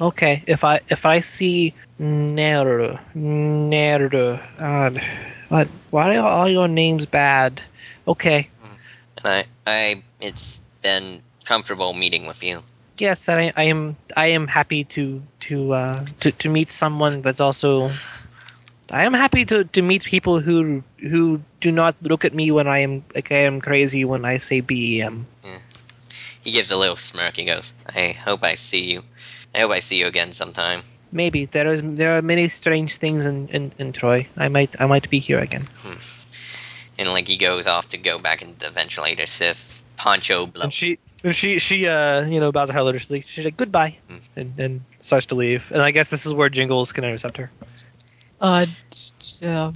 Speaker 8: Okay, if I if I see Neru Neru, God, uh, what? Why are all your names bad? Okay,
Speaker 3: And I, I, it's been comfortable meeting with you.
Speaker 8: yes, I, I am I am happy to to uh to, to meet someone, but also I am happy to, to meet people who who do not look at me when I am like I am crazy when I say E BEM.
Speaker 3: He gives a little smirk. He goes, "I hope I see you. I hope I see you again sometime."
Speaker 8: Maybe there is there are many strange things in, in, in Troy. I might I might be here again.
Speaker 3: And like he goes off to go back into the ventilator. Sif, Poncho blow.
Speaker 2: And she and she she uh you know bows her head low. She's like she's like goodbye, and and starts to leave. And I guess this is where Jingles can intercept her.
Speaker 6: Uh, j- j- uh,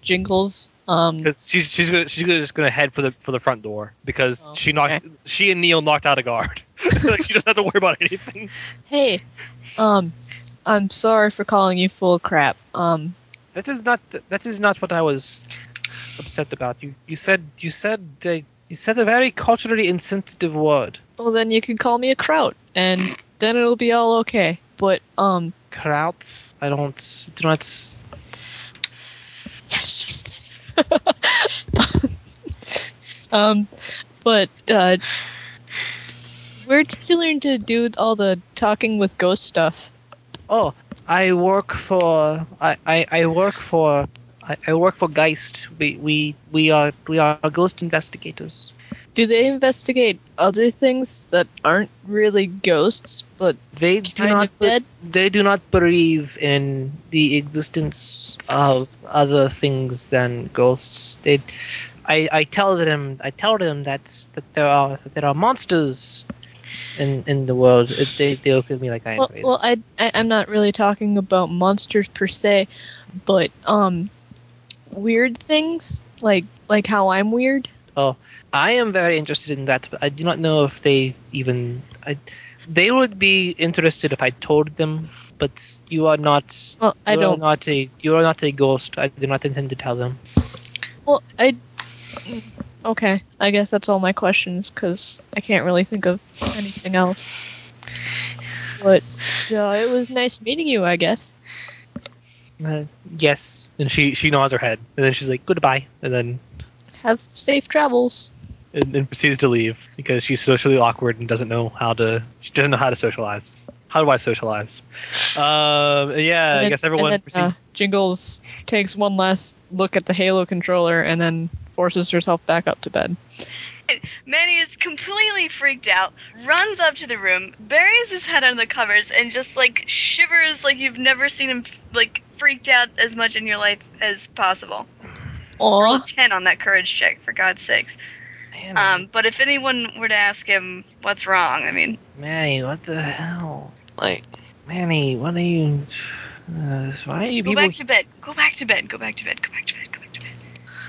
Speaker 6: Jingles. Um,
Speaker 2: because she's she's gonna, she's gonna, just gonna head for the for the front door because she knocked she and Neil knocked out a guard. like she doesn't have to worry about anything.
Speaker 6: hey, um, I'm sorry for calling you full of crap. Um,
Speaker 8: That is not that is not what I was upset about. You you said you said uh, you said a very culturally insensitive word.
Speaker 6: well then you can call me a kraut, and then it'll be all okay. But um,
Speaker 8: Kraut. I don't do not. s-
Speaker 6: um, but uh, where did you learn to do all the talking with ghost stuff?
Speaker 8: Oh, I work for I, I, I work for I, I work for Geist. We we we are we are ghost investigators.
Speaker 6: Do they investigate other things that aren't really ghosts, but
Speaker 8: They do
Speaker 6: Kind
Speaker 8: not
Speaker 6: of dead?
Speaker 8: they do not believe in the existence of other things than ghosts. They, I, I tell them I tell them that that there are that there are monsters in in the world. They they look at me like I am
Speaker 6: well,
Speaker 8: crazy.
Speaker 6: well I, I I'm not really talking about monsters per se, but um, weird things like like how I'm weird.
Speaker 8: Oh, I am very interested in that, but I do not know if they even. I, they would be interested if I told them, but you are not.
Speaker 6: Well, I
Speaker 8: you are
Speaker 6: don't.
Speaker 8: Not a, you are not a ghost. I do not intend to tell them.
Speaker 6: Well, I Okay, I guess that's all my questions because I can't really think of anything else. But uh, it was nice meeting you, I guess.
Speaker 2: Uh, yes. And she she nods her head, and then she's like goodbye, and then
Speaker 6: Have safe travels.
Speaker 2: and, and proceeds to leave because she's socially awkward and doesn't know how to she doesn't know how to socialize. How do I socialize? Um, yeah,
Speaker 6: And
Speaker 2: I
Speaker 6: then-
Speaker 2: guess everyone
Speaker 6: and then, uh,
Speaker 2: proceeds
Speaker 6: Jingles takes one last look at the Halo controller and then forces herself back up to bed.
Speaker 5: Manny is completely freaked out, runs up to the room, buries his head under the covers, and just like shivers like you've never seen him like freaked out as much in your life as possible. Roll a
Speaker 6: Aw.
Speaker 5: ten on that courage check, for God's sakes. Um, but if anyone were to ask him what's wrong, I mean,
Speaker 8: Manny, what the hell?
Speaker 3: Like,
Speaker 8: Manny, what are you? Uh, why are you
Speaker 5: go
Speaker 8: people?
Speaker 5: back to bed. Go back to bed. Go back to bed. Go back to bed. Go back to bed.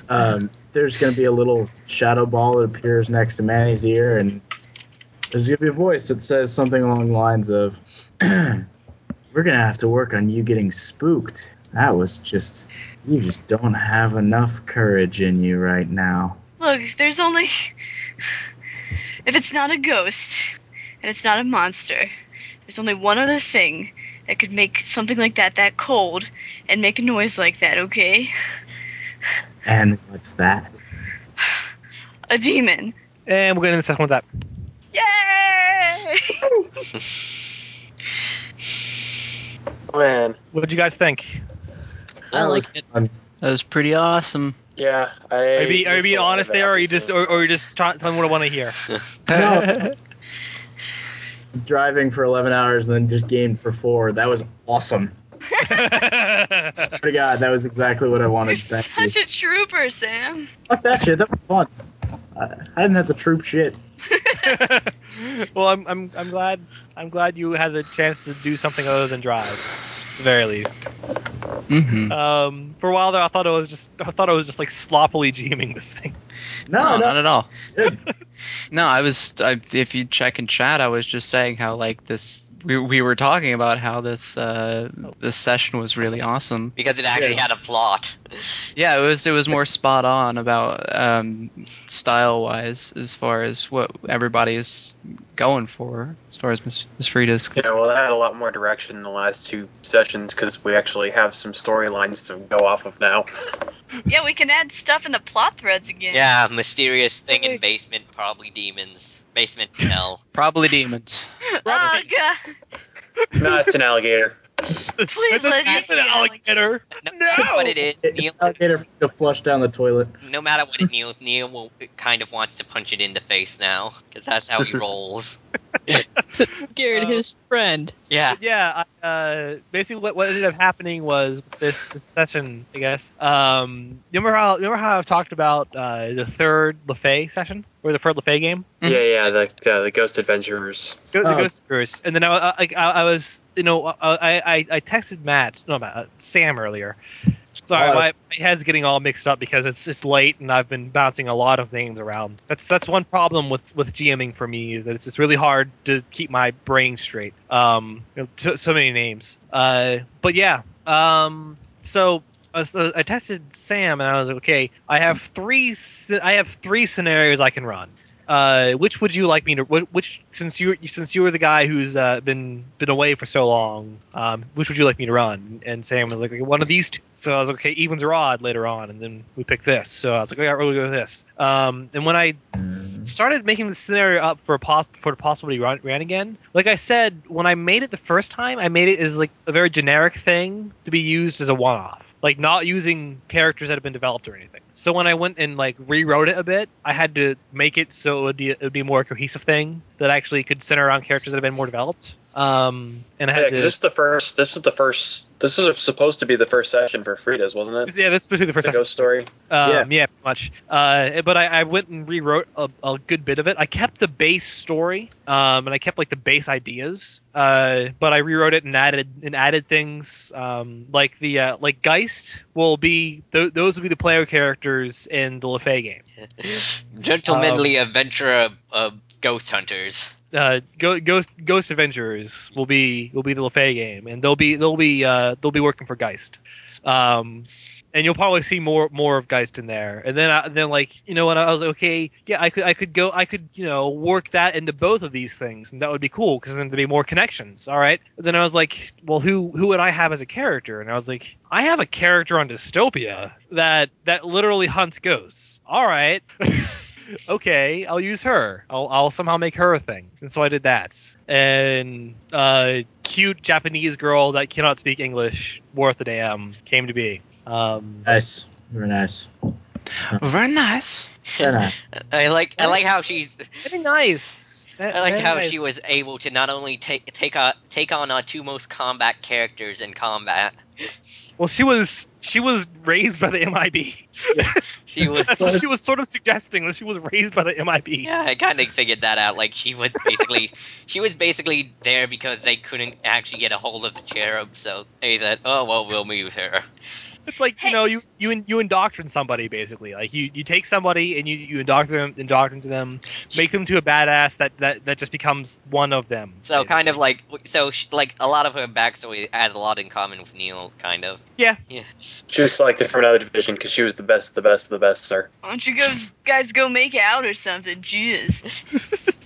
Speaker 1: Um, there's going to be a little shadow ball that appears next to Manny's ear, and there's going to be a voice that says something along the lines of, "We're going to have to work on you getting spooked. That was just, you just don't have enough courage in you right now."
Speaker 5: Look, there's only. If it's not a ghost, and it's not a monster, there's only one other thing that could make something like that that cold and make a noise like that, okay?
Speaker 1: And what's that?
Speaker 5: A demon.
Speaker 2: And we're going to second with that.
Speaker 5: Yay!
Speaker 10: Man,
Speaker 2: What did you guys think?
Speaker 6: I liked it.
Speaker 12: That was pretty awesome.
Speaker 10: yeah. I
Speaker 2: Are you, be- are you being honest there, or are you just or, or are you just try- telling me what I want to hear?
Speaker 1: No. Driving for 11 hours and then just gamed for four. That was awesome. Swear to God, that was exactly what I wanted. Thank you.
Speaker 5: Such a trooper, Sam.
Speaker 1: Fuck that shit. That was fun. I, I didn't have to troop shit.
Speaker 2: well, I'm, I'm I'm glad I'm glad you had the chance to do something other than drive, at the very least.
Speaker 12: Mm-hmm.
Speaker 2: Um, for a while there, I thought I was just I thought I was just like sloppily GMing this thing.
Speaker 1: No, no.
Speaker 12: not at all.
Speaker 1: Good.
Speaker 12: No, I was. I, if you check in chat, I was just saying how like this. We, we were talking about how this uh, this session was really awesome.
Speaker 3: because it actually
Speaker 1: Yeah.
Speaker 3: had a plot.
Speaker 12: Yeah, it was. It was more spot on about um, style wise as far as what everybody's going for as far as Miss, Miss Frida's concerned.
Speaker 10: Yeah, well, that had a lot more direction in the last two sessions because we actually have some storylines to go off of now.
Speaker 5: Yeah, we can add stuff in the plot threads again.
Speaker 3: Yeah, mysterious thing in basement, probably demons. Basement hell.
Speaker 12: Probably demons.
Speaker 5: Oh, God.
Speaker 10: no, it's an alligator.
Speaker 5: Please let it be.
Speaker 2: alligator.
Speaker 3: No, that's what it is. Neil,
Speaker 1: It's alligator to flush down the toilet.
Speaker 3: no matter what it Neil, Neil will, kind of wants to punch it in the face now because that's how he rolls.
Speaker 6: So it scared
Speaker 2: Oh.
Speaker 6: his friend.
Speaker 3: Yeah,
Speaker 2: yeah, I, uh, basically what, what ended up happening was this, this session, I guess. Um, you remember how remember how I've talked about uh, the third Lefay session or the third Lefay game?
Speaker 10: Yeah, yeah, the uh, the Ghost Adventurers.
Speaker 2: Go,
Speaker 1: Oh.
Speaker 2: The Ghost Brewers. And then I, wa- I, I, I was, you know, I, I, I texted Matt, no, Matt, uh, Sam earlier. Sorry,
Speaker 1: Oh.
Speaker 2: my, my head's getting all mixed up because it's it's late and I've been bouncing a lot of names around. That's that's one problem with, with GMing for me is that it's, it's really hard to keep my brain straight. Um, you know, t- so many names. Uh, but yeah. Um, so I, was, uh, I tested Sam and I was like, okay, I have three sce- I have three scenarios I can run. Uh, which would you like me to? wh- Which since you since you were the guy who's uh, been been away for so long, um, which would you like me to run? And Sam was like, "Okay, one of these. Two. So I was like, okay, evens or odd later on, and then we picked this. So I was like, okay, we'll go with this. Um, and when I started making the scenario up for a poss- for possibly run- ran again. Like I said, when I made it the first time, I made it as like a very generic thing to be used as a one off, like not using characters that have been developed or anything. So when I went and like rewrote it a bit, I had to make it so it would be, it would be more cohesive thing that actually could center around characters that have been more developed. Um, and I
Speaker 10: Yeah,
Speaker 2: had
Speaker 10: 'cause
Speaker 2: to.
Speaker 10: this is the first. This was the first. This was supposed to be the first session for Frida's, wasn't it?
Speaker 2: yeah, this was the first
Speaker 10: The
Speaker 2: time.
Speaker 10: ghost story.
Speaker 2: Um,
Speaker 1: Yeah.
Speaker 2: yeah. pretty much. Uh, but I, I went and rewrote a, a good bit of it. I kept the base story, um, and I kept like the base ideas. Uh, but I rewrote it and added and added things um, like the uh, like Geist will be th- those will be the player characters in the Lefay game.
Speaker 3: gentlemanly adventurer of ghost hunters.
Speaker 2: Uh, Go- Ghost Ghost Adventurers will be will be the Lefay game, and they'll be they'll be uh, they'll be working for Geist. Um, and you'll probably see more more of Geist in there. And then I, then like you know when I was like, okay, yeah, I could I could go I could you know work that into both of these things, and that would be cool because then there'd be more connections. All right. And then I was like, well, who who would I have as a character? And I was like, I have a character on Dystopia that that literally hunts ghosts. All right. okay, I'll use her. I'll, I'll somehow make her a thing. And so I did that. And uh, cute Japanese girl that cannot speak English, worth a damn, came to be. Um,
Speaker 1: nice. Very nice.
Speaker 4: Very nice.
Speaker 1: Very nice.
Speaker 3: I like I like how she
Speaker 2: Very nice.
Speaker 3: I like how she was able to not only take take on take on our two most combat characters in combat.
Speaker 2: Well, she was she was raised by the MIB.
Speaker 3: She was
Speaker 2: That's what she was sort of suggesting that she was raised by the MIB.
Speaker 3: yeah, I kind of figured that out. Like she was basically she was basically there because they couldn't actually get a hold of the cherub, so they said, "Oh well, we'll move her."
Speaker 2: It's like you know you you in- you indoctrinate somebody basically. Like you, you take somebody and you you indoctrinate them, indoctrinate them, make them to a badass that that that just becomes one of them.
Speaker 3: So kind of like so she, like a lot of her backstory had a lot in common with Neil, kind of.
Speaker 2: Yeah.
Speaker 3: Yeah.
Speaker 9: She was selected from another division because she was the best, of the best of the best, sir.
Speaker 5: Why don't you go, guys go make out or something? Jeez.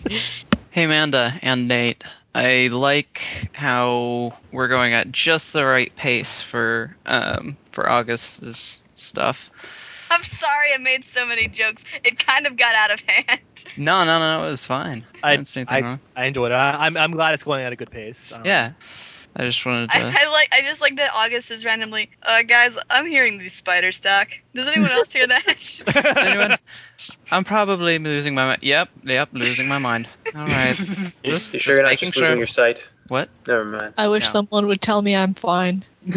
Speaker 4: Hey, Amanda and Nate. I like how we're going at just the right pace for um, for August's stuff.
Speaker 5: I'm sorry I made so many jokes. It kind of got out of hand.
Speaker 4: No, no, no, no, it was fine. I, didn't see anything
Speaker 2: I-
Speaker 4: wrong.
Speaker 2: I enjoyed it. I, I'm I'm glad it's going at a good pace. Um,
Speaker 4: Yeah, I just wanted to.
Speaker 5: I, I like. I just like that August is randomly. Uh, guys, I'm hearing the spider stock. Does anyone else hear that?
Speaker 4: Does anyone? I'm probably losing my. mi- Yep, yep, losing my mind. All right, just,
Speaker 9: You,
Speaker 4: just
Speaker 9: you sure you're not
Speaker 4: making
Speaker 9: just
Speaker 4: sure.
Speaker 9: losing your sight?
Speaker 4: What?
Speaker 9: Never mind.
Speaker 6: I wish
Speaker 4: Yeah.
Speaker 6: someone would tell me I'm fine.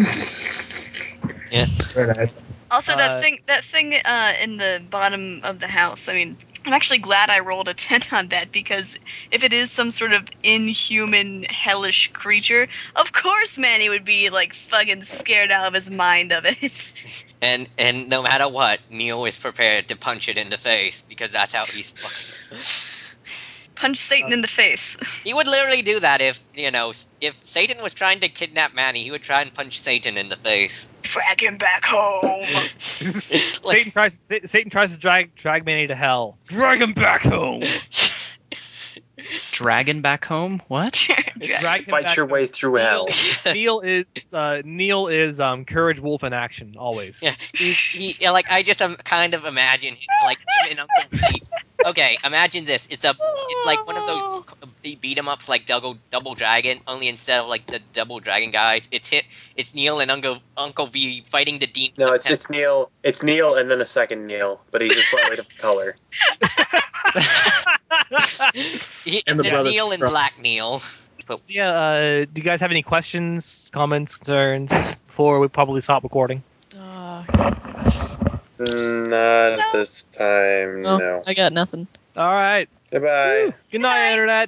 Speaker 3: Yeah.
Speaker 1: Very nice.
Speaker 5: also, that
Speaker 2: Uh,
Speaker 5: thing. That thing uh, in the bottom of the house. I mean, I'm actually glad I rolled a ten on that because if it is some sort of inhuman, hellish creature, of course Manny would be like fucking scared out of his mind of it.
Speaker 3: And and no matter what, Neil is prepared to punch it in the face because that's how he's fucking.
Speaker 5: Punch Satan in the face.
Speaker 3: He would literally do that if you know if Satan was trying to kidnap Manny, he would try and punch Satan in the face.
Speaker 5: Drag him back home.
Speaker 2: Satan tries Satan tries to drag drag Manny to hell. Drag him back home.
Speaker 4: Dragon back home? What?
Speaker 2: Drag him
Speaker 9: Fight
Speaker 2: back
Speaker 9: your
Speaker 2: home.
Speaker 9: way through hell.
Speaker 2: Neil is uh, Neil is um, courage wolf in action always.
Speaker 3: Yeah, he, he, like I just um, kind of imagine like him and Uncle Pete. Okay, imagine this. It's a it's like one of those c- beat 'em ups like double double dragon. Only instead of like the double dragon guys, it's hit. It's Neil and Uncle Uncle V fighting the demon.
Speaker 9: No, it's it's Neil. It's Neil, and then a second Neil, but he's a slightly different color.
Speaker 3: He-
Speaker 1: and the
Speaker 3: they're
Speaker 1: brothers
Speaker 3: Neil and
Speaker 1: from-
Speaker 3: Black Neil.
Speaker 2: So yeah, uh, do you guys have any questions, comments, concerns before we probably stop recording?
Speaker 6: Uh,
Speaker 9: Mm, Not at this time.
Speaker 6: well,
Speaker 9: No.
Speaker 6: I got nothing.
Speaker 2: All right.
Speaker 9: Goodbye.
Speaker 2: Good night, internet.